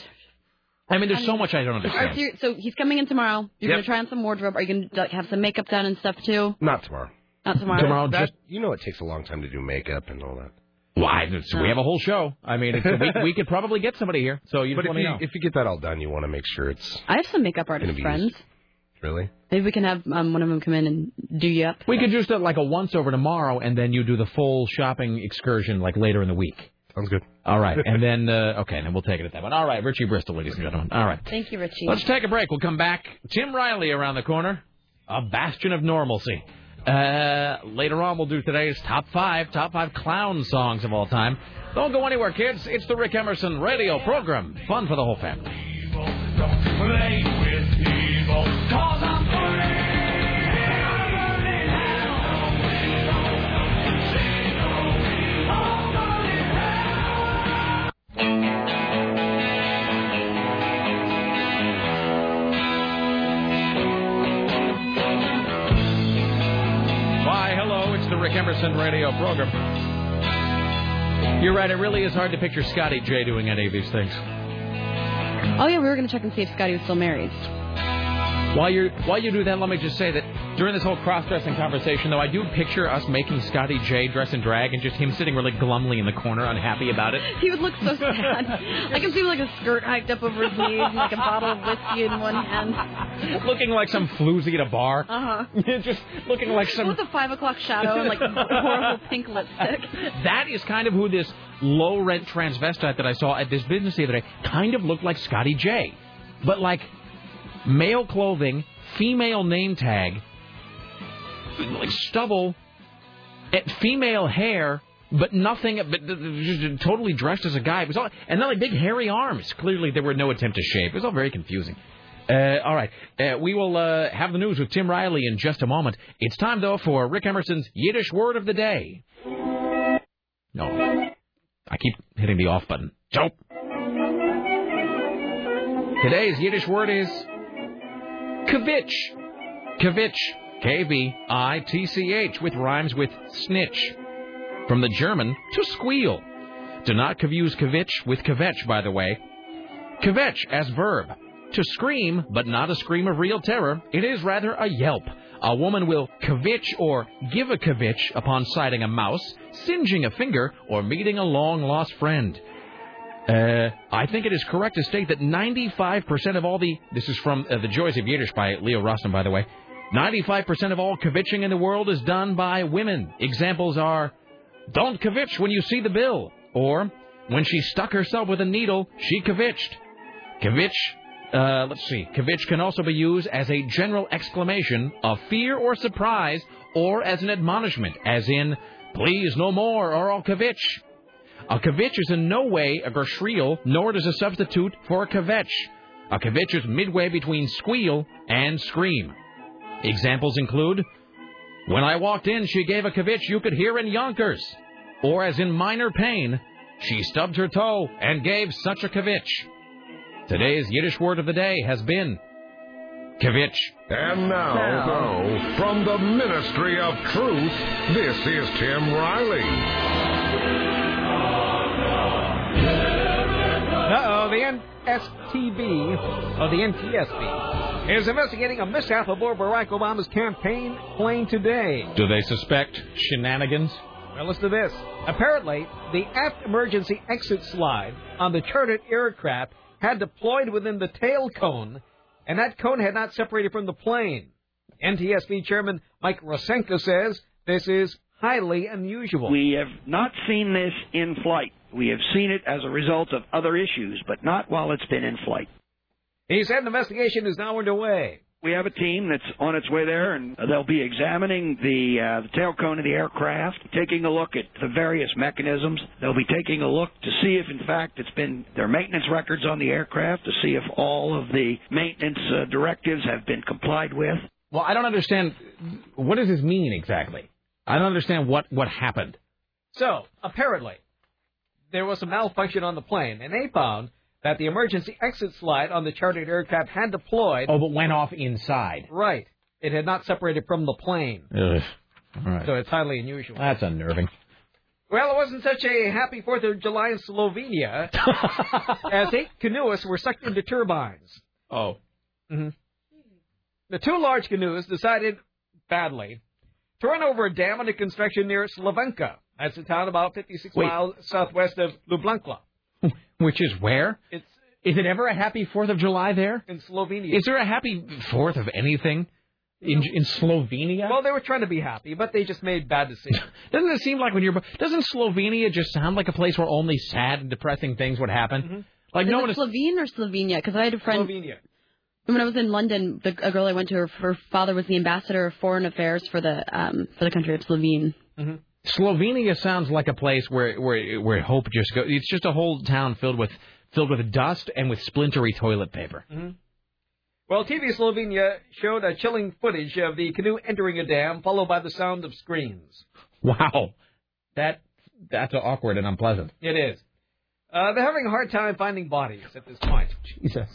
Speaker 1: I mean, there's so much I don't
Speaker 3: Are
Speaker 1: understand.
Speaker 3: you- so he's coming in tomorrow. You're
Speaker 1: Yep.
Speaker 3: gonna try on some wardrobe. Are you gonna like, have some makeup done and stuff too?
Speaker 13: Not tomorrow.
Speaker 3: Not tomorrow.
Speaker 13: That- you know, it takes a long time to do makeup and all that.
Speaker 1: Why? So we have a whole show. I mean, it's, we, we could probably get somebody here. So you just
Speaker 13: but if
Speaker 1: let me
Speaker 13: you,
Speaker 1: know.
Speaker 13: if you get that all done, you want to make sure it's
Speaker 3: I have some makeup
Speaker 13: Gonna
Speaker 3: artist
Speaker 13: be
Speaker 3: friends.
Speaker 13: really.
Speaker 3: Maybe we can have um, one of them come in and do you up.
Speaker 1: We could just do like a once over tomorrow, and then you do the full shopping excursion like later in the week.
Speaker 13: Sounds good.
Speaker 1: All right, and then uh, okay, then we'll take it at that one. All right, Richie Bristol, ladies and gentlemen. All right.
Speaker 3: Thank you, Richie.
Speaker 1: Let's take a break. We'll come back. Tim Riley around the corner, a bastion of normalcy. Uh, later on, we'll do today's top five, top five clown songs of all time. Don't go anywhere, kids. It's the Rick Emerson radio program. Fun for the whole family.
Speaker 4: Play with evil, cause I'm
Speaker 1: Why, hello, it's the Rick Emerson radio program. You're right, it really is hard to picture Scotty J doing any of these things.
Speaker 3: Oh yeah, we were gonna check and see if Scotty was still married.
Speaker 1: While you while you do that, let me just say that during this whole cross-dressing conversation, though, I do picture us making Scotty J dress and drag, and just him sitting really glumly in the corner, unhappy about it.
Speaker 3: He would look so sad. I can see like a skirt hiked up over his knees and like a bottle of whiskey in one hand.
Speaker 1: looking like some floozy at a bar.
Speaker 3: Uh
Speaker 1: huh. Just looking like some.
Speaker 3: With a five o'clock shadow and like horrible pink lipstick.
Speaker 1: That is kind of who this low rent transvestite that I saw at this business the other day kind of looked like Scotty J. But like male clothing, female name tag, like stubble, and female hair, but nothing, but th- th- just totally dressed as a guy. It was all, and then like big hairy arms. Clearly, there were no attempt to shape. It was all very confusing. Uh, all right, uh, we will uh, have the news with Tim Riley in just a moment. It's time though for Rick Emerson's Yiddish word of the day. No, I keep hitting the off button. Nope. Today's Yiddish word is kavitch. Kavitch. K V I T C H, with rhymes with snitch. From the German, to squeal. Do not confuse kavitch with kvetch, by the way. Kvetch as verb. To scream, but not a scream of real terror. It is rather a yelp. A woman will kvetch or give a kvetch upon sighting a mouse, singeing a finger, or meeting a long lost friend. Uh, I think it is correct to state that 95% of all the. This is from uh, The Joys of Yiddish by Leo Rossum, by the way. 95% of all kvetching in the world is done by women. Examples are Don't kvitch when you see the bill, or When she stuck herself with a needle, she kvitched. Kvitch, uh, let's see, kvitch can also be used as a general exclamation of fear or surprise, or as an admonishment, as in Please, no more, or Alkovich. A kvetch is in no way a gershriel, nor it is a substitute for a kvetch. A kvetch is midway between squeal and scream. Examples include When I walked in, she gave a kvetch you could hear in Yonkers. Or as in minor pain, she stubbed her toe and gave such a kvetch. Today's Yiddish word of the day has been kvetch.
Speaker 4: And now, though, from the Ministry of Truth, this is Tim Riley.
Speaker 2: Uh oh, the NSTB, or the NTSB, is investigating a mishap aboard Barack Obama's campaign plane today.
Speaker 1: Do they suspect shenanigans?
Speaker 2: Well, listen to this. Apparently, the aft emergency exit slide on the chartered aircraft had deployed within the tail cone, and that cone had not separated from the plane. NTSB Chairman Mike Rosenko says this is highly unusual.
Speaker 9: We have not seen this in flight. We have seen it as a result of other issues, but not while it's been in flight.
Speaker 2: He said an investigation is now underway.
Speaker 9: We have a team that's on its way there, and they'll be examining the, uh, the tail cone of the aircraft, taking a look at the various mechanisms. They'll be taking a look to see if, in fact, it's been their maintenance records on the aircraft to see if all of the maintenance uh, directives have been complied with.
Speaker 1: Well, I don't understand. What does this mean exactly? I don't understand what, what happened.
Speaker 2: So, apparently, there was a malfunction on the plane, and they found that the emergency exit slide on the chartered aircraft had deployed.
Speaker 25: Oh, but went off inside.
Speaker 2: Right. It had not separated from the plane.
Speaker 1: Ugh. All right.
Speaker 2: So it's highly unusual.
Speaker 1: That's unnerving.
Speaker 2: Well, it wasn't such a happy 4th of July in Slovenia as eight canoeists were sucked into turbines.
Speaker 1: Oh.
Speaker 2: hmm The two large canoes decided badly to run over a dam under construction near Slavenka. That's a town about 56
Speaker 1: Wait.
Speaker 2: miles southwest of Lublanka.
Speaker 1: Which is where?
Speaker 2: It's
Speaker 1: Is it ever a happy 4th of July there?
Speaker 2: in Slovenia.
Speaker 1: Is there a happy 4th of anything in, in Slovenia?
Speaker 2: Well, they were trying to be happy, but they just made bad decisions.
Speaker 1: Doesn't it seem like when you're doesn't Slovenia just sound like a place where only sad and depressing things would happen?
Speaker 2: Mm-hmm.
Speaker 1: Like
Speaker 3: is
Speaker 1: no
Speaker 3: it
Speaker 1: one is
Speaker 3: Slovene or Slovenia? Because I had a friend.
Speaker 2: Slovenia.
Speaker 3: When I was in London, the, a girl I went to, her, her father was the ambassador of foreign affairs for the um, for the country of Slovene.
Speaker 1: Mm-hmm. Slovenia sounds like a place where where where hope just goes. It's just a whole town filled with filled with dust and with splintery toilet paper.
Speaker 2: Mm-hmm. Well, TV Slovenia showed a chilling footage of the canoe entering a dam, followed by the sound of screams.
Speaker 1: Wow, that that's awkward and unpleasant.
Speaker 2: It is. Uh, they're having a hard time finding bodies at this point.
Speaker 1: Jesus.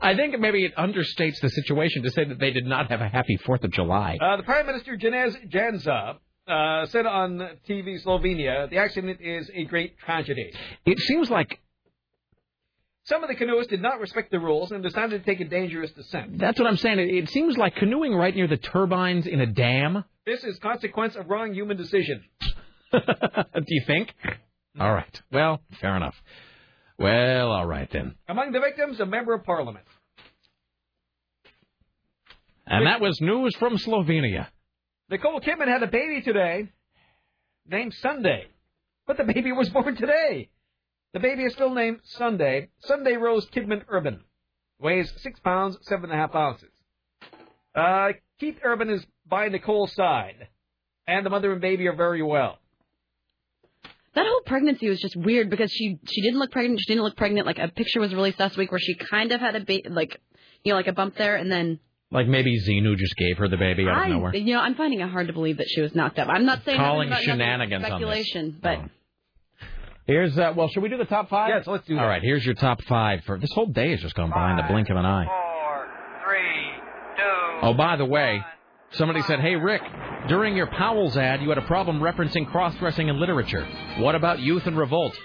Speaker 1: I think maybe it understates the situation to say that they did not have a happy Fourth of July.
Speaker 2: Uh, the Prime Minister Janez Janza uh, said on TV Slovenia, the accident is a great tragedy.
Speaker 1: It seems like
Speaker 2: Some of the canoeists did not respect the rules and decided to take a dangerous descent.
Speaker 1: that's what I'm saying. It, it seems like canoeing right near the turbines in a dam.
Speaker 2: This is consequence of wrong human decision.
Speaker 1: Do you think? All right. Well, fair enough. Well, all right then.
Speaker 2: Among the victims, a member of parliament.
Speaker 1: And that was news from Slovenia.
Speaker 2: Nicole Kidman had a baby today named Sunday. But the baby was born today. The baby is still named Sunday. Sunday Rose Kidman Urban. Weighs six pounds, seven and a half ounces. Uh, Keith Urban is by Nicole's side. And the mother and baby are very well.
Speaker 3: That whole pregnancy was just weird because she she didn't look pregnant. She didn't look pregnant. Like a picture was released last week where she kind of had a ba- like you know like a bump there, and then
Speaker 1: Like maybe Xenu just gave her the baby out of nowhere.
Speaker 3: I you know I'm finding it hard to believe that she was knocked up. I'm not saying nothing
Speaker 1: Calling
Speaker 3: about nothing,
Speaker 1: shenanigans on this.
Speaker 3: speculation, but
Speaker 1: Oh. Here's uh, well, should we do the top five? Yes, let's do. All right, here's your top five for this whole day has just gone by in the blink of an eye. Oh, by the way, somebody said, "Hey Rick, during your Powell's ad, you had a problem referencing cross-dressing in literature. What about youth and revolt?"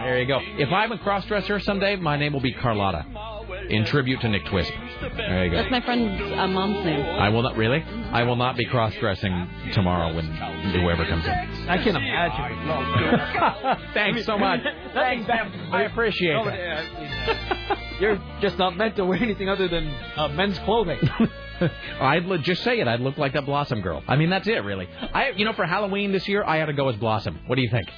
Speaker 1: There you go. If I'm a cross-dresser someday, my name will be Carlotta, in tribute to Nick Twisp. There you go.
Speaker 3: that's my friend's uh, mom's name.
Speaker 1: I will not really. I will not be cross-dressing tomorrow when whoever comes in.
Speaker 2: I can imagine.
Speaker 1: Thanks so much.
Speaker 2: Thanks,
Speaker 1: I appreciate
Speaker 2: Oh,
Speaker 1: it.
Speaker 2: yeah. You're just not meant to wear anything other than uh, men's clothing.
Speaker 1: I'd li- just say it. I'd look like that Blossom girl. I mean, that's it, really. I, you know, for Halloween this year, I ought to go as Blossom. What do you think?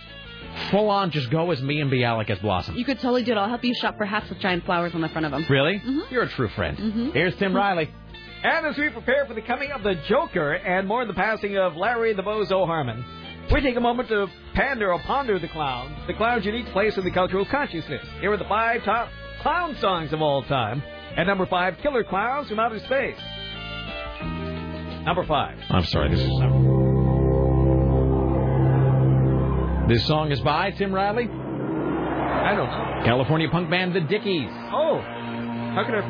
Speaker 1: Full on, just go as me and Bialik as Blossom.
Speaker 3: You could totally do it. I'll help you shop for hats with giant flowers on the front of them.
Speaker 1: Really? You're a true friend.
Speaker 3: Mhm.
Speaker 1: Here's Tim Riley.
Speaker 26: And as we prepare for the coming of the Joker and more of the passing of Larry the Bozo Harmon, we take a moment to pander or ponder the clown, the clown's unique place in the cultural consciousness. Here are the five top clown songs of all time. And number five, Killer Clowns from Outer Space. Number five.
Speaker 1: I'm sorry, this is not. This song is by Tim Riley.
Speaker 26: I don't know.
Speaker 1: California punk band The Dickies.
Speaker 26: Oh, how could I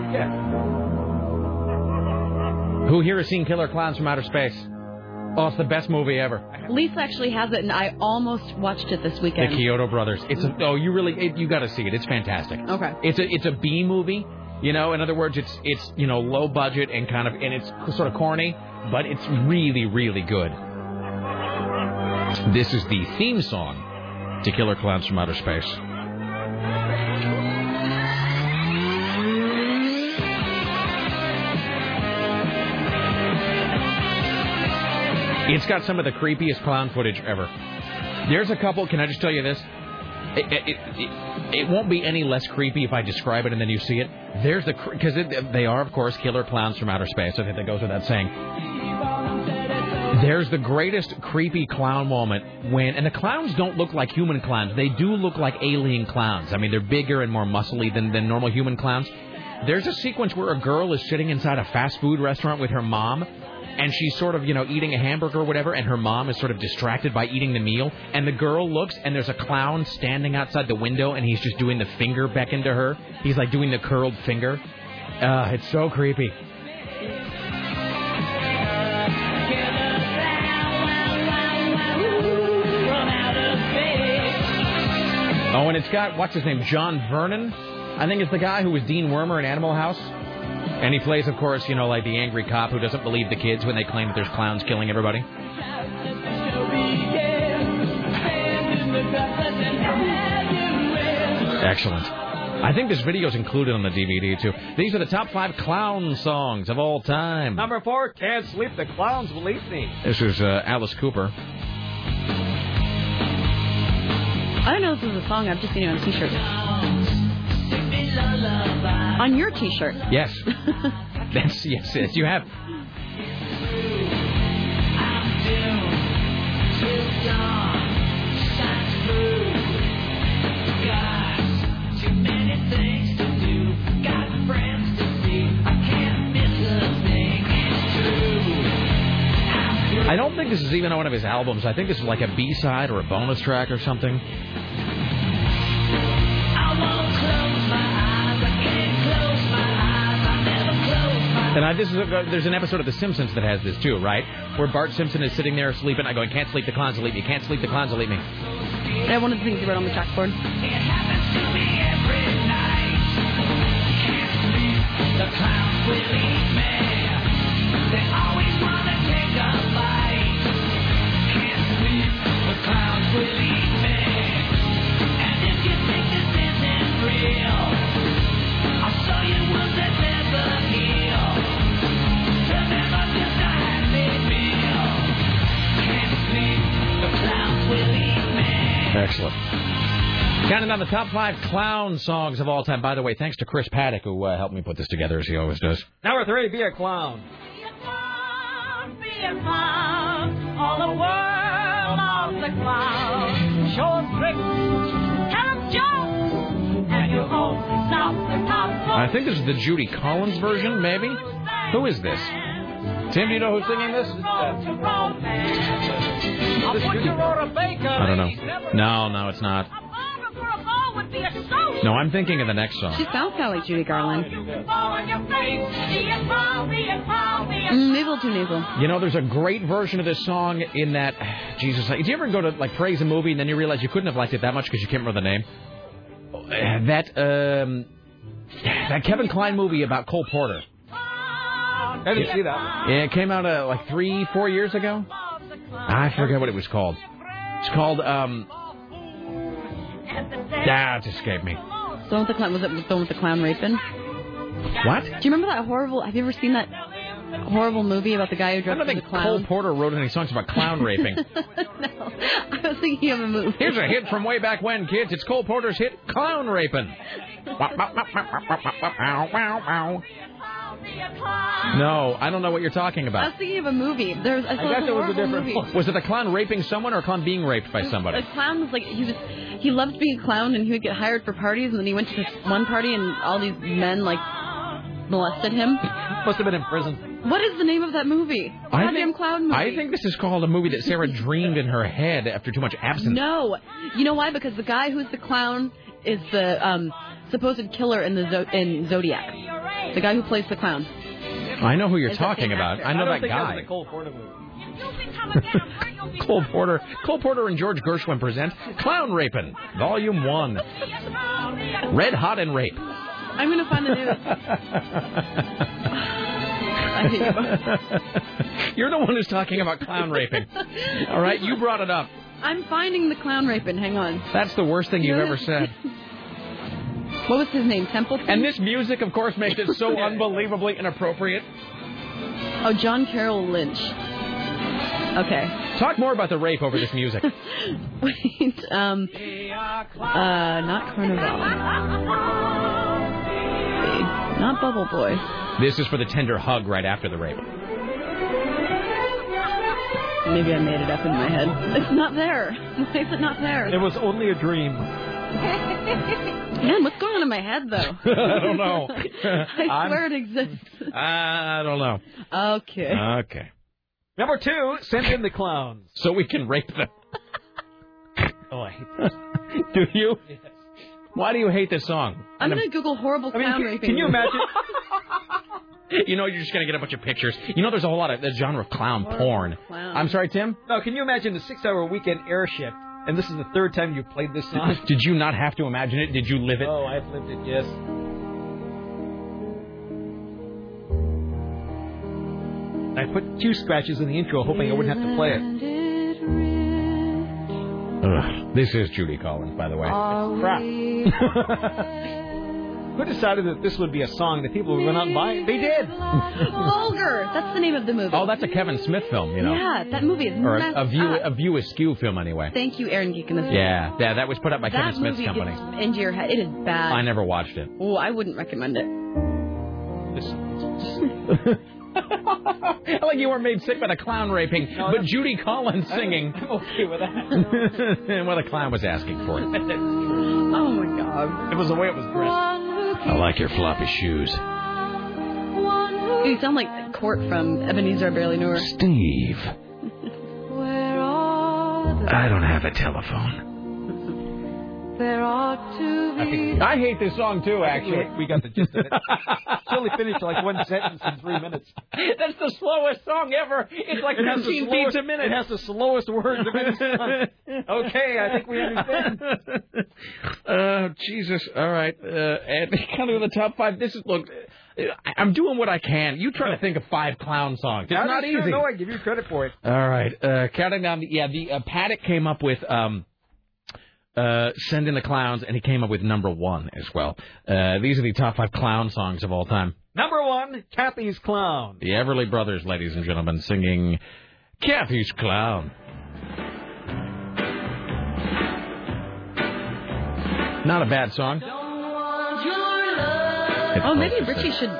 Speaker 26: forget?
Speaker 1: Who here has seen Killer Clowns from Outer Space? Oh, it's the best movie ever.
Speaker 3: Lisa actually has it, and I almost watched it this
Speaker 1: The
Speaker 3: weekend.
Speaker 1: Kyoto Brothers. It's a, oh, you really it, you got to see it. It's fantastic.
Speaker 3: Okay.
Speaker 1: It's a it's a B movie. You know, in other words, it's it's you know low budget and kind of and it's sort of corny, but it's really really good. This is the theme song to Killer Clowns from Outer Space. It's got some of the creepiest clown footage ever. There's a couple. Can I just tell you this? It, it, it, it won't be any less creepy if I describe it and then you see it. There's the because they are of course killer clowns from outer space. I think that goes without saying. There's the greatest creepy clown moment when, and the clowns don't look like human clowns. They do look like alien clowns. I mean, they're bigger and more muscly than, than normal human clowns. There's a sequence where a girl is sitting inside a fast food restaurant with her mom, and she's sort of, you know, eating a hamburger or whatever, and her mom is sort of distracted by eating the meal. And the girl looks, and there's a clown standing outside the window, and he's just doing the finger beckon to her. He's like doing the curled finger. Uh, it's so creepy. Oh, and it's got what's his name, John Vernon. I think it's the guy who was Dean Wormer in Animal House. And he plays, of course, you know, like the angry cop who doesn't believe the kids when they claim that there's clowns killing everybody. Excellent. I think this video's included on the DVD too. These are the top five clown songs of all time.
Speaker 26: Number four, Can't Sleep, The Clowns Will Eat Me.
Speaker 1: This is uh, Alice Cooper.
Speaker 3: I don't know if this is a song. I've just seen it on a T-shirt. On your T-shirt.
Speaker 1: Yes. That's yes, yes. You have. I don't think this is even on one of his albums. I think this is like a B side or a bonus track or something. And I, this is a, there's an episode of The Simpsons that has this too, right? Where Bart Simpson is sitting there sleeping. I go, I can't sleep. The clowns will eat me. Can't sleep. The clowns will eat me.
Speaker 3: That one of the things he wrote on the chalkboard.
Speaker 1: Excellent. Counting down the top five clown songs of all time. By the way, thanks to Chris Paddock who uh, helped me put this together as he always does.
Speaker 26: Number three, Be a Clown.
Speaker 4: All the world loves the clown. Show 'em tricks, tell 'em jokes, and you won't stop the top.
Speaker 1: I think this is the Judy Collins version, maybe. Who is this? Tim, do you know who's singing this?
Speaker 4: A butcher or a baker.
Speaker 1: I don't know. No, no, it's not. No, I'm thinking of the next
Speaker 3: She
Speaker 1: song.
Speaker 3: sounds kind of like Judy Garland. Mm,
Speaker 4: Mm.
Speaker 3: maybe a little too nasal.
Speaker 1: You know, there's a great version of this song in that. Jesus, like, do you ever go to like praise a movie and then you realize you couldn't have liked it that much because you can't remember the name?
Speaker 26: Oh,
Speaker 1: Uh, That um, that Kevin Klein movie about Cole Porter.
Speaker 26: I didn't see that.
Speaker 1: Yeah, it came out uh, like three, four years ago. I forget what it was called. It's called um. Ah, it escaped me.
Speaker 3: The one with the clown was it the one with the clown raping?
Speaker 1: What?
Speaker 3: Do you remember that horrible? Have you ever seen that horrible movie about the guy who
Speaker 1: I
Speaker 3: dressed
Speaker 1: don't
Speaker 3: as a
Speaker 1: think
Speaker 3: clown?
Speaker 1: Cole Porter wrote any songs about clown raping.
Speaker 3: I was thinking of a movie.
Speaker 1: Here's a hit from way back when, kids. It's Cole Porter's hit, Clown Raping. Wow, wow, wow, wow, wow, wow, wow, wow, wow. No, I don't know what you're talking
Speaker 3: I
Speaker 1: about.
Speaker 3: was thinking of a movie. There was, I, saw this horrible movie.
Speaker 1: Was it a clown raping someone or a clown being raped by somebody?
Speaker 3: A clown was like he was he loved being a clown and he would get hired for parties and then he went to this one party and all these men like molested him.
Speaker 26: Must have been in prison.
Speaker 3: What is the name of that movie?
Speaker 1: I
Speaker 3: Goddamn
Speaker 1: think-
Speaker 3: clown movie.
Speaker 1: I think this is called a movie that Sarah dreamed in her head after too much absence.
Speaker 3: No, you know why? Because the guy who's the clown is the um, supposed killer in the Zo- in Zodiac. The guy who plays the clown.
Speaker 1: I know who you're
Speaker 3: It's the
Speaker 1: talking
Speaker 3: same
Speaker 1: about.
Speaker 3: actor.
Speaker 1: I know
Speaker 3: I don't
Speaker 1: that
Speaker 3: think
Speaker 1: guy.
Speaker 3: that was a
Speaker 26: Cole Porter movie.
Speaker 1: Cole Porter, Cole Porter and George Gershwin present Clown Raping, Volume One, Red Hot and Rape.
Speaker 3: I'm gonna find the news. I hate
Speaker 1: You're the one who's talking about clown raping. All right, you brought it up.
Speaker 3: I'm finding the clown raping. Hang on.
Speaker 1: That's the worst thing you've ever said.
Speaker 3: What was his name? Templeton.
Speaker 1: And this music, of course, makes it so unbelievably inappropriate.
Speaker 3: Oh, John Carroll Lynch. Okay.
Speaker 1: Talk more about the rape over this music.
Speaker 3: Wait. Um. Uh. Not Carnival. Not Bubble Boy.
Speaker 1: This is for the tender hug right after the rape.
Speaker 3: Maybe I made it up in my head. It's not there. Why is it not there?
Speaker 26: It was only a dream.
Speaker 3: Man, what's going on in my head though?
Speaker 1: I don't know.
Speaker 3: I
Speaker 1: I'm-
Speaker 3: swear it exists.
Speaker 1: I don't know.
Speaker 3: Okay.
Speaker 1: Okay.
Speaker 26: Number two, send in the clowns.
Speaker 1: So we can rape them.
Speaker 26: Oh, I hate
Speaker 1: do you? Why do you hate this song?
Speaker 3: I'm gonna Google horrible
Speaker 26: I mean,
Speaker 3: clown
Speaker 26: can-
Speaker 3: raping.
Speaker 26: can you imagine-
Speaker 1: You know, you're just gonna get a bunch of pictures. You know, there's a whole lot of the genre of clown porn.
Speaker 3: Clown.
Speaker 1: I'm sorry, Tim.
Speaker 26: No, can you imagine the six-hour weekend airship? And this is the third time you've played this song.
Speaker 1: Did you not have to imagine it? Did you live it?
Speaker 26: Oh, I've lived it. Yes. I put two scratches in the intro, hoping I wouldn't have to play it.
Speaker 1: Ugh. This is Judy Collins, by the way.
Speaker 26: Crap. Who decided that this would be a song that people would run out and buy? They did.
Speaker 3: Vulgar. That's the name of the movie.
Speaker 1: Oh, that's a Kevin Smith film, you know.
Speaker 3: Yeah, that movie is
Speaker 1: Or
Speaker 3: messed
Speaker 1: a, a view
Speaker 3: up.
Speaker 1: a view askew film anyway.
Speaker 3: Thank you, Aaron Geek and the
Speaker 1: Yeah, yeah, that was put up by
Speaker 3: that
Speaker 1: Kevin Smith's
Speaker 3: movie
Speaker 1: company.
Speaker 3: gets into your head. It is bad.
Speaker 1: I never watched it.
Speaker 3: Oh, I wouldn't recommend it.
Speaker 1: I like you weren't made sick by the clown raping, but Judy Collins singing.
Speaker 26: I'm okay with that.
Speaker 1: and well, the clown was asking for it.
Speaker 3: Oh my god.
Speaker 26: It was the way it was
Speaker 1: I like your floppy shoes.
Speaker 3: You sound like Court from Ebenezer I Barely Knew Her.
Speaker 1: Steve.
Speaker 3: Oh,
Speaker 1: I don't have a telephone.
Speaker 4: There ought to be.
Speaker 1: I hate this song too, actually.
Speaker 26: We got the gist of it. She only finished like one sentence in three minutes.
Speaker 1: That's the slowest song ever. It's like
Speaker 26: It has the
Speaker 1: 15
Speaker 26: slowest-
Speaker 1: beats a minute.
Speaker 26: It has the slowest words of any song. Okay, I think we understand.
Speaker 1: Oh, Jesus. All right. Uh, and kind of the top five. This is, look, uh, I- I'm doing what I can. You try to think of five clown songs. It's
Speaker 26: I'm
Speaker 1: not
Speaker 26: sure,
Speaker 1: easy.
Speaker 26: No, I give you credit for it.
Speaker 1: All right. Uh, counting down. The, yeah, the uh, Paddock came up with um, uh, "Send in the Clowns," and he came up with number one as well. Uh, these are the top five clown songs of all time.
Speaker 26: Number one, Kathy's Clown.
Speaker 1: The Everly Brothers, ladies and gentlemen, singing "Kathy's Clown." Not a bad song. It's
Speaker 3: Oh, maybe
Speaker 1: both the
Speaker 3: Richie should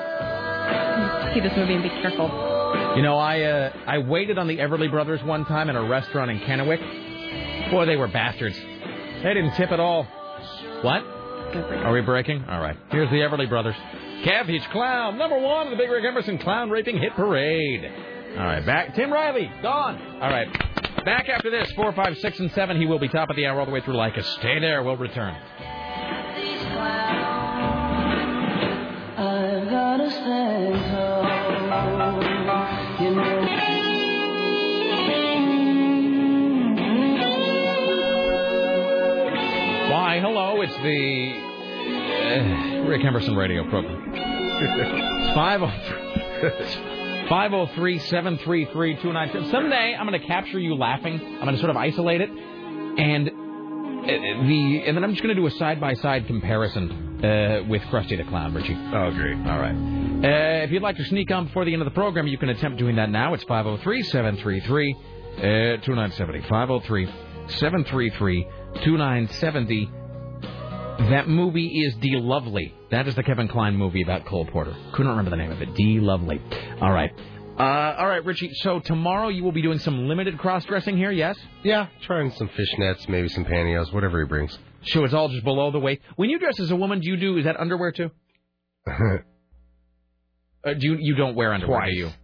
Speaker 3: see this movie and be careful.
Speaker 1: You know, I uh, I waited on the Everly Brothers one time in a restaurant in Kennewick. Boy, they were bastards. They didn't tip at all. What? Are we breaking? All right. Here's the Everly Brothers. Cabbage Clown, number one of the Big Rick Emerson Clown Raping Hit Parade. All right, back. Tim Riley, gone. All right. Back after this, four, five, six, and seven. He will be top of the hour all the way through like us. Stay there. We'll return.
Speaker 4: I've got to stand tall. You know.
Speaker 1: Why, hello, it's the uh, Rick Emerson radio program. oh It's 503 733 29. Someday I'm going to capture you laughing. I'm going to sort of isolate it. And uh, eh, the and then I'm just going to do a side by side comparison uh, with Krusty the Clown, Richie. Oh, great. All right. Uh, if you'd like to sneak on before the end of the program, you can attempt doing that now. It's 503 733 uh, 2970. 503 733 2970. That movie is D Lovely. That is the Kevin Klein movie about Cole Porter. Couldn't remember the name of it. D Lovely. All right. Uh, all right, Richie. So tomorrow you will be doing some limited cross dressing here, yes?
Speaker 13: Yeah, trying some fishnets, maybe some pantyhose, whatever he brings.
Speaker 1: So it's all just below the waist. When you dress as a woman, do you do is that underwear too? Uh, do you you don't wear underwear? Do you?
Speaker 13: Twice.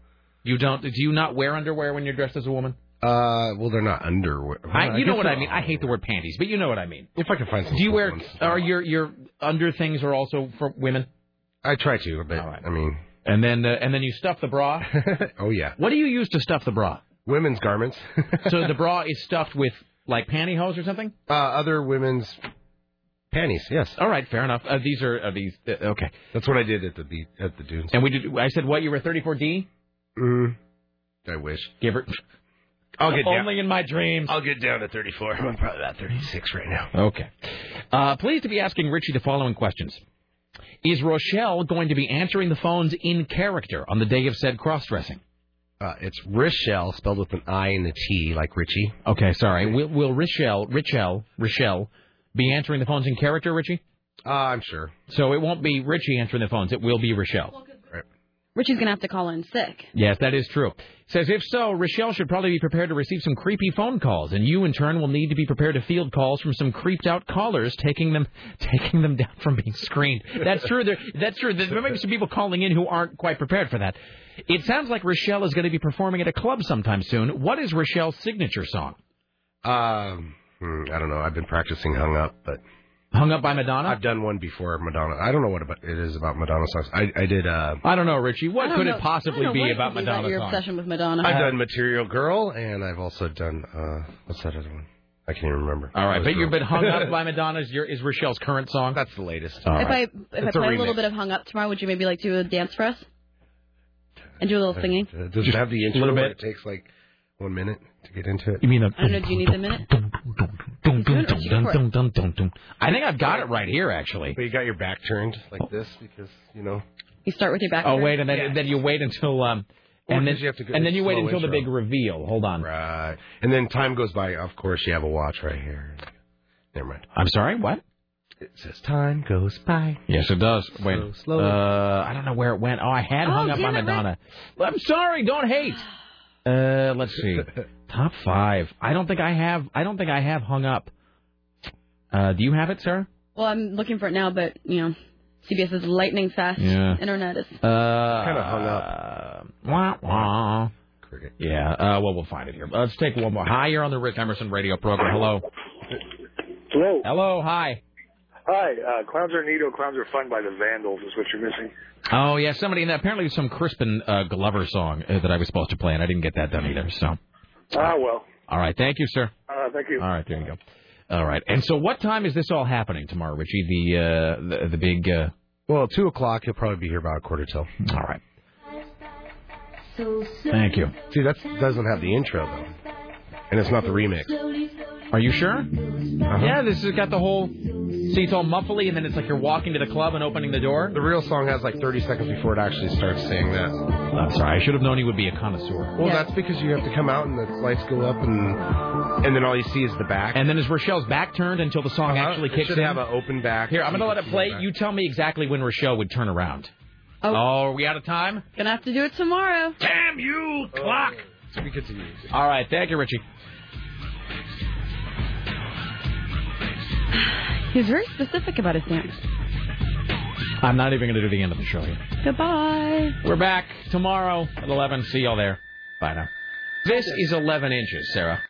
Speaker 1: You don't. Do you not wear underwear when you're dressed as a woman?
Speaker 13: Uh, well, they're not underwear.
Speaker 1: I, you know
Speaker 13: guess
Speaker 1: what
Speaker 13: they're-
Speaker 1: I mean. I hate the word panties, but you know what I mean.
Speaker 13: If I can find some.
Speaker 1: Do you
Speaker 13: cool
Speaker 1: wear?
Speaker 13: ones.
Speaker 1: Are your your under things are also for women?
Speaker 13: I try to, but I mean.
Speaker 1: And then uh, and then you stuff the bra.
Speaker 13: oh yeah.
Speaker 1: What do you use to stuff the bra?
Speaker 13: Women's garments.
Speaker 1: so the bra is stuffed with like pantyhose or something.
Speaker 13: Uh, other women's panties. Yes.
Speaker 1: All right. Fair enough. Uh, these are uh, these. Uh, okay.
Speaker 13: That's what I did at the be- at the dunes.
Speaker 1: And we did. I said what you were 34D.
Speaker 13: Mm, I wish.
Speaker 1: Give her.
Speaker 13: I'll get down-
Speaker 1: only in my dreams.
Speaker 13: I'll get down to 34. I'm probably about 36 right now.
Speaker 1: Okay. Uh, pleased to be asking Richie the following questions. Is Rochelle going to be answering the phones in character on the day of said cross dressing?
Speaker 13: Uh, it's Rochelle, spelled with an I and a T, like Richie.
Speaker 1: Okay, sorry. Will, will Rochelle, Rochelle, Rochelle be answering the phones in character, Richie?
Speaker 13: Uh, I'm sure.
Speaker 1: So it won't be Richie answering the phones. It will be Rochelle.
Speaker 3: Richie's gonna have to call in sick.
Speaker 1: Yes, that is true. Says, if so, Rochelle should probably be prepared to receive some creepy phone calls, and you in turn will need to be prepared to field calls from some creeped out callers, taking them taking them down from being screened. That's true. There, that's true. There may be some people calling in who aren't quite prepared for that. It sounds like Rochelle is going to be performing at a club sometime soon. What is Rochelle's signature song?
Speaker 13: Um, hmm, I don't know. I've been practicing Hung Up, but.
Speaker 1: Hung Up by Madonna?
Speaker 13: I've done one before Madonna. I don't know what about, it is about Madonna songs. I, I did. Uh,
Speaker 1: I don't know, Richie.
Speaker 3: I
Speaker 1: What
Speaker 3: don't
Speaker 1: could
Speaker 3: know-
Speaker 1: it possibly
Speaker 3: I don't know
Speaker 1: be
Speaker 3: what it
Speaker 1: about
Speaker 3: could be
Speaker 1: Madonna
Speaker 3: your
Speaker 1: songs?
Speaker 3: obsession with Madonna.
Speaker 13: I've done Material Girl, and I've also done. Uh, what's that other one? I can't even remember.
Speaker 1: All right, but you've been hung up
Speaker 13: by.
Speaker 1: by Madonna's. Your, is Rochelle's current song?
Speaker 13: That's the latest.
Speaker 3: If I if I play a, little bit of hung up tomorrow, would you maybe like do a dance for us? And do a little singing.
Speaker 13: Uh, does it have the intro?
Speaker 1: little
Speaker 13: where
Speaker 1: bit.
Speaker 13: It takes like one minute to get into it.
Speaker 1: You mean
Speaker 3: I don't know. Do you need a minute?
Speaker 1: Dun, dun,
Speaker 3: Richie,
Speaker 1: dun,
Speaker 3: for it.
Speaker 1: dun, dun, dun, dun. I think I've got it right here, actually.
Speaker 13: But you got your back turned like this because you know.
Speaker 3: You start with your back.
Speaker 1: Oh
Speaker 3: turned?
Speaker 1: wait, and then, then you wait until um,
Speaker 13: Or
Speaker 1: and then
Speaker 13: 'cause you have to go-
Speaker 1: and then you wait
Speaker 13: slow
Speaker 1: until the
Speaker 13: intro.
Speaker 1: big reveal. Hold on.
Speaker 13: Right. And then time goes by. Of course, you have a watch right here. Never mind.
Speaker 1: I'm sorry. What?
Speaker 13: It says time goes by.
Speaker 1: Yes, it does. Wait.
Speaker 13: slowly.
Speaker 1: Uh, I don't know where it went. Oh, I had
Speaker 4: Oh,
Speaker 1: hung up
Speaker 4: damn
Speaker 1: on
Speaker 4: it,
Speaker 1: Madonna. I'm sorry. Don't hate. Uh, let's see. Top five. I don't think I have. I don't think I have hung up. Uh, do you have it, Sarah?
Speaker 3: Well, I'm looking for it now, but you know, CBS is lightning fast.
Speaker 1: Yeah.
Speaker 3: Internet is.
Speaker 1: Uh,
Speaker 13: Kinda hung
Speaker 1: up. Wah, wah.
Speaker 13: Cricket.
Speaker 1: Yeah. Uh, well, we'll find it here. Let's take one more. Hi, you're on the Rick Emerson radio program. Hello.
Speaker 15: Hello.
Speaker 1: Hello. Hi.
Speaker 15: Hi. Uh, clowns are neato. Clowns are fun by the Vandals is what you're missing.
Speaker 1: Oh yeah, somebody. And apparently, some Crispin uh, Glover song uh, that I was supposed to play, and I didn't get that done either. So,
Speaker 15: Ah, well.
Speaker 1: all right. Thank you, sir.
Speaker 15: Uh, thank
Speaker 1: All
Speaker 15: you.
Speaker 1: right. There you go. All right. And so, what time is this all happening tomorrow, Richie? The uh, the, the big. Uh...
Speaker 13: Well, two o'clock. You'll probably be here about a quarter till.
Speaker 1: All right. Thank you.
Speaker 13: See, that doesn't have the intro though, and it's not the remix. Uh-huh.
Speaker 1: Are you sure? Yeah, this has got the whole. See, it's all muffly, and then it's like you're walking to the club and opening the door.
Speaker 13: The real song has like 30 seconds before it actually starts saying that.
Speaker 1: I'm sorry. I should have known he would be a connoisseur.
Speaker 13: Well, that's because you have to come out and the lights go up and and then all you see is the back.
Speaker 1: And then is Rochelle's back turned until the song
Speaker 13: Uh-huh.
Speaker 1: actually
Speaker 13: It
Speaker 1: kicks
Speaker 13: should
Speaker 1: in?
Speaker 13: have an open back.
Speaker 1: Here, I'm
Speaker 13: so
Speaker 1: going to
Speaker 13: you
Speaker 1: let
Speaker 13: can
Speaker 1: it
Speaker 13: see
Speaker 1: play.
Speaker 13: the back.
Speaker 1: You tell me exactly when Rochelle would turn around.
Speaker 3: Oh.
Speaker 1: are we out of time?
Speaker 3: Gonna have to do it tomorrow.
Speaker 1: Damn you, clock!
Speaker 13: So we continue.
Speaker 1: All right, thank you, Richie.
Speaker 3: He's very specific about his dance.
Speaker 1: I'm not even going to do the end of the show here.
Speaker 3: Goodbye.
Speaker 1: We're back tomorrow at 11. See y'all there. Bye now. This is 11 inches, Sarah.